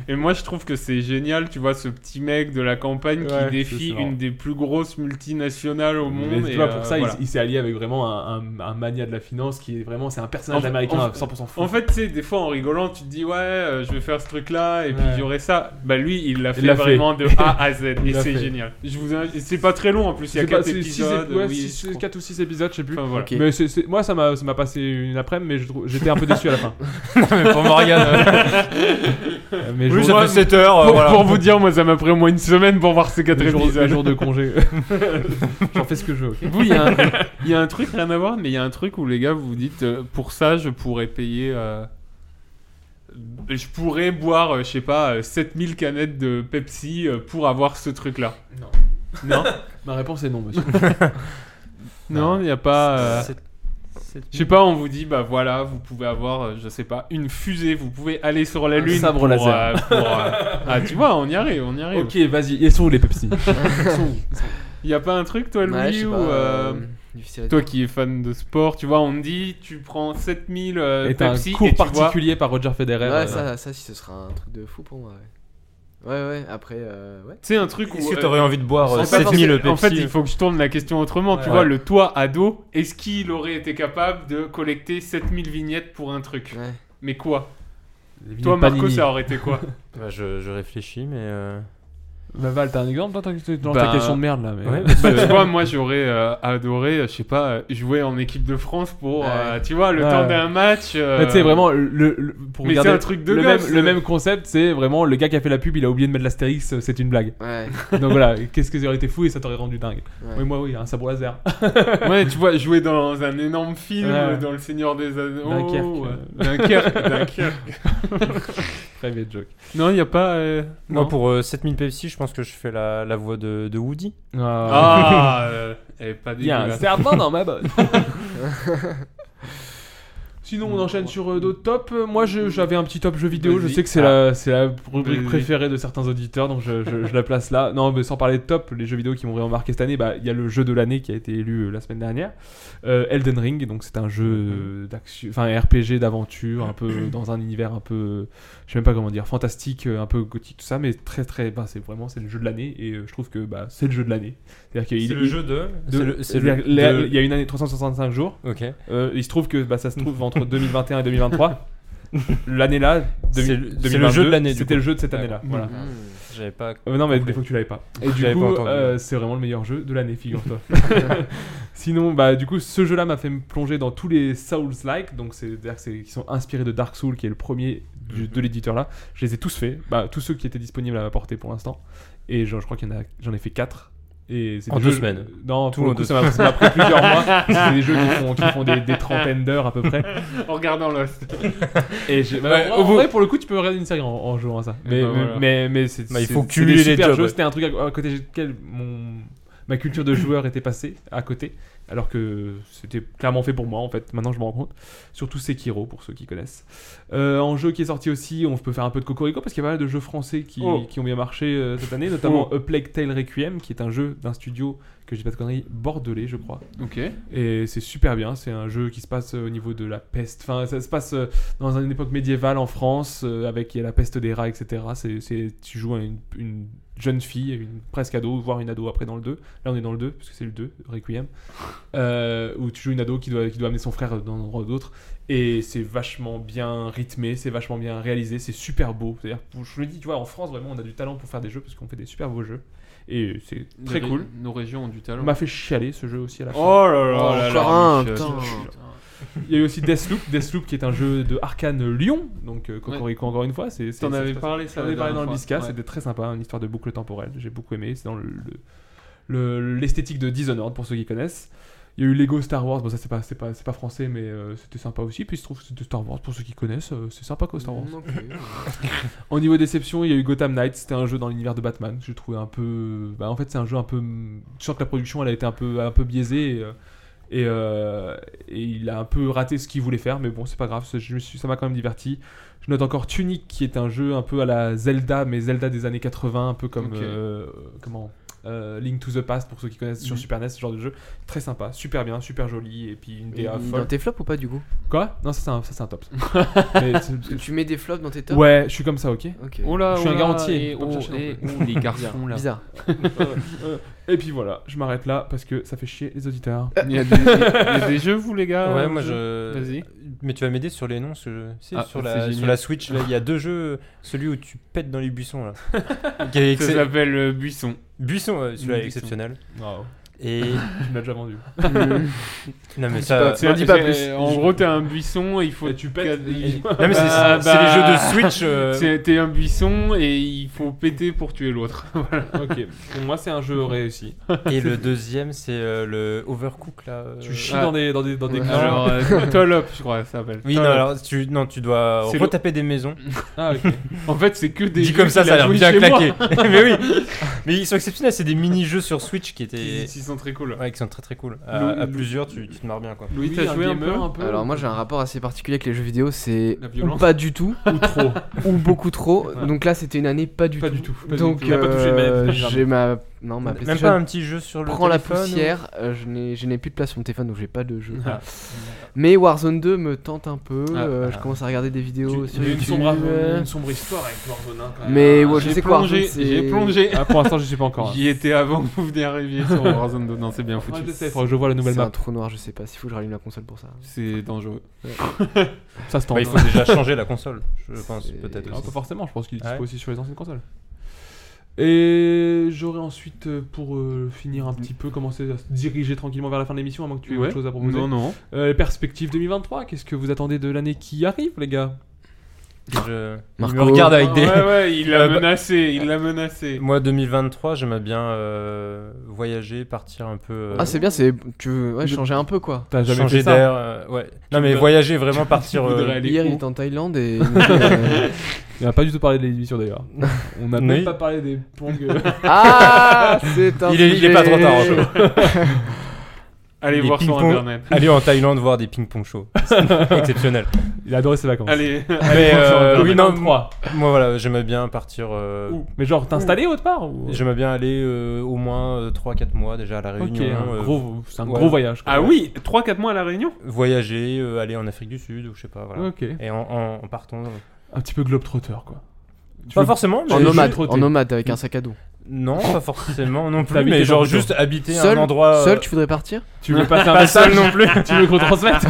Speaker 11: et, et moi, je trouve que c'est génial, tu vois, ce petit mec de la campagne
Speaker 8: Ouais,
Speaker 11: qui défie
Speaker 8: c'est marrant.
Speaker 11: une des plus grosses multinationales au monde.
Speaker 8: Mais
Speaker 11: et,
Speaker 8: tu vois,
Speaker 11: euh,
Speaker 8: pour ça, il-
Speaker 11: voilà.
Speaker 8: il, s'est allié avec vraiment un, un- un mania de la finance qui est vraiment, c'est un personnage
Speaker 11: En-
Speaker 8: américain
Speaker 11: en-
Speaker 8: à 100% fou.
Speaker 11: En fait, tu sais, des fois en rigolant, tu te dis ouais, euh, je vais faire ce truc-là et puis
Speaker 8: Ouais.
Speaker 11: j'aurai ça. Bah lui, il l'a fait
Speaker 8: l'a
Speaker 11: vraiment de A à Z et
Speaker 8: Il l'a
Speaker 11: c'est
Speaker 8: fait.
Speaker 11: génial. Je vous invite- C'est pas très long en plus, il y a
Speaker 8: C'est pas-
Speaker 11: 4
Speaker 8: c'est six
Speaker 11: épisodes.
Speaker 8: ép- ouais,
Speaker 11: oui,
Speaker 8: six-
Speaker 11: je crois.
Speaker 8: quatre ou 6 épisodes, je sais plus.
Speaker 11: Enfin, voilà.
Speaker 10: Ok.
Speaker 8: Mais c'est- c'est- moi, ça m'a ça m'a passé une après-midi, mais je trou- j'étais un peu déçu à la fin.
Speaker 9: mais pour Morgane.
Speaker 8: Mais je-
Speaker 9: oui, ça
Speaker 8: moi,
Speaker 9: fait 7 heures. euh,
Speaker 11: Pour,
Speaker 9: voilà.
Speaker 11: pour vous dire, moi, ça m'a pris au moins une semaine pour voir ces 4
Speaker 8: le jour, le
Speaker 11: épisodes.
Speaker 8: jour de congé. J'en fais ce que je veux. ok.
Speaker 11: Vous, il y, a un- il y a un truc, rien à voir, mais il y a un truc où les gars, vous vous dites, euh, pour ça, je pourrais payer... euh, je pourrais boire, euh, je sais pas, euh, 7000 canettes de Pepsi euh, pour avoir ce truc-là. Non. Non
Speaker 8: Ma réponse est non, monsieur.
Speaker 11: Non, il n'y a pas... euh,
Speaker 9: Sept- sept-
Speaker 11: Je sais pas, on vous dit, bah voilà, vous pouvez avoir, euh, je sais pas, une fusée, vous pouvez aller sur la Lune.
Speaker 8: sabre
Speaker 11: pour,
Speaker 8: laser.
Speaker 11: euh, pour, euh, Ah, tu vois, on y arrive, on y arrive.
Speaker 8: ok, vas-y, ils sont où les Pepsi
Speaker 11: Il n'y a pas un truc, toi, Louis,
Speaker 10: Ouais, je sais
Speaker 11: ou...
Speaker 10: pas, euh,
Speaker 11: euh,
Speaker 10: difficile à
Speaker 11: Toi
Speaker 10: dire.
Speaker 11: qui es fan de sport, tu vois, on dit tu prends 7000 euh,
Speaker 8: Et t'as un
Speaker 11: Pepsi
Speaker 8: cours
Speaker 11: et tu
Speaker 8: particulier par Roger
Speaker 10: Ouais,
Speaker 8: Federer. euh,
Speaker 10: ça, ça, si ce sera un truc de fou pour moi. Ouais, ouais, ouais, après, euh, ouais.
Speaker 11: vois- Tu sais, un truc où.
Speaker 9: Est-ce que
Speaker 11: euh,
Speaker 9: t'aurais envie de boire
Speaker 11: en
Speaker 9: euh,
Speaker 11: fait,
Speaker 9: 7000
Speaker 11: en
Speaker 9: Pepsi
Speaker 11: fait, il faut que je tourne la question autrement. Tu
Speaker 8: Ouais.
Speaker 11: vois, le toi ado, est-ce qu'il aurait été capable de collecter 7000 vignettes pour un truc
Speaker 10: ouais.
Speaker 11: Mais quoi
Speaker 8: les
Speaker 11: Toi,
Speaker 8: Panini.
Speaker 11: Marco, ça aurait été quoi
Speaker 9: Bah, je, je réfléchis, mais. euh,
Speaker 8: Bah, Val, t'as un exemple toi, t'as- t'as- dans
Speaker 11: Bah,
Speaker 8: ta question de merde là. Mais...
Speaker 9: ouais.
Speaker 11: Bah, Tu vois, moi, j'aurais euh, adoré, je sais pas, euh, jouer en équipe de France pour,
Speaker 10: Ouais.
Speaker 11: euh, tu vois, le
Speaker 8: Ouais.
Speaker 11: temps d'un match. euh,
Speaker 8: Mais tu sais, vraiment, le, le- pour
Speaker 11: Mais
Speaker 8: regarder-
Speaker 11: c'est un truc de
Speaker 8: le,
Speaker 11: gosse,
Speaker 8: même,
Speaker 11: ça.
Speaker 8: le même concept, c'est vraiment le gars qui a fait la pub, il a oublié de mettre l'astérix, euh, c'est une blague.
Speaker 10: Ouais,
Speaker 8: Donc voilà, qu'est-ce que ça aurait été fou et ça t'aurait rendu dingue.
Speaker 10: Ouais.
Speaker 8: Oui, moi, oui, un sabre laser.
Speaker 11: Ouais, tu vois, jouer dans un énorme film,
Speaker 8: Ouais.
Speaker 11: euh, dans Le Seigneur des Anneaux.
Speaker 8: Dunkerque,
Speaker 11: ouais.
Speaker 8: euh.
Speaker 11: Dunkerque, Dunkerque.
Speaker 8: Private joke.
Speaker 11: Non, il n'y a pas. euh,
Speaker 9: Moi,
Speaker 11: non.
Speaker 9: pour euh, 7000 Pepsi, je pense que je fais la, la voix de, de Woody.
Speaker 11: Ah, euh, elle est pas
Speaker 8: Euh, Il y a un
Speaker 11: dégueulasse.
Speaker 8: serpent dans ma botte. Sinon, on enchaîne sur euh, d'autres tops. Moi, je- j'avais un petit top jeu vidéo. Je
Speaker 11: Vas-y.
Speaker 8: sais que c'est la,
Speaker 9: Ah.
Speaker 8: c'est la rubrique
Speaker 11: Vas-y.
Speaker 8: préférée de certains auditeurs, donc je, je- je la place là. Non, mais sans parler de top, les jeux vidéo qui m'ont vraiment marqué cette année, bah, il y a le jeu de l'année qui a été élu euh, la semaine dernière. Euh, Elden Ring, donc c'est un jeu
Speaker 9: Mhm.
Speaker 8: euh, d'action, enfin RPG d'aventure, un peu dans un univers un peu, euh, je sais même pas comment dire, fantastique, euh, un peu gothique, tout ça, mais très très, bah, c'est vraiment c'est le jeu de l'année et euh, je trouve que bah, c'est le jeu de l'année. C'est-à-dire qu'il il-
Speaker 9: de.
Speaker 8: de-
Speaker 9: C'est le. c'est
Speaker 8: c'est-à-dire
Speaker 9: le-
Speaker 8: la-
Speaker 9: de-
Speaker 8: Il y a une année 365 jours.
Speaker 9: Ok.
Speaker 8: Euh, il se trouve que bah, ça se trouve entre 2021 et 2023. L'année là,
Speaker 9: C'est le- c'est le
Speaker 8: 2022,
Speaker 9: jeu de l'année, du
Speaker 8: C'était
Speaker 9: coup.
Speaker 8: le jeu de cette année-là.
Speaker 9: D'accord.
Speaker 8: Voilà.
Speaker 9: J'avais pas.
Speaker 8: Euh, non mais
Speaker 9: Compris.
Speaker 8: des fois que tu l'avais pas. Et du
Speaker 9: J'avais
Speaker 8: coup,
Speaker 9: pas entendu.
Speaker 8: euh, c'est vraiment le meilleur jeu de l'année, figure-toi. Sinon, bah du coup, ce jeu-là m'a fait me plonger dans tous les Souls-like, donc c'est c'est-à-dire que c'est- qui sont inspirés de Dark Souls, qui est le premier du-
Speaker 9: Mhm.
Speaker 8: de l'éditeur là. Je les ai tous faits, bah tous ceux qui étaient disponibles à ma portée pour l'instant. Et genre, je crois qu'il y en a, j'en ai fait 4 Et c'est
Speaker 9: En
Speaker 8: des
Speaker 9: deux
Speaker 8: jeux-
Speaker 9: semaines.
Speaker 8: Non,
Speaker 9: Tout
Speaker 8: pour le
Speaker 9: en
Speaker 8: coup,
Speaker 9: deux
Speaker 8: ça m'a ça m'a pris plusieurs mois. C'est des jeux qui font, qui font des, des trentaines d'heures à peu près.
Speaker 11: En regardant Lost.
Speaker 8: Et j'ai- bah,
Speaker 9: Ouais,
Speaker 8: en,
Speaker 9: au
Speaker 8: en
Speaker 9: bout- Ben
Speaker 8: vrai, pour le coup, tu peux regarder une série en, en jouant à ça. Mais,
Speaker 11: bah, voilà.
Speaker 8: mais, mais c'est.
Speaker 9: Bah, il
Speaker 8: c'est-
Speaker 9: faut
Speaker 8: c'est
Speaker 9: cumuler
Speaker 8: des
Speaker 9: les
Speaker 8: super
Speaker 9: jobs,
Speaker 8: jeux.
Speaker 9: ouais.
Speaker 8: C'était un truc à, à côté duquel mon, ma culture de joueur était passée, à côté. Alors que c'était clairement fait pour moi, en fait. Maintenant, je me rends compte. Surtout Sekiro, pour ceux qui connaissent. Euh, en jeu qui est sorti aussi, on peut faire un peu de Cocorico, parce qu'il y a pas mal de jeux français qui,
Speaker 11: Oh.
Speaker 8: qui ont bien marché euh, cette année, notamment A Plague Tale Requiem, qui est un jeu d'un studio que j'ai pas de conneries, bordelais, je crois.
Speaker 11: Ok.
Speaker 8: Et c'est super bien, c'est un jeu qui se passe euh, au niveau de la peste. Enfin, ça se passe euh, dans une époque médiévale en France, euh, avec il y a la peste des rats, etc. C'est, c'est- tu joues à une, une jeune fille, une presque ado, voire une ado après dans le 2. Là, on est dans le 2, parce que c'est le 2, Requiem. Euh, où tu joues une ado qui doit, qui doit amener son frère dans un endroit ou d'autre. Et c'est vachement bien rythmé, c'est vachement bien réalisé, c'est super beau. C'est-à-dire, je le dis, tu vois, en France, vraiment, on a du talent pour faire des jeux, parce qu'on fait des super beaux jeux. Et c'est très
Speaker 11: Les-
Speaker 8: cool.
Speaker 11: Nos régions ont du talent.
Speaker 8: M'a fait chialer ce jeu aussi à la fin.
Speaker 11: Oh là là
Speaker 10: Oh,
Speaker 11: là
Speaker 10: encore
Speaker 11: là.
Speaker 10: un,
Speaker 11: je-
Speaker 10: putain.
Speaker 8: Il y a eu aussi Deathloop, Deathloop qui est un jeu de Arkane Lyon, donc euh, Cocorico encore une fois. c'est- c'est-
Speaker 11: T'en
Speaker 8: ça se
Speaker 11: avais
Speaker 8: passe-
Speaker 11: parlé, ça.
Speaker 8: J'en
Speaker 11: la
Speaker 8: avais parlé dans le
Speaker 11: dernière
Speaker 8: Bisca,
Speaker 11: fois.
Speaker 8: c'était très sympa, une histoire de boucle temporelle, j'ai beaucoup aimé, c'est dans le- le- le- l'esthétique de Dishonored pour ceux qui connaissent. Il y a eu Lego Star Wars, bon ça c'est pas, c'est pas, c'est pas français mais euh, c'était sympa aussi, puis il se trouve que c'était Star Wars pour ceux qui connaissent, euh, c'est sympa quoi Star Wars.
Speaker 10: Hmm. Non plus, ouais.
Speaker 8: Au niveau déception, il y a eu Gotham Knights, c'était un jeu dans l'univers de Batman que j'ai trouvé un peu. Bah, en fait, c'est un jeu un peu. Je sens que la production elle a été un peu, un peu biaisée. et, euh, Et, euh, et il a un peu raté ce qu'il voulait faire, mais bon, c'est pas grave, ça- je me suis- ça m'a quand même diverti. Je note encore Tunic, qui est un jeu un peu à la Zelda, mais Zelda des années 80, un peu comme
Speaker 11: Ok.
Speaker 8: euh, comment euh, Link to the Past, pour ceux qui connaissent sur Super NES, ce genre de jeu. Très sympa, super bien, super joli, et puis une
Speaker 10: Et
Speaker 8: DA
Speaker 10: Dans
Speaker 8: folle.
Speaker 10: tes flops ou pas du coup
Speaker 8: Quoi Non, ça c'est un, ça, c'est un top. Mais c'est-
Speaker 10: Parce que Tu mets des flops dans tes tops
Speaker 8: ouais, je suis comme ça, ok
Speaker 10: Ok.
Speaker 11: Oh là,
Speaker 8: Je suis
Speaker 11: oh
Speaker 8: un
Speaker 11: là,
Speaker 8: garantier,
Speaker 11: Et,
Speaker 8: pas me
Speaker 11: oh,
Speaker 8: chercher
Speaker 11: et, oh, les garçons là.
Speaker 10: Bizarre.
Speaker 8: Et puis voilà, je m'arrête là parce que ça fait chier les auditeurs.
Speaker 10: Euh.
Speaker 11: Il y, a des, il y a des jeux, vous les gars
Speaker 9: Ouais,
Speaker 11: euh,
Speaker 9: moi
Speaker 11: jeux
Speaker 9: je.
Speaker 11: Vas-y.
Speaker 9: Mais tu vas m'aider sur les noms. parce que je- si,
Speaker 11: Ah,
Speaker 9: sur,
Speaker 11: c'est
Speaker 9: la,
Speaker 11: génial.
Speaker 9: sur la Switch, là, il y a deux jeux. Celui où tu pètes dans les buissons, là. qui est
Speaker 11: Ça
Speaker 9: excell-
Speaker 11: s'appelle euh, Buisson.
Speaker 9: Buisson, ouais, celui-là est
Speaker 11: Buisson.
Speaker 9: exceptionnel.
Speaker 8: Waouh,
Speaker 9: Et.
Speaker 8: tu me l'as déjà vendu.
Speaker 9: non, mais ça.
Speaker 11: C'est-
Speaker 10: dis pas
Speaker 11: c'est-
Speaker 10: plus.
Speaker 11: Bah, En gros, t'es un buisson et il faut.
Speaker 8: Et Bah, tu pètes.
Speaker 11: Il-
Speaker 9: Non, mais c'est
Speaker 11: Ah,
Speaker 9: c'est
Speaker 11: bah.
Speaker 9: les jeux de Switch. euh,
Speaker 11: c'est- T'es un buisson et il faut péter pour tuer l'autre. Voilà.
Speaker 8: ok, pour moi c'est un jeu réussi.
Speaker 9: Et le deuxième, c'est euh, le Overcook, là. euh,
Speaker 8: Tu chies
Speaker 11: Ah.
Speaker 8: dans des dans des dans des
Speaker 10: Ouais.
Speaker 8: Ah,
Speaker 11: Alors, euh, Toll Up, je crois, que ça s'appelle.
Speaker 9: Oui,
Speaker 11: Toll
Speaker 9: non,
Speaker 11: Up.
Speaker 9: alors tu, non, tu dois
Speaker 11: C'est
Speaker 9: retaper des maisons.
Speaker 8: Ah ok.
Speaker 11: En fait, c'est que des.
Speaker 9: Dit
Speaker 11: jeux
Speaker 9: comme ça,
Speaker 11: qu'il
Speaker 9: ça a l'air
Speaker 11: joué
Speaker 9: bien
Speaker 11: chez moi.
Speaker 9: claqué. mais oui, mais ils sont exceptionnels. C'est des mini-jeux sur Switch qui étaient.
Speaker 11: Ils ils sont très cool.
Speaker 9: Ouais, qui sont très très cool. À,
Speaker 11: Lou-
Speaker 9: à
Speaker 11: Lou-
Speaker 9: plusieurs, tu, tu te marres bien quoi.
Speaker 11: Louis,
Speaker 8: Oui,
Speaker 11: t'as joué un peu
Speaker 8: gamer, un peu
Speaker 10: Alors moi j'ai un rapport assez particulier avec les jeux vidéo, c'est
Speaker 8: La
Speaker 10: ou
Speaker 8: violence.
Speaker 10: pas du tout
Speaker 8: ou trop.
Speaker 10: ou beaucoup trop.
Speaker 8: Ouais.
Speaker 10: Donc là c'était une année pas du
Speaker 8: Pas
Speaker 10: tout.
Speaker 8: du tout. pas du
Speaker 10: Donc
Speaker 8: tout. Il a pas touché de manette,
Speaker 10: euh,
Speaker 8: pas de jardin.
Speaker 10: j'ai ma non ma
Speaker 9: Même pas
Speaker 10: PlayStation
Speaker 9: un petit jeu sur le.
Speaker 10: prend la
Speaker 9: téléphone ou-
Speaker 10: poussière, euh, je n'ai je n'ai plus de place sur mon téléphone donc j'ai pas de jeu.
Speaker 8: Ah.
Speaker 10: Mais Warzone 2 me tente un peu,
Speaker 11: Ah,
Speaker 10: euh, je
Speaker 9: ah.
Speaker 10: commence à regarder des vidéos
Speaker 8: Tu- il
Speaker 10: sur
Speaker 8: y a une
Speaker 10: YouTube.
Speaker 8: sombre,
Speaker 10: euh,
Speaker 8: une sombre histoire avec Warzone. hein, quand même.
Speaker 10: Mais ouais, je
Speaker 11: J'ai
Speaker 10: sais quoi,
Speaker 11: plongé,
Speaker 10: Warzone, c'est-
Speaker 11: j'ai plongé.
Speaker 8: Ah, pour l'instant, je suis pas encore. hein.
Speaker 11: J'y étais avant que vous veniez arriver sur Warzone 2. Non, c'est bien
Speaker 8: Faudrait
Speaker 11: foutu.
Speaker 8: que je teste, faudrait que je vois la nouvelle
Speaker 10: C'est un
Speaker 8: map. Euh,
Speaker 10: trou noir, je sais pas, s'il faut que je rallume la console pour ça.
Speaker 11: C'est dangereux.
Speaker 8: Ça se tente.
Speaker 9: Bah, il faut déjà changer la console, je pense
Speaker 10: C'est-
Speaker 9: peut-être.
Speaker 8: Ah,
Speaker 9: aussi.
Speaker 8: pas forcément, je pense qu'il est
Speaker 9: Ouais.
Speaker 8: dispo aussi sur les anciennes consoles. Et j'aurais ensuite, euh, pour euh, finir un petit peu, commencer à se diriger tranquillement vers la fin de l'émission, à moins que tu aies
Speaker 11: Ouais.
Speaker 8: autre chose à proposer.
Speaker 11: Non, non.
Speaker 8: Euh, perspective 2023, qu'est-ce que vous attendez de l'année qui arrive, les gars
Speaker 9: Je... Il me
Speaker 10: Marco.
Speaker 9: regarde avec des.
Speaker 11: Ouais, ouais, il l'a
Speaker 9: Euh, bah-
Speaker 11: menacé, il l'a menacé.
Speaker 9: Moi 2023, j'aimerais bien euh, voyager, partir un peu. euh,
Speaker 10: Ah c'est bien, c'est tu veux ouais, changer un peu quoi.
Speaker 8: T'as jamais
Speaker 9: changer
Speaker 8: fait ça
Speaker 9: d'air. euh, ouais. Non mais
Speaker 11: voudrais-
Speaker 9: voyager vraiment partir. euh,
Speaker 11: voudrais aller- Ah, Elle est
Speaker 10: Hier
Speaker 11: où
Speaker 10: il était en Thaïlande et... il nous dit, euh,
Speaker 8: On a pas du tout parlé de l'émission d'ailleurs. On a même
Speaker 9: Oui.
Speaker 8: pas parlé des pongs.
Speaker 10: Ah c'est un
Speaker 9: Il est- il est pas trop tard, en fait.
Speaker 11: Allez
Speaker 9: les
Speaker 11: voir sur
Speaker 9: ping-pong.
Speaker 11: internet.
Speaker 9: Aller en Thaïlande voir des ping-pong shows. C'est exceptionnel.
Speaker 8: Il a adoré ses vacances.
Speaker 11: Allez,
Speaker 9: Mais euh, oui, non,
Speaker 8: moi.
Speaker 9: moi voilà, j'aimerais bien partir. euh,
Speaker 8: Mais genre, t'installer autre part ou...
Speaker 9: J'aimerais bien aller euh, au moins 3-4 mois déjà à la
Speaker 8: Ok,
Speaker 9: Réunion.
Speaker 8: un
Speaker 9: euh,
Speaker 8: gros- c'est un
Speaker 9: ouais.
Speaker 8: gros voyage. quoi.
Speaker 11: Ah oui, 3-4 mois à La Réunion
Speaker 9: Voyager, euh, aller en Afrique du Sud ou je sais pas. Voilà.
Speaker 8: Ok.
Speaker 9: Et en, en- en partant. euh,
Speaker 8: Un petit peu globetrotter quoi.
Speaker 9: pas
Speaker 8: veux-
Speaker 9: forcément, mais
Speaker 10: En
Speaker 9: ju-
Speaker 10: nomade,
Speaker 8: trotté.
Speaker 10: en nomade avec un sac à dos.
Speaker 9: Non, pas forcément non plus.
Speaker 8: T'habites
Speaker 9: Mais
Speaker 8: dans
Speaker 9: genre
Speaker 8: le
Speaker 9: juste habiter
Speaker 10: Seul,
Speaker 9: un endroit. euh,
Speaker 10: seul tu voudrais partir
Speaker 8: Tu veux passer un message non plus Tu veux qu'on transmette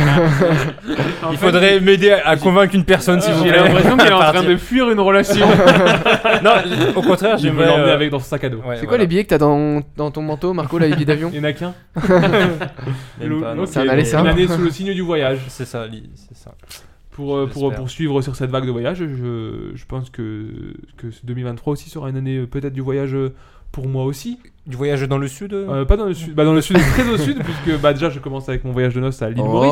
Speaker 9: Il faudrait m'aider à, à convaincre une personne si vous
Speaker 11: J'ai
Speaker 9: voulez.
Speaker 11: l'impression qu'elle est en train
Speaker 9: Partir.
Speaker 11: de fuir une relation.
Speaker 9: Non, au contraire,
Speaker 8: Je
Speaker 9: j'aimerais.
Speaker 8: vais l'emmener
Speaker 9: euh,
Speaker 8: avec dans son sac à dos.
Speaker 9: ouais,
Speaker 10: C'est quoi
Speaker 9: voilà.
Speaker 10: les billets que t'as dans, dans ton manteau, Marco, là, les billets d'avion
Speaker 8: Il y en a qu'un.
Speaker 9: Même
Speaker 8: L'eau-
Speaker 9: pas,
Speaker 8: l'eau,
Speaker 9: non.
Speaker 10: C'est un aller
Speaker 8: Une
Speaker 10: simple.
Speaker 8: année sous le signe du voyage.
Speaker 9: C'est ça, li- c'est ça.
Speaker 8: Pour, euh, pour
Speaker 9: J'espère.
Speaker 8: poursuivre sur cette vague de voyage, je, je pense que, que ce 2023 aussi sera une année euh, peut-être du voyage euh, pour moi aussi.
Speaker 9: Du voyage dans le sud euh
Speaker 8: Euh, pas dans le sud, bah dans le sud, très au sud, puisque bah déjà je commence avec mon voyage de noces à l'île
Speaker 10: Oh.
Speaker 8: Maurice.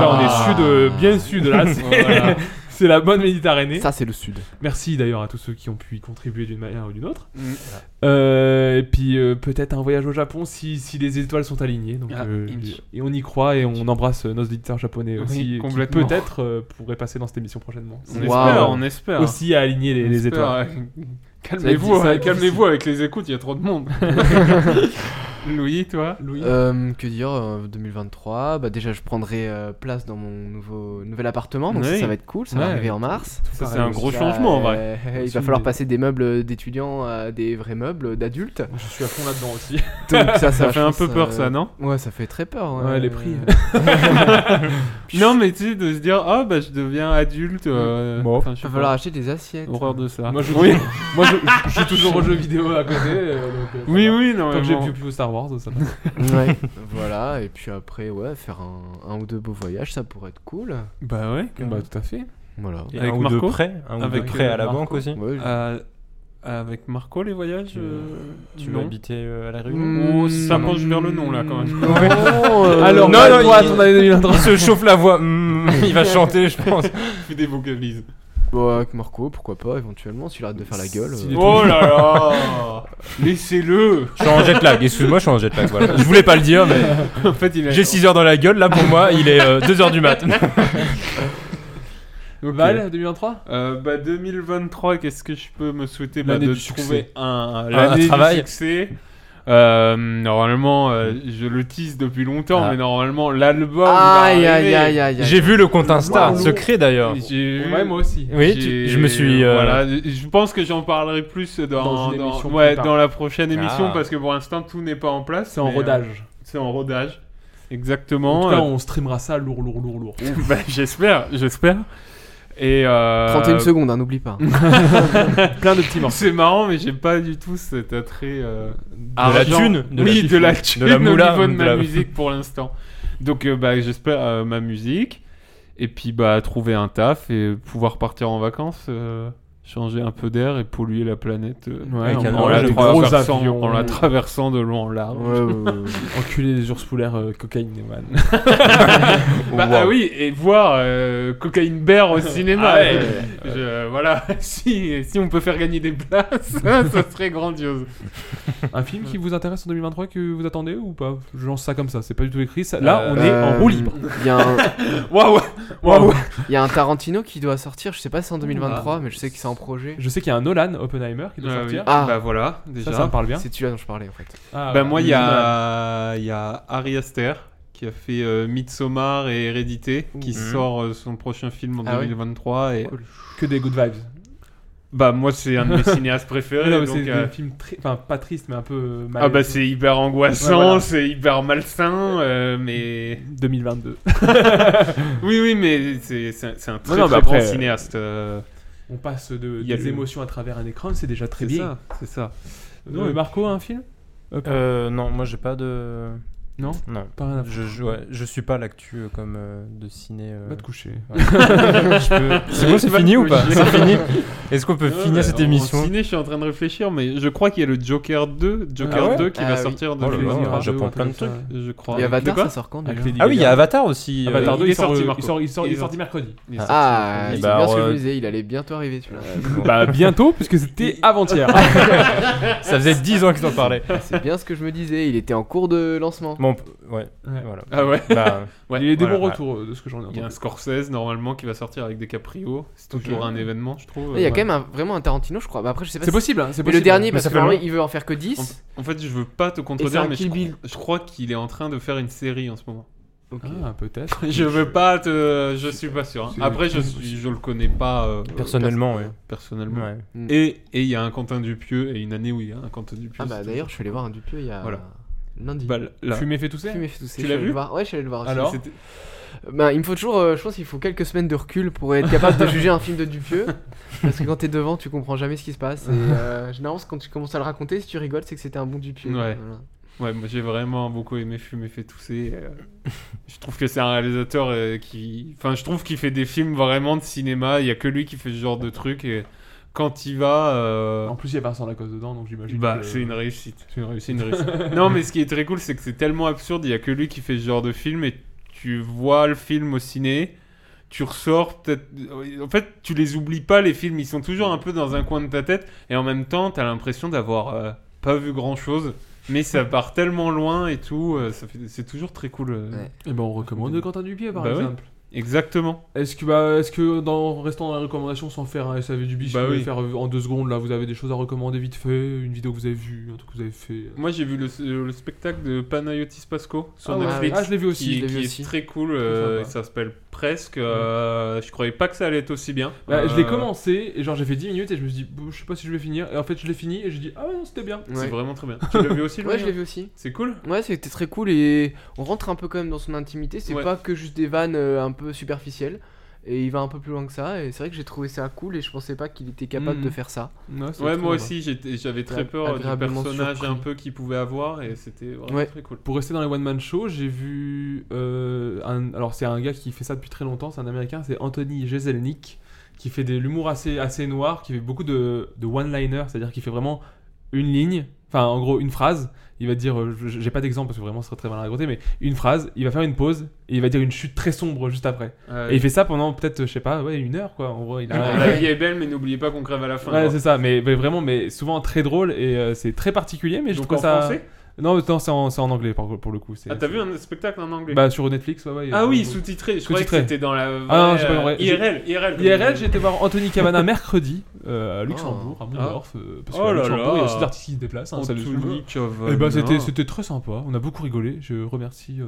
Speaker 8: Donc là on est sud, euh, bien sud là, c'est c'est la bonne Méditerranée.
Speaker 10: Ça, c'est le sud.
Speaker 8: Merci d'ailleurs à tous ceux qui ont pu y contribuer d'une manière ou d'une autre. Euh, et puis euh, peut-être un voyage au Japon si, si les étoiles sont alignées. Donc,
Speaker 11: Ah,
Speaker 8: euh,
Speaker 11: Inch.
Speaker 8: et on y croit et on embrasse euh, nos éditeurs japonais
Speaker 11: Oui,
Speaker 8: aussi. qui
Speaker 11: complètement.
Speaker 8: Peut-être euh, pourraient passer dans cette émission prochainement.
Speaker 11: On
Speaker 10: Waouh.
Speaker 11: espère, on espère.
Speaker 8: Aussi à aligner les,
Speaker 11: On
Speaker 8: les
Speaker 11: espère,
Speaker 8: étoiles.
Speaker 11: ouais. Calmez-vous,
Speaker 8: Ça va être- ça va
Speaker 11: hein,
Speaker 8: être
Speaker 11: calmez-vous avec les écoutes, il y a trop de monde. Louis, toi Louis
Speaker 10: Euh, que dire euh, 2023 bah, Déjà, je prendrai euh, place dans mon nouveau, nouvel appartement, donc ça,
Speaker 11: Oui.
Speaker 10: ça va être cool, ça
Speaker 11: Ouais.
Speaker 10: va arriver en mars.
Speaker 8: Tout
Speaker 11: Ça, c'est
Speaker 8: pareil
Speaker 11: un
Speaker 8: aussi.
Speaker 11: gros changement en vrai.
Speaker 10: Euh, il
Speaker 8: Absolument.
Speaker 10: va falloir passer des meubles d'étudiants à des vrais meubles d'adultes.
Speaker 8: Je suis à fond là-dedans aussi.
Speaker 10: Donc ça,
Speaker 11: Ça
Speaker 10: je
Speaker 11: fait un
Speaker 10: pense,
Speaker 11: peu peur
Speaker 10: euh,
Speaker 11: ça, non
Speaker 10: Ouais, ça fait très peur. hein.
Speaker 8: Ouais, les prix. hein.
Speaker 11: Non, mais tu sais, de se dire, ah bah je deviens adulte. euh,
Speaker 8: Bon.
Speaker 11: enfin,
Speaker 10: Il
Speaker 11: je sais
Speaker 10: va
Speaker 11: pas,
Speaker 10: falloir acheter des assiettes.
Speaker 11: Horreur de ça.
Speaker 8: Ah, Moi, je,
Speaker 11: oui,
Speaker 8: moi je, je- je suis toujours aux jeux vidéo à côté. euh, donc, euh, ça
Speaker 11: oui,
Speaker 8: va.
Speaker 11: oui, non,
Speaker 8: Tant
Speaker 11: mais
Speaker 8: que j'ai
Speaker 11: bon.
Speaker 8: plus, plus Star Wars, ça va.
Speaker 10: Ouais. voilà, et puis après, ouais, faire un, un ou deux beaux voyages, ça pourrait être cool.
Speaker 11: Bah ouais.
Speaker 8: bah, tout à fait.
Speaker 10: Voilà.
Speaker 9: Et
Speaker 11: Avec
Speaker 9: un ou deux
Speaker 11: Marco
Speaker 9: prêts, un ou deux
Speaker 11: Avec,
Speaker 9: prêts
Speaker 11: euh,
Speaker 9: à la
Speaker 8: Marco.
Speaker 9: banque aussi.
Speaker 10: Ouais,
Speaker 11: Euh, avec Marco, les voyages
Speaker 9: Tu-
Speaker 11: euh,
Speaker 9: Tu veux
Speaker 11: non.
Speaker 9: habiter euh, à la Réunion
Speaker 10: Mm,
Speaker 11: Oh, ça penche vers le nom là quand même.
Speaker 10: non, euh,
Speaker 8: Alors,
Speaker 9: non,
Speaker 8: bah,
Speaker 9: non,
Speaker 8: toi,
Speaker 9: il-
Speaker 8: ton année
Speaker 9: Il
Speaker 8: 2023.
Speaker 9: se chauffe la voix. Mm, il va chanter, je pense.
Speaker 11: Je fais des vocalises.
Speaker 10: Bon, avec Marco, pourquoi pas, éventuellement, s'il arrête de faire la gueule.
Speaker 8: S'il
Speaker 10: euh.
Speaker 8: est-
Speaker 11: Oh là là Laissez-le
Speaker 9: Je suis en jet lag, excuse-moi, je suis en jet lag. Voilà. Je voulais pas le dire, mais
Speaker 11: En fait, il a...
Speaker 9: j'ai 6 heures dans la gueule. Là, pour moi, il est 2 heures du mat.
Speaker 11: Ok.
Speaker 7: Val 2023
Speaker 11: Euh, bah 2023, qu'est-ce que je peux me souhaiter bah,
Speaker 9: L'année
Speaker 11: de
Speaker 9: du succès.
Speaker 11: trouver un, l'année du
Speaker 9: travail.
Speaker 11: succès. Euh, normalement, euh, je le tease depuis longtemps,
Speaker 9: Ah.
Speaker 11: mais normalement l'album. va
Speaker 10: Aïe, aïe,
Speaker 11: arriver.
Speaker 10: aïe, aïe, aïe.
Speaker 9: J'ai vu le compte Insta, secret d'ailleurs.
Speaker 11: J'ai vu-
Speaker 8: Ouais, moi aussi.
Speaker 9: Oui, tu-
Speaker 11: j'ai-
Speaker 9: je me suis, euh,
Speaker 11: Voilà, je pense que j'en parlerai plus dans
Speaker 8: Dans une émission
Speaker 11: ouais,
Speaker 8: plus tard.
Speaker 11: dans la prochaine émission
Speaker 9: Ah.
Speaker 11: parce que pour l'instant tout n'est pas en place.
Speaker 8: C'est en
Speaker 11: mais, euh,
Speaker 8: rodage.
Speaker 11: c'est en rodage.
Speaker 8: En
Speaker 11: Exactement.
Speaker 8: tout cas,
Speaker 11: Euh,
Speaker 8: on streamera ça lourd, lourd, lourd, lourd.
Speaker 11: bah, j'espère, j'espère. Et euh,
Speaker 10: 31 secondes, hein, n'oublie pas.
Speaker 8: Plein de petits morceaux.
Speaker 11: C'est marrant, mais j'ai pas du tout cet attrait. euh,
Speaker 9: la
Speaker 11: argent.
Speaker 9: thune, de la
Speaker 11: oui,
Speaker 9: thune,
Speaker 11: de la
Speaker 9: de
Speaker 11: thune
Speaker 9: la moula,
Speaker 11: au niveau de,
Speaker 9: de
Speaker 11: ma
Speaker 9: la-
Speaker 11: musique pour l'instant. Donc, euh, bah, j'espère euh, ma musique. Et puis, bah, trouver un taf et pouvoir partir en vacances, euh, changer un peu d'air et polluer la planète euh,
Speaker 8: Ouais,
Speaker 9: Avec
Speaker 8: on
Speaker 9: un
Speaker 11: en,
Speaker 8: prend
Speaker 11: la
Speaker 9: orage de
Speaker 8: des
Speaker 9: gros
Speaker 11: traversant,
Speaker 8: avions.
Speaker 11: en la traversant de long en large.
Speaker 10: Ouais, ouais, ouais.
Speaker 8: Enculé des ours polaires euh, cocaïne, man.
Speaker 11: Bah ah oui, et voir euh, Cocaine Bear au
Speaker 9: Ah
Speaker 11: cinéma. Je- voilà, si, si on peut faire gagner des places, ça serait grandiose.
Speaker 8: Un film
Speaker 11: Mm.
Speaker 8: qui vous intéresse en 2023 que vous attendez ou pas Je lance ça comme ça, c'est pas du tout écrit. ça- Là,
Speaker 9: Euh,
Speaker 8: on est en
Speaker 10: Euh,
Speaker 8: roue libre.
Speaker 10: Il y, a un-
Speaker 11: Waouh! Waouh!
Speaker 10: il y a un Tarantino qui doit sortir, je sais pas si c'est en
Speaker 8: Ah.
Speaker 10: 2023, mais je sais que c'est en projet.
Speaker 8: Je sais qu'il y a un Nolan Oppenheimer qui doit
Speaker 11: Ah oui.
Speaker 8: sortir.
Speaker 10: Ah.
Speaker 11: Bah voilà, déjà.
Speaker 8: Ça, ça me parle bien.
Speaker 10: C'est celui-là dont je parlais en fait.
Speaker 8: Ah,
Speaker 11: Bah moi, il y
Speaker 8: Nolan.
Speaker 11: a, il y a Ari Aster qui a fait euh, Midsommar et Hérédité, qui
Speaker 8: Mhm.
Speaker 11: sort euh, son prochain film en
Speaker 10: Ah ouais
Speaker 11: 2023. et...
Speaker 10: Cool.
Speaker 8: que des good vibes.
Speaker 11: Bah moi, c'est un de mes cinéastes préférés.
Speaker 8: Non, mais
Speaker 11: donc,
Speaker 8: c'est
Speaker 11: euh,
Speaker 8: un film tri- enfin pas triste mais un peu euh, mal.
Speaker 11: Ah bah c'est hyper angoissant,
Speaker 8: Ouais, voilà.
Speaker 11: c'est hyper malsain, euh, mais
Speaker 8: 2022.
Speaker 11: oui oui mais c'est c'est un- c'est un très,
Speaker 8: non, mais
Speaker 11: très
Speaker 8: après,
Speaker 11: bon
Speaker 8: euh,
Speaker 11: cinéaste. euh,
Speaker 8: On passe de
Speaker 11: Il y a
Speaker 8: des
Speaker 11: le-
Speaker 8: émotions à travers un écran, c'est déjà très
Speaker 11: c'est
Speaker 8: bien.
Speaker 11: ça, c'est ça.
Speaker 8: Non, mais Marco a un film
Speaker 9: Euh, non, moi j'ai pas de.
Speaker 8: Non
Speaker 9: Non.
Speaker 8: Pas rien à
Speaker 9: Je, je, ouais, je suis pas l'actu euh, comme euh, de ciné. euh,
Speaker 8: Va
Speaker 11: Bah,
Speaker 8: te coucher.
Speaker 9: ouais. Je peux- C'est bon, c'est
Speaker 11: Va te
Speaker 9: fini ou pas
Speaker 11: coucher.
Speaker 9: C'est fini Est-ce qu'on peut
Speaker 11: Ouais,
Speaker 9: finir
Speaker 11: ouais,
Speaker 9: cette
Speaker 11: Euh, en- en
Speaker 9: émission
Speaker 11: ciné, je suis en train de réfléchir, mais je crois qu'il y a le Joker 2, Joker
Speaker 9: Ah ouais
Speaker 11: 2 qui
Speaker 10: Ah
Speaker 11: va
Speaker 10: oui.
Speaker 11: sortir de
Speaker 9: Oh là là,
Speaker 11: février,
Speaker 9: j'apprends
Speaker 8: ou un
Speaker 9: plein de
Speaker 8: truc comme
Speaker 11: je crois.
Speaker 10: Et
Speaker 11: De
Speaker 10: Avatar,
Speaker 11: quoi
Speaker 10: ça sort quand
Speaker 8: ça.
Speaker 10: déjà
Speaker 8: Avec Lady
Speaker 9: Ah oui, il y a
Speaker 8: Gaga.
Speaker 9: Avatar aussi. euh,
Speaker 8: Avatar
Speaker 11: il
Speaker 8: 2,
Speaker 11: est
Speaker 8: il sort,
Speaker 11: sorti,
Speaker 8: euh,
Speaker 11: Marco.
Speaker 8: il sort, il sort-
Speaker 11: Il
Speaker 8: il
Speaker 11: est
Speaker 8: est sorti
Speaker 11: sorti.
Speaker 8: mercredi.
Speaker 11: Il est sorti.
Speaker 10: Ah,
Speaker 9: Et
Speaker 10: c'est
Speaker 9: bah,
Speaker 10: bien ce que je
Speaker 9: re-
Speaker 10: me disais, il allait bientôt arriver celui-là.
Speaker 8: Bah bientôt puisque c'était avant-hier.
Speaker 11: Ah,
Speaker 9: Ça faisait 10 ans qu'ils en parlaient.
Speaker 10: C'est bien ce que je me disais, il était en cours de lancement.
Speaker 9: Bon, ouais,
Speaker 8: Ouais.
Speaker 9: voilà.
Speaker 11: Ah ouais.
Speaker 9: Bah,
Speaker 11: Ouais,
Speaker 8: Il y a eu des
Speaker 11: voilà.
Speaker 8: bons retours euh, de ce que j'en ai
Speaker 11: Il y a un
Speaker 8: entendu.
Speaker 11: Scorsese normalement qui va sortir avec DiCaprio. C'est toujours un événement, je trouve.
Speaker 10: Il y a
Speaker 11: Ouais.
Speaker 10: quand même un- vraiment un Tarantino, je crois. Bah, après, je sais pas
Speaker 8: C'est
Speaker 10: si-
Speaker 8: possible, hein, c'est
Speaker 10: Mais
Speaker 8: possible.
Speaker 10: le dernier,
Speaker 11: Mais
Speaker 10: parce
Speaker 11: ça
Speaker 10: que
Speaker 11: fait
Speaker 10: normalement,
Speaker 11: longtemps.
Speaker 10: il veut en faire que 10.
Speaker 11: En fait, je veux pas te
Speaker 10: c'est
Speaker 11: contredire,
Speaker 10: un
Speaker 11: mais je,
Speaker 10: Kill
Speaker 11: cro-
Speaker 10: Bill.
Speaker 11: je crois qu'il est en train de faire une série en ce moment.
Speaker 8: Ah, peut-être.
Speaker 11: Je veux pas te. Je suis pas sûr. hein.
Speaker 8: C'est-
Speaker 11: Après, je, suis... je le connais pas euh,
Speaker 9: personnellement, ouais.
Speaker 11: personnellement.
Speaker 9: ouais.
Speaker 11: Et et il y a un Quentin Dupieux et une année où il y a un Quentin Dupieux.
Speaker 10: Ah, bah d'ailleurs, je suis allé voir un Dupieux il y a
Speaker 11: Voilà.
Speaker 10: lundi.
Speaker 11: Bah, là.
Speaker 8: Fumer fait tousser
Speaker 10: Fumé fait tousser,
Speaker 11: Tu
Speaker 10: je suis
Speaker 11: l'as
Speaker 10: allé
Speaker 11: vu
Speaker 10: le voir. Ouais, je suis allé le voir aussi.
Speaker 8: Alors
Speaker 11: C'était-
Speaker 10: Bah, il me faut toujours, euh, je pense qu'il faut quelques semaines de recul pour être capable de juger un film de Dupieux. Parce que quand t'es devant, tu comprends jamais ce qui se passe. Et euh, généralement, c'est quand tu commences à le raconter, si tu rigoles, c'est que c'était un bon Dupieux.
Speaker 11: Ouais.
Speaker 10: Voilà.
Speaker 11: Ouais, moi j'ai vraiment beaucoup aimé Fumer fait tousser. euh, je trouve que c'est un réalisateur euh, qui. Enfin, je trouve qu'il fait des films vraiment de cinéma. Il y a que lui qui fait ce genre de truc. Et quand il va. euh,
Speaker 8: En plus, il y a Vincent Lacoste dedans, donc j'imagine.
Speaker 11: Bah,
Speaker 8: que-
Speaker 11: c'est une réussite. C'est une réussite. une réussite. non, mais ce qui est très cool, c'est que c'est tellement absurde. Il y a que lui qui fait ce genre de film et tu vois le film au ciné. Tu ressors peut-être. En fait, tu les oublies pas, les films. Ils sont toujours un peu dans un coin de ta tête. Et en même temps, t'as l'impression d'avoir euh, pas vu grand-chose. Mais ça part tellement loin et tout. euh, ça fait- C'est toujours très cool. euh.
Speaker 10: Ouais.
Speaker 8: Eh ben, on recommande Quentin Dupieux par
Speaker 11: Bah oui.
Speaker 8: exemple.
Speaker 11: Exactement.
Speaker 8: Est-ce que, bah, est-ce que dans, restant dans la recommandation sans faire un SAV du biche,
Speaker 11: Bah
Speaker 8: vous pouvez
Speaker 11: oui.
Speaker 8: faire euh, en deux secondes, là, vous avez des choses à recommander vite fait, une vidéo que vous avez vue, un truc que vous avez fait. euh,
Speaker 11: Moi, j'ai vu le, le spectacle de Panayotis Pasco sur
Speaker 10: Ah ouais.
Speaker 11: Netflix.
Speaker 8: Ah, je l'ai vu aussi.
Speaker 11: qui,
Speaker 10: je l'ai
Speaker 11: qui
Speaker 10: vu
Speaker 11: est
Speaker 10: aussi.
Speaker 11: très cool. euh,
Speaker 8: sympa.
Speaker 11: ça s'appelle Presque. euh, je croyais pas que ça allait être aussi bien.
Speaker 8: Bah, Je l'ai
Speaker 11: Euh,
Speaker 8: commencé, et genre j'ai fait 10 minutes, et je me suis dit, bon, je sais pas si je vais finir, et en fait je l'ai fini, et j'ai dit, ah ouais, non, c'était bien.
Speaker 11: C'est
Speaker 10: Ouais.
Speaker 11: vraiment très bien. Tu l'as vu aussi,
Speaker 10: Ouais,
Speaker 11: Louis
Speaker 10: je l'ai vu aussi.
Speaker 11: C'est cool.
Speaker 10: Ouais, c'était très cool et on rentre un peu quand même dans son intimité. C'est
Speaker 11: Ouais.
Speaker 10: pas que juste des vannes euh, un peu superficielles. Et il va un peu plus loin que ça. Et c'est vrai que j'ai trouvé ça cool et je pensais pas qu'il était capable
Speaker 8: Mhm.
Speaker 10: de faire ça.
Speaker 8: c'est
Speaker 11: Ouais,
Speaker 8: très
Speaker 11: moi
Speaker 8: bien.
Speaker 11: aussi, j'étais- j'avais très
Speaker 10: Agré-
Speaker 11: peur du
Speaker 10: agréablement
Speaker 11: personnage
Speaker 10: surpris.
Speaker 11: un peu qu'il pouvait avoir et c'était vraiment
Speaker 10: Ouais.
Speaker 11: très cool.
Speaker 8: Pour rester dans les one-man shows, j'ai vu. euh, un- alors, c'est un gars qui fait ça depuis très longtemps, c'est un américain, c'est Anthony Jeselnik, qui fait de l'humour assez, assez noir, qui fait beaucoup de, de one-liner, c'est-à-dire qu'il fait vraiment une ligne, enfin, en gros, une phrase, il va dire, euh, je- j'ai pas d'exemple parce que vraiment ce serait très mal à raconter, mais une phrase, il va faire une pause et il va dire une chute très sombre juste après.
Speaker 11: Euh,
Speaker 8: Et il fait ça pendant peut-être, je sais pas, ouais, une heure quoi. En gros, il a- il a-
Speaker 11: La vie est belle, mais n'oubliez pas qu'on crève à la fin.
Speaker 8: Ouais,
Speaker 11: quoi.
Speaker 8: c'est ça, mais, mais vraiment, mais souvent très drôle et euh, c'est très particulier, mais je
Speaker 11: Donc
Speaker 8: trouve
Speaker 11: en
Speaker 8: ça.
Speaker 11: français
Speaker 8: non, non, c'est en, c'est en anglais par- pour le coup. c'est-
Speaker 11: Ah, t'as vu un spectacle en anglais
Speaker 8: Bah, sur Netflix, ouais, ouais. il y a-
Speaker 11: Ah oui, sous-titré. Je croyais que
Speaker 8: Sous-titré.
Speaker 11: c'était dans la.
Speaker 8: Ah non,
Speaker 11: vraie,
Speaker 8: c'est pas
Speaker 11: euh,
Speaker 8: vrai.
Speaker 11: IRL, IRL. comme
Speaker 8: IRL,
Speaker 11: on
Speaker 8: j'ai
Speaker 11: dit.
Speaker 8: été voir Anthony Cavana mercredi euh, à Luxembourg, à
Speaker 11: Ah.
Speaker 8: Mondorf, euh, parce que
Speaker 11: Oh
Speaker 8: à
Speaker 11: là
Speaker 8: Luxembourg, il y
Speaker 11: là.
Speaker 8: a aussi des artistes qui se déplacent. hein, ça le-
Speaker 11: Anthony Cavana.
Speaker 8: Eh ben, c'était, c'était très sympa, on a beaucoup rigolé. Je remercie euh,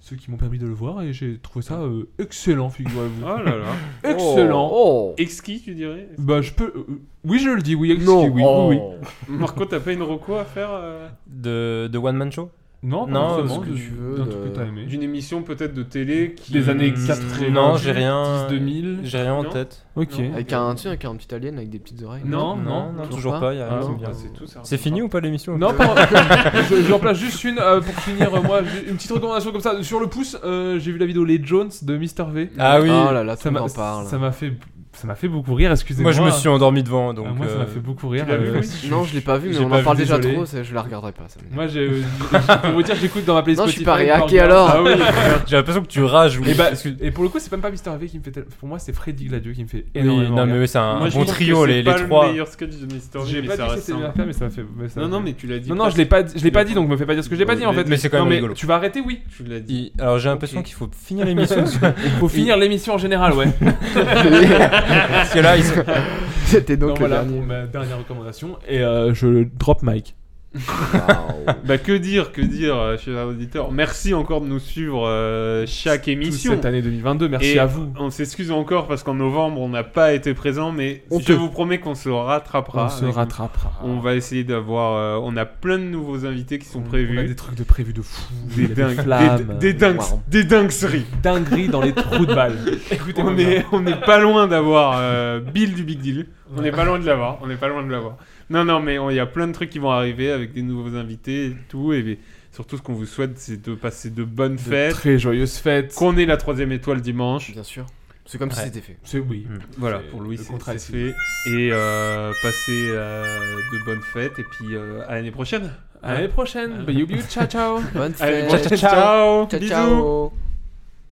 Speaker 8: ceux qui m'ont permis de le voir et j'ai trouvé ça euh, excellent, figurez-vous.
Speaker 11: Oh là là.
Speaker 8: excellent.
Speaker 10: Oh,
Speaker 11: Exquis, tu dirais
Speaker 8: Bah, je peux. euh, oui, je le dis, oui, exquis,
Speaker 10: Non.
Speaker 8: oui, oui,
Speaker 10: Oh.
Speaker 8: oui.
Speaker 11: Marco, t'as pas une reco à faire euh,
Speaker 9: De, de One Man Show
Speaker 8: Non, pas
Speaker 9: Non,
Speaker 8: forcément,
Speaker 9: ce
Speaker 10: que
Speaker 8: de-
Speaker 10: tu veux, euh,
Speaker 8: d'un
Speaker 10: de-
Speaker 8: truc que t'as aimé.
Speaker 11: D'une émission peut-être de télé qui...
Speaker 8: Des années
Speaker 9: Hmm,
Speaker 8: 80,
Speaker 9: Non, j'ai rien.
Speaker 8: 10-2000.
Speaker 9: J'ai rien en
Speaker 11: Non.
Speaker 9: tête.
Speaker 8: Ok.
Speaker 11: Non.
Speaker 10: Avec un, tu sais, avec un petit alien avec des petites oreilles.
Speaker 11: Non,
Speaker 9: non, non, toujours pas, y a rien
Speaker 11: Ah,
Speaker 9: qui me
Speaker 11: bah,
Speaker 9: vient.
Speaker 11: c'est tout ça.
Speaker 9: C'est fini ou pas l'émission
Speaker 8: Non, pas- je, je remplace juste une euh, pour finir. euh, moi, j'ai une petite recommandation comme ça sur le pouce. euh, j'ai vu la vidéo Les Jones de Mr V.
Speaker 9: Ah oui
Speaker 10: Oh là là, tout
Speaker 8: ça
Speaker 10: le
Speaker 8: m'a
Speaker 10: monde en parle.
Speaker 8: ça m'a fait ça m'a fait beaucoup rire. Excusez-moi.
Speaker 9: Moi je me suis endormi devant donc.
Speaker 8: Ah, moi, ça
Speaker 9: euh,
Speaker 8: m'a fait beaucoup rire.
Speaker 11: tu l'as vu,
Speaker 8: euh,
Speaker 11: Louis
Speaker 10: Non, je l'ai pas vu, mais
Speaker 8: J'ai
Speaker 10: on
Speaker 8: pas
Speaker 10: en
Speaker 8: vu,
Speaker 10: parle déjà
Speaker 8: désolé.
Speaker 10: trop, ça, je la regarderai pas. ça me-
Speaker 8: Moi, j'ai, euh, pour vous dire, j'écoute dans ma playlist.
Speaker 10: Non, je suis
Speaker 8: Spotify,
Speaker 10: pas réac, et
Speaker 8: Pornhub.
Speaker 10: alors
Speaker 8: Ah oui.
Speaker 9: J'ai l'impression que tu rages.
Speaker 8: Et,
Speaker 9: oui,
Speaker 8: bah,
Speaker 9: parce que-
Speaker 8: et pour le coup, c'est même pas Mr V qui me fait. tel- Pour moi, c'est Freddy Gladieux qui me fait
Speaker 9: Oui,
Speaker 8: énormément.
Speaker 9: non mais
Speaker 8: rire.
Speaker 9: oui, c'est un
Speaker 11: Moi, je
Speaker 9: bon
Speaker 11: trouve que
Speaker 9: trio
Speaker 11: c'est
Speaker 9: les,
Speaker 11: pas
Speaker 9: les trois.
Speaker 11: le meilleur sketch de Mr.
Speaker 8: J'ai
Speaker 11: V, mais
Speaker 8: pas
Speaker 11: ça
Speaker 8: dit que
Speaker 11: reste
Speaker 8: c'était bien
Speaker 11: un-
Speaker 8: fait, mais ça m'a fait. mais ça
Speaker 11: Non,
Speaker 8: m'a
Speaker 11: non,
Speaker 8: fait-
Speaker 11: mais tu l'as dit.
Speaker 8: Non, non, je l'ai pas, je l'ai pas dit, donc me fais pas dire ce que j'ai pas dit en fait.
Speaker 9: Mais c'est quand même
Speaker 8: Non, mais
Speaker 9: rigolo.
Speaker 8: tu vas arrêter, oui.
Speaker 11: Tu l'as dit.
Speaker 9: Il- Alors j'ai l'impression qu'il faut finir l'émission parce que-
Speaker 8: Il faut finir l'émission en général, ouais.
Speaker 9: parce que là il se-
Speaker 10: C'était donc
Speaker 8: Donc
Speaker 10: le
Speaker 8: voilà
Speaker 10: dernier.
Speaker 8: pour ma dernière recommandation. Et euh, je drop Mike.
Speaker 11: Bah que dire, que dire, euh, chers auditeurs. Merci encore de nous suivre euh, chaque émission.
Speaker 8: Cette année 2022, merci
Speaker 11: Et
Speaker 8: à vous.
Speaker 11: On s'excuse encore parce qu'en novembre on n'a pas été présent, mais
Speaker 8: On
Speaker 11: je
Speaker 8: te-
Speaker 11: vous promets qu'on se rattrapera.
Speaker 8: On se
Speaker 11: avec-
Speaker 8: rattrapera.
Speaker 11: On va essayer d'avoir. euh, on a plein de nouveaux invités qui sont
Speaker 8: On a des
Speaker 11: prévus.
Speaker 8: trucs de prévus de fou.
Speaker 11: Des,
Speaker 8: il y a
Speaker 11: dingues-
Speaker 8: flammes,
Speaker 11: des, des dingues, des dingueries.
Speaker 8: dingueries dans les trous de balles. Écoutez,
Speaker 11: On est, on est pas loin d'avoir euh, Bill du Big Deal. On
Speaker 8: Ouais.
Speaker 11: n'est pas loin de l'avoir. On n'est pas loin de l'avoir. Non, non, mais on- il y a plein de trucs qui vont arriver avec des nouveaux invités et tout. Et surtout, ce qu'on vous souhaite, c'est de passer de bonnes fêtes.
Speaker 8: Très joyeuse fête.
Speaker 11: Qu'on ait la troisième étoile dimanche.
Speaker 10: Bien sûr. C'est comme si
Speaker 9: Ouais.
Speaker 10: c'était fait.
Speaker 8: C'est oui.
Speaker 11: Voilà,
Speaker 8: Mm. C'est-
Speaker 11: pour Louis,
Speaker 8: le
Speaker 11: c'est
Speaker 8: contrat
Speaker 11: c'est
Speaker 8: est signé.
Speaker 11: fait. Et euh, passez euh, de bonnes fêtes. Et puis euh, à l'année prochaine.
Speaker 8: À l'année prochaine. Bayou, bayou, Bah, ciao, ciao.
Speaker 10: Bonne
Speaker 11: Allez,
Speaker 10: fête.
Speaker 11: bon-
Speaker 10: Ciao,
Speaker 11: ciao. Bisous.
Speaker 10: ciao.